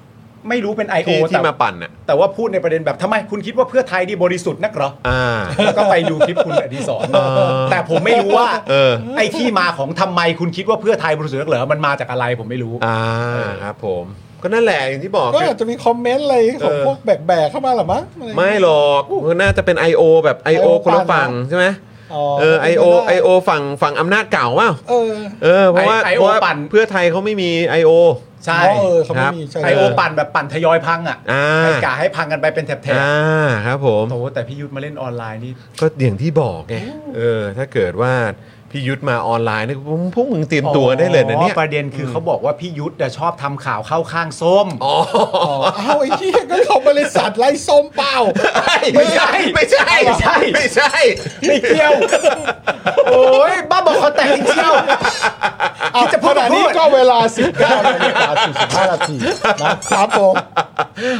Speaker 4: ไม่รู้เป็น IO
Speaker 1: ที่
Speaker 4: แต่
Speaker 1: ที่มาปั่นอ่ะ
Speaker 4: แต่ว่าพูดในประเด็นแบบทำไมคุณคิดว่าเพื่อไทยนี่บริสุทธิ์นักเหรอ
Speaker 1: อ่า
Speaker 4: แล้วก็ไปดูคลิปคุณอดีศร
Speaker 1: เออ
Speaker 4: แต่ผมไม่รู้ว่า
Speaker 1: เออ
Speaker 4: ไอ้ที่มาของทำไมคุณคิดว่าเพื่อไทยบริสุทธิ์นักเหรอมันมาจากอะไรผมไม่รู้
Speaker 1: อ่าครับผม ก็นั่นแหละอย่างที่บอก
Speaker 3: ก็
Speaker 1: คือ
Speaker 3: อาจจะมีคอมเมนต์อะไรของ
Speaker 1: เออ
Speaker 3: พวกแบกๆเข้ามาเหรอมั้งอะรอย่าง
Speaker 1: ไม่
Speaker 3: เงี้ย
Speaker 1: หรอกมันน่าจะเป็น IO แบบ IO คนละฝั่งใช่ไหม
Speaker 3: อ๋อ
Speaker 1: เออ IO
Speaker 3: เป็นไปได้
Speaker 1: IO ฝั่งฝั่งอำนาจเก่าว่า
Speaker 3: เออ
Speaker 1: เออเพราะว่า
Speaker 4: IO
Speaker 1: เพราะว่า
Speaker 4: ปั่น
Speaker 1: เพื่อไทยเขาไม่มี IO
Speaker 4: ใช่
Speaker 3: อ๋อเออเขาไม่มีใช่
Speaker 4: ไอโอปั่นแบบปั่นทยอยพังอ่ะ
Speaker 1: อ่า
Speaker 4: ให้กาให้พังกันไปเป็นแถบ
Speaker 1: อ่าครับผม
Speaker 4: ๆโอ้โหแต่พี่ยุทธมาเล่นออนไลน์นี่
Speaker 1: ก็อย่างที่บอกไงเออ ถ้าเกิดว่าพี่ยุทธมาออนไลน์นี่พวกมึงเตรียมตัวได้เลยนะเนี่ย
Speaker 4: อ๋อประเด็นคือเขาบอกว่าพี่ยุทธอะชอบทำข่าวเข้าข้างส้ม
Speaker 1: อ๋อ
Speaker 3: เอาไอ้เหี้ยก็เขาบริษัทไล่ส้มเปล่า
Speaker 1: ไม่ใช่ไม่ใช่ไม่ใช่ไม่ใช่
Speaker 4: ไม่เกี่ยว โอ้ยบ้าบอกคอแตกจริงเชียว
Speaker 3: เอาขณะนี้ก็เวลา 19นาฬิกา45นาทีนะครับผม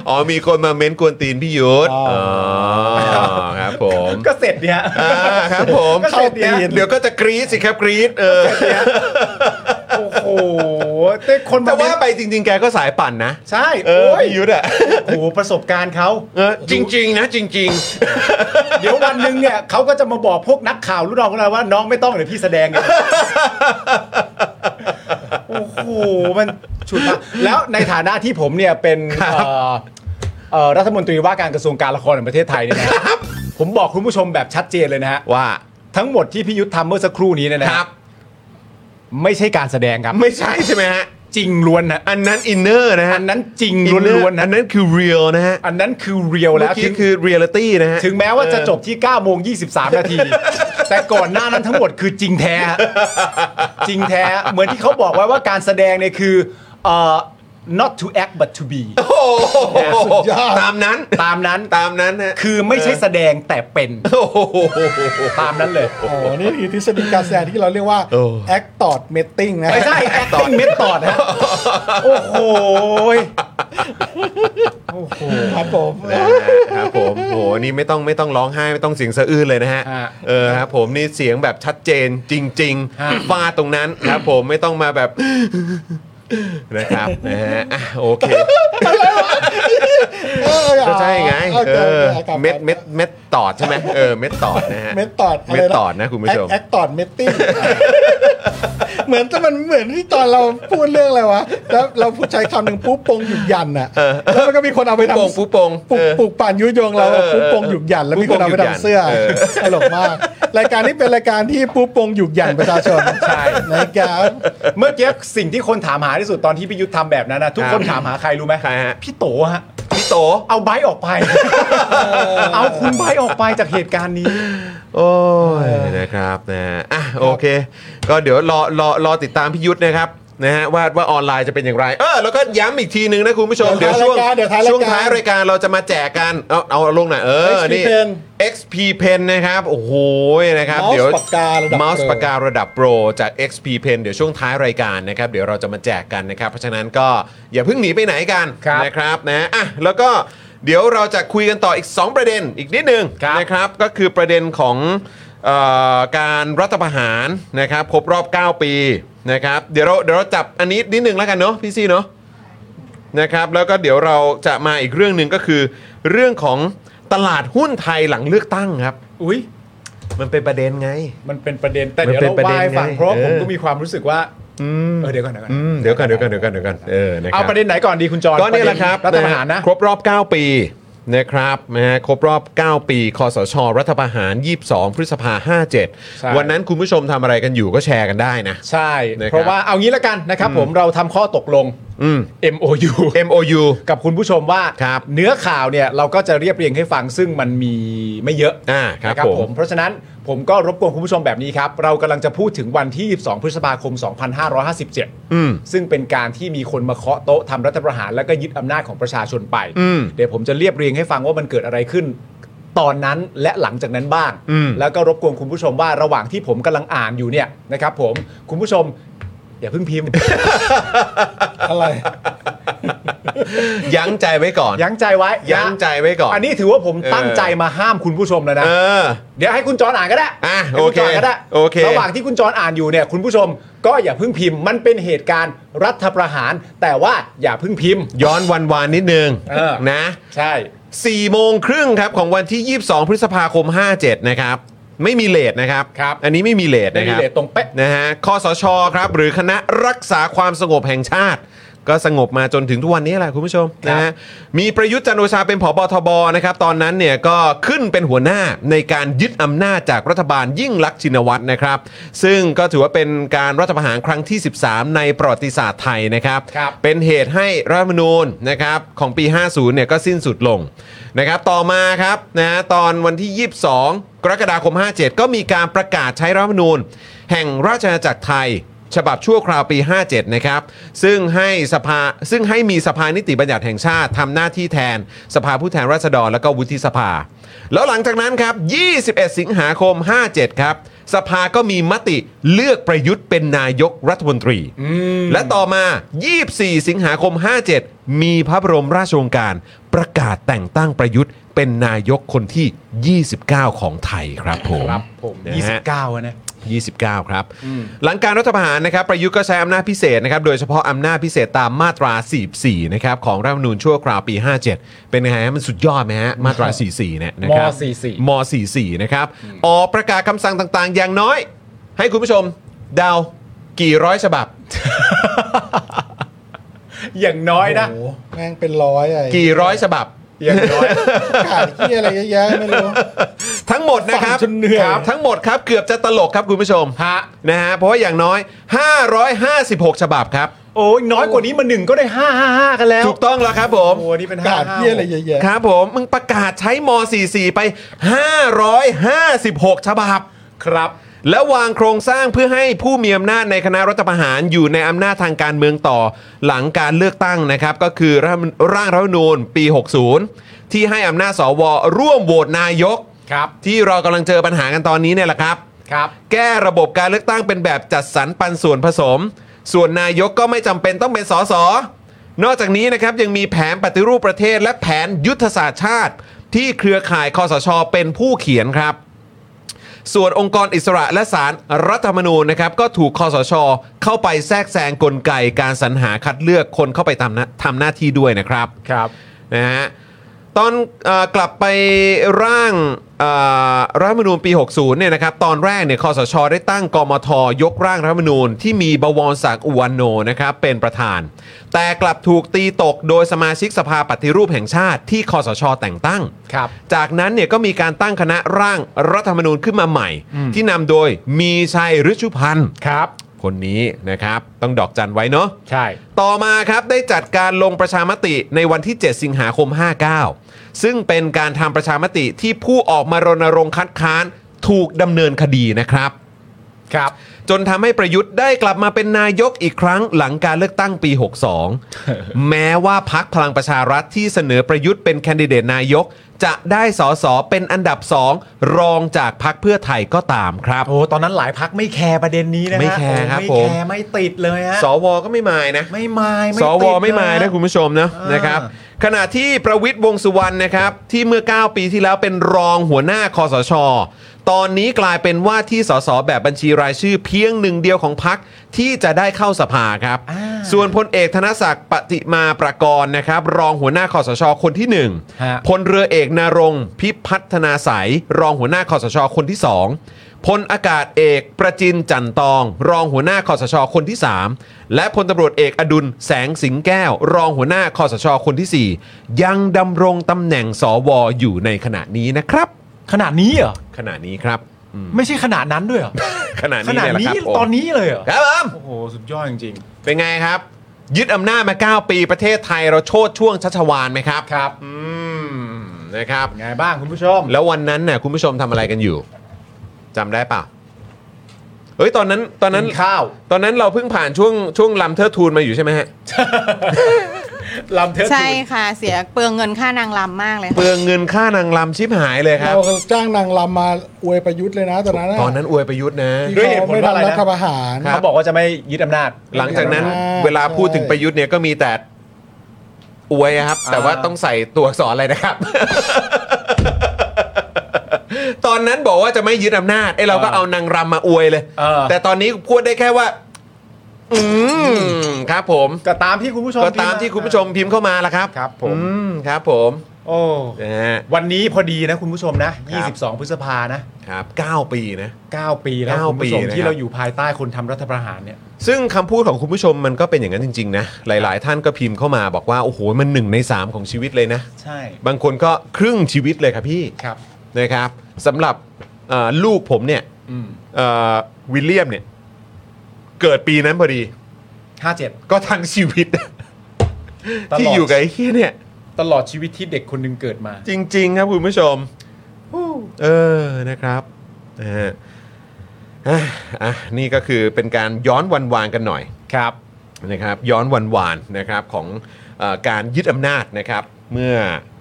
Speaker 1: อ๋อมีคนมาเม้นกวนตีนพี่ยุทธ
Speaker 3: อ๋อ
Speaker 1: อ
Speaker 3: อ๋
Speaker 1: ๋อครับผม
Speaker 4: ก็เสร็จเนี่ย
Speaker 1: อ่าครับผม
Speaker 4: ก็เสร็จเนี่ย
Speaker 1: เดี๋ยวก็จะกรี๊ดสิครับกรี๊ดเออ
Speaker 4: โอ้โหแต่คนม
Speaker 1: แต่ว่า
Speaker 4: เม้น
Speaker 1: ไปจริง ๆ แกก็สายปั่นนะ
Speaker 4: ใช่
Speaker 1: เออ
Speaker 4: โอ้ย
Speaker 1: พี่ยุทธอ่ะ
Speaker 4: โอ้โหประสบการณ์เขา
Speaker 1: เออจริง ๆ นะ จริง
Speaker 4: เดี๋ยววันหนึ่งเนี่ยเขาก็จะมาบอกพวกนักข่าวรุ่นน้องของเราว่าน้องไม่ต้องเดี๋ยวพี่แสดงเองโอ้โหมันฉุดมากแล้วในฐานะที่ผมเนี่ยเป็นเอ่อเอ่อรัฐมนตรีว่าการกระทรวงการละครแห่งประเทศไทยเนี่ยนะผมบอกคุณผู้ชมแบบชัดเจนเลยนะฮะ
Speaker 1: ๆ ว่า
Speaker 4: ทั้งหมดที่พี่ยุทธทำเมื่อสักครู่นี้เนยนะ
Speaker 1: ค
Speaker 4: ฮะ
Speaker 1: รับ
Speaker 4: ไม่ใช่การแสดงครับ
Speaker 1: ไม่ใช่ใช่ไหมฮะ
Speaker 4: จริงล้วนนะ
Speaker 1: อันนั้นอินเนอร์นะฮะ
Speaker 4: อันนั้นจริง
Speaker 1: inner
Speaker 4: ล้วนๆ
Speaker 1: อั
Speaker 4: นะ
Speaker 1: นนั้นคือเรียลนะฮะ
Speaker 4: อันนั้นคือเรียว
Speaker 1: เมื่
Speaker 4: แล้
Speaker 1: อ
Speaker 4: ว
Speaker 1: กี้
Speaker 4: ถึง
Speaker 1: คือเรียลิตี้นะฮะ
Speaker 4: ถึงแม้ว่าจะจบที่9โมง23 นาที แต่ก่อนหน้านั้นทั้งหมดคือจริงแท้ฮะจริงแท้เหมือนที่เขาบอกไว้ว่าการแสดงเนี่ยคือเอ่อ not to act but to be
Speaker 1: โอ้โห
Speaker 3: สุดยอด
Speaker 1: ตามนั้น
Speaker 4: ตามนั้น
Speaker 1: ตามนั้นฮะ
Speaker 4: คือไม่ใช่แสดงแต่เป็น
Speaker 1: โอ้โห
Speaker 4: ตามนั้นเลย
Speaker 3: โอ้โหนี่คือทฤษฎีการแสดงที่เราเรียกว่า
Speaker 1: โอ้
Speaker 3: act ตอด meeting นะ
Speaker 4: ไม่ใช่ acting method ฮะโอ้โหยโอ้โห
Speaker 3: ครับผม
Speaker 1: นะครับผมโอ้โหนี่ไม่ต้องไม่ต้องร้องไห้ไม่ต้องเสียงสะอื้นเลยนะฮะ
Speaker 4: ฮะ
Speaker 1: เออครับผมนี่เสียงแบบชัดเจนจริง
Speaker 4: ฮะ
Speaker 1: ๆฟาดตรงนั้นครับผมไม่ต้องมาแบบ นะครับนะฮะอ่ะโอเค
Speaker 3: เออ
Speaker 1: ก็ใช่ไง
Speaker 3: เอา
Speaker 1: เอ
Speaker 3: เอา
Speaker 1: อ
Speaker 3: อาอา
Speaker 1: เม็ดเม็ดเม็ดตอดใช่ไหมเออ เม็ดตอดนะฮะ
Speaker 3: เม็ดตอด
Speaker 1: เม็ดตอดนะคุณผู้ชม
Speaker 3: แอคตอดเมตติ้งเหมือนแต่มันเหมือนที่ตอนเราพูดเรื่องอะไรวะ แล้วเราพูดใช้คำหนึ่งปุ๊บปงหยุดยันอ่ะแล้วมันก็มีคนเอาไปทำ
Speaker 1: ปุ๊บปงปุ๊บปง
Speaker 3: ปลูก
Speaker 1: เออ
Speaker 3: ปลูกป่านยุยงเรา
Speaker 1: เออเออ
Speaker 3: ปุ๊บปงหยุดยันแล้วมีคนเอาไปทำเสื้อ
Speaker 1: เออ
Speaker 3: ตลกมาก รายการนี้เป็นรายการที่ปุ๊บปงหยุดยันประชาชนใช่นะครับ
Speaker 4: เมื่อกี้สิ่งที่คนถามหาที่สุดตอนที่พี่ยุทธทำแบบนั้นนะทุกคนถามหาใครรู้ไหม
Speaker 1: ใครฮะ
Speaker 4: พี่โตฮะ
Speaker 1: พี่โต
Speaker 4: เอาไบค์ออกไป เอาคุณไบค์ออกไปจากเหตุการณ์นี้
Speaker 1: โอ้ยนะครับนะฮะอ่ะโอเค ก็เดี๋ยวรอรอรอติดตามพี่ยุทธนะครับนะฮะว่าว่าออนไลน์จะเป็นอย่างไร เออแล้วก็ย้ำอีกทีหนึ่งนะคุณผู้ชม
Speaker 3: เดี๋
Speaker 1: เดี๋ยช่
Speaker 3: ยว ว
Speaker 1: วง
Speaker 3: ท้ายรายการเดี๋ยวท้ายรายการ
Speaker 1: ช่วงท้ายรายการเราจะมาแจกกันเอาเอาลงหน่อยเออ
Speaker 3: XP
Speaker 1: นี่
Speaker 3: Pen
Speaker 1: XP Pen นะครับโอ้โหนะครับ
Speaker 3: Mouse
Speaker 1: เดี๋ยว
Speaker 3: ปากการะดับ
Speaker 1: เมาส์
Speaker 3: Pro
Speaker 1: ปากการะดับโปรจาก XP Pen เดี๋ยวช่วงท้ายรายการนะครับเดี๋ยวเราจะมาแจกกันนะครับเพราะฉะนั้นก็อย่าเพิ่งหนีไปไหนกัน
Speaker 4: ครับ
Speaker 1: นะครับนะอ่ะแล้วก็เดี๋ยวเราจะคุยกันต่ออีก 2 ประเด็นอีกนิดนึง
Speaker 4: ครับ
Speaker 1: นะครับก็คือประเด็นของเออการรัฐประหารนะครับครบรอบ 9 ปีนะครับเดี๋ยวเราเดี๋ยวเราจับอันนี้นิดหนึ่งแล้วกันเนาะพี่ซี่เนาะนะครับแล้วก็เดี๋ยวเราจะมาอีกเรื่องหนึ่งก็คือ เรื่องของตลาดหุ้นไทยหลังเลือกตั้งครับ
Speaker 4: อุ้ย
Speaker 1: มันเป็นประเด็นไง
Speaker 4: มันเป็นประเด็นแต่
Speaker 1: มัน
Speaker 4: เดี๋ยว
Speaker 1: เป็น
Speaker 4: เรา
Speaker 1: ประเด็น
Speaker 4: วายฝั่ง
Speaker 1: ไง
Speaker 4: เพราะว่าผ
Speaker 1: เอ
Speaker 4: ม
Speaker 1: อ
Speaker 4: ก็มีความรู้สึกว่าเออเดี๋ยวก่อนเดี๋ยวก่อน
Speaker 1: อืมเดี๋ยวกันเดี๋ยวกันเดี๋ยวกันเดี๋ยวกันเออนะค
Speaker 4: เอา
Speaker 1: รับ
Speaker 4: ประเด็นไหนก่อนดีคุณจอน
Speaker 1: ก็เนี่ยแหละครับ
Speaker 4: ปเด็นรัฐประหารนะ
Speaker 1: ครบรอบ 9 ปีนะครับนะฮะครบรอบ 9 ปีคอสช รัฐประหาร 22 พฤษภา
Speaker 4: ใช่
Speaker 1: 57 วันนั้นคุณผู้ชมทำอะไรกันอยู่ก็แชร์กันได้นะ
Speaker 4: ใช่
Speaker 1: นะครับ
Speaker 4: เพราะว่าเอางี้ละกันนะครับผมเราทำข้อตกลง
Speaker 1: อืม
Speaker 4: MOU
Speaker 1: MOU
Speaker 4: กับคุณผู้ชมว่า
Speaker 1: ครับ
Speaker 4: เนื้อข่าวเนี่ยเราก็จะเรียบเรียงให้ฟังซึ่งมันมีไม่เยอะ
Speaker 1: อ่าครับ
Speaker 4: นะ
Speaker 1: ผม
Speaker 4: เพราะฉะนั้นผมก็รบกวนคุณผู้ชมแบบนี้ครับ เรากำลังจะพูดถึงวันที่ 22 พฤษภาคม 2557
Speaker 1: อืม
Speaker 4: ซึ่งเป็นการที่มีคนมาเคาะโต๊ะทำรัฐประหารแล้วก็ยึดอำนาจของประชาชนไป
Speaker 1: อืม
Speaker 4: เดี๋ยวผมจะเรียบเรียงให้ฟังว่ามันเกิดอะไรขึ้นตอนนั้นและหลังจากนั้นบ้าง
Speaker 1: อืม
Speaker 4: แล้วก็รบกวนคุณผู้ชมว่าระหว่างที่ผมกำลังอ่านอยู่เนี่ยนะครับผมคุณผู้ชมอย่าเพิ่งพิมพ์
Speaker 3: อะไร
Speaker 1: ยั้งใจไว้ก่อน
Speaker 4: ยั้งใจไว้นะ
Speaker 1: ยั้งใจไว้ก่อน
Speaker 4: อันนี้ถือว่าผมตั้ง
Speaker 1: เออ
Speaker 4: ใจมาห้ามคุณผู้ชมแล้วนะ
Speaker 1: เออ
Speaker 4: เดี๋ยวให้คุณจรอ่านก็ได้
Speaker 1: อ่ะ
Speaker 4: ให้ณจ
Speaker 1: โอเค
Speaker 4: ก็ได้
Speaker 1: โอเค
Speaker 4: ระหว่างที่คุณจรอ่านอยู่เนี่ย คุณผู้ชมก็อย่าเพิ่งพิมพ์ มันเป็นเหตุการณ์รัฐประหาร แต่ว่าอย่าเพิ่งพิมพ์
Speaker 1: ย้อนวันวานนิดนึง
Speaker 4: เออ
Speaker 1: นะ
Speaker 4: ใช่
Speaker 1: 4โมงครึ่งครับของวันที่ 22 พฤษภาคม 57 นะครับ ไม่มีเลทนะครับ
Speaker 4: ครับ
Speaker 1: อันนี้ไม่มีเลท
Speaker 4: ใน
Speaker 1: นะค
Speaker 4: รี
Speaker 1: รับ
Speaker 4: เลทตรงเป๊ะ
Speaker 1: นะฮะคอสชครับ หรือคณะรักษาความสงบแห่งชาติ ก็สงบมาจนถึงทุกวันนี้แหละคุณผู้ชม
Speaker 4: ครับ
Speaker 1: นะฮะมีประยุทธ์จันทร์โอชาเป็นผบทบนะครับ ตอนนั้นเนี่ยก็ขึ้นเป็นหัวหน้าในการยึดอำนาจจากรัฐบาลยิ่งลักษณ์ชินวัตรนะครับ ซึ่งก็ถือว่าเป็นการรัฐประหารครั้งที่ 13 ในประวัติศาสตร์ไทยนะครับ
Speaker 4: ครับ
Speaker 1: เป็นเหตุให้รัฐธรรมนูญนะครับของปี 50 เนี่ยก็สิ้นสุดลงนะครับต่อมาครับนะตอนวันที่ 22 กรกฎาคม 57 ก็มีการประกาศใช้รัฐธรรมนูญ แห่งราชอาณาจักรไทย ฉบับชั่วคราวปี 57 นะครับ ซึ่งให้สภาซึ่งให้มีสภานิติบัญญัติแห่งชาติทำหน้าที่แทนสภาผู้แทนราษฎรและก็วุฒิสภา แล้วหลังจากนั้นครับ 21 สิงหาคม 57 ครับ สภาก็มีมติเลือกประยุทธ์เป็นนายกรัฐมนตรี และต่อมา 24 สิงหาคม 57 มีพระบรมราชโองการ ประกาศแต่งตั้งประยุทธ์เป็นนายกคนที่ 29 ของไทยครับผม
Speaker 4: ครับผม
Speaker 1: นะฮะ
Speaker 4: 29อะนะ
Speaker 1: 29 ครับ หลังการรัฐประหารนะครับประยุทธ์ก็ใช้อำนาจพิเศษนะครับโดยเฉพาะอำนาจพิเศษตามมาตรา 44 นะครับของรัฐธรรมนูญชั่วคราวปี 57 เป็นไงฮะมันสุดยอดไหมฮะมาตรา 44 เนี่ยนะครับม
Speaker 4: ม44
Speaker 1: 44 นะครับ ออกประกาศคำสั่งต่างๆ อย่างน้อย ให้คุณผู้ชมเดากี่ร้อยฉบับ
Speaker 4: อย่างน้อยนะ
Speaker 3: โอ้โหแม่งเป็นร้อยอะไร
Speaker 1: กี่ร้อยฉบับ
Speaker 4: อย่างน้อย
Speaker 3: ขาดที่อะไรเยอะแยะไม่รู้
Speaker 1: ทั้งหมดนะครับ
Speaker 3: ฟังจนเหนื่อย
Speaker 1: ครับทั้งหมดครับเกือบจะตลกครับคุณผู้ชม
Speaker 4: ฮะ
Speaker 1: นะฮะเพราะว่าอย่างน้อย 556 ฉบับครับ
Speaker 4: โอ้ยน้อยกว่านี้มาหนึ่งก็ได้ห้าห้าห้ากันแล้ว
Speaker 1: ถูกต้องแล้วครับผม
Speaker 4: โอ้นี่เป็น
Speaker 3: กา
Speaker 4: ห้า
Speaker 3: ดเยี่ยอะไรเยอะแยะ
Speaker 1: ครับผมมึงประกาศใช้ม .44 ไป 556 ฉบับ
Speaker 4: ครับ
Speaker 1: และวางโครงสร้างเพื่อให้ผู้มีอำนาจในคณะรัฐประหารอยู่ในอำนาจทางการเมืองต่อหลังการเลือกตั้งนะครับ ก็คือร่างร่างรัฐธรรมนูญปี 60 ที่ให้อำนาจสวร่วมโหวตนายก
Speaker 4: ครับ
Speaker 1: ที่เรากำลังเจอปัญหากันตอนนี้เนี่ยแหละครับ
Speaker 4: ครับ
Speaker 1: แก้ระบบการเลือกตั้งเป็นแบบจัดสรรปันส่วนผสม ส่วนนายกก็ไม่จำเป็นต้องเป็นสสนอกจากนี้นะครับยังมีแผนปฏิรูปประเทศและแผนยุทธศาสตร์ชาติ ที่เครือข่ายคอสชเป็นผู้เขียนครับ ส่วนองค์กรอิสระและสารรัฐธรรมนูญนะครับก็ถูกคอสช เข้าไปแทรกแซงกลไกการสรรหาคัดเลือกคนเข้าไปทำหน้าทำหน้าที่ด้วยนะครับ
Speaker 4: ครับ
Speaker 1: นะฮะตอนเออกลับไปร่างเอ่อรัฐธรรมนูญปี 60เนี่ยนะครับตอนแรกเนี่ยคอสช ได้ตั้งกมท ยกร่างรัฐธรรมนูญที่มีบวรศักดิ์อุวันโนนะครับเป็นประธาน แต่กลับถูกตีตกโดยสมาชิกสภาปฏิรูปแห่งชาติที่คอสช แต่งตั้ง
Speaker 4: ครับ
Speaker 1: จากนั้นเนี่ยก็มีการตั้งคณะร่างรัฐธรรมนูญขึ้นมาใหม่ ที่นำโดยมีชัยฤชุพันธ์
Speaker 4: ครับ
Speaker 1: คนนี้นะครับต้องดอกจันไว้เนาะ
Speaker 4: ใช่
Speaker 1: ต่อมาครับได้จัดการลงประชามติในวันที่ 7 สิงหาคม 59 ซึ่งเป็นการทำประชามติที่ผู้ออกมารณรงค์คัดค้านถูกดำเนินคดีนะครับ
Speaker 4: ครับ
Speaker 1: จนทำให้ประยุทธ์ได้กลับมาเป็นนายกอีกครั้งหลังการเลือกตั้งปี 62 แม้ว่าพักพลังประชารัฐที่เสนอประยุทธ์เป็นแคนดิเดตนายก จะได้สอสอเป็นอันดับสองรองจากพักเพื่อไทยก็ตามครับ
Speaker 4: โอ้ ตอนนั้นหลายพักไม่แคร์ประเด็นนี้นะฮะ
Speaker 1: ไม่แคร์ครับผ
Speaker 4: โอ้
Speaker 1: ม
Speaker 4: ไม่แคร์ไม่ติดเลยฮะ
Speaker 1: สวก็ไม่มายนะ
Speaker 4: ไม่มาย
Speaker 1: สว
Speaker 4: ติดเลย
Speaker 1: ไม่มานะคุณผู้ชมนะ
Speaker 4: เออ
Speaker 1: นะครับ ขณะที่ประวิทย์วงษ์สุวรรณนะครับ ที่เมื่อ 9 ปีที่แล้วเป็นรองหัวหน้าคอสช ตอนนี้กลายเป็นว่าที่สสแบบบัญชีรายชื่อเพียงหนึ่งเดียวของพักที่จะได้เข้าสภาครับ ส่วนพลเอกธนศักดิ์ปฏิมาประกรณ์นะครับ รองหัวหน้าคอสช คนที่หนึ่ง
Speaker 4: ฮะ
Speaker 1: พลเรือเอกนารงค์พิพัฒนาสายรองหัวหน้าคอสช คนที่ 2 พลอากาศเอกประจินจันตอง รองหัวหน้าคอสช คนที่ 3 และพลตำรวจเอกอดุลแสงสิงแก้ว รองหัวหน้าคอสช คนที่ 4 ยังดำรงตำแหน่งสวอยู่ในขณะนี้นะครับ
Speaker 4: ขนาดนี้เหรอ
Speaker 1: ขณะนี้ครับ
Speaker 4: ไม่ใช่ขนาดนั้นด้วยเหรอ
Speaker 1: ขณะ
Speaker 4: ข
Speaker 1: นี้
Speaker 4: นาด
Speaker 1: เลยละ
Speaker 4: นี้
Speaker 1: ครับผม
Speaker 4: ตอนนี้เลยเหรอ
Speaker 1: ครับผม
Speaker 4: โอ้โห สุดยอดจริง
Speaker 1: เป็นไงครับ ยึดอำนาจมา 9 ปีประเทศไทยเราโชดช่วงชัชวานไหมครับ
Speaker 4: ๆ ครับ
Speaker 1: อืมนะครับ
Speaker 4: ไงบ้างคุณผู้ชม
Speaker 1: แล้ววันนั้นน่ะคุณผู้ชมทำอะไรกันอยู่จำได้ป่ะเฮ้ยตอนนั้นตอนนั้น
Speaker 4: กินข้าว
Speaker 1: ตอนนั้นเราเพิ่งผ่านช่วงช่วงลำเทิดทูนมาอยู่ใช่ไหมฮะ
Speaker 4: ลำเทิดทูน
Speaker 7: ใช่ค่ะเสียเปลืองเงินค่านางรำมากเลย
Speaker 1: เปลืองเงินค่านางลำชิบหายเลยครับ
Speaker 3: เราจ้างนางรำมาอวยประยุทธ์เลยนะตอนนั้นะ
Speaker 1: ตอนนั้นอวยประยุทธ์นะ
Speaker 3: ที่เขาไม่ทำรัฐประหาร
Speaker 4: เขาบอกว่าจะไม่ยึดอำนาจ
Speaker 1: หลังจากนั้น
Speaker 3: อ่า
Speaker 1: เวลาพูดถึงประยุทธ์เนี่ยก็มีแต่อวยครับ แต่ว่าต้องใส่ตัวอักษรอะไรนะครับ ตอนนั้นบอกว่าจะไม่ยึดอำนาจไอ้เราก็เอานางรำมาอวยเลย
Speaker 4: เออ
Speaker 1: แต่ตอนนี้พูดได้แค่ว่า อืมครับผม
Speaker 4: ก็ตามที่คุณผู้ชม
Speaker 1: ก็ตามที่คุณผู้ชมพิมพ์เข้ามาละครับ
Speaker 4: ครับผม
Speaker 1: อืมครับผม
Speaker 4: โอ้
Speaker 1: นะฮะ
Speaker 4: วันนี้พอดีนะคุณผู้ชมนะ 22 พฤษภานะ
Speaker 1: ครับ 9 ปีนะ
Speaker 4: 9 ปีแล้ว
Speaker 1: เก้า
Speaker 4: คุณผู้ช
Speaker 1: ปี
Speaker 4: ม
Speaker 1: นะครับ
Speaker 4: ที่เราอยู่ภายใต้คนทำรัฐประหารเนี่ย
Speaker 1: ซึ่งคำพูดของคุณผู้ชมมันก็เป็นอย่างนั้นจริง ๆ นะ หลาย ๆ ท่านก็พิมพ์เข้ามาบอกว่า โอ้โห มันหนึ่งใน 3 ของชีวิตเลยนะ
Speaker 4: ใช่
Speaker 1: บางคนก็ครึ่งชีวิตเลยครับพี่
Speaker 4: ครับ
Speaker 1: นะครับสำหรับเอ่อลูกผมเนี่ย
Speaker 4: อืม
Speaker 1: เอ่อวิลเลียมเนี่ย เกิดปีนั้นพอดี
Speaker 4: ห้าเจ็ด
Speaker 1: ก็ทั้งชีวิต
Speaker 4: ตลอด
Speaker 1: ที่อยู่กับไอ้เฮียเนี่ย
Speaker 4: ตลอดชีวิตที่เด็กคนหนึงเกิดมา
Speaker 1: จริง ๆ ครับคุณผู้ชมเออนะครับนะฮะอ่ะอ่ะนี่ก็คือเป็นการย้อนวันวานกันหน่อย
Speaker 4: ครับ
Speaker 1: นะครับ ย้อนวันวานนะครับของเออการยึดอำนาจนะครับ เมื่อ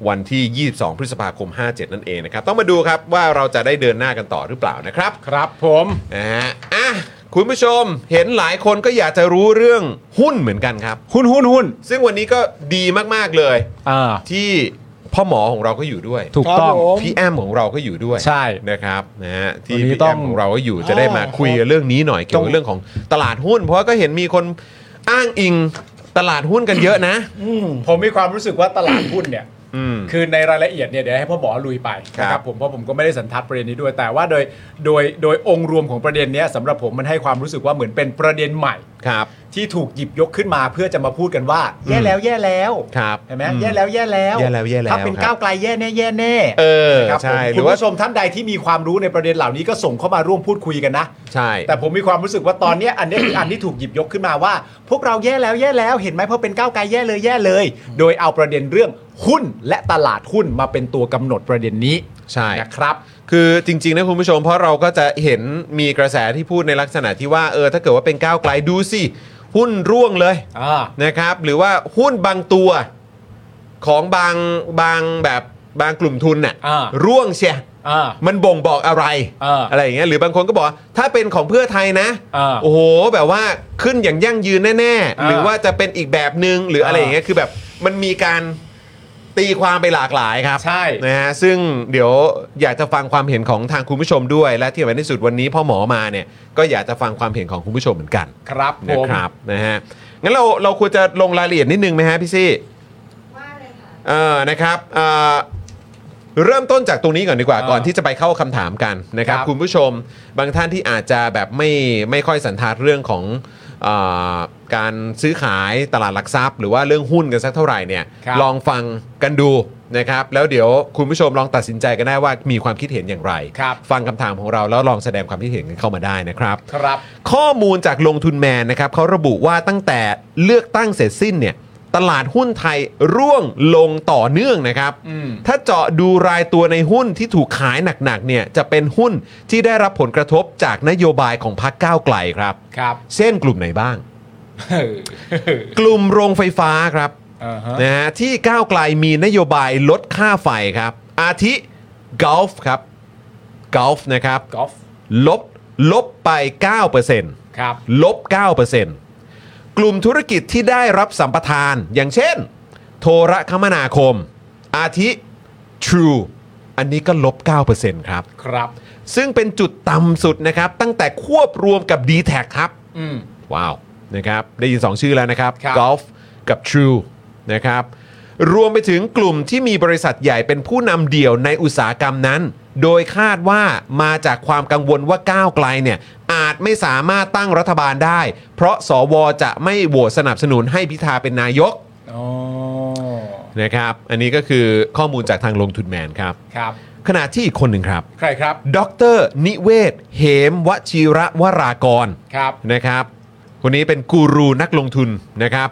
Speaker 1: วันที่ 22 พฤษภาคม 57 นั่นเองนะครับ ต้องมาดูครับว่าเราจะได้เดินหน้ากันต่อหรือเปล่านะครับ
Speaker 4: ครับผม
Speaker 1: นะฮะอ่ะคุณผู้ชมเห็นหลายคนก็อยากจะรู้เรื่องหุ้นเหมือนกันครับ
Speaker 4: หุ้นหุ้นหุ้น
Speaker 1: ซึ่งวันนี้ก็ดีมากๆเลย
Speaker 4: อ่า
Speaker 1: ที่พ่อหมอของเราก็อยู่ด้วย
Speaker 4: ถูกต้อง
Speaker 3: ครับผม
Speaker 1: พี่แอมของเราก็อยู่ด้วย
Speaker 4: ใช่
Speaker 1: นะครับนะฮะที่
Speaker 4: วันนี้
Speaker 1: พี่
Speaker 4: ต้
Speaker 1: แอ
Speaker 4: อง
Speaker 1: มของเราก็อยู่จะได้มาคุยกันเรื่องนี้หน่อยเกี่ยวกับเรื่องของตลาดหุ้น เพราะว่าก็เห็นมีคนอ้างอิงตลาดหุ้นกันเยอะนะ
Speaker 4: ผมมีความรู้สึกว่าตลาดหุ้นเนี่ย
Speaker 1: อืม
Speaker 4: คือในรายละเอียดเนี่ยเดี๋ยวให้พ่อหมอลุยไปนะค
Speaker 1: ครั
Speaker 4: รับบ ผมเพราะผมก็ไม่ได้สันทัดประเด็นนี้ด้วยแต่ว่าโดยโดยโดยองค์รวมของประเด็นเนี้ยสำหรับผมมันให้ความรู้สึกว่าเหมือนเป็นประเด็นใหม่
Speaker 1: ครับ
Speaker 4: ที่ถูกหยิบยกขึ้นมาเพื่อจะมาพูดกันว่า แย่แล้วแย่แล้ว
Speaker 1: ครับ
Speaker 4: เห็นไหม
Speaker 1: อืม
Speaker 4: แย่แล้วแย่แล้ว
Speaker 1: แย่แล้วแย่แล้ว
Speaker 4: ถ้าเป็น
Speaker 1: ครับ
Speaker 4: ก้าวไกลแย่แน่แย่แน่
Speaker 1: เออ
Speaker 4: นะครับ
Speaker 1: ใช่
Speaker 4: ผม
Speaker 1: หรื
Speaker 4: คุณ
Speaker 1: อว่า
Speaker 4: ผู้ชมท่านใดที่มีความรู้ในประเด็นเหล่านี้ก็ส่งเข้ามาร่วมพูดคุยกันนะ
Speaker 1: ใช่
Speaker 4: แต่ผมมีความรู้สึกว่าตอนเนี้ยอันเนี้ยคือ อันที่ถูกหยิบยกขึ้นมาว่า พวกเราแย่แล้วแย่แล้วเห็นไหมเพราะเป็นก้าวไกลแย่เลยแย่เลย โดยเอาประเด็นเรื่องหุ้นและตลาดหุ้นมาเป็นตัวกำหนดประเด็นนี้
Speaker 1: ใช่
Speaker 4: นะครับ
Speaker 1: คือจริง ๆ นะคุณผู้ชมเพราะเราก็จะเห็นมีกระแสที่พูดในลักษณะที่ว่าเออถ้าเกิดว่าเป็นก้าวไกลดูสิ หุ้นร่วงเลย
Speaker 4: อ่า
Speaker 1: นะครับ หรือว่าหุ้นบางตัวของบางบางแบบบางกลุ่มทุนน่ะ
Speaker 4: อ่า
Speaker 1: ร่วงเชีย
Speaker 4: อ่า
Speaker 1: มันบ่งบอกอะไร
Speaker 4: อ่า
Speaker 1: ไรอย่างเงี้ยหรือบางคนก็บอกว่าถ้าเป็นของเพื่อไทยนะ
Speaker 4: อ่า
Speaker 1: โอ้โหแบบว่าขึ้นอย่างยั่งยืนแน่ๆ
Speaker 4: อ่า
Speaker 1: หรือว่าจะเป็นอีกแบบหนึง่งหรืออะไรอย่างเงี้ยคือแบบมันมีการตีความไปหลากหลายครับ
Speaker 4: ใช่
Speaker 1: นะฮะซึ่งเดี๋ยวอยากจะฟังความเห็นของทางคุณผู้ชมด้วย และที่สำคัญที่สุดวันนี้พ่อหมอมาเนี่ยก็อยากจะฟังความเห็นของคุณผู้ชมเหมือนกัน
Speaker 4: ครับผ
Speaker 1: นะ
Speaker 4: ม
Speaker 1: ครับนะฮะงั้นเราเราควรจะลงรายละเอียดนิดนึงไหมฮะพี่ซี่เออนะครับเอ่อเริ่มต้นจากตรงนี้ก่อนดีกว่า
Speaker 4: อ่า
Speaker 1: ก่อนที่จะไปเข้าคำถามกันนะครับ
Speaker 4: ครับ
Speaker 1: คุณผู้ชมบางท่านที่อาจจะแบบไม่ไม่ค่อยสันทัดเรื่องของเออการซื้อขายตลาดหลักทรัพย์ หรือว่าเรื่องหุ้นกันสักเท่าไหร่เนี่ย
Speaker 4: ครับ
Speaker 1: ลอง ลองฟังกันดูนะครับ แล้วเดี๋ยวคุณผู้ชมลองตัดสินใจกันได้ว่ามีความคิดเห็นอย่างไร
Speaker 4: ครับ
Speaker 1: ฟังคำถามของเราแล้วลองแสดงความคิดเห็นกันเข้ามาได้นะครับ
Speaker 4: ครับ
Speaker 1: ข้อมูลจากลงทุนแมนนะครับเขาระบุว่าตั้งแต่เลือกตั้งเสร็จสิ้นเนี่ยตลาดหุ้นไทยร่วงลงต่อเนื่องนะครับ
Speaker 4: อืม
Speaker 1: ถ้าเจาะดูรายตัวในหุ้นที่ถูกขายหนักๆเนี่ยจะเป็นหุ้นที่ได้รับผลกระทบจากนโยบายของพรรคก้าวไกลครับ
Speaker 4: ครับ
Speaker 1: เช่นกลุ่มไหนบ้าง
Speaker 4: เออก
Speaker 1: ลุ่มโรงไฟฟ้าครับ
Speaker 4: อ่าฮะ
Speaker 1: นะฮะที่ก้าวไกลมีนโยบายลดค่าไฟครับ อาทิกอล์ฟครับกอล์ฟนะครับ
Speaker 4: กอล์ฟ
Speaker 1: ลบลบไป 9%
Speaker 4: ครับ
Speaker 1: ลบ 9%กลุ่มธุรกิจที่ได้รับสัมปทาน อย่างเช่น โทรคมนาคม อาทิ True อันนี้ก็ลบ 9%ครับ
Speaker 4: ครับ
Speaker 1: ซึ่งเป็นจุดต่ำสุดนะครับ ตั้งแต่ควบรวมกับ d t แทครับ
Speaker 4: อืม
Speaker 1: ว้าวนะครับได้ยิน 2 ชื่อแล้วนะครับ
Speaker 4: ครับ
Speaker 1: กอล์ฟกับ True นะครับรวมไปถึงกลุ่มที่มีบริษัทใหญ่เป็นผู้นำเดี่ยวในอุตสาหกรรมนั้น โดยคาดว่ามาจากความกังวลว่าก้าวไกลเนี่ยอาจไม่สามารถตั้งรัฐบาลได้ เพราะสวจะไม่โหวตสนับสนุนให้พิธาเป็นนายก
Speaker 4: อ๋อ
Speaker 1: นะครับอันนี้ก็คือข้อมูลจากทางลงทุนแมนครับ
Speaker 4: ครับ
Speaker 1: ขณะที่อีกคนหนึ่งครับ
Speaker 4: ใครครับ
Speaker 1: ดร นิเวศ เหมวชิระวรากร
Speaker 4: ครับ
Speaker 1: นะครับคนนี้เป็นกูรูนักลงทุนนะครับ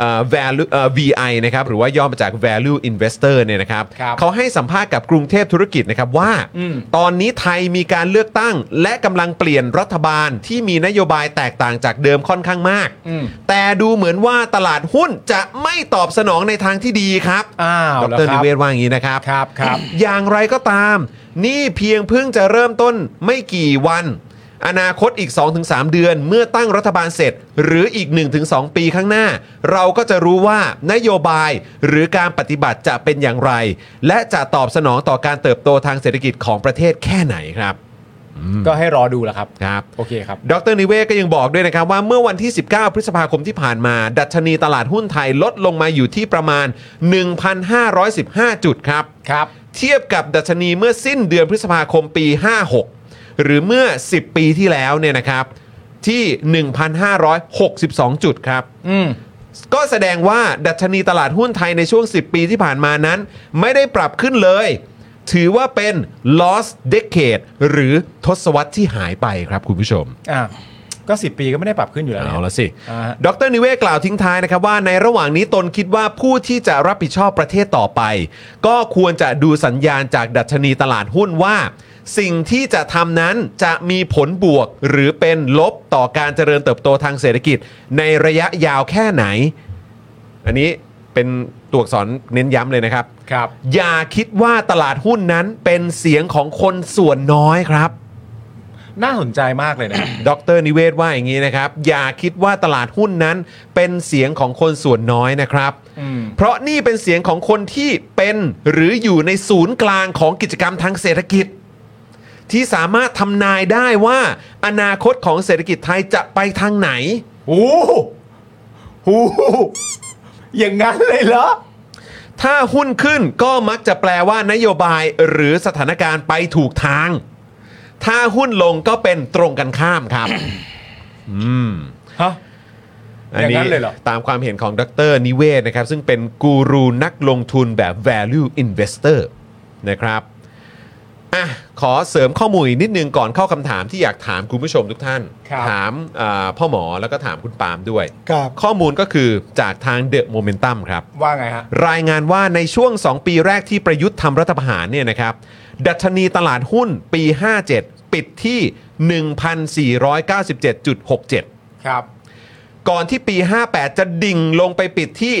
Speaker 1: เอ่อ value เอ่อ VI นะครับหรือว่าย่อมาจาก value investor เนี่ยนะครับ
Speaker 4: ครับ
Speaker 1: เขาให้สัมภาษณ์กับกรุงเทพธุรกิจนะครับว่า
Speaker 4: อืม
Speaker 1: ตอนนี้ไทยมีการเลือกตั้ง และกำลังเปลี่ยนรัฐบาลที่มีนโยบายแตกต่างจากเดิมค่อนข้างมาก
Speaker 4: อืม
Speaker 1: แต่ดูเหมือนว่าตลาดหุ้นจะไม่ตอบสนองในทางที่ดีครับ
Speaker 4: อ้าว
Speaker 1: ด
Speaker 4: แล้ว
Speaker 1: ร
Speaker 4: ค
Speaker 1: นิ
Speaker 4: รับ
Speaker 1: เวศว่าอย่างนี้นะครับ
Speaker 4: ครับครับ
Speaker 1: อย่างไรก็ตาม นี่เพียงเพิ่งจะเริ่มต้นไม่กี่วัน อนาคตอีก 2-3 เดือนเมื่อตั้งรัฐบาลเสร็จ หรืออีก 1-2 ปีข้างหน้า เราก็จะรู้ว่านโยบายหรือการปฏิบัติจะเป็นอย่างไร และจะตอบสนองต่อการเติบโตทางเศรษฐกิจของประเทศแค่ไหนครับ
Speaker 4: ก็ให้รอดูแหละครับ
Speaker 1: ครับ
Speaker 4: โอเคครับ
Speaker 1: ดรนิเวศก็ยังบอกด้วยนะครับว่าเมื่อวันที่ 19 พฤษภาคมที่ผ่านมา ดัชนีตลาดหุ้นไทยลดลงมาอยู่ที่ประมาณ 1,515 จุดครับ
Speaker 4: ครับ
Speaker 1: เทียบกับดัชนีเมื่อสิ้นเดือนพฤษภาคมปี 56 หรือเมื่อ 10 ปีที่แล้วเนี่ยนะครับที่ 1,562 จุดครับ
Speaker 4: อืม
Speaker 1: ก็แสดงว่าดัชนีตลาดหุ้นไทยในช่วง 10 ปีที่ผ่านมานั้น ไม่ได้ปรับขึ้นเลย ถือว่าเป็น lost decade หรือทศวรรษที่หายไปครับคุณผู้ชม
Speaker 4: อ่าก็สิบปีก็ไม่ได้ปรับขึ้นอยู่แล้วนี่ย
Speaker 1: เอาละสิ
Speaker 4: อ่าฮะ
Speaker 1: ดรนิเวศกล่าวทิ้งท้ายนะครับว่าในระหว่างนี้ตนคิดว่าผู้ที่จะรับผิดชอบประเทศต่อไป ก็ควรจะดูสัญญาณจากดัชนีตลาดหุ้นว่า สิ่งที่จะทำนั้นจะมีผลบวกหรือเป็นลบต่อการเจริญเติบโตทางเศรษฐกิจ ในระยะยาวแค่ไหน อันนี้เป็นตัวอักษรเน้นย้ำเลยนะครับ
Speaker 4: ครับ
Speaker 1: อย่าคิดว่าตลาดหุ้นนั้นเป็นเสียงของคนส่วนน้อยครับ
Speaker 4: น่าสนใจมากเลยนะ
Speaker 1: ดรนิเวศว่าอย่างนี้นะครับ อย่าคิดว่าตลาดหุ้นนั้นเป็นเสียงของคนส่วนน้อยนะครับ
Speaker 4: อืม
Speaker 1: เพราะนี่เป็นเสียงของคนที่เป็นหรืออยู่ในศูนย์กลางของกิจกรรมทางเศรษฐกิจ ที่สามารถทำนายได้ว่า อนาคตของเศรษฐกิจไทยจะไปทางไหน
Speaker 4: โอ้โหอย่างนั้นเลยเหรอ
Speaker 1: ถ้าหุ้นขึ้นก็มักจะแปลว่านโยบายหรือสถานการณ์ไปถูกทาง ถ้าหุ้นลงก็เป็นตรงกันข้ามครับ อืม
Speaker 4: ฮะ
Speaker 1: อัน
Speaker 4: อย่างนั้
Speaker 1: นี้
Speaker 4: นเลยเหรอ
Speaker 1: ตามความเห็นของดรนิเวศนะครับ ซึ่งเป็นกูรูนักลงทุนแบบ value investor นะครับอ่ะขอเสริมข้อมูลอีกนิดนึงก่อนเข้าคำถามที่อยากถามคุณผู้ชมทุกท่าน
Speaker 4: ครับ
Speaker 1: ถามอ่าพ่อหมอแล้วก็ถามคุณปาล์มด้วย
Speaker 3: ครับ
Speaker 1: ข้อมูลก็คือจากทางเดอะโมเมนตัมครับ
Speaker 4: ว่าไงฮะ
Speaker 1: รายงานว่าในช่วง 2 ปีแรกที่ประยุทธ์ทำรัฐประหารเนี่ยนะครับ ดัชนีตลาดหุ้นปี 57 ปิดที่ 1,497.67
Speaker 4: ครับ
Speaker 1: ก่อนที่ปี 58 จะดิ่งลงไปปิดที่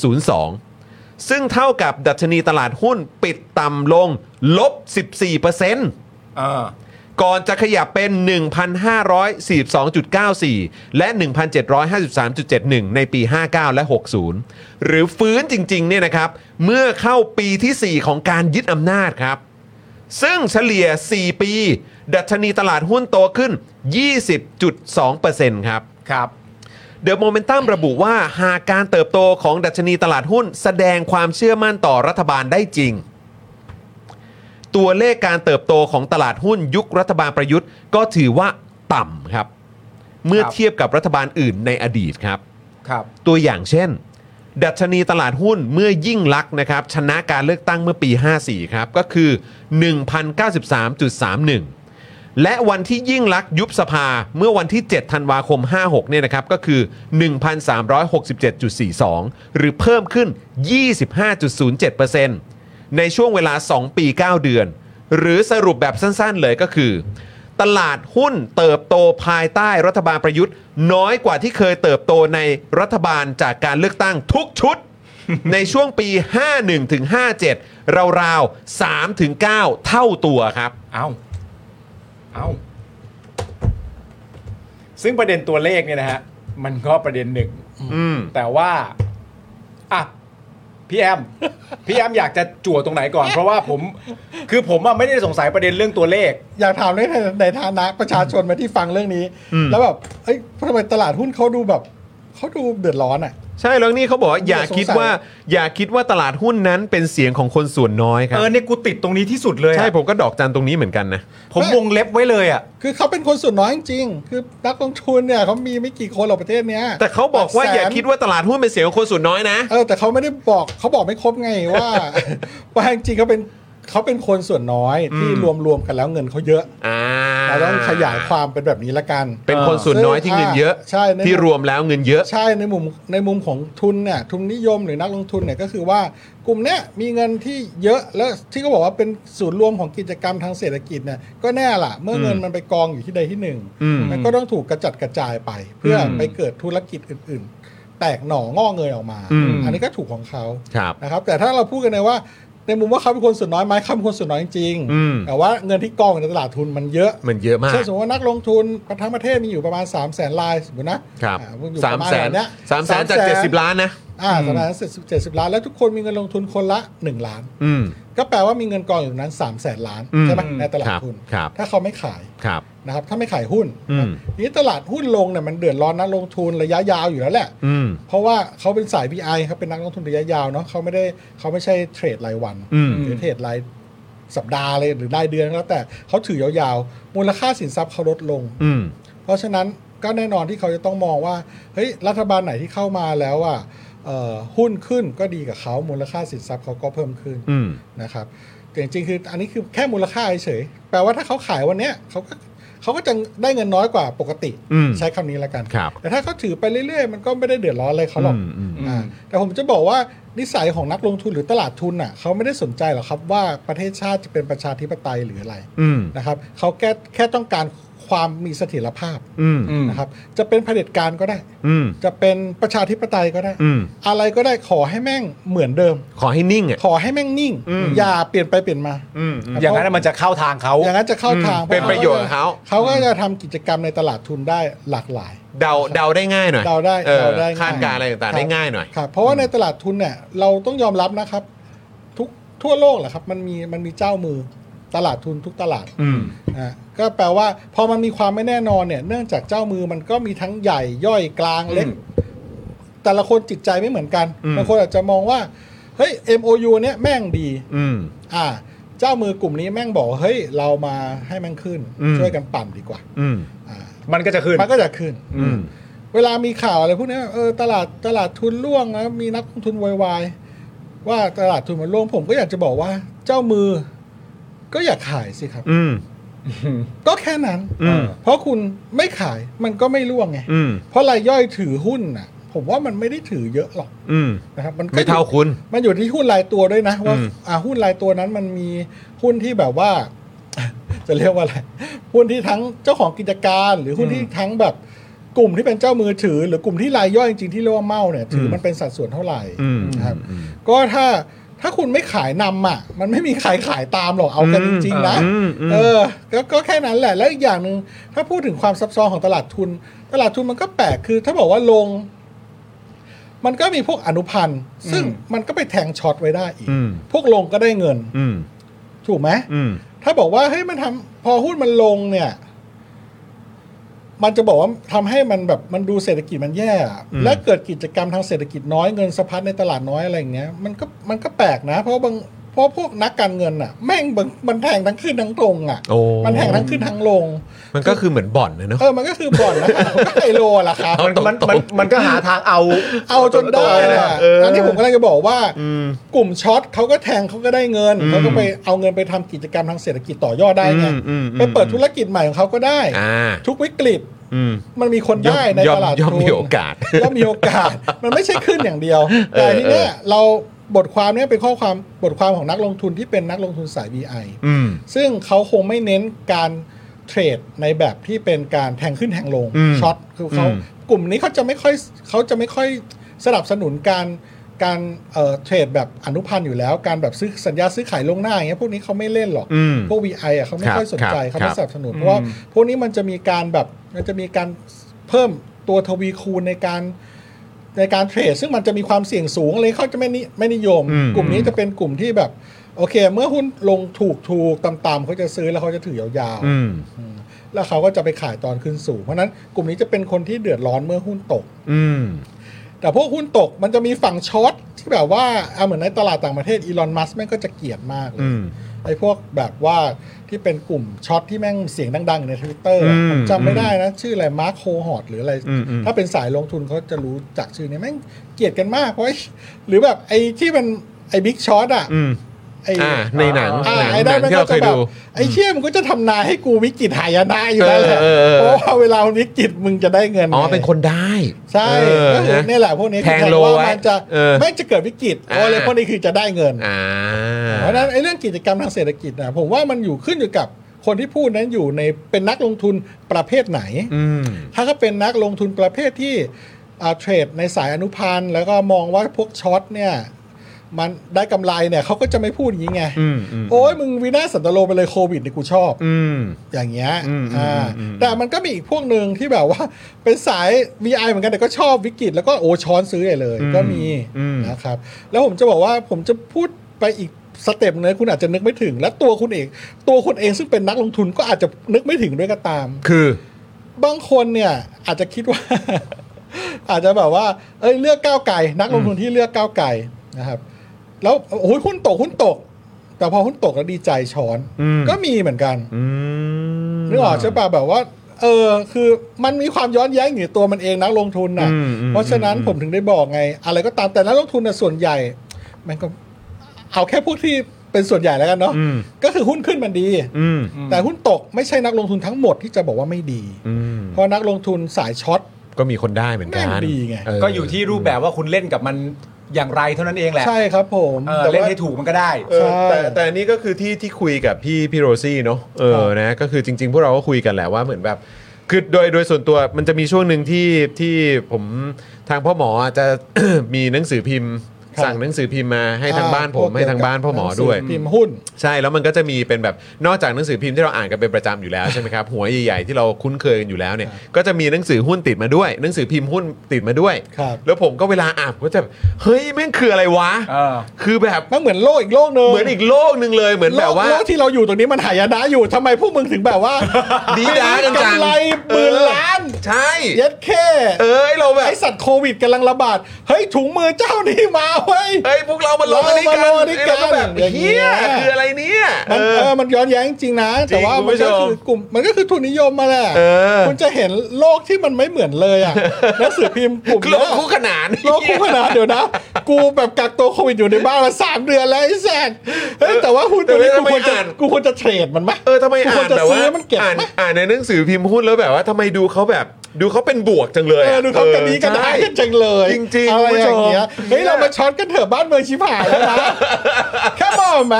Speaker 1: 1,288.02 ซึ่งเท่ากับดัชนีตลาดหุ้นปิดต่ำลงลบ 14%
Speaker 4: เออ
Speaker 1: ก่อนจะขยับเป็น 1,542.94 และ 1,753.71 ในปี 59 และ 60 หรือฟื้นจริงๆเนี่ยนะครับ เมื่อเข้าปีทีสี่ 4 ของการยึดอำนาจครับ ซึ่งเฉลี่ย 4 ปี ดัชนีตลาดหุ้นโตขึ้น 20.2%ครับ
Speaker 4: ครับ
Speaker 1: เดอะโมเมนตัมระบุว่าหากการเติบโตของดัชนีตลาดหุ้น แสดงความเชื่อมั่นต่อรัฐบาลได้จริง ตัวเลขการเติบโตของตลาดหุ้นยุครัฐบาลประยุทธ์ ก็ถือว่าต่ำครับ เมื่อ
Speaker 4: ครับ
Speaker 1: เทียบกับรัฐบาลอื่นในอดีตครับ
Speaker 4: ครับ
Speaker 1: ตัวอย่างเช่น ดัชนีตลาดหุ้นเมื่อยิ่งลักษณ์นะครับ ชนะการเลือกตั้งเมื่อปี 54 ครับ ก็คือ 1,093.31 และวันที่ยิ่งลักษณ์ยุบสภาเมื่อวันที่ 7 ธันวาคม 56 เนี่ยนะครับ ก็คือ 1,367.42 หรือเพิ่มขึ้น 25.07%ในช่วงเวลา 2 ปี 9 เดือน หรือสรุปแบบสั้นๆเลยก็คือ ตลาดหุ้นเติบโตภายใต้รัฐบาลประยุทธ์ น้อยกว่าที่เคยเติบโตในรัฐบาลจากการเลือกตั้งทุกชุด ในช่วงปี 51ถึง57 ราวๆ3ถึง9เท่าตัวครับ
Speaker 4: เอาเอาซึ่งประเด็นตัวเลขเนี่ยนะฮะ มันก็ประเด็นหนึ่ง
Speaker 1: อืม
Speaker 4: แต่ว่าอ่ะพี่แอม พี่แอมอยากจะจั่วตรงไหนก่อน เพราะว่าผม คือผมอะไม่ได้สงสัยประเด็นเรื่องตัวเลข
Speaker 3: อยากถามเรื่องในฐานะประชาชนมาที่ฟังเรื่องนี้
Speaker 1: อืม
Speaker 3: แล้วแบบเอ้ยทำไมตลาดหุ้นเขาดูแบบเขาดูเดือดร้อนอ่ะ
Speaker 1: ใช่แล้วนี่เขาบอกว่าอย่าคิดว่า
Speaker 3: สงสั
Speaker 1: อย่าคิดว่าตลาดหุ้นนั้นเป็นเสียงของคนส่วนน้อยครับ
Speaker 4: เออเนี่ยกูติดตรงนี้ที่สุดเลยอะ
Speaker 1: ใช่ผมก็ดอกจันตรงนี้เหมือนกันนะ
Speaker 4: ผมวงเล็บไว้เลยอ่ะ
Speaker 3: คือเขาเป็นคนส่วนน้อยจริงๆคือนักลงทุนเนี่ยเขามีไม่กี่คนหรอกประเทศเนี้ย
Speaker 1: แต่เขาบอกว่า
Speaker 3: หลัแสน
Speaker 1: อย่าคิดว่าตลาดหุ้นเป็นเสียงของคนส่วนน้อยนะ
Speaker 3: เออแต่เขาไม่ได้บอกเขาบอกไม่ครบไงว่า ว่าจริงๆเขาเป็นเขาเป็นคนส่วนน้อยที่รวมๆกันแล้วเงินเขาเยอะ
Speaker 1: อ่า
Speaker 3: เราต้องขยายความเป็นแบบนี้ละกัน
Speaker 1: เป็นคนส่วนน้อยที่เงินเยอะ
Speaker 3: ใช่ใน
Speaker 1: ที่รวมแล้วเงินเยอะ
Speaker 3: ใช่ในมุมในมุมของทุนเนี่ยทุนนิยมหรือนักลงทุนเนี่ยก็คือว่ากลุ่มเนี้ยมีเงินที่เยอะแล้วที่เขาบอกว่าเป็นศูนย์รวมของกิจกรรมทางเศรษฐกิจเนี่ยก็แน่ล่ะ เมื่อเงินมันไปกองอยู่ที่ใดที่หนึ่ง
Speaker 1: อืม
Speaker 3: มันก็ต้องถูกกระจัดกระจายไป เพื่ออ
Speaker 1: ม
Speaker 3: ไปเกิดธุรกิจอื่น ๆ แตกหน่องอกเงยออกมา
Speaker 1: อืม
Speaker 3: อันนี้ก็ถูกของเขา
Speaker 1: ครับ
Speaker 3: นะครับ แต่ถ้าเราพูดกันในว่า ในมุมว่าเขาเป็นคนส่วนน้อยไหมเขาเป็นคนส่วนน้อยจริงๆ
Speaker 1: อืม
Speaker 3: แต่ว่าเงินที่กองอยู่ในตลาดทุนมันเยอะ
Speaker 1: มันเยอะมาก
Speaker 3: เช่นสมมติว่านักลงทุนทั้งประเทศมีอยู่ประมาณ 3 0 0แสนลายสมมตินะครับ อ่มันอยู่
Speaker 1: สาม
Speaker 3: ประณ
Speaker 1: แสน
Speaker 3: บบเย
Speaker 1: สามแสนจากเจ็ดสิบล้านนะ
Speaker 3: อ่าสามแสนเจ็ดสิบเจ็ดสิบล้าน แล้วทุกคนมีเงินลงทุนคนละ 1 ล้าน
Speaker 1: อืม
Speaker 3: ก็แปลว่ามีเงินกองอยู่ตรงนั้น 3 0 0แสนล้าน
Speaker 1: อืม
Speaker 3: ใช่ไหมในตลาดทุน
Speaker 1: ครับ
Speaker 3: ถ้าเขาไม่ขาย
Speaker 1: ครับ
Speaker 3: นะครับถ้าไม่ขายหุ้น
Speaker 1: อืม
Speaker 3: ทีนี้ตลาดหุ้นลงเนี่ยมันเดือดร้อนนักลงทุนระยะยาวอยู่แล้วแหละ
Speaker 1: อืม
Speaker 3: เพราะว่าเขาเป็นสาย VI เขาเป็นนักลงทุนระยะยาวเนาะเขาไม่ได้เขาไม่ใช่เทรดรายวัน
Speaker 1: อืม
Speaker 3: หรือเทรดรายสัปดาห์เลยหรือรายเดือนก็แล้วแต่เขาถือยาวๆ มูลค่าสินทรัพย์เขาลดลง
Speaker 1: อืม
Speaker 3: เพราะฉะนั้นก็แน่นอนที่เขาจะต้องมองว่าเฮ้ยรัฐบาลไหนที่เข้ามาแล้วอ่ะเอ่อหุ้นขึ้นก็ดีกับเขามูลค่าสินทรัพย์เขาก็เพิ่มขึ้น
Speaker 1: อืม
Speaker 3: นะครับแต่จริงๆคืออันนี้คือแค่มูลค่าเฉยๆแปลว่าถ้าเขาขายวันเนี้ยเขาก็เขาก็จะได้เงินน้อยกว่าปกติ
Speaker 1: อืม
Speaker 3: ใช้คำนี้แล้วกัน
Speaker 1: ครับ
Speaker 3: แต่ถ้าเขาถือไปเรื่อยๆ มันก็ไม่ได้เดือดร้อนอะไรเขาหรอก
Speaker 1: อืมอืม
Speaker 3: อ่าแต่ผมจะบอกว่านิสัยของนักลงทุนหรือตลาดทุนอ่ะเขาไม่ได้สนใจหรอกครับว่าประเทศชาติจะเป็นประชาธิปไตยหรืออะไร
Speaker 1: อืม
Speaker 3: นะครับเขาแค่แค่ต้องการความมีเสถียรภาพ
Speaker 1: อืม
Speaker 3: นะครับจะเป็นเผด็จการก็ได้
Speaker 1: อืม
Speaker 3: จะเป็นประชาธิปไตยก็ได้
Speaker 1: อืม
Speaker 3: อะไรก็ได้ขอให้แม่งเหมือนเดิม
Speaker 1: ขอให้นิ่งอ่ะ
Speaker 3: ขอให้แม่งนิ่ง
Speaker 1: อืม
Speaker 3: อย่าเปลี่ยนไปเปลี่ยนมา
Speaker 1: อืม
Speaker 4: อย่างนั้นมันจะเข้าทางเขา
Speaker 3: อย่างนั้นจะเข้าทาง
Speaker 1: อืมเป็นประโยชน์กับเขา
Speaker 3: เขาก็จะทำกิจกรรมในตลาดทุนได้หลากหลาย
Speaker 1: เดาเดาได้ง่ายหน่อย
Speaker 3: เดาได้
Speaker 1: ออ
Speaker 3: เดาได้ง่ย
Speaker 1: คาดการณ์อะไรต่าง
Speaker 3: ค
Speaker 1: ๆ
Speaker 3: บ
Speaker 1: ได้ง่ายหน่อย
Speaker 3: ครับเพราะว่าในตลาดทุนเนี่ยเราต้องยอมรับนะครับ ทุกทั่วโลกแหละครับ มันมีมันมีเจ้ามือตลาดทุนทุกตลาด
Speaker 1: อืม
Speaker 3: อ่ะก็แปลว่าพอมันมีความไม่แน่นอนเนี่ย เนื่องจากเจ้ามือมันก็มีทั้งใหญ่ย่อยกลางเล็ก แต่ละคนจิตใจไม่เหมือนกัน
Speaker 1: อืม
Speaker 3: บางคนอาจจะมองว่าเฮ้ย MOU เนี่ยแม่งดี
Speaker 1: อืม
Speaker 3: อ่า เจ้ามือกลุ่มนี้แม่งบอกว่าเฮ้ยเรามาให้แม่งขึ้น
Speaker 1: อืม
Speaker 3: ช่วยกันปั่นดีกว่า
Speaker 1: อืม
Speaker 3: อ่า
Speaker 4: มันก็จะขึ้น
Speaker 3: มันก็จะขึ้น เวลามีข่าวอะไรพวกเนี้ยเออตลาดตลาดทุนร่วงนะมีนักลงทุนวายวายว่าตลาดทุนมันร่วงผมก็อยากจะบอกว่า เจ้ามือ ก็อยากขายสิครับ
Speaker 1: อืม
Speaker 3: ก็แค่นั้น
Speaker 1: อืม
Speaker 3: เพราะคุณไม่ขายมันก็ไม่ร่วงไง
Speaker 1: อืม
Speaker 3: เพราะรายย่อยถือหุ้นน่ะ ผมว่ามันไม่ได้ถือเยอะหรอก
Speaker 1: อืม
Speaker 3: นะครับ มันก็
Speaker 1: ไม่เท่า
Speaker 3: อยู่
Speaker 1: คุณ
Speaker 3: มันอยู่ที่หุ้นรายตัวด้วยนะว่า
Speaker 1: อืม
Speaker 3: อ่าหุ้นรายตัวนั้นมันมีหุ้นที่แบบว่า จะเรียกว่าอะไรหุ้นที่ทั้งเจ้าของกิจการหรือหุ้นที่ทั้งแบบกลุ่มที่เป็นเจ้ามือถือ หรือกลุ่มที่รายย่อยจริงๆที่เรียกว่าเมาเนี่ยถือมันเป็นสัดส่วนเท่าไหร่
Speaker 1: อืม
Speaker 3: ครับ ก็ถ้าถ้าคุณไม่ขายนำอ่ะ มันไม่มีใครขายตามหรอกเอากัน
Speaker 1: อืม
Speaker 3: จริงๆนะ
Speaker 1: อืมอืม
Speaker 3: เออก็ก็แค่นั้นแหละ แล้วอีกอย่างหนึ่งถ้าพูดถึงความซับซ้อนของตลาดทุน ตลาดทุนมันก็แปลกคือ ถ้าบอกว่าลง มันก็มีพวกอนุพันธ์ซึ่งมันก็ไปแทงช็อตไว้ได้อีก
Speaker 1: อืม
Speaker 3: พวกลงก็ได้เงิน
Speaker 1: อืม
Speaker 3: ถูกไหม
Speaker 1: อืม
Speaker 3: ถ้าบอกว่าเฮ้ยมันทำพอหุ้นมันลงเนี่ย มันจะบอกว่าทำให้มันแบบมันดูเศรษฐกิจมันแย่อะ
Speaker 1: อืม
Speaker 3: และเกิดกิจกรรมทางเศรษฐกิจน้อยเงินสะพัดในตลาดน้อยอะไรอย่างเงี้ยมันก็มันก็แปลกนะ เพราะบางเพราะพวกนักการเงินอ่ะ แม่งมันมันแทงทั้งขึ้นทั้งลงอ่ะ
Speaker 1: โอ้
Speaker 3: มันแทงทั้งขึ้นทั้งลง
Speaker 1: มันก็คือเหมือนบ่อนเลยเนอะ
Speaker 3: เออมันก็คือบ่อนนะ มันก็ไฮโลล่ะครับ
Speaker 1: เอา
Speaker 4: มันมันมันมันก็หาทางเอา
Speaker 3: เอาจนได้
Speaker 4: ตัว
Speaker 3: แหละ
Speaker 4: เออ
Speaker 3: อันนี้ผมกำลังจะบอกว่า
Speaker 1: อืม
Speaker 3: กลุ่มช็อตเขาก็แทงเขาก็ได้เงิน
Speaker 1: อืม
Speaker 3: เขาก็ไปเอาเงินไปทำกิจกรรมทางเศรษฐกิจต่อยอดได้ไง
Speaker 1: อืมอืมอืม
Speaker 3: ไปเปิดธุรกิจใหม่ของเขาก็ได้
Speaker 1: อ่า
Speaker 3: ทุกวิกฤต
Speaker 1: อืม
Speaker 3: มันมีคนได้ใน
Speaker 1: ย่อม
Speaker 3: ตลาด
Speaker 1: ย่อม
Speaker 3: ทุน
Speaker 1: มีโอกาส
Speaker 3: ย่อมมีโอกาส มันไม่ใช่ขึ้นอย่างเดียว แต่
Speaker 1: เออ
Speaker 3: ทีเนี้ย
Speaker 1: เออ
Speaker 3: เราบทความเนี้ยเป็นข้อความบทความของนักลงทุนที่เป็นนักลงทุนสาย VI
Speaker 1: อืม
Speaker 3: ซึ่งเขาคงไม่เน้นการเทรดในแบบที่เป็นการแทงขึ้นแทงลง
Speaker 1: อืม
Speaker 3: ช็อตคือเขา
Speaker 1: อืม
Speaker 3: กลุ่มนี้เขาจะไม่ค่อยเขาจะไม่ค่อยสนับสนุนการการเอ่อเทรดแบบอนุพันธ์อยู่แล้ว การแบบซื้อสัญญาซื้อขายลวงหน้าอย่างเงี้ยพวกนี้เขาไม่เล่นหรอก
Speaker 1: อืม
Speaker 3: พวก VI อ่ะเขาไม่ค่อย
Speaker 1: ครับ
Speaker 3: สนใจ
Speaker 1: ครับ
Speaker 3: เขา
Speaker 1: ค
Speaker 3: ไม่
Speaker 1: รับ
Speaker 3: สนับสนุนเพราะว่าพวกนี้มันจะมีการแบบมันจะมีการเพิ่มตัวทวีคูณในการในการเทรด ซึ่งมันจะมีความเสี่ยงสูงอะไรเขาจะไม่นิไม่นิยม
Speaker 1: อืม
Speaker 3: กลุ่มนี้จะเป็นกลุ่มที่แบบ โอเค เมื่อหุ้นลงถูกถูกต่ำๆเขาจะซื้อแล้วเขาจะถือยาว
Speaker 1: อืม
Speaker 3: ๆ แล้วเขาก็จะไปขายตอนขึ้นสูง เพราะฉะนั้นกลุ่มนี้จะเป็นคนที่เดือดร้อนเมื่อหุ้นตก
Speaker 1: อืม
Speaker 3: แต่พวกหุ้นตกมันจะมีฝั่งช็อตที่แบบว่าเอาเหมือนในตลาดต่างประเทศอีลอนมัสแม่งก็จะเกลียดมากเล
Speaker 1: อื
Speaker 3: ย
Speaker 1: ม
Speaker 3: ไอ้พวกแบบว่าที่เป็นกลุ่มช็อตที่แม่งเสียงดังๆอยู่ในทวิตเตอร์
Speaker 1: อืม
Speaker 3: จำไม่ได้นะ ชื่ออะไรมาร์คโคฮอตหรืออะไร
Speaker 1: อืมอืม
Speaker 3: ถ้าเป็นสายลงทุนเขาจะรู้จักชื่อเนี้แม่งเกลียดกันมากเพราะไอ้หรือแบบไอ้ที่มันไอ้บิ๊กช็อตอ่ะ
Speaker 1: อืม
Speaker 3: ไอ้
Speaker 1: อ่าในหนัง
Speaker 3: อ่า
Speaker 1: หนัง
Speaker 3: ไอ้
Speaker 1: ห
Speaker 3: ได้
Speaker 1: นัง
Speaker 3: มัน
Speaker 1: ที่
Speaker 3: ก็
Speaker 1: เราเค
Speaker 3: จะ
Speaker 1: ย
Speaker 3: แบ
Speaker 1: ดู
Speaker 3: บไอ้เชี่ยมันก็จะทำนายให้กูวิกฤตหายนะอยู่แล้วแหละ
Speaker 1: เออเออเออ
Speaker 3: เพราะว่าเวลามันวิกฤตมึงจะได้เงิน
Speaker 1: อ๋อ
Speaker 3: ไง
Speaker 1: เป็นคนได้
Speaker 3: ใช่
Speaker 1: เออ
Speaker 3: ก็คือ
Speaker 1: นะ
Speaker 3: เนี่ยแหละพวกนี้
Speaker 1: แทง
Speaker 3: คือ
Speaker 1: โล
Speaker 3: ว่า
Speaker 1: ไว้
Speaker 3: มันจะ
Speaker 1: เออ
Speaker 3: ไม่จะเกิดวิกฤต
Speaker 1: อ่า
Speaker 3: โอ้เลยพวกนี้คือจะได้เงิน
Speaker 1: อ่า
Speaker 3: เพราะฉะนั้นไอ้เรื่องกิจกรรมทางเศรษฐกิจนะผมว่ามันอยู่ขึ้นอยู่กับคนที่พูดนั้นอยู่ในเป็นนักลงทุนประเภทไหน
Speaker 1: อืม
Speaker 3: ถ้าก็เป็นนักลงทุนประเภทที่อ่าเทรดในสายอนุพันธ์ แล้วก็มองว่าพวกช็อตเนี่ย มันได้กำไรเนี่ยเขาก็จะไม่พูดอย่างนี้ไง
Speaker 1: อืมอืม
Speaker 3: โอ้ยมึงวินาศสันตโลไปเลยโควิดเนี่ยกูชอบ
Speaker 1: อืม
Speaker 3: อย่างเงี้ย
Speaker 1: อืม
Speaker 3: อ่า
Speaker 1: อืมอืม
Speaker 3: แต่มันก็มีอีกพวกหนึ่งที่แบบว่า เป็นสาย VI เหมือนกันแต่ก็ชอบวิกฤตแล้วก็โอช้อนซื้อใหญ่เลย ก็มีนะครับ แล้วผมจะบอกว่าผมจะพูดไปอีกสเต็ปหนึงคุณอาจจะนึกไม่ถึง และตัวคุณเอง ตัวคุณเองซึ่งเป็นนักลงทุนก็อาจจะนึกไม่ถึงด้วยก็ตาม
Speaker 1: คือ
Speaker 3: บางคนเนี่ยอาจจะคิดว่า อาจจะแบบว่า เอ้ยเลือกก้าวไก่ นักลงทุนที่เลือกก้าวไก่นะครับ แล้วโอ้ยหุ้นตกหุ้นตก แต่พอหุ้นตกแล้วดีใจช้อน
Speaker 1: อืม
Speaker 3: ก็มีเหมือนกัน
Speaker 1: อืม
Speaker 3: นึกออกใช่ป่ะแบบว่า เออคือมันมีความย้อนแย้งอยู่ในตัวมันเองนักลงทุนนะ
Speaker 1: อืมอืม
Speaker 3: เพราะฉะนั้น
Speaker 1: อืม
Speaker 3: ผมถึงได้บอกไง อะไรก็ตามแต่นักลงทุนนะส่วนใหญ่ มันก็เอาแค่พวกที่เป็นส่วนใหญ่แล้วกันเนาะ
Speaker 1: อืม
Speaker 3: ก็คือหุ้นขึ้นมันดี
Speaker 1: อืม
Speaker 3: แต่หุ้นตกไม่ใช่นักลงทุนทั้งหมดที่จะบอกว่าไม่ดี
Speaker 1: อืม
Speaker 3: เพราะนักลงทุนสายช็อต
Speaker 1: ก็มีคนได้เหมือนกัน
Speaker 3: แม่งดีไง
Speaker 1: เ
Speaker 4: ก็อยู่ที่รูปแบบว่าคุณเล่นกับมันอย่างไรเท่านั้นเองแหละ
Speaker 3: ใช่ครับผม
Speaker 4: เออ
Speaker 3: แต่
Speaker 4: เล่น
Speaker 3: ว่า
Speaker 4: ให้ถูกมันก็ได้
Speaker 1: เออแต่
Speaker 3: ใช่
Speaker 1: แต่อันนี้ก็คือที่ที่คุยกับพี่พี่โรซี่เนาะเอ
Speaker 3: ครั
Speaker 1: อบ นะก็คือจริง ๆ พวกเราก็คุยกันแหละว่าเหมือนแบบ คือโดยโดยส่วนตัวมันจะมีช่วงหนึ่งที่ที่ผมทางพ่อหมออาจจะ มีหนังสือพิมพ์
Speaker 3: ครับ
Speaker 1: สั่งหนังสือพิมพ์มาให้ทางบ้านผม
Speaker 3: อ่
Speaker 1: ให้ทางบ้านพ่อหมอด้วย
Speaker 3: หนังสืพิมพ์หุ้น
Speaker 1: ใช่แล้วมันก็จะมีเป็นแบบนอกจากหนังสือพิมพ์ที่เราอ่านกันเป็นประจำอยู่แล้วใช่ไหมครับหัวใหญ่ๆที่เราคุ้นเคยกันอยู่แล้วเนี่ยก็จะมีหนังสือหุ้นติดมาด้วย หนังสือพิมพ์หุ้นติดมาด้วย
Speaker 3: ครับ
Speaker 1: แล้วผมก็เวลาอ่านผมก็จะแบบเฮ้ยแม่งคืออะไรวะ
Speaker 4: เออ
Speaker 1: คือแบบ
Speaker 3: มันเหมือนโลกอีกโลกหนึ่ง
Speaker 1: เหมือนอีกโลกหนึ่งเลยเหมือนแบบว่า
Speaker 3: โลกที่เราอยู่ตรงนี้มันหายนะอยู่ทำไมพวกมึงถึงแบบว่า
Speaker 1: ดีด้ากันจัง
Speaker 3: กำไรหมื่นล้าน
Speaker 1: ใช่
Speaker 3: เย็ดแค่
Speaker 1: เอ้ยเราแบบ
Speaker 3: ไอสัตว์โควิดกำลังระบาด เฮ้ยถุงมือเจ้านี่มาโห เฮ้ย
Speaker 1: เฮ้ยพวกเรามาลงอันนี้กัน
Speaker 3: เรามาลงอันนี้กัน
Speaker 1: แล้วก็แบบ
Speaker 3: อย่างเงี้
Speaker 1: เฮีย
Speaker 3: ย
Speaker 1: คืออะไรเนี่ย
Speaker 3: มั
Speaker 1: เอนอ
Speaker 3: เออมันย้อนแย้งจริงนะ
Speaker 1: จริ
Speaker 3: แต่
Speaker 1: ง
Speaker 3: ว่า
Speaker 1: คุณ
Speaker 3: มั
Speaker 1: ผู้
Speaker 3: น
Speaker 1: ช
Speaker 3: ก็
Speaker 1: ม
Speaker 3: คือกลุ่มมันก็คือทุนนิยมมาแหละ
Speaker 1: เออ
Speaker 3: คุณจะเห็นโลกที่มันไม่เหมือนเลย อ่ะหนังสือพิมพ์กลุ่ม
Speaker 1: โล
Speaker 3: เนี้
Speaker 1: ก
Speaker 3: ย
Speaker 1: คู่ขนาน
Speaker 3: โลกคู่ขนาดเดี๋ยวนะ กูแบบกักตัวโควิดอยู่ในบ้านมาสามเดือนแล้วไอ้แซดเฮ้ยแต่ว่าหุ้นตัวนี้กูควรจะกูควรจะเทรดมันไหม
Speaker 1: เออทำไมอ่า
Speaker 3: กูควร
Speaker 1: น
Speaker 3: จะ
Speaker 1: แบบ
Speaker 3: ซื้
Speaker 1: ว่า
Speaker 3: อมันเก็บ
Speaker 1: อ่าน
Speaker 3: ไหม
Speaker 1: อ่านในหนังสือพิมพ์หุ้นแล้วแบบว่าทำไมดูเขาแบบ ดูเขาเป็นบวกจังเลย
Speaker 3: เอ
Speaker 1: อะ
Speaker 3: อดูเขากันนี้กันได้
Speaker 1: ใช่
Speaker 3: กันจังเลย
Speaker 1: จริงๆ
Speaker 3: อะไรอย่างเงี้ย
Speaker 1: คุณผู้ชม
Speaker 3: เฮ้ยเรามาช็อตกันเถอะบ้านเมืองชิบหายแล้วนะ แค่บอกแม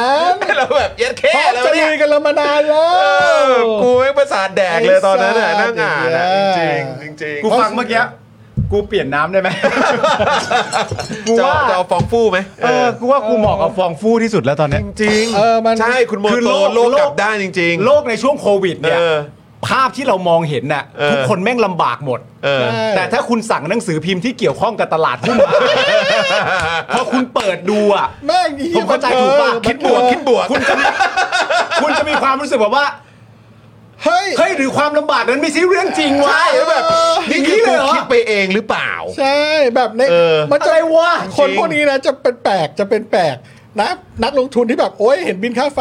Speaker 3: น
Speaker 1: เราแบบเย็ดแค่
Speaker 3: พร้อม
Speaker 1: แล้ว
Speaker 3: จะ
Speaker 1: เนี่
Speaker 3: ลุ
Speaker 1: ย
Speaker 3: ยกันแล้วมานานแล้
Speaker 1: เอ
Speaker 3: ว
Speaker 1: อกูไม่งประสาทแดกเลยตอนนั้นน่ะ
Speaker 3: ไอ้สั
Speaker 1: นั่
Speaker 3: ต
Speaker 1: ง
Speaker 3: ว์
Speaker 1: อ่านอะจริ
Speaker 3: เนี่ย
Speaker 1: งๆจริงๆ
Speaker 4: กูฟังเมื่อกี้กูเปลี่ยนน้ำได้ไหม กู
Speaker 1: จะ
Speaker 4: ว่า
Speaker 1: เอาจะเอาฟองฟู่ไหม
Speaker 4: เออกูว่ากูเหมาะกับฟองฟูที่สุดแล้วตอนเนี้ย
Speaker 1: จริงๆ
Speaker 3: เออมัน
Speaker 1: ใช่คุณโม
Speaker 4: คือ
Speaker 1: โต
Speaker 4: โลก
Speaker 1: โลก
Speaker 4: โลก
Speaker 1: กลับด้านจริงๆ
Speaker 4: โลกในช่วงโควิดเนี่ย
Speaker 1: เออ
Speaker 4: ภาพที่เรามองเห็นน่ะ
Speaker 1: เออ
Speaker 4: ทุกคนแม่งลำบากหมด
Speaker 1: เออ
Speaker 3: ใช่
Speaker 4: แต่ถ้าคุณสั่งหนังสือพิมพ์ที่เกี่ยวข้องกับตลาดหุ้นมา พอคุณเปิดดูอ่ะ
Speaker 3: แม่งอี
Speaker 4: ผมเข้าใจถูกป่ะ
Speaker 3: มัน
Speaker 1: คิดบวก
Speaker 3: เออ
Speaker 1: คิดบวก
Speaker 4: คุณจะมี คุณจะมีความรู้สึกแบบว่า
Speaker 3: เฮ้ย
Speaker 4: เฮ้ยหรือความลำบากนั้นไม่ใช่เรื่องจริงวะ
Speaker 1: ใช่แล้วแบบนี่คือ
Speaker 4: เล
Speaker 1: กู
Speaker 4: ยเหรอ
Speaker 1: คิดไปเองหรือเปล่า
Speaker 3: ใช่แบบใน
Speaker 1: เออ
Speaker 3: มัน
Speaker 4: อะ
Speaker 3: จะ
Speaker 4: ไรวะ
Speaker 3: คน
Speaker 1: จริง
Speaker 3: พวกนี้นะจะเป็นแปลกจะเป็นแปลกนะนักลงทุนที่แบบโอ้ยเห็นบินค่าไฟ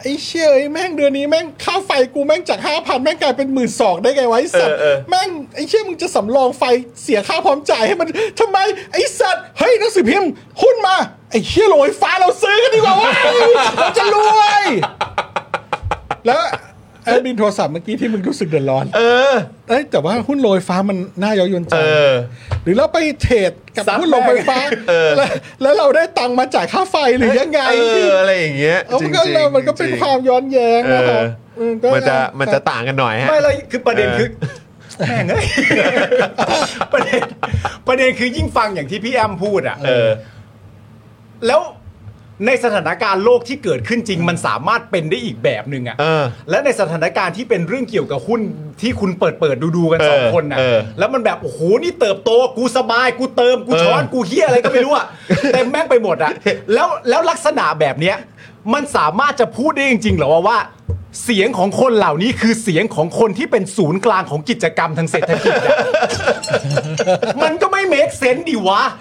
Speaker 3: ไอ้เชื่ยเอยแม่งเดือนนี้แม่งค่าไฟกูแม่งจากห้าพันแม่งกลายเป็นหมื่นสองได้ไงวะไอ้สัตว์
Speaker 1: เออเออ
Speaker 3: แม่งไอ้เชื่ยมึงจะสำรองไฟเสียค่าพร้อมจ่ายให้มันทำไมไอ้สัตว์เฮ้ยหนังสือพิมพ์หุ้นมาไอ้เชื่ยโรงไฟฟ้าเราซื้อกันดีกว่าเวะเราจะรวยแล้วไอ้บินโทรศัพท์เมื่อกี้ที่มึงรู้สึกเดือดร้อน
Speaker 1: เออ
Speaker 3: เอ้ยแต่ว่าหุ้นโรงไฟฟ้ามันน่าเย้อยวนใจ
Speaker 1: เออ
Speaker 3: หรือเราไปเทรดกับ
Speaker 4: ซับ
Speaker 3: หุ้นโรงไฟฟ้า
Speaker 1: เออ
Speaker 3: แล้วแล้วเราได้ตังค์มาจ่ายค่าไฟหรือยังไง
Speaker 1: เอออะไรอย่างเงี้ย
Speaker 3: เอามันก็
Speaker 1: จริงๆ
Speaker 3: เรามันก็เป็น
Speaker 1: จริงๆ
Speaker 3: ความย้อนแย้ง
Speaker 1: เอ
Speaker 3: นะครับ
Speaker 1: อ
Speaker 3: อืก็
Speaker 1: มันจะมันจะ
Speaker 3: แต่
Speaker 1: ต่างกันหน่อยฮะ
Speaker 4: ไม่เลยคือประเด็นคือแม่งเอ้ยประเด็นประเด็นคือยิ่งฟังอย่างที่พี่แอมพูดอ่ะ
Speaker 1: เออ
Speaker 4: แล้วในสถานการณ์โลกที่เกิดขึ้นจริง มันสามารถเป็นได้อีกแบบหนึ่งอ่ะ
Speaker 1: เออ
Speaker 4: และในสถานการณ์ที่เป็นเรื่องเกี่ยวกับหุ้นที่คุณเปิดเปิดดูดูๆกันสอง
Speaker 1: เออ
Speaker 4: คนน่ะ
Speaker 1: เออ
Speaker 4: แล้วมันแบบโอ้โหนี่เติบโตกูสบายกูเติมกูช้อน
Speaker 1: เออ
Speaker 4: กูเฮียอะไรก็ไม่รู้อ่ะ เต็มแม่งไปหมดอ่ะแล้วแล้วลักษณะแบบเนี้ย มันสามารถจะพูดได้จริงๆเหรอว่าว่า เสียงของคนเหล่านี้คือเสียงของคนที่เป็นศูนย์กลางของกิจกรรมทางเศรษฐกิจอะ มันก็ไม่เมคเซนดิวะ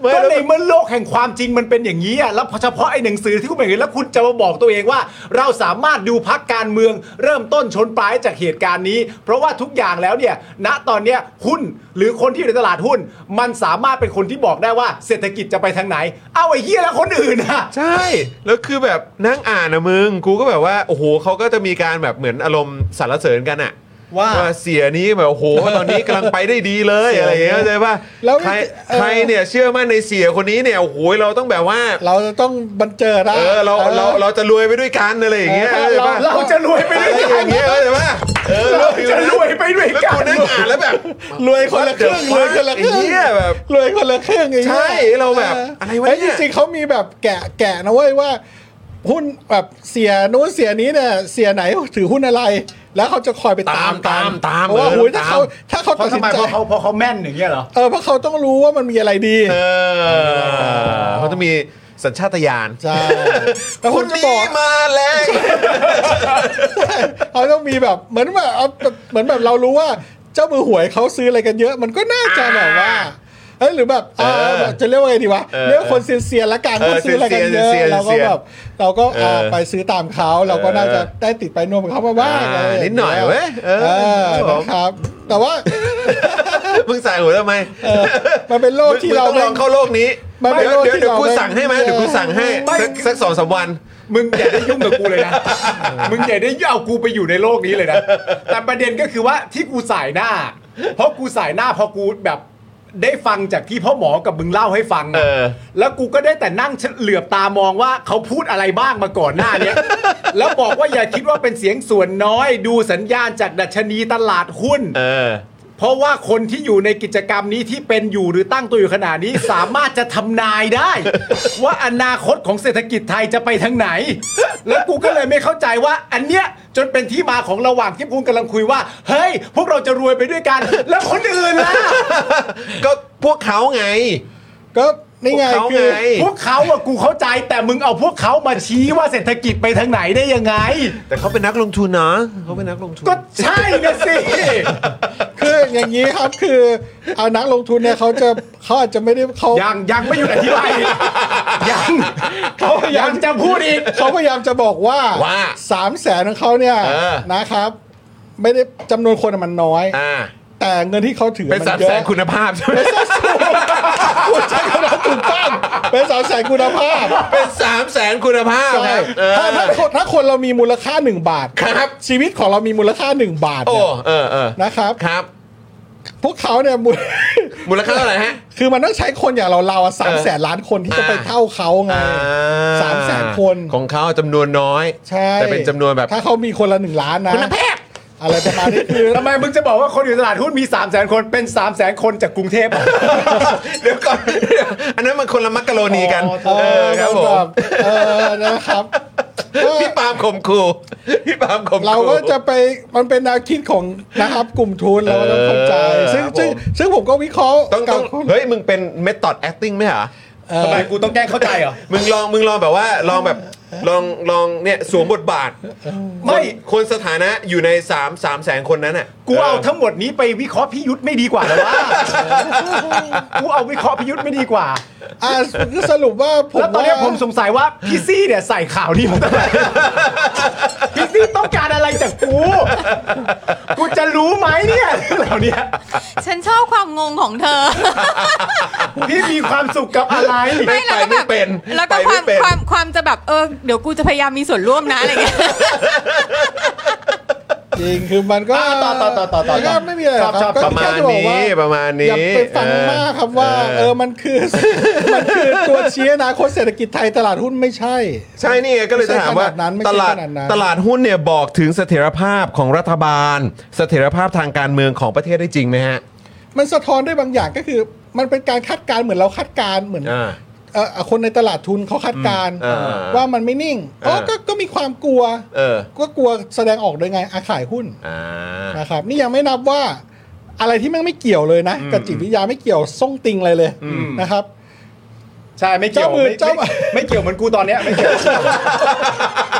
Speaker 1: ไม่
Speaker 4: ก็
Speaker 1: แล้ว
Speaker 4: ในเมื่อโลกแห่งความจริงมันเป็นอย่างนี้อะแล้วเฉพาะไอ้หนังสือที่คุณไปเห็นแล้วคุณจะมาบอกตัวเองว่า เราสามารถดูพักการเมืองเริ่มต้นชนปลายจากเหตุการณ์นี้ เพราะว่าทุกอย่างแล้วเนี่ย ณตอนเนี้ยหุ้นหรือคนที่อยู่ในตลาดหุ้น มันสามารถเป็นคนที่บอกได้ว่าเศรษฐกิจจะไปทางไหน เอาไอ้เหี้ยแล้วคนอื่นอะ
Speaker 1: ใช่ แล้วคือแบบนั่งอ่านนะมึง กูก็แบบว่า โอ้โหเขาก็จะมีการแบบเหมือนอารมณ์สรรเสริญกันอะ
Speaker 4: ว่า
Speaker 1: เสียนี้แบบโอ้โห ตอนนี้กำลังไปได้ดีเลยอะไรอย่างเงี้ยเข้าใจป่ะ
Speaker 3: แล้ว
Speaker 1: ใคร
Speaker 3: เอ่อ
Speaker 1: ใครเนี่ยเชื่อมั่นในเสียคนนี้เนี่ยโอ้โหเราต้องแบบว่า
Speaker 3: เราจะต้องบันเจอได้
Speaker 1: เออเราเราเราจะรวยไปด้วยกันอะไรอย่างเงี้ย
Speaker 3: เอ
Speaker 1: เข้า
Speaker 3: อ
Speaker 1: ใจป่ะ
Speaker 4: เราจะรวยไปด้วย
Speaker 1: อะไรอ
Speaker 4: กัน
Speaker 1: ย่างเงี้ยเข้าใจป่ะเออ
Speaker 4: เราจะรวยไปด้วย
Speaker 1: แล้ว
Speaker 4: กั
Speaker 1: กู
Speaker 4: น
Speaker 1: นั่งอ่านแล้วแบบ
Speaker 3: รวยคนละครึ่ง
Speaker 1: What the fuck?
Speaker 3: รวยคนละครึ่ง
Speaker 1: ไอ้เหี้ยแบบ
Speaker 3: รวยคนละครึ่งไอ้เหี้ย
Speaker 1: ใช่เราแบบอะไรวะเนี่ย
Speaker 3: เฮ้ยจริงๆเขามีแบบแกะแกะนะเว้ยว่า หุ้นแบบเสียนู้นเสียนี้เนี่ยเสียไหนถือหุ้นอะไร แล้วเขาจะคอยไปตาม
Speaker 1: ตาม
Speaker 3: กัน
Speaker 1: ตาม
Speaker 3: เพราะว่า
Speaker 1: เออ
Speaker 3: หุ้ยถ้าเขา
Speaker 1: ตาม
Speaker 3: ถ้าเขา
Speaker 4: เพ
Speaker 3: ตัดสิน
Speaker 4: ราะทำไม
Speaker 3: ใจ
Speaker 4: เพราะเขาเพราะเขาแม่นอย่างเงี้ยเหรอ
Speaker 3: เออเพราะเขาต้องรู้ว่ามันมีอะไรดี
Speaker 1: เออเขาจะมีสัญชาตญาณ
Speaker 3: ใช่แต่
Speaker 1: ค
Speaker 3: คุณ
Speaker 1: น
Speaker 3: จะบ
Speaker 1: นี้
Speaker 3: อก
Speaker 1: มาแล้ว
Speaker 3: เขาต้องมีแบบเหมือนแบบเอาแบบเหมือนแบบเรารู้ว่า เจ้ามือหวยเขาซื้ออะไรกันเยอะ มันก็น่าจะแบบว่าเอ้ยหรือแบบเออ
Speaker 1: เออ
Speaker 3: แบบจะเรียกว่าไงดีวะ
Speaker 1: เออ
Speaker 3: เรียกว่าคนเซียนเซียนๆละกัน
Speaker 1: เออ
Speaker 3: เขาซื้ออะไรกันเยอะ
Speaker 1: เซียนๆ
Speaker 3: เราก็แบบเราก็
Speaker 1: เออ
Speaker 3: เอาไปซื้อตามเขาเราก็น่าจะได้ติดไปนวมกับเขามาบ้าง
Speaker 1: อ่า
Speaker 3: ะไราง
Speaker 1: นิ
Speaker 3: งี้
Speaker 1: ดหน่อยเว้ยเอ
Speaker 3: เอ
Speaker 1: อ
Speaker 3: อนะครับ แต่ว่า
Speaker 1: มึงใส่หัวทำไม
Speaker 3: เออมันเป็นโลกที่เรา
Speaker 1: มึงต้องลองเข้าโลกนี้
Speaker 3: มันเป็น
Speaker 1: เดี๋ย
Speaker 3: โล
Speaker 1: ว
Speaker 3: ก
Speaker 1: เดี๋ยว
Speaker 3: ที่
Speaker 1: เดี๋ยว
Speaker 3: เรา
Speaker 1: กูสั่งให้ไหมเดี๋ยวกูสั่งให้
Speaker 4: ไม่
Speaker 1: สักสักสองสามวัน
Speaker 4: มึงอย่าได้ยุ่งกับกูเลยนะ มึงอย่าได้เอากูไปอยู่ในโลกนี้เลยนะ แต่ประเด็นก็คือว่าที่กูสายหน้า เพราะกูสายหน้าเพอกูแบบได้ฟังจากที่พ่อหมอกับมึงเล่าให้ฟัง
Speaker 1: เออ
Speaker 4: อะแล้วกูก็ได้แต่นั่งเหลือบตามองว่าเขาพูดอะไรบ้างมาก่อนหน้าเนี้ย แล้วบอกว่าอย่าคิดว่าเป็นเสียงส่วนน้อย ดูสัญญาณจากดัชนีตลาดหุ้น
Speaker 1: เออ
Speaker 4: เพราะว่าคนที่อยู่ในกิจกรรมนี้ที่เป็นอยู่หรือตั้งตัวอยู่ขนาดนี้ สามารถจะทำนายได้ ว่าอนาคตของเศรษฐกิจไทยจะไปทางไหน แล้วกูก็เลยไม่เข้าใจว่า อันเนี้ยจนเป็นที่มาของระหว่างที่พูนกำลังคุยว่า เฮ้ย พวกเราจะรวยไปด้วยกัน แล้วคนอื่นล่ะ
Speaker 1: ก็พวกเขาไง
Speaker 3: ก็นี่ไง
Speaker 1: พวกเขา
Speaker 3: คือ
Speaker 1: ไง
Speaker 4: พวกเขาอะกูเข้าใจ แต่มึงเอาพวกเขามาชี้ว่าเศรษฐกิจไปทางไหนได้ยัง ไง
Speaker 1: แต่เขาเป็นนักลงทุนนะเขาเป็นนักลงทุน
Speaker 4: ก็ใช่นะสิ
Speaker 3: คือ อย่างนี้ครับคือเอานักลงทุนเนี่ยเขาจะเขาอาจจะไม่ได้เขา
Speaker 4: ยังยังไม่หยุดอธิบายอีก ยัง
Speaker 3: เขาพยา
Speaker 4: ยั
Speaker 3: ยาม
Speaker 4: งจะพูดอีก
Speaker 3: เขาพยายามจะบอกว่า
Speaker 1: ว่า
Speaker 3: สามแสนของเขาเนี่ย
Speaker 1: เออ
Speaker 3: นะครับ ไม่ได้จำนวนคนอะมันน้อย
Speaker 1: อ่า
Speaker 3: แต่เงินที่เขาถือ
Speaker 1: เป็น
Speaker 3: มั
Speaker 1: สาม
Speaker 3: เย
Speaker 1: แสน
Speaker 3: อะ
Speaker 1: คุณภาพใช่ไหม
Speaker 3: คุณใช้คำนั้นถูกต้องเป็นสามแสนคุณภาพ
Speaker 1: เป็นสามแสนคุณภาพ
Speaker 3: ใช่
Speaker 1: ครับเออ
Speaker 3: ถ้าถ้าคนถ้าคนเรามีมูลค่า 1 บาท
Speaker 1: ครับ
Speaker 3: ชีวิตของเรามีมูลค่า 1 บาท
Speaker 1: โอ้
Speaker 3: เนี่ย
Speaker 1: เออเออ
Speaker 3: นะครับ
Speaker 1: ครับ
Speaker 3: พวกเขาเนี่ย มูล
Speaker 1: มูลค่าเท่าไหร่ฮะ
Speaker 3: คือมันต้องใช้คนอย่างเราเราสามแสนล้านคนที่จะไป
Speaker 1: อ่า
Speaker 3: เท่าเขาไง
Speaker 1: อ่
Speaker 3: สามแสนคน
Speaker 1: ของเขาจำนวนน้อย
Speaker 3: ใช่
Speaker 1: แต่เป็นจำนวนแบบ
Speaker 3: ถ้าเขามีคนละหนึ่งล้านนะ
Speaker 1: คุณภาพ
Speaker 3: อะไรประมาณนี้คือ
Speaker 4: ทำไมมึงจะบอกว่าคนอยู่ตลาดหุ้นมี 3 0 0 0 0 0 คนเป็น 3 0 0 0 0 0 คนจากกรุงเทพเหรอ
Speaker 1: เดี๋ยวก่อน อันนั้นมันคนละมักกะโรนีกัน
Speaker 4: อ๋อ
Speaker 3: เอ
Speaker 1: เออครับผม
Speaker 3: นแเออนะครับ
Speaker 1: พี่ปาล์มข่มขู่พี่ปาล์มข่มขู่
Speaker 3: เราก็จะไปมันเป็นแนวคิดของนะครับกลุ่มทุนเราก็ต้องเข้าใจ
Speaker 1: เออ
Speaker 3: ซึ่ง
Speaker 1: ครับ
Speaker 3: ซึ่ง
Speaker 1: ผม
Speaker 3: ซึ่งผมก็วิเคราะห์
Speaker 1: ต้องต้อง
Speaker 3: กับ
Speaker 1: เฮ้ย มึงเป็น method acting ไหมฮะ
Speaker 4: ทำไมกูต้องแกล้งเข้าใจเหรอ
Speaker 1: มึงลองมึงลองแบบว่าลองแบบลองลองเนี่ยสวมบทบาท
Speaker 4: ไม่
Speaker 1: คนคนสถานะอยู่ใน3ามสามแสนคนนั้นอ่ะ
Speaker 4: กูเอาทั้งหมดนี้ไปวิเคราะห์พิยุทธไม่ดีกว่าเหรอวะ กูเอาวิเคราะห์พิยุทธไม่ดีกว่า
Speaker 3: อ่าสรุปว่าผม
Speaker 4: แล้วตอนเนี้ยผมสงสัยว่าพี่ซี่เนี่ยใส่ข่าวนี้มาทำไมพี่ซี่ต้องการอะไรจากกู กูจะรู้ไหมเนี่ยเหล่าเนี้ย
Speaker 7: ฉันชอบความงงของเธอ
Speaker 4: พี่มีความสุขกับอะไร
Speaker 7: ไม่
Speaker 1: ไป
Speaker 7: แล้วก็แบ
Speaker 1: ไม่
Speaker 7: บ
Speaker 1: เป็น
Speaker 7: แล้ว
Speaker 1: ไป
Speaker 7: ก็ค
Speaker 1: ไม่
Speaker 7: วาม
Speaker 1: เป็น
Speaker 7: ความความจะแบบเออเดี๋ยวกูจะพยายามมีส่วนร่วมนะอะไรเงี้ย
Speaker 3: จริงคือมันก็
Speaker 4: อ่าต่อต่อต่อต่อต่อ
Speaker 3: ก็ไม่มีอะไรหรอกค
Speaker 4: ช
Speaker 3: รั
Speaker 4: อ
Speaker 3: บบ
Speaker 4: ช
Speaker 1: ป
Speaker 3: ก็
Speaker 4: อบ
Speaker 1: ระมาณ
Speaker 3: แค่จบอกว่
Speaker 1: นี้ประมาณนี้
Speaker 3: อย่าไปฟัง
Speaker 1: เออ
Speaker 3: มากครับว่า
Speaker 1: เอ
Speaker 3: เอ
Speaker 1: อ
Speaker 3: อมันคือ มันคือตัวชี้อนาคตเศรษฐกิจไทยตลาดหุ้นไม่ใช่
Speaker 1: ใช่นี่ไงก็เลยจะถามว่า
Speaker 3: ไม่ใช่ขนาดนั้นไม่ใช่
Speaker 1: ตลาด
Speaker 3: ขนาดนั้น
Speaker 1: ตลาดหุ้นเนี่ยบอกถึงเสถียรภาพของรัฐบาล เสถียรภาพทางการเมืองของประเทศได้จริงไหมฮะ
Speaker 3: มันสะท้อนได้บางอย่างก็คือ มันเป็นการคาดการณ์เหมือนเราคาดการณ์เหมือน เอ่อคนในตลาดทุนเขาคาดการณ์
Speaker 1: อืมอ่า
Speaker 3: ว่ามันไม่นิ่ง
Speaker 1: เออ
Speaker 3: อ๋อก็ก็มีความกลัว
Speaker 1: เออ
Speaker 3: ก็กลัวแสดงออกโดยไงอาขายหุ้น
Speaker 1: อ่า
Speaker 3: นะครับนี่ยังไม่นับว่าอะไรที่แม่งไม่เกี่ยวเลยนะกับจิตวิทยาไม่เกี่ยวส่งติงอะไรเลยนะครับ
Speaker 4: ใช่ไม่เกี่ยว
Speaker 3: เจ้ามือ
Speaker 4: ไม่
Speaker 3: เจ้า
Speaker 4: ไม่ไม่เกี่ยวเหมือนกูตอนเนี้ย ไม่เกี่ยว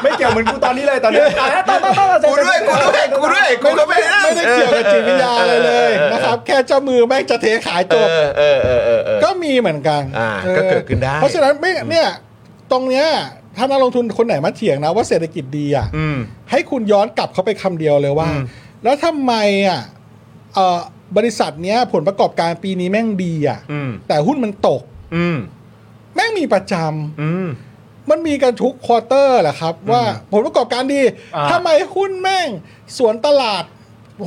Speaker 4: ไม่เกี่ยวเหมือนกูตอนนี้เลยตอนเนี้ยอ่ะต่อต่อต่อต่อ
Speaker 1: กูด้วยกูด้วยกูด้วยกูก็ไม่ได้
Speaker 3: ไม่ได้เกี่ยวกับจิตวิทยาอะไรเลยนะครับ แค่เจ้ามือแม่งจะเทขาย
Speaker 1: เอ
Speaker 3: จบ
Speaker 1: อเออเออเออเออ
Speaker 3: ก็มีเหมือนกัน
Speaker 1: อ่า
Speaker 3: ออ
Speaker 1: ก็เกิดขึ้นได้
Speaker 3: เพราะฉะนั้นไม่เนี่ยตรงเนี้ยถ้านักลงทุนคนไหนมาเถียงนะว่าเศรษฐกิจดีอ่ะ
Speaker 1: อืม
Speaker 3: ให้คุณย้อนกลับเข้าไปคำเดียวเลยว่า แล้วทำไมอ่ะเอ่อบริษัทเนี้ยผลประกอบการปีนี้แม่งดีอ่ะ
Speaker 1: อืม
Speaker 3: แต่หุ้นมันตก
Speaker 1: อืม
Speaker 3: แม่งมีประจ
Speaker 1: อืม
Speaker 3: ำมันมีกันทุกควอเตอร์แหละครับ ว่าผลประกอบการดี
Speaker 4: อ่า
Speaker 3: ทำไมหุ้นแม่งสวนตลาด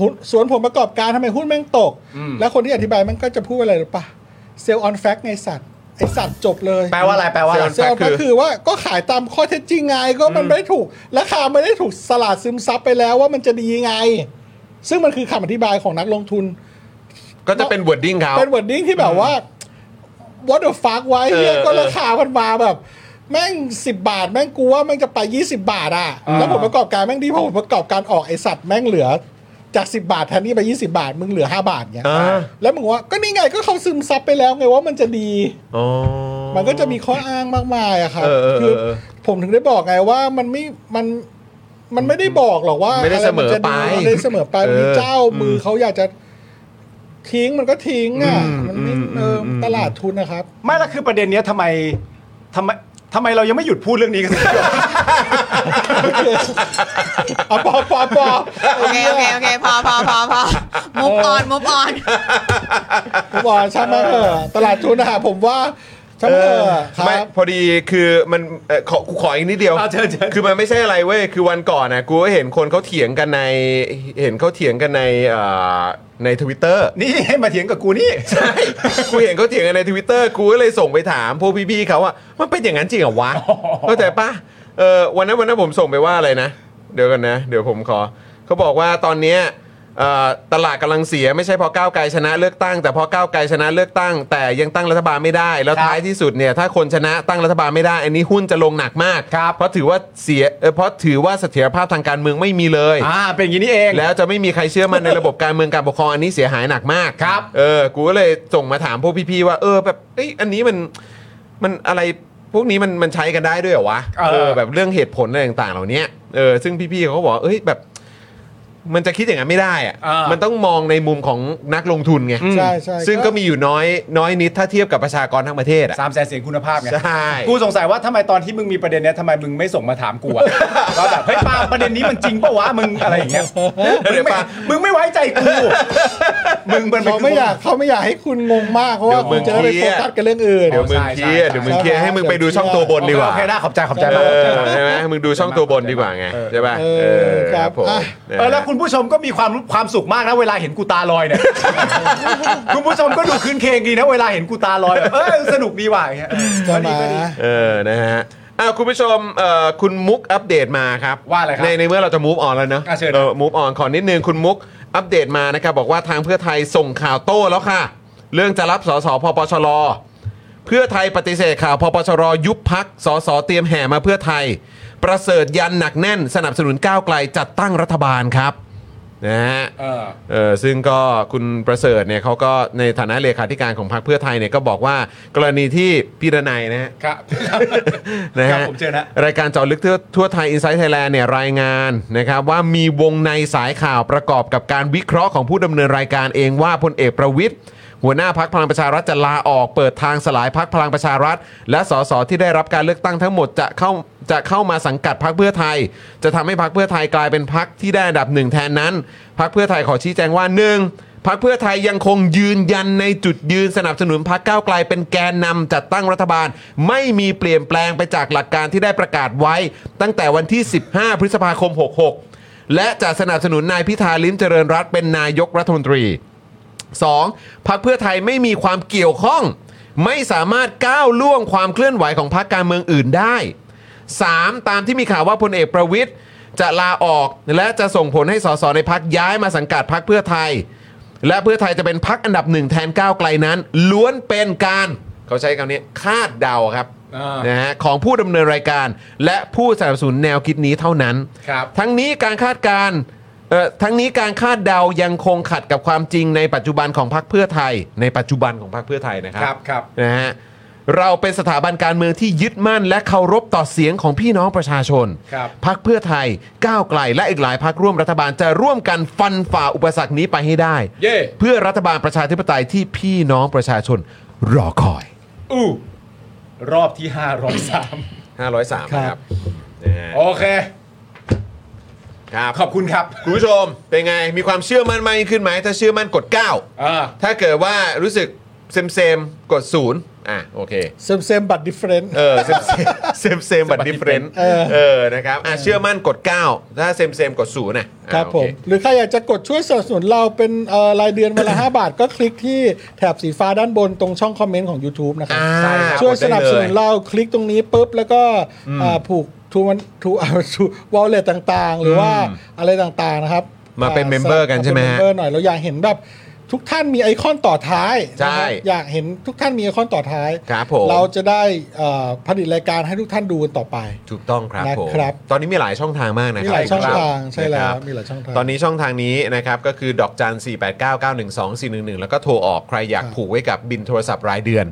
Speaker 3: หุ้นสวนผลประกอบการทำไมหุ้นแม่งตก แล้วคนที่อธิบายมันก็จะพูดอะไรหรือปะเซลล์ออนแฟกไงสัตว์ไอสัตว์จบเลย
Speaker 4: แปลว่าอะไรแปลว่าอะไร
Speaker 3: เซลล์ก็คือว่าก็ขายตามข้อเท็จจริงไงก็มันไม่ได้ถูกราคาไม่ได้ถูกสลาดซึมซับไปแล้วว่ามันจะดีไง ซึ่งมันคือคำอธิบายของนักลงทุน
Speaker 1: ก็จะเป็น wording เขา
Speaker 3: เป็นวอร์ดิ้งที่แบบว่า what the fuck ไว้เฮีย
Speaker 1: เออ
Speaker 3: ก็ราคามันมาแบบ แม่งสิบบาท แม่งกูว่าแม่งจะไปยี่สิบาทอ่ะ แล้วผลประกอบการแม่งดีพอผลประกอบการออกไอสัตว์แม่งเหลือจากสิบาทแทนที่ไปยี่สิบาท มึงเหลือห้าบาทเนี้ย
Speaker 1: อ่า
Speaker 3: แล้วมึงว่าก็นี่ไงก็เขาซึมซับไปแล้วไงว่ามันจะดี
Speaker 1: อ๋อ
Speaker 3: มันก็จะมีข้ออ้างมากมายอะครับ
Speaker 1: เออเออ
Speaker 3: คื
Speaker 1: เออ
Speaker 3: ผมถึงได้บอกไงว่ามันไม่ มัน มันไม่ได้บอกหรอกว่า
Speaker 1: ไม่ได้เสมอไป
Speaker 3: ะรนจะดีไม่ได้เสมอไป
Speaker 1: เออ
Speaker 3: มีเจ้ามือเขาอยากจะทิ้งมันก็ทิ้งอ่ะ
Speaker 1: อืม
Speaker 3: มันไม่
Speaker 1: อืม
Speaker 3: เอออ
Speaker 1: ม
Speaker 3: ตลาดทุนนะครับ
Speaker 4: ไม่ละคือประเด็นเนี้ยทำไมทำไมทำไมเรายังไม่หยุดพูดเรื่องนี้ กันสักที
Speaker 3: อ่ะปอปอปอ
Speaker 7: โอเคโอเคโอเคพอพอพอ พอมุฟออนมุฟออน
Speaker 3: ผมบอกช่างมันเถอะตลาดทุนนะผมว่าช่างมันเถอะค
Speaker 1: ไม่
Speaker 3: รับ
Speaker 1: พอดีคือมันเอ่อขอกูขออีกนิดเดียว
Speaker 4: อ่ะเชิญเชิญ
Speaker 1: คือมันไม่ใช่อะไรเว้ยคือวันก่อนนะกูก็เห็นคนเขาเถียงกันในเห็นเขาเถียงกันในเอ่อในทวิตเตอร์
Speaker 4: นี่ให้มาเถียงกับกูนี่
Speaker 1: ใช่กูเห็นเขาเถียงกันในทวิตเตอร์กูก็เลยส่งไปถามพวกพี่ๆเขาว่ามันเป็นอย่างนั้นจริงเหรอวะเข้าใจปะเออวันนั้นวันนั้นผมส่งไปว่าอะไรนะ เดี๋ยวกันนะ เดี๋ยวผมขอเขาบอกว่าตอนเนี้ยเอ่อตลาดกำลังเสียไม่ใช่เพราะก้าวไกลชนะเลือกตั้ง แต่เพราะก้าวไกลชนะเลือกตั้ง แต่ยังตั้งรัฐบาลไม่ได้ แล้ว
Speaker 4: ครับ
Speaker 1: ท้ายที่สุดเนี่ยถ้าคนชนะตั้งรัฐบาลไม่ได้ อันนี้หุ้นจะลงหนักมาก
Speaker 4: ครับ
Speaker 1: เพราะถือว่าเสียเอ่อเพราะถือว่าเสถียรภาพทางการเมืองไม่มีเลย
Speaker 4: อ่าเป็นอย่างนี้นี่เอง
Speaker 1: แล้วจะไม่มีใครเชื่อมันในระบบการเมืองการปกครองอันนี้เสียหายหนักมาก
Speaker 4: ครับ
Speaker 1: เออ กูก็เลยส่งมาถามพวกพี่ๆว่า เออแบบเอ้ยอันนี้มันมันอะไรพวกนี้มันมันใช้กันได้ด้วยเหรอวะ
Speaker 4: เออ
Speaker 1: แบบเรื่องเหตุผลอะไรต่างๆ เหล่านี้เออซึ่งพี่ๆเขาก็บอกว่าเอ้ยแบบ มันจะคิดอย่างนั้นไม่ได้อะ
Speaker 4: อ่ามั
Speaker 1: มันต้องมองในมุมของนักลงทุนไง
Speaker 4: อืม
Speaker 3: ใช่ใช่
Speaker 1: ซึ่ง
Speaker 3: ก็
Speaker 1: ก็มีอยู่น้อยน้อยนิดถ้าเทียบกับประชากรทั้งประเทศอ่ะ
Speaker 4: สามแสนเสียงคุณภาพไง
Speaker 1: ใช่
Speaker 4: กูสงสัยว่าทำไมตอนที่มึงมีประเด็นเนี้ยทำไมมึงไม่ส่งมาถาม กูอะว่าแบบเฮ้ยปาล์มประเด็นนี้มันจริงปะวะมึงอะไรอย่างเงี้ ยมึงไม่มึงไม่ไว้ใจ กูมึงมันป็น
Speaker 3: เขาไม่อยากเขาไม่อยากให้คุณงงมากเพราะว่า
Speaker 1: เดี๋ยวมึ
Speaker 3: คุณ
Speaker 1: ง
Speaker 3: จะได้ไป
Speaker 1: เครียด
Speaker 3: โฟกัสกับเรื่องอื่น
Speaker 1: เดี๋ยวมึงเคลียร์
Speaker 4: ใช่ใช่
Speaker 1: เดี๋ยวมึงเคลียร์
Speaker 3: ใช่
Speaker 1: ให้มึง
Speaker 3: ใช่
Speaker 1: ไปดูช่องตัวบนดีกว่า
Speaker 4: โอเคได้ขอบใจขอบใจ
Speaker 1: เอ
Speaker 4: มากขอบ
Speaker 1: อ
Speaker 4: ใจมาก
Speaker 1: ใช่ไหมมึงดูช่องตัวบนดีกว่าไงใช่ป่ะ
Speaker 3: เออ
Speaker 1: เออค
Speaker 3: ครั
Speaker 1: รับบผม
Speaker 3: อ่ะ
Speaker 1: นะฮะ
Speaker 4: เออแล้วคุณผู้ชมก็มีความความสุขมากนะเวลาเห็นกูตาลอยเนี่ย คุณผู้ชมก็ดูคืนเคงดีนะเวลาเห็นกูตาลอยแบบเออสนุกดีว่ะอย่างเงี้ย
Speaker 3: จะ
Speaker 4: ก็ดี
Speaker 3: มา
Speaker 4: ก็ดี
Speaker 1: เออ นะฮะอ้าวคุณผู้ชมเอ่อคุณมุกอัปเดตมาครับ
Speaker 4: ว่าอะไรครับ
Speaker 1: ในในเมื่อเราจะ move on แล้วเนอะ
Speaker 4: อ่ะเชิญ
Speaker 1: เออ move on ขอนิดนึง คุณมุกอัปเดตมานะครับ บอกว่าทางเพื่อไทยส่งข่าวโต้แล้วค่ะ เรื่องจะรับสสพปชร เพื่อไทยปฏิเสธข่าวพปชร ยุบพักสสเตรียมแห่มาเพื่อไทย ประเสริฐยันหนักแน่น สนับสนุนก้าวไกลจัดตั้งรัฐบาลครับนะฮะ
Speaker 4: เออ
Speaker 1: เออซึ่งก็คุณประเสริฐเนี่ยเขาก็ในฐานะเลขาธิการของพรรคเพื่อไทยเนี่ยก็บอกว่ากรณีที่พี่ดนัยนะฮะ
Speaker 4: ครับ
Speaker 1: นะ
Speaker 4: ครั
Speaker 1: ฮะ
Speaker 4: บผมเชิญนะ
Speaker 1: รายการเจาะลึกทั่วทั่วไทย Inside Thailand เนี่ยรายงานนะครับว่ามีวงในสายข่าวประกอบกับการวิเคราะห์ของผู้ดำเนินรายการเองว่าพลเอกประวิทย์หัวหน้าพักพลังประชารัฐจะลาออกเปิดทางสลายพักพลังประชารัฐ และสสที่ได้รับการเลือกตั้งทั้งหมดจะเข้าจะเข้ามาสังกัดพักเพื่อไทย จะทำให้พักเพื่อไทยกลายเป็นพักที่ได้อันดับหนึ่งแทนนั้นพักเพื่อไทยขอชี้แจงว่าหนึ่ง พักเพื่อไทยยังคงยืนยันในจุดยืนสนับสนุนพักก้าวไกลเป็นแกนนำจัดตั้งรัฐบาล ไม่มีเปลี่ยนแปลงไปจากหลักการที่ได้ประกาศไว้ ตั้งแต่วันที่ 15 พฤษภาคม 66 และจะสนับสนุนนายพิธาลิ้มเจริญรัตน์เป็นนายกรัฐมนตรี 2. พักเพื่อไทยไม่มีความเกี่ยวข้อง ไม่สามารถก้าวล่วงความเคลื่อนไหวของพักการเมืองอื่นได้ 3. ตามที่มีข่าวว่าพลเอกประวิทย์จะลาออก และจะส่งผลให้สสในพักย้ายมาสังกัดพักเพื่อไทย และเพื่อไทยจะเป็นพักอันดับหนึ่งแทนก้าวไกลนั้น ล้วนเป็นการเขาใช้คำนี้คาดเดาครับ
Speaker 4: อ่าน
Speaker 1: นะฮะของผู้ดำเนินรายการ และผู้สนับสนุนแนวคิดนี้เท่านั้น
Speaker 4: ครับ
Speaker 1: ทั้งนี้การคาดการณ์เอ่อทั้งนี้การคาดเดายังคงขัดกับความจริงในปัจจุบันของพรรคเพื่อไทย ในปัจจุบันของพรรคเพื่อไทยนะครั
Speaker 4: ครับครับ
Speaker 1: นะฮะเราเป็นสถาบันการเมืองที่ยึดมั่น และเคารพต่อเสียงของพี่น้องประชาชน
Speaker 4: ครับ
Speaker 1: พรรคเพื่อไทยก้าวไกล และอีกหลายพรรคร่วมรัฐบาลจะร่วมกันฟันฝ่าอุปสรรคนี้ไปให้ได้
Speaker 4: เย่
Speaker 1: เพื่อรัฐบาลประชาธิปไตยที่พี่น้องประชาชนรอคอย
Speaker 4: อู้รอบที่ห้าร้อยสาม
Speaker 1: 503นะครับนะฮะ
Speaker 4: โอเค
Speaker 1: ครับ
Speaker 4: ขอบคุณครับ
Speaker 1: คุณผู้ชมเป็นไงมีความเชื่อมั่นมากยิ่งขึ้นไหมถ้าเชื่อมั่นกด 9
Speaker 4: อ่า
Speaker 1: ถ้าเกิดว่ารู้สึกเซมเซมๆกดศูนย์อ่ะโอเค
Speaker 3: เซมเซมบัตรดิเฟรนต์
Speaker 1: เออเซมเซม เซมเซมบัตดิเฟรนต์เออนะครับอ่ะเชื่อมั่นกด 9 ถ้าเซมเซมกดศูนย์น่ะอ่ะ
Speaker 3: ครับ
Speaker 1: โอ
Speaker 3: ผ
Speaker 1: เ
Speaker 3: ม หรือใครอยากจะกดช่วยสนับสนุนเราเป็นเอ่อรายเดือนวันละ 5 บาท ก็คลิกที่แถบสีฟ้าด้านบนตรงช่องคอมเมนต์ของ YouTube นะครับ
Speaker 1: อ่า
Speaker 4: ใช่ครับ
Speaker 3: ช่วยสนับส
Speaker 1: กด
Speaker 3: นุ
Speaker 1: ได้
Speaker 3: น
Speaker 1: เลย
Speaker 3: เราคลิกตรงนี้ปุ๊บ แล้วก็อ่าผูกทูมันทูอ่าทู วอลเล็ตต่างๆ หรือว่าอะไรต่างๆนะครับ
Speaker 1: มาเป็น member กันใช่ไหมฮะ
Speaker 3: เบอร์หน่อยเราอยากเห็นแบบทุกท่านมีไอคอนต่อท้าย
Speaker 1: ใช่
Speaker 3: นะครับอยากเห็นทุกท่านมีไอคอนต่อท้าย
Speaker 1: ครับผม
Speaker 3: เราจะได้เอ่อผลิตรายการให้ทุกท่านดูกันต่อไป
Speaker 1: ถูกต้องครับผม
Speaker 3: นะครับ
Speaker 1: ตอนนี้มีหลายช่องทางมากนะค
Speaker 3: มี
Speaker 1: รับ
Speaker 3: หลายช่องทางใช่แล้
Speaker 1: นะ
Speaker 3: ว
Speaker 1: ครับ
Speaker 3: มีหลายช่องทาง
Speaker 1: ตอนนี้ช่องทางนี้นะครับก็คือดอกจัน 4 8 9 9 1 2 4 1 1 แล้วก็โทรออกใครอยาก
Speaker 3: ครับ
Speaker 1: ผูกไว้กับบินโทรศัพท์รายเดือน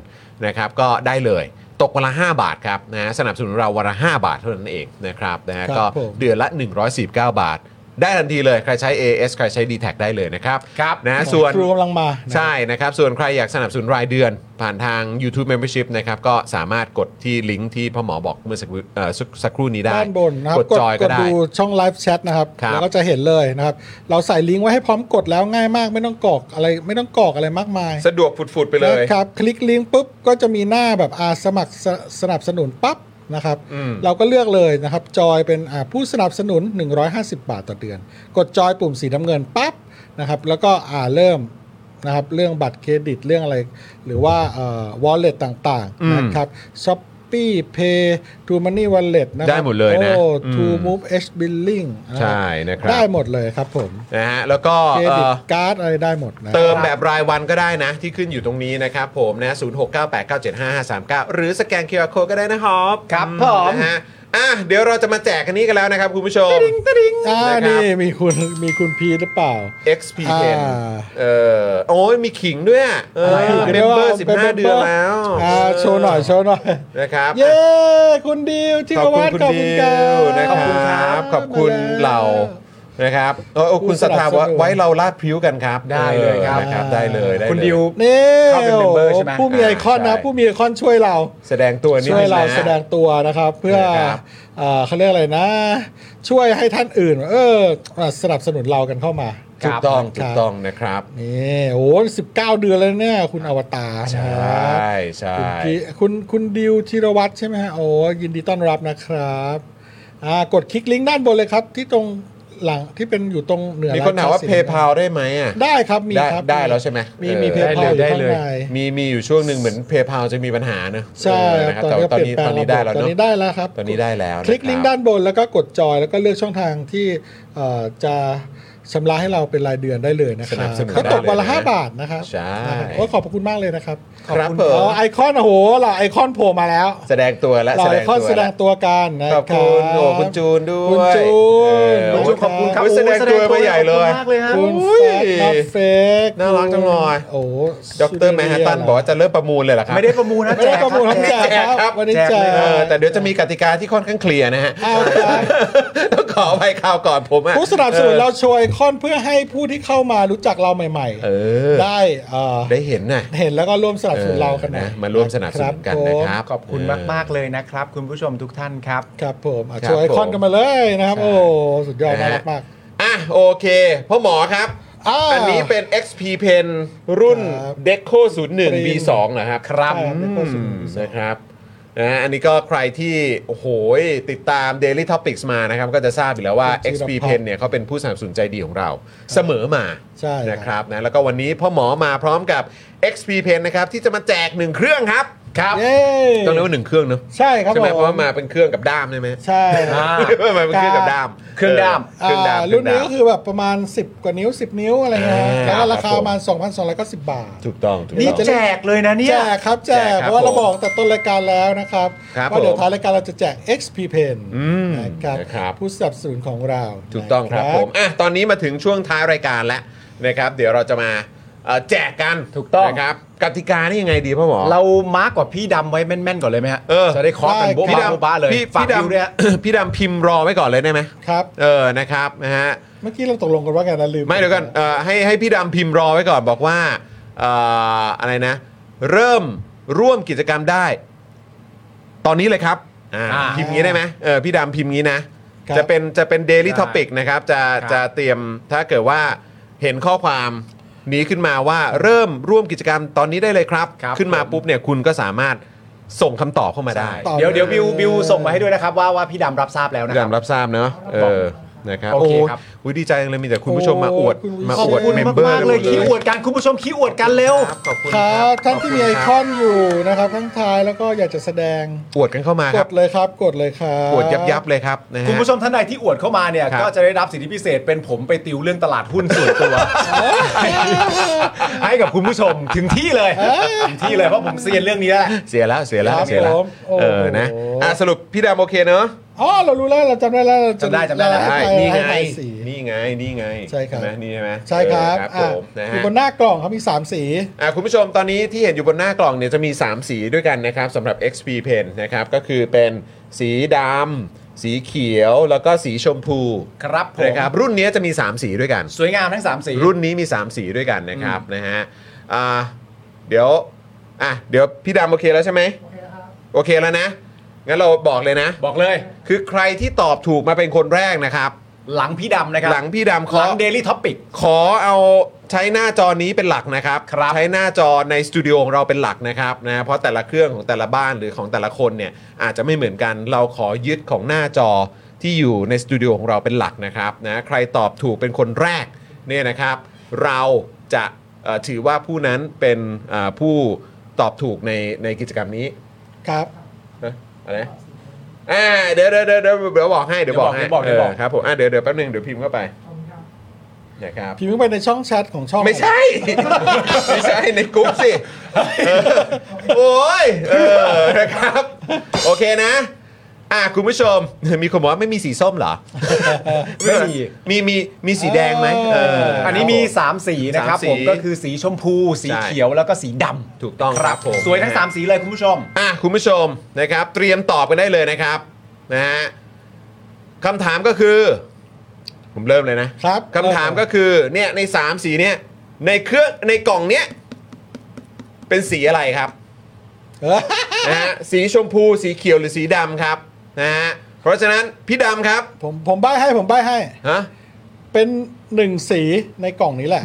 Speaker 1: นะครับก็ได้เลยตกวันละ 5 บาทครับนะสนับสนุนเราวันละ 5 บาทเท่านั้นเองนะครับนะฮะ
Speaker 3: ครับ
Speaker 1: ก็
Speaker 3: ผม
Speaker 1: เดือนละ 149 บาท ได้ทันทีเลยใครใช้ AS ใครใช้ d t แทได้เลยนะครับ
Speaker 4: ครับ
Speaker 1: นะส่วน
Speaker 3: ครูกำลังมา
Speaker 1: ใช่นะครับ ส่วนใครอยากสนับสนุนรายเดือน ผ่านทาง YouTube Membership นะครับ ก็สามารถกดที่ลิงก์ที่พ่อหมอบอกเมื่อสักครู่เอ่อสักสักครู่นี้ได้
Speaker 3: ด้านบนนะครับ
Speaker 1: กดจอยก็ได้
Speaker 3: ดูช่องไลฟ์แชทนะครับ
Speaker 1: ครับ
Speaker 3: แล้วก็จะเห็นเลยนะครับ เราใส่ลิงก์ไว้ให้พร้อมกดแล้วง่ายมาก ไม่ต้องกรอกอะไรไม่ต้องกรอกอะไรมากมาย
Speaker 1: สะดวกฝุดๆ ไปเลย
Speaker 3: นะครับ คลิกลิงก์ปุ๊บ ก็จะมีหน้าแบบอาสมัครสสนับสนุนปั๊บนะครับ
Speaker 1: อืม
Speaker 3: เราก็เลือกเลยนะครับ จอยเป็นอ่าผู้สนับสนุน 150 บาทต่อเดือน กดจอยปุ่มสีน้ำเงินปั๊บนะครับ แล้วก็อ่าเริ่มนะครับ เรื่องบัตรเครดิตเรื่องอะไร หรือว่าเอ่อ wallet ต่างๆนะครับ Shopee Pay True Money Wallet นะครั
Speaker 1: ได้หมดเลยนะ
Speaker 3: โอ้
Speaker 1: อืม
Speaker 3: True Move H Billing นะ
Speaker 1: ใช่นะครับ
Speaker 3: ได้หมดเลยครับผม
Speaker 1: นะฮะ แล้วก็
Speaker 3: เคร
Speaker 1: เอ่
Speaker 3: ดิต
Speaker 1: อ
Speaker 3: การ์ดอะไรได้หมดนะ
Speaker 1: เติมแบบรายวันก็ได้นะ ที่ขึ้นอยู่ตรงนี้นะครับผมนะ 0698975539 หรือสแกน QR Code ก็ได้นะครับ
Speaker 4: ครับ
Speaker 1: อื
Speaker 4: ผม
Speaker 1: นะฮะอ่ะเดี๋ยวเราจะมาแจกกันนี้กันแล้วนะครับคุณผู้ชม
Speaker 3: อ่า
Speaker 1: นะครับ
Speaker 3: นี่มีคุณมีคุณพีทหรือเปล่า
Speaker 1: XP10
Speaker 3: อ่า
Speaker 1: เออโอ้ยมีขิงด้วยอะเออเมมเบอร์15 เดือนแล้ว
Speaker 3: อ่าโชว์หน่อยโชว์หน่อย
Speaker 1: นะครับ
Speaker 3: เย้คุณดิวที่
Speaker 1: ขอบ
Speaker 3: มา
Speaker 1: คุณ
Speaker 3: วัด
Speaker 1: คุณ
Speaker 3: ขอบ
Speaker 1: ดิ
Speaker 3: คุณ
Speaker 1: วนะ
Speaker 3: ค
Speaker 1: ค
Speaker 3: รั
Speaker 1: รับ
Speaker 3: บ
Speaker 1: ขอบคุณ
Speaker 3: มแล้ว
Speaker 1: เหล่า นะครับเออเออคุณสถาว่าไว้เราลาดพริ้วกันครับ
Speaker 4: ได้เลยครับ
Speaker 1: ออนะครับได้เลยได้เลย
Speaker 4: คุณดิว
Speaker 3: นี่
Speaker 4: เข้าเป็น member ใช่ไหม
Speaker 3: ผู้มีไอคอนนะ
Speaker 4: ใช่
Speaker 3: ผู้มีไอคอนช่วยเรา
Speaker 1: แสดงตัวนิด
Speaker 3: ช่วย
Speaker 1: นึง
Speaker 3: เรา
Speaker 1: นะ
Speaker 3: แสดงตัวนะครับ เพื่อ
Speaker 1: ครับ
Speaker 3: เอ่อเขาเรียกอะไรนะ ช่วยให้ท่านอื่น เออสนับสนุนเรากันเข้ามา
Speaker 1: ถูกต้อง
Speaker 3: ค
Speaker 1: ถู
Speaker 3: รั
Speaker 1: ก
Speaker 3: บ
Speaker 1: ต้องนะครับ
Speaker 3: นี่โอ้สิบเก้าเดือนแล้วเนี่ย คุณอวตาร
Speaker 1: ใช
Speaker 3: นะ
Speaker 1: ่ใช่
Speaker 3: คุณกิคุณคุณดิวธีรวัตรใช่ไหมฮะโอ้ยินดีต้อนรับนะครับอ่ากดคลิกลิงก์ด้านบนเลยครับ ที่ตรงหลังที่เป็นอยู่ตรงเหนือ
Speaker 1: มีคนถามว่า
Speaker 3: ร้
Speaker 1: เพ
Speaker 3: สิ
Speaker 1: ย์พาได้ไหมอ่ะ
Speaker 3: ได้ครับมี
Speaker 1: ได้
Speaker 3: ครับ
Speaker 1: ได้แล้วใช่ไหม
Speaker 3: มี
Speaker 1: เออ
Speaker 3: มีเพย์พาอยู่
Speaker 4: ได้
Speaker 3: ข้าง
Speaker 4: เลย
Speaker 3: ใน
Speaker 1: มีมีอยู่ช่วงหนึ่งเหมือนเพย์พาจะมีปัญหาเนอะ
Speaker 3: ใช่
Speaker 1: เออนะ
Speaker 3: ค
Speaker 1: ค
Speaker 3: รั
Speaker 1: รั
Speaker 3: บบ ตอ
Speaker 1: แต่
Speaker 3: นนี้
Speaker 1: ว่าต
Speaker 3: ก็
Speaker 1: อน
Speaker 3: เปลี่
Speaker 1: นี้
Speaker 3: ยนแปล
Speaker 1: ตองนนี้ได้แล้วเนาะ
Speaker 3: ตอนนี้ได้แล้วครับ
Speaker 1: ตอนนี้ได้แล้ว
Speaker 3: คลิกลิงก์ด้านบนแล้วก็กดจอยแล้วก็เลือกช่องทางที่เอ่อจะชำระให้เราเป็นรายเดือนได้เลยนะค
Speaker 1: ส
Speaker 3: รั
Speaker 1: นั
Speaker 3: บบ
Speaker 1: สนุน
Speaker 3: ก็
Speaker 1: ได้
Speaker 3: ตกวันละ
Speaker 1: เย
Speaker 3: ห้า
Speaker 1: นะ
Speaker 3: บาทนะครับ
Speaker 1: ใช่
Speaker 3: นะครับโอ้ยขอบพระคุณมากเลยนะครับ
Speaker 1: ครับ
Speaker 4: ขอบคุณ
Speaker 1: เปิด
Speaker 3: อ๋อไอคอนโอ้โหเราไอคอนโผล่มาแล้ว
Speaker 1: แสดงตัวและ
Speaker 3: เรา
Speaker 1: แส
Speaker 3: ไอ
Speaker 1: ดง
Speaker 3: คอน
Speaker 1: ตัว
Speaker 3: แสดงตัวกันนะ
Speaker 1: ข
Speaker 3: รั
Speaker 1: อบคุณโอ้คุณจูนด้วย
Speaker 3: คุณจูน
Speaker 1: เออ
Speaker 3: คุณจูนขอบคุณครับ
Speaker 1: โยแสดงตัวมาใหญ่เลย
Speaker 4: ขอบคุณมากเลยฮะ
Speaker 3: คุณ
Speaker 1: อุ้
Speaker 3: แฟ
Speaker 1: ย
Speaker 3: กต์ครับเฟก
Speaker 1: น่ารักจังเลย
Speaker 3: โอ้
Speaker 1: ดอกเตอรแมนฮัตตันบอกว่าจะเริ่มประมูลเลยเหรอครับ
Speaker 4: ไม่ได้ประมูลนะ
Speaker 3: ไม่ได้ประมูลทั้งแจก
Speaker 1: แจก
Speaker 3: ค
Speaker 1: ค
Speaker 3: รั
Speaker 1: รั
Speaker 3: บบ วันนี้แจก
Speaker 1: เออแต่เดี๋ยวจะมีกติกาที่ค่อนข้างเคลียร์นะฮะ
Speaker 3: อ้าวครับ
Speaker 1: ต้องขอไปข่าวก่อนผมอ่ะ
Speaker 3: ผู้สนับสนุนเราโชว์ไอคอนเพื่อให้ผู้ที่เข้ามารู้จักเราใหม่
Speaker 1: เออ
Speaker 3: ๆ ได้เอ่อ
Speaker 1: ได้เห็นน่ะ
Speaker 3: เห็นแล้วก็ร่วมสนับสนุนเรากันหอย
Speaker 1: เออมาร่วมสนับสนุนกันนะครับ
Speaker 4: ขอบคุณมากๆเลยนะครับ คุณผู้ชมทุกท่านครับ
Speaker 3: ครับผมอ่ะ
Speaker 1: ครับ
Speaker 3: โชว์ไอคอนกันมาเลยนะครับ
Speaker 1: ใช่
Speaker 3: โอ้สุดยอดน่ารักมาก
Speaker 1: อ่ะโอเคพ่อหมอครับ
Speaker 3: า
Speaker 1: อันนี้เป็น XP Pen รุ่น
Speaker 3: ครับ
Speaker 1: Deco 01 B2 เหรอครับครับ
Speaker 3: ใช่ครับ Deco 01 B2
Speaker 1: นะครับนะฮะอันนี้ก็ใครที่โอ้โหยติดตาม Daily Topics มานะครับ ก็จะทราบอยู่แล้วว่า
Speaker 3: คุณจิร
Speaker 1: XP
Speaker 3: พัฒน์
Speaker 1: Pen เนี่ยเขาเป็นผู้สนับสนุนใจดีของเราเสมอมา
Speaker 3: ใช่ครับ
Speaker 1: นะครับนะแล้วก็วันนี้พ่อหมอมาพร้อมกับ XP Pen นะครับ ที่จะมาแจกหนึ่งเครื่องครับครับ
Speaker 3: เย้
Speaker 1: ต้องเรียกว่าหนึ่งเครื่องเนอะ
Speaker 3: ใช่ครับ
Speaker 1: ใช่ไหม
Speaker 3: ผ
Speaker 1: เพราะว่ามาเป็นเครื่องกับด้ามใช่ไหม
Speaker 3: ใช่
Speaker 4: อ่า
Speaker 1: มาเป็นเครื่องกับด้าม
Speaker 4: เครื่องด้าม
Speaker 1: เครื่องด้าม
Speaker 3: อ่ารุ่นนี้ก็คือแบบประมาณ 10 กว่านิ้ว 10 นิ้วอะไรเงี้ย
Speaker 1: อ่า
Speaker 3: แล้วก็รา
Speaker 1: ครั
Speaker 3: คา
Speaker 1: บผม
Speaker 3: ประมาณ2,290 บาท
Speaker 1: ถูกต้องถูก
Speaker 4: นี่
Speaker 1: ต้อง
Speaker 4: แจกเลยนะเนี่ย
Speaker 3: แจกครับแจ
Speaker 1: แจ
Speaker 3: ก
Speaker 1: กครับ
Speaker 3: เพราะว่าเรา
Speaker 1: ผม
Speaker 3: บอกแต่ต้นรายการแล้วนะครับ
Speaker 1: ครับ
Speaker 3: ว่าเดี๋ยว
Speaker 1: ผม
Speaker 3: ท้ายรายการเราจะแจก XP Pen
Speaker 1: อืม
Speaker 3: นะครับ
Speaker 1: นะครับ
Speaker 3: ผู้สนับสนุนของเรา
Speaker 1: ถูกต้องครับ
Speaker 3: นะ
Speaker 1: ผมอ่ะตอนนี้มาถึงช่วงท้ายรายการแล้วนะครับ เดี๋ยวเราจะมาเอ่อแจกกัน
Speaker 4: ถูกต้อง
Speaker 1: นะครับกติกานี่ยังไงดีพ่อหมอ
Speaker 4: เรามาร์กกว่าพี่ดำไว้แม่นๆก่อนเลยไหมฮะ
Speaker 1: เออ
Speaker 4: จะได้เคอกัน
Speaker 3: ได้
Speaker 4: โบ๊ะ
Speaker 1: พี่
Speaker 4: บ้าโบ๊ะบ้าเลย
Speaker 1: พี่
Speaker 4: ฝาก
Speaker 1: พี่ด
Speaker 4: ดิวด้วยฮะ
Speaker 1: ำ พี่ดำพิมพ์รอไว้ก่อนเลยได้ไหม
Speaker 3: ครับ
Speaker 1: เออนะครับนะฮะ
Speaker 3: เมื่อกี้เราตกลงกันว่าไงนะลืม
Speaker 1: ไม่เดี๋ยวกันเอ่อให้ให้พี่ดำพิมพ์รอไว้ก่อนบอกว่าเอ่ออะไรนะ เริ่มร่วมกิจกรรมได้ ตอนนี้เลยครับอ่า
Speaker 4: อ่า
Speaker 1: พิมพ์งี้ได้ไหมเออพี่ดำพิมพ์งี้นะ
Speaker 3: ครับ
Speaker 1: จะเป็นจะเป็น Daily
Speaker 4: ได้
Speaker 1: Topic นะครับจะ
Speaker 4: ครับ
Speaker 1: จะเตรียมถ้าเกิดว่าเห็นข้อความนี้ขึ้นมาว่าเริ่มร่วมกิจกรรมตอนนี้ได้เลยครับ
Speaker 4: ครับ
Speaker 1: ขึ้นมา
Speaker 4: ผม
Speaker 1: ปุ๊บเนี่ยคุณก็สามารถส่งคำตอบเข้ามาได้
Speaker 4: ได้เดี๋ยวเดี๋ยวบิวบิวส่งมาให้ด้วยนะครับว่าว่าพี่ดำรับทราบแล้วนะ
Speaker 1: พี่
Speaker 4: ครับ
Speaker 1: ดำรับทราบเนอะเออนะครับ
Speaker 4: โอเคครับ
Speaker 1: โอ้ยดีใจจังเลยมีแต่คุณผู้ชมมาอวด
Speaker 3: โอ้ยคุณผู้ชม
Speaker 1: มา
Speaker 4: ขอบ
Speaker 1: อวด
Speaker 4: คุณ
Speaker 1: เมมเบอ
Speaker 4: มา
Speaker 1: ร์
Speaker 4: ก
Speaker 1: กั
Speaker 4: ๆ
Speaker 1: น
Speaker 4: เล
Speaker 1: หม
Speaker 4: ย
Speaker 1: ด
Speaker 4: ขี้อวดกันคุณผู้ชมขี้อวดกันเร็ว
Speaker 1: ครับขอบคุณ
Speaker 3: ค
Speaker 1: ค
Speaker 3: รั
Speaker 1: รั
Speaker 3: บบ ท่านที่มีไอคอนอยู่นะครับข้างท้ายแล้วก็อยากจะแสดง
Speaker 1: อวดกันเข้ามาก ครับ
Speaker 3: ดเลยครับ กดเลยครับ
Speaker 1: อวดยับยับๆเลยครับนะฮะ
Speaker 4: คุณผู้ชมท่านใดที่อวดเข้ามาเนี่ย
Speaker 1: ครับ
Speaker 4: ก็จะได้รับสิทธิพิเศษเป็นผมไปติวเรื่องตลาดหุ้นส่วนตัว ให้กับคุณผู้ชมถึงที่เลยถึงที่เลยเพราะผมเซียนเรื่องนี้แหละ
Speaker 1: เสียแล้วเสียแล้ว
Speaker 3: ครับ
Speaker 1: เสียแล้ว
Speaker 3: ผมโโห
Speaker 1: เออนะอ่ะสรุปพี่ดำโอเคเนอะ
Speaker 3: อ๋อเรารู้แล้วเราจำได้แล้วเรา
Speaker 4: จำได้จำได้
Speaker 3: ให้
Speaker 1: ใช่
Speaker 3: ป
Speaker 1: นี่ไง
Speaker 3: ให้ปสี
Speaker 1: นี่ไง นี่ไง
Speaker 3: ใช่ครับ
Speaker 1: ไหมนี่ใช่ไหม
Speaker 3: ใช่ครับ
Speaker 1: เออ
Speaker 3: อ่ะ
Speaker 1: ผมนะ
Speaker 3: อ
Speaker 1: ฮะ
Speaker 3: ยู่บนหน้ากล่องครับมีสามสี
Speaker 1: อ่ะคุณผู้ชมตอนนี้ที่เห็นอยู่บนหน้ากล่องเนี่ยจะมี 3 สีด้วยกันนะครับสำหรับ XP Pen นะครับ ก็คือเป็นสีดำ สีเขียวแล้วก็สีชมพู
Speaker 4: ครับผม
Speaker 1: นะครับรุ่นนี้จะมี 3 สีด้วยกัน
Speaker 4: สวยงามทั้ง 3 สี
Speaker 1: รุ่นนี้มี 3 สีด้วยกันนะครับนะฮะอ่าเดี๋ยวอ่ะเดี๋ยวพี่ดำโอเคแล้วใช่ไหมโอเคแล้วนะ งั้นเราบอกเลยนะ
Speaker 4: บอกเลย
Speaker 1: คือใครที่ตอบถูกมาเป็นคนแรกนะครับ
Speaker 4: หลังพี่ดำนะครับ
Speaker 1: หลังพี่ดำ
Speaker 4: ห
Speaker 1: เคาะ
Speaker 4: ลังเดลี่ท็อปิก
Speaker 1: ขอเอาใช้หน้าจอนี้เป็นหลักนะครับ ใช้หน้าจอในสตูดิโอของเราเป็นหลักนะครับนะเพราะแต่ละเครื่องของแต่ละบ้านหรือของแต่ละคนเนี่ยอาจจะไม่เหมือนกันเราขอยึดของหน้าจอที่อยู่ในสตูดิโอของเราเป็นหลักนะครับนะใครตอบถูกเป็นคนแรกเนี่ยนะครับ เราจะเอ่อถือว่าผู้นั้นเป็นอ่าผู้ตอบถูกในในกิจกรรมนี้
Speaker 3: ครับ
Speaker 1: นะอะไรอ่าเดี๋ยวเดี๋ยวเดี๋ยวเดี๋ยวเดี๋ยวบอกให้เดี๋ยวบอกให้
Speaker 4: เดี๋ยวบอกเดี๋ยวบอก
Speaker 1: เครับผมอ่าเดี๋ยวเดี๋ยวแป๊บนึงเดี๋ยวพิมพ์เข้าไปนะครับ
Speaker 3: พิมพ์เข้าไปในช่องแชทของช่อง
Speaker 1: ไม่ใช่ ไม่ใช่ในกรุ๊ป สิเออโอ้ยเออนะครับ โอเคนะ อ่ะคุณผู้ชม มีคนบอกว่าไม่มีสีส้มเหร อ
Speaker 4: ไม่มี
Speaker 1: มีมีมีสีแดงไหมเออ
Speaker 4: อั
Speaker 1: อั
Speaker 4: นนี้มี 3 สีนะครับ
Speaker 1: สามสี
Speaker 4: ผมก็คือสีชมพู สี
Speaker 1: ใช่
Speaker 4: เขียวแล้วก็สีดำ
Speaker 1: ถูกต้องครับผม
Speaker 4: สวยทั้ง 3 สีเลยคุณผู้ชม
Speaker 1: อ่ะคุณผู้ชมนะครับ เตรียมตอบกันได้เลยนะครับนะฮะคำถามก็คือ ผมเริ่มเลยนะครับคำถามก็คือเนี่ยใน 3 สีเนี่ยในเครื่องในกล่องเนี้ยเป็นสีอะไรครับ นะฮะสีชมพูสีเขียวหรือสีดำครับนะฮะเพราะฉะนั้นพี่ดำครับ
Speaker 3: ผมผมใบ้ให้ผมใบ้ให้
Speaker 1: ฮะ
Speaker 3: เป็นหนึ่งสีในกล่องนี้แหละ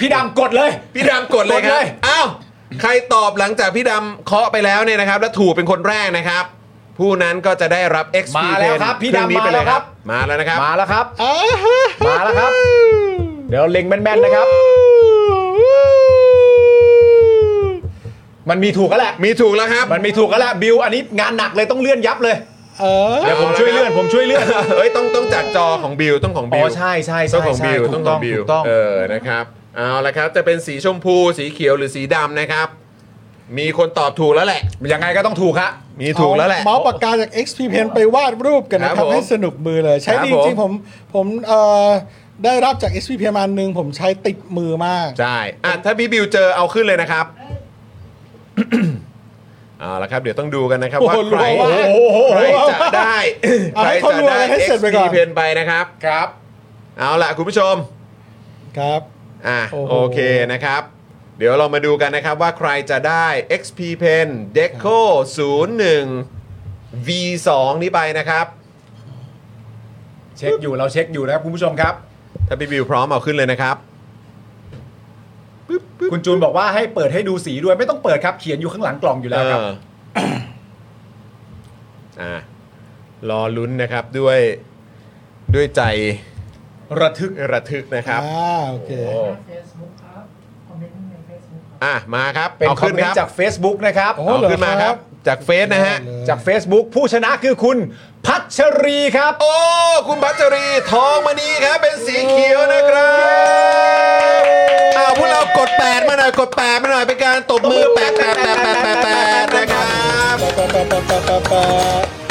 Speaker 4: พี่ดำกดเลย
Speaker 1: พี่ดำกดเลยค
Speaker 4: ก
Speaker 1: รั
Speaker 4: ดเล
Speaker 1: บ
Speaker 4: ย
Speaker 1: อ้าวใครตอบหลังจากพี่ดำเคาะไปแล้วเนี่ยนะครับ และถูกเป็นคนแรกนะครับ ผู้นั้นก็จะได้รับ XP
Speaker 4: มาแล้วครับพี่ดำ
Speaker 1: นี้ไป
Speaker 4: มา
Speaker 1: เล
Speaker 4: แล้
Speaker 1: ยว ค
Speaker 4: ค
Speaker 1: รั
Speaker 4: รับ บ
Speaker 1: มาแล้วนะครับ
Speaker 4: มาแล้วครับ มาแล้วครับ เดี๋ยวเล็งแม่นๆนะครับ มันมีถูกก็แหละ
Speaker 1: มีถูกแล้วครับ
Speaker 4: มันมีถูกก็แล้วบิวอันนี้งานหนักเลยต้องเลื่อนยับเลย
Speaker 3: เออ
Speaker 4: เดี๋ยวผมช่วยเลื่อนผมช่วยเลื่อน
Speaker 1: เฮ้ยต้องต้องจากจอของบิวต้องของ
Speaker 4: อ๋
Speaker 1: บิ
Speaker 4: อ
Speaker 1: ว
Speaker 4: ใช่ใช่
Speaker 1: ต้อง
Speaker 4: ใช่
Speaker 1: ของ
Speaker 4: ใช่
Speaker 1: บิว
Speaker 4: ถู
Speaker 1: ต้อง
Speaker 4: ก
Speaker 1: ข
Speaker 4: ต้
Speaker 1: อ
Speaker 4: อง
Speaker 1: งบิว
Speaker 4: ถูกต้อง
Speaker 1: เออนะครับเอาละครับจะเป็นสีชมพูสีเขียวหรือสีดำนะครับ มีคนตอบถูกแล้วแหละ
Speaker 4: ยังไงก็ต้องถูกฮะ
Speaker 1: มีถูกแล้วแหละ
Speaker 3: เอาเมาส์ปากกาจาก XP Pen ไปวาดรูปกันนะ
Speaker 1: ค
Speaker 3: ค
Speaker 1: รับ
Speaker 3: รั
Speaker 1: บ ผม
Speaker 3: ให้สนุกมือเลย ใช้ดี
Speaker 1: ครับผม
Speaker 3: จริงๆผมผมเอ่อได้รับจาก XP Pen มาอันหนึ่งผมใช้ติดมือมาก
Speaker 1: ใช่อ่ะถ้าพี่บิวเจอเอาขึ้นเลยนะครับ เอาละครับ เดี๋ยวต้องดูกันนะครับ
Speaker 3: โอ้
Speaker 1: ว่า
Speaker 3: โห
Speaker 1: ใคร
Speaker 3: รัว
Speaker 1: ใคร
Speaker 3: มาก
Speaker 1: จะได้
Speaker 3: เอา
Speaker 1: ใคร
Speaker 3: ให้เขา
Speaker 1: จะ
Speaker 3: รัว
Speaker 1: ได้
Speaker 3: ให้เสร็จไป
Speaker 1: XP
Speaker 3: ก่อน
Speaker 1: เพนไปนะครับ
Speaker 4: ครับ
Speaker 1: เอาละคุณผู้ชม
Speaker 3: ครับ
Speaker 1: อ่ะ
Speaker 3: โอ้โห
Speaker 1: โอเคนะครับ เดี๋ยวเรามาดูกันนะครับว่าใครจะได้ XP Pen Deco 01 V2 นี้ไปนะครับ
Speaker 4: เช็คอยู่เราเช็คอยู่นะครับคุณผู้ชมครับ
Speaker 1: ถ้าพี่บิวพร้อมเอาขึ้นเลยนะครับ
Speaker 4: คุณจูนบอกว่าให้เปิดให้ดูสีด้วยไม่ต้องเปิดครับเขียนอยู่ข้างหลังกล่องอยู่แล้วครับ
Speaker 1: เอออ่ะรอลุ้นนะครับด้วยด้วยใจ
Speaker 4: ระทึก
Speaker 1: ระทึกนะครับ
Speaker 3: อ่าโอเค
Speaker 4: โอ้
Speaker 1: อ่ะมาครับ
Speaker 4: เป็น
Speaker 1: เอา
Speaker 4: คอม
Speaker 1: ขึ้น
Speaker 4: เมน
Speaker 1: ครับ
Speaker 4: ต์จาก Facebook นะครับ
Speaker 3: โอ้
Speaker 1: เอาขึ้นมาครับ จากเฟซนะฮะ
Speaker 4: จาก Facebook ผู้ชนะคือคุณพัชรีครับ
Speaker 1: โอ้ คุณพัชรีทองมณีครับ เป็นสีเขียวนะครับอ้าวพวกเรากดแปดมาหน่อยกดแปดมาหน่อยเป็นการตบมือแปดแปดแปดแปดแปดแปดนะครับ
Speaker 3: แปะแปะแปะแปะแปะแปะ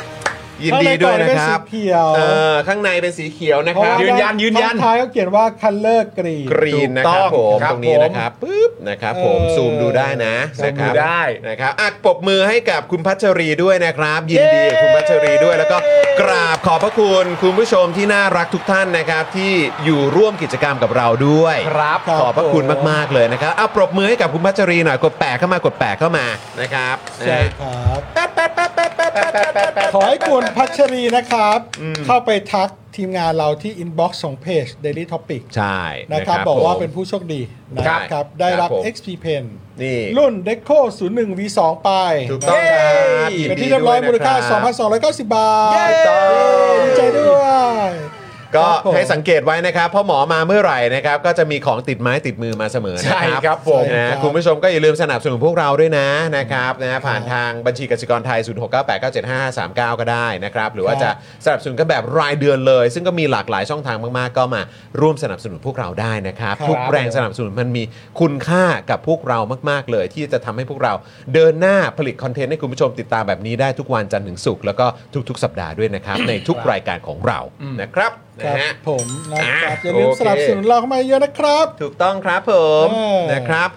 Speaker 1: ยินดีด้วยนะครับ
Speaker 3: ข้างในเป็นสีเขียว
Speaker 1: ออข้างในเป็นสีเขียวนะครับ
Speaker 4: ยืนยันยืนยัน
Speaker 3: ข้างท้ายก็เขียนว่า color green
Speaker 1: กรีนนะครับ
Speaker 4: ถู
Speaker 1: ผ
Speaker 4: ก
Speaker 1: มต
Speaker 4: ต้องครับ
Speaker 1: รงนี้นะครับปุ๊บนะครับผม
Speaker 3: เออ
Speaker 1: ซูมดูได้นะ
Speaker 4: ซูม
Speaker 1: นะค
Speaker 4: ดู
Speaker 1: รับ
Speaker 4: ได้
Speaker 1: นะครับอ่ะปรบมือให้กับคุณพัชรีด้วยนะครับ ยินดีกับคุณพัชรีด้วยแล้วก็กราบขอบพระคุณคุณผู้ชมที่น่ารักทุกท่านนะครับ ที่อยู่ร่วมกิจกรรมกับเราด้วย
Speaker 4: ครับ
Speaker 1: ขอบพระคุณ
Speaker 4: ครับผม
Speaker 1: มากๆเลยนะครับอ่ะปรบมือให้กับคุณพัชรีหน่อยกดแปะเข้ามากดแปะเข้ามานะครับ
Speaker 3: ใช่
Speaker 1: นะครับ
Speaker 3: ขอให้คุณพัชรีนะครับ เข้าไปทักทีมงานเราที่ inbox ของเพจ daily topic
Speaker 1: ใช่
Speaker 3: นะครับบอกว่าเป็น
Speaker 1: ผม
Speaker 3: ผู้โชคดีนะครับ ครับ ได้รับ
Speaker 1: ครับผม
Speaker 3: XP Pen
Speaker 1: นี่
Speaker 3: รุ่น Deco 01 V2 ไป
Speaker 1: ถูกต้องครับยิ
Speaker 3: เป็น
Speaker 1: ดี
Speaker 3: ที่เรียบร้อย
Speaker 1: ด้ว
Speaker 3: มูลค่า
Speaker 1: ะรับ
Speaker 3: 2,290 บาท
Speaker 1: ถูกต้อง
Speaker 3: ดีใจด้วย
Speaker 1: ก็
Speaker 3: ครับผม
Speaker 1: ให้สังเกตไว้นะครับเพราะหมอมาเมื่อไหร่นะครับ ก็จะมีของติดไม้ติดมือมาเสมอนะ
Speaker 4: ใช่
Speaker 1: ครับ
Speaker 4: ครับผม
Speaker 1: นะคุณผู้ชมก็อย่าลืมสนับสนุนพวกเราด้วยนะนะครับนะผ่านทางบัญชีกสิกรไทย 0698975539 ก็ได้นะครับ หรือว่าจะสนับสนุนกันแบบรายเดือนเลย ซึ่งก็มีหลากหลายช่องทางมากๆ ก็มาร่วมสนับสนุนพวกเราได้นะครับ
Speaker 4: ครับ
Speaker 1: ทุกแรงสนับสนุนมันมีคุณค่ากับพวกเรามาก ๆ เลย ที่จะทำให้พวกเราเดินหน้าผลิตคอนเทนต์ให้คุณผู้ชมติดตามแบบนี้ได้ทุกวันจันทร์ถึงศุกร์แล้วก็ทุก ๆ สัปดาห์ด้วยนะครับ ในทุกรายการของเรานะครับ
Speaker 3: ครั
Speaker 1: นะ
Speaker 3: บ
Speaker 1: ฮะ
Speaker 3: ผมนะครับ
Speaker 1: อ่ะ
Speaker 3: อย่าลืม
Speaker 1: โอเค
Speaker 3: สนับสนุนเราเข้ามาเยอะนะครับ
Speaker 1: ถูกต้องครับผม
Speaker 3: เออ
Speaker 1: นะครับ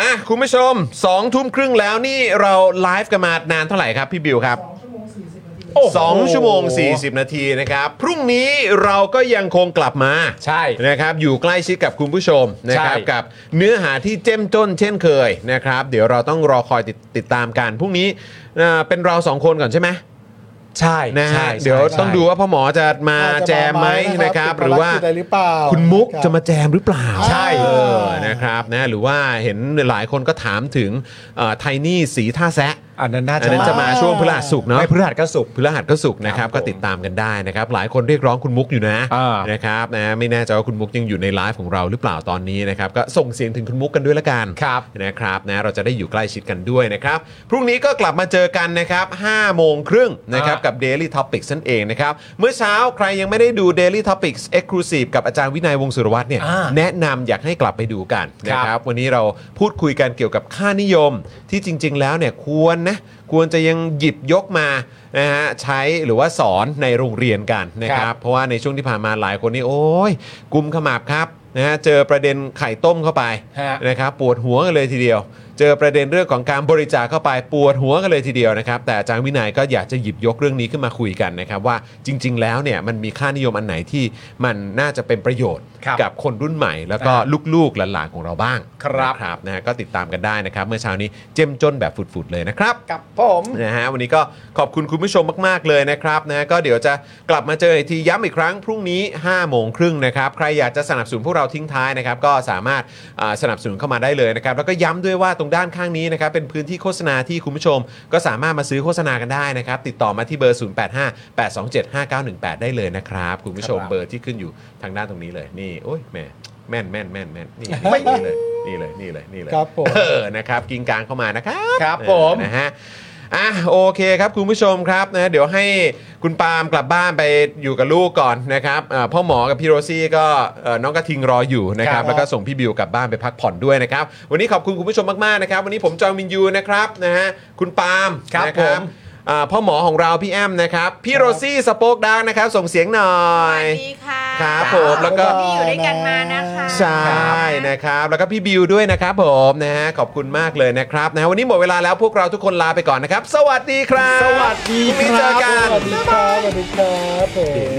Speaker 1: อ่ะคุณผู้ชม2ทุ่มครึ่งแล้วนี่เราไลฟ์กันมานานเท่าไหร่ครับ พี่บิวครับ 2 ชั่วโมง 40 นาทีนะครับ พรุ่งนี้เราก็ยังคงกลับมา
Speaker 4: ใช่
Speaker 1: นะครับอยู่ใกล้ชิดกับคุณผู้ชมนะครับ
Speaker 4: ใช่
Speaker 1: กับเนื้อหาที่เจ้มจ้นเช่นเคยนะครับ เดี๋ยวเราต้องรอคอยติดติดตามกันพรุ่งนี้อ่าเป็นเราสองคนก่อนใช่ไหม
Speaker 4: ใช่
Speaker 1: นะฮะ
Speaker 4: ใช่
Speaker 1: เดี๋ยว
Speaker 4: ใช่
Speaker 1: ต้องดูว่าพ่อหมอจะมา
Speaker 3: ว่าจะ
Speaker 1: แจมไหม
Speaker 3: มาไหม
Speaker 1: นะ
Speaker 3: นะ
Speaker 1: ค
Speaker 3: ครั
Speaker 1: รับบ หรือว่า
Speaker 3: ติดภารกิจอะไรหรือเปล่า
Speaker 1: คุณมุก
Speaker 3: ครับ
Speaker 1: จะมาแจมหรือเปล่า
Speaker 3: ใช่
Speaker 1: เออนะครับนะหรือว่าเห็นหลายคนก็ถามถึงไทนี่อ Tiny สีท่าแซะ
Speaker 4: อันนั้นน่า
Speaker 1: อันนั้นจะมา
Speaker 3: อ่า
Speaker 1: ช่วงพฤหัสสุกร์เนาะ
Speaker 4: ไม่พฤหัสก็สุกร์
Speaker 1: พฤหัสก็สุกร์นะครับ
Speaker 4: ครับผม
Speaker 1: ก็ติดตามกันได้นะครับ หลายคนเรียกร้องคุณมุกอยู่นะ
Speaker 4: อ่าน
Speaker 1: นะครับนะไม่แน่ใจว่าคุณมุกยังอยู่ในไลฟ์ของเราหรือเปล่าตอนนี้นะครับ ก็ส่งเสียงถึงคุณมุกกันด้วยละกัน
Speaker 4: ครับ
Speaker 1: นะครับนะเราจะได้อยู่ใกล้ชิดกันด้วยนะครับ พรุ่งนี้ก็กลับมาเจอกันนะครับ5โมงครึ่งนะครับ
Speaker 4: อ่ากั
Speaker 1: กับ Daily Topics นั่นเองนะครับ เมื่อเช้าใครยังไม่ได้ดู Daily Topics Exclusive กับอาจารย์วินัยวงศ์สุรวัตรเนี่ย
Speaker 4: อ่า
Speaker 1: แนะนำอยากให้กลับไปดูกันนะค
Speaker 4: ค
Speaker 1: รับค
Speaker 4: รับ
Speaker 1: รับวันนี้เราพูดคุยกันเกี่ยวกับค่านิยมที่จริง ๆ แล้วเนี่ยควรนะควรจะยังหยิบยกมานะฮะใช้หรือว่าสอนในโรงเรียนกันนะค
Speaker 4: ค
Speaker 1: รั
Speaker 4: รับ บ
Speaker 1: เพราะว่าในช่วงที่ผ่านมาหลายคนนี่โอ้ยกุมขมับครับนะฮะเจอประเด็นไข่ต้มเข้าไป
Speaker 4: ฮะ
Speaker 1: นะครับปวดหัวกันเลยทีเดียว เจอประเด็นเรื่องของการบริจาคเข้าไปปวดหัวกันเลยทีเดียวนะครับ แต่อาจารย์วินัยก็อยากจะหยิบยกเรื่องนี้ขึ้นมาคุยกันนะครับ ว่าจริง ๆ แล้วเนี่ยมันมีค่านิยมอันไหนที่มันน่าจะเป็นประโยชน์
Speaker 4: ครับ
Speaker 1: กับคนรุ่นใหม่ แล้วก็ลูกๆหลานๆของเราบ้าง
Speaker 4: ครับ
Speaker 1: นะครับนะฮะก็ติดตามกันได้นะครับ เมื่อเช้านี้เจ้มจนแบบฝุดๆเลยนะครับ
Speaker 4: กับผม
Speaker 1: นะฮะวันนี้ก็ขอบคุณคุณผู้ชมมาก ๆ เลยนะครับนะก็เดี๋ยวจะกลับมาเจออีกทีย้ำอีกครั้งพรุ่งนี้ 5 โมงครึ่งนะครับ ใครอยากจะสนับสนุนพวกเราทิ้งท้ายนะครับ ก็สามารถอ่าสนับสนุนเข้ามาได้เลยนะครับ แล้วก็ย้ำด้วยว่าตรงด้านข้างนี้นะครับ เป็นพื้นที่โฆษณาที่คุณผู้ชม ก็สามารถมาซื้อโฆษณากันได้นะครับ ติดต่อมาที่เบอร์ 0858275918 ได้เลยนะครับคุณผู้ชม
Speaker 4: ครับ
Speaker 1: เบอร์ที่ขึ้นอยู่ทางด้านตรงนี้เลยนี่โอ้ยแหม่แม่นแม่นแม่นแม่นนี่นี่เลยนี่เลยนี่เลยนี่เลย
Speaker 11: ครับผม
Speaker 1: เออ นะครับ กิงกลางเข้ามานะครับ
Speaker 4: ครับ
Speaker 1: เออ
Speaker 4: ผม
Speaker 1: นะฮะ อ่ะ โอเคครับ คุณผู้ชมครับนะ เดี๋ยวให้คุณปาล์มกลับบ้านไปอยู่กับลูกก่อนนะครับเอ่อพ่อหมอกับพี่โรซี่ก็เอ่อน้องกระทิงรออยู่นะครับ
Speaker 4: ครับ
Speaker 1: แล้วก็ส่งพี่บิวกลับบ้านไปพักผ่อนด้วยนะครับ วันนี้ขอบคุณคุณผู้ชมมาก ๆ นะครับ วันนี้ผมจอห์นวินยูนะครับ นะฮะ คุณปาล์ม
Speaker 4: ครับ
Speaker 1: นะ
Speaker 4: ผม
Speaker 1: อ่าพ่อหมอของเราพี่แอมนะครับ พี่โรซี่สโป๊กดาร์กนะครับ ส่งเสียงหน่อ
Speaker 10: สวั
Speaker 1: ย
Speaker 10: สดีค่ะ
Speaker 1: ครับผมแล้วก็
Speaker 10: ที่อยู่ด้วยกันมานะคะ
Speaker 1: ใช่นะครับ แล้วก็พี่บิวด้วยนะครับผมนะฮะขอบคุณมากเลยนะครับนะฮะวันนี้หมดเวลาแล้วพวกเราทุกคนลาไปก่อนนะครับ สวัสดีครับ
Speaker 4: สวัสดี
Speaker 1: พรุ่งนี้เจอ
Speaker 4: ครับ
Speaker 1: กัน
Speaker 11: สวัสดีครับสวัสดีครับผม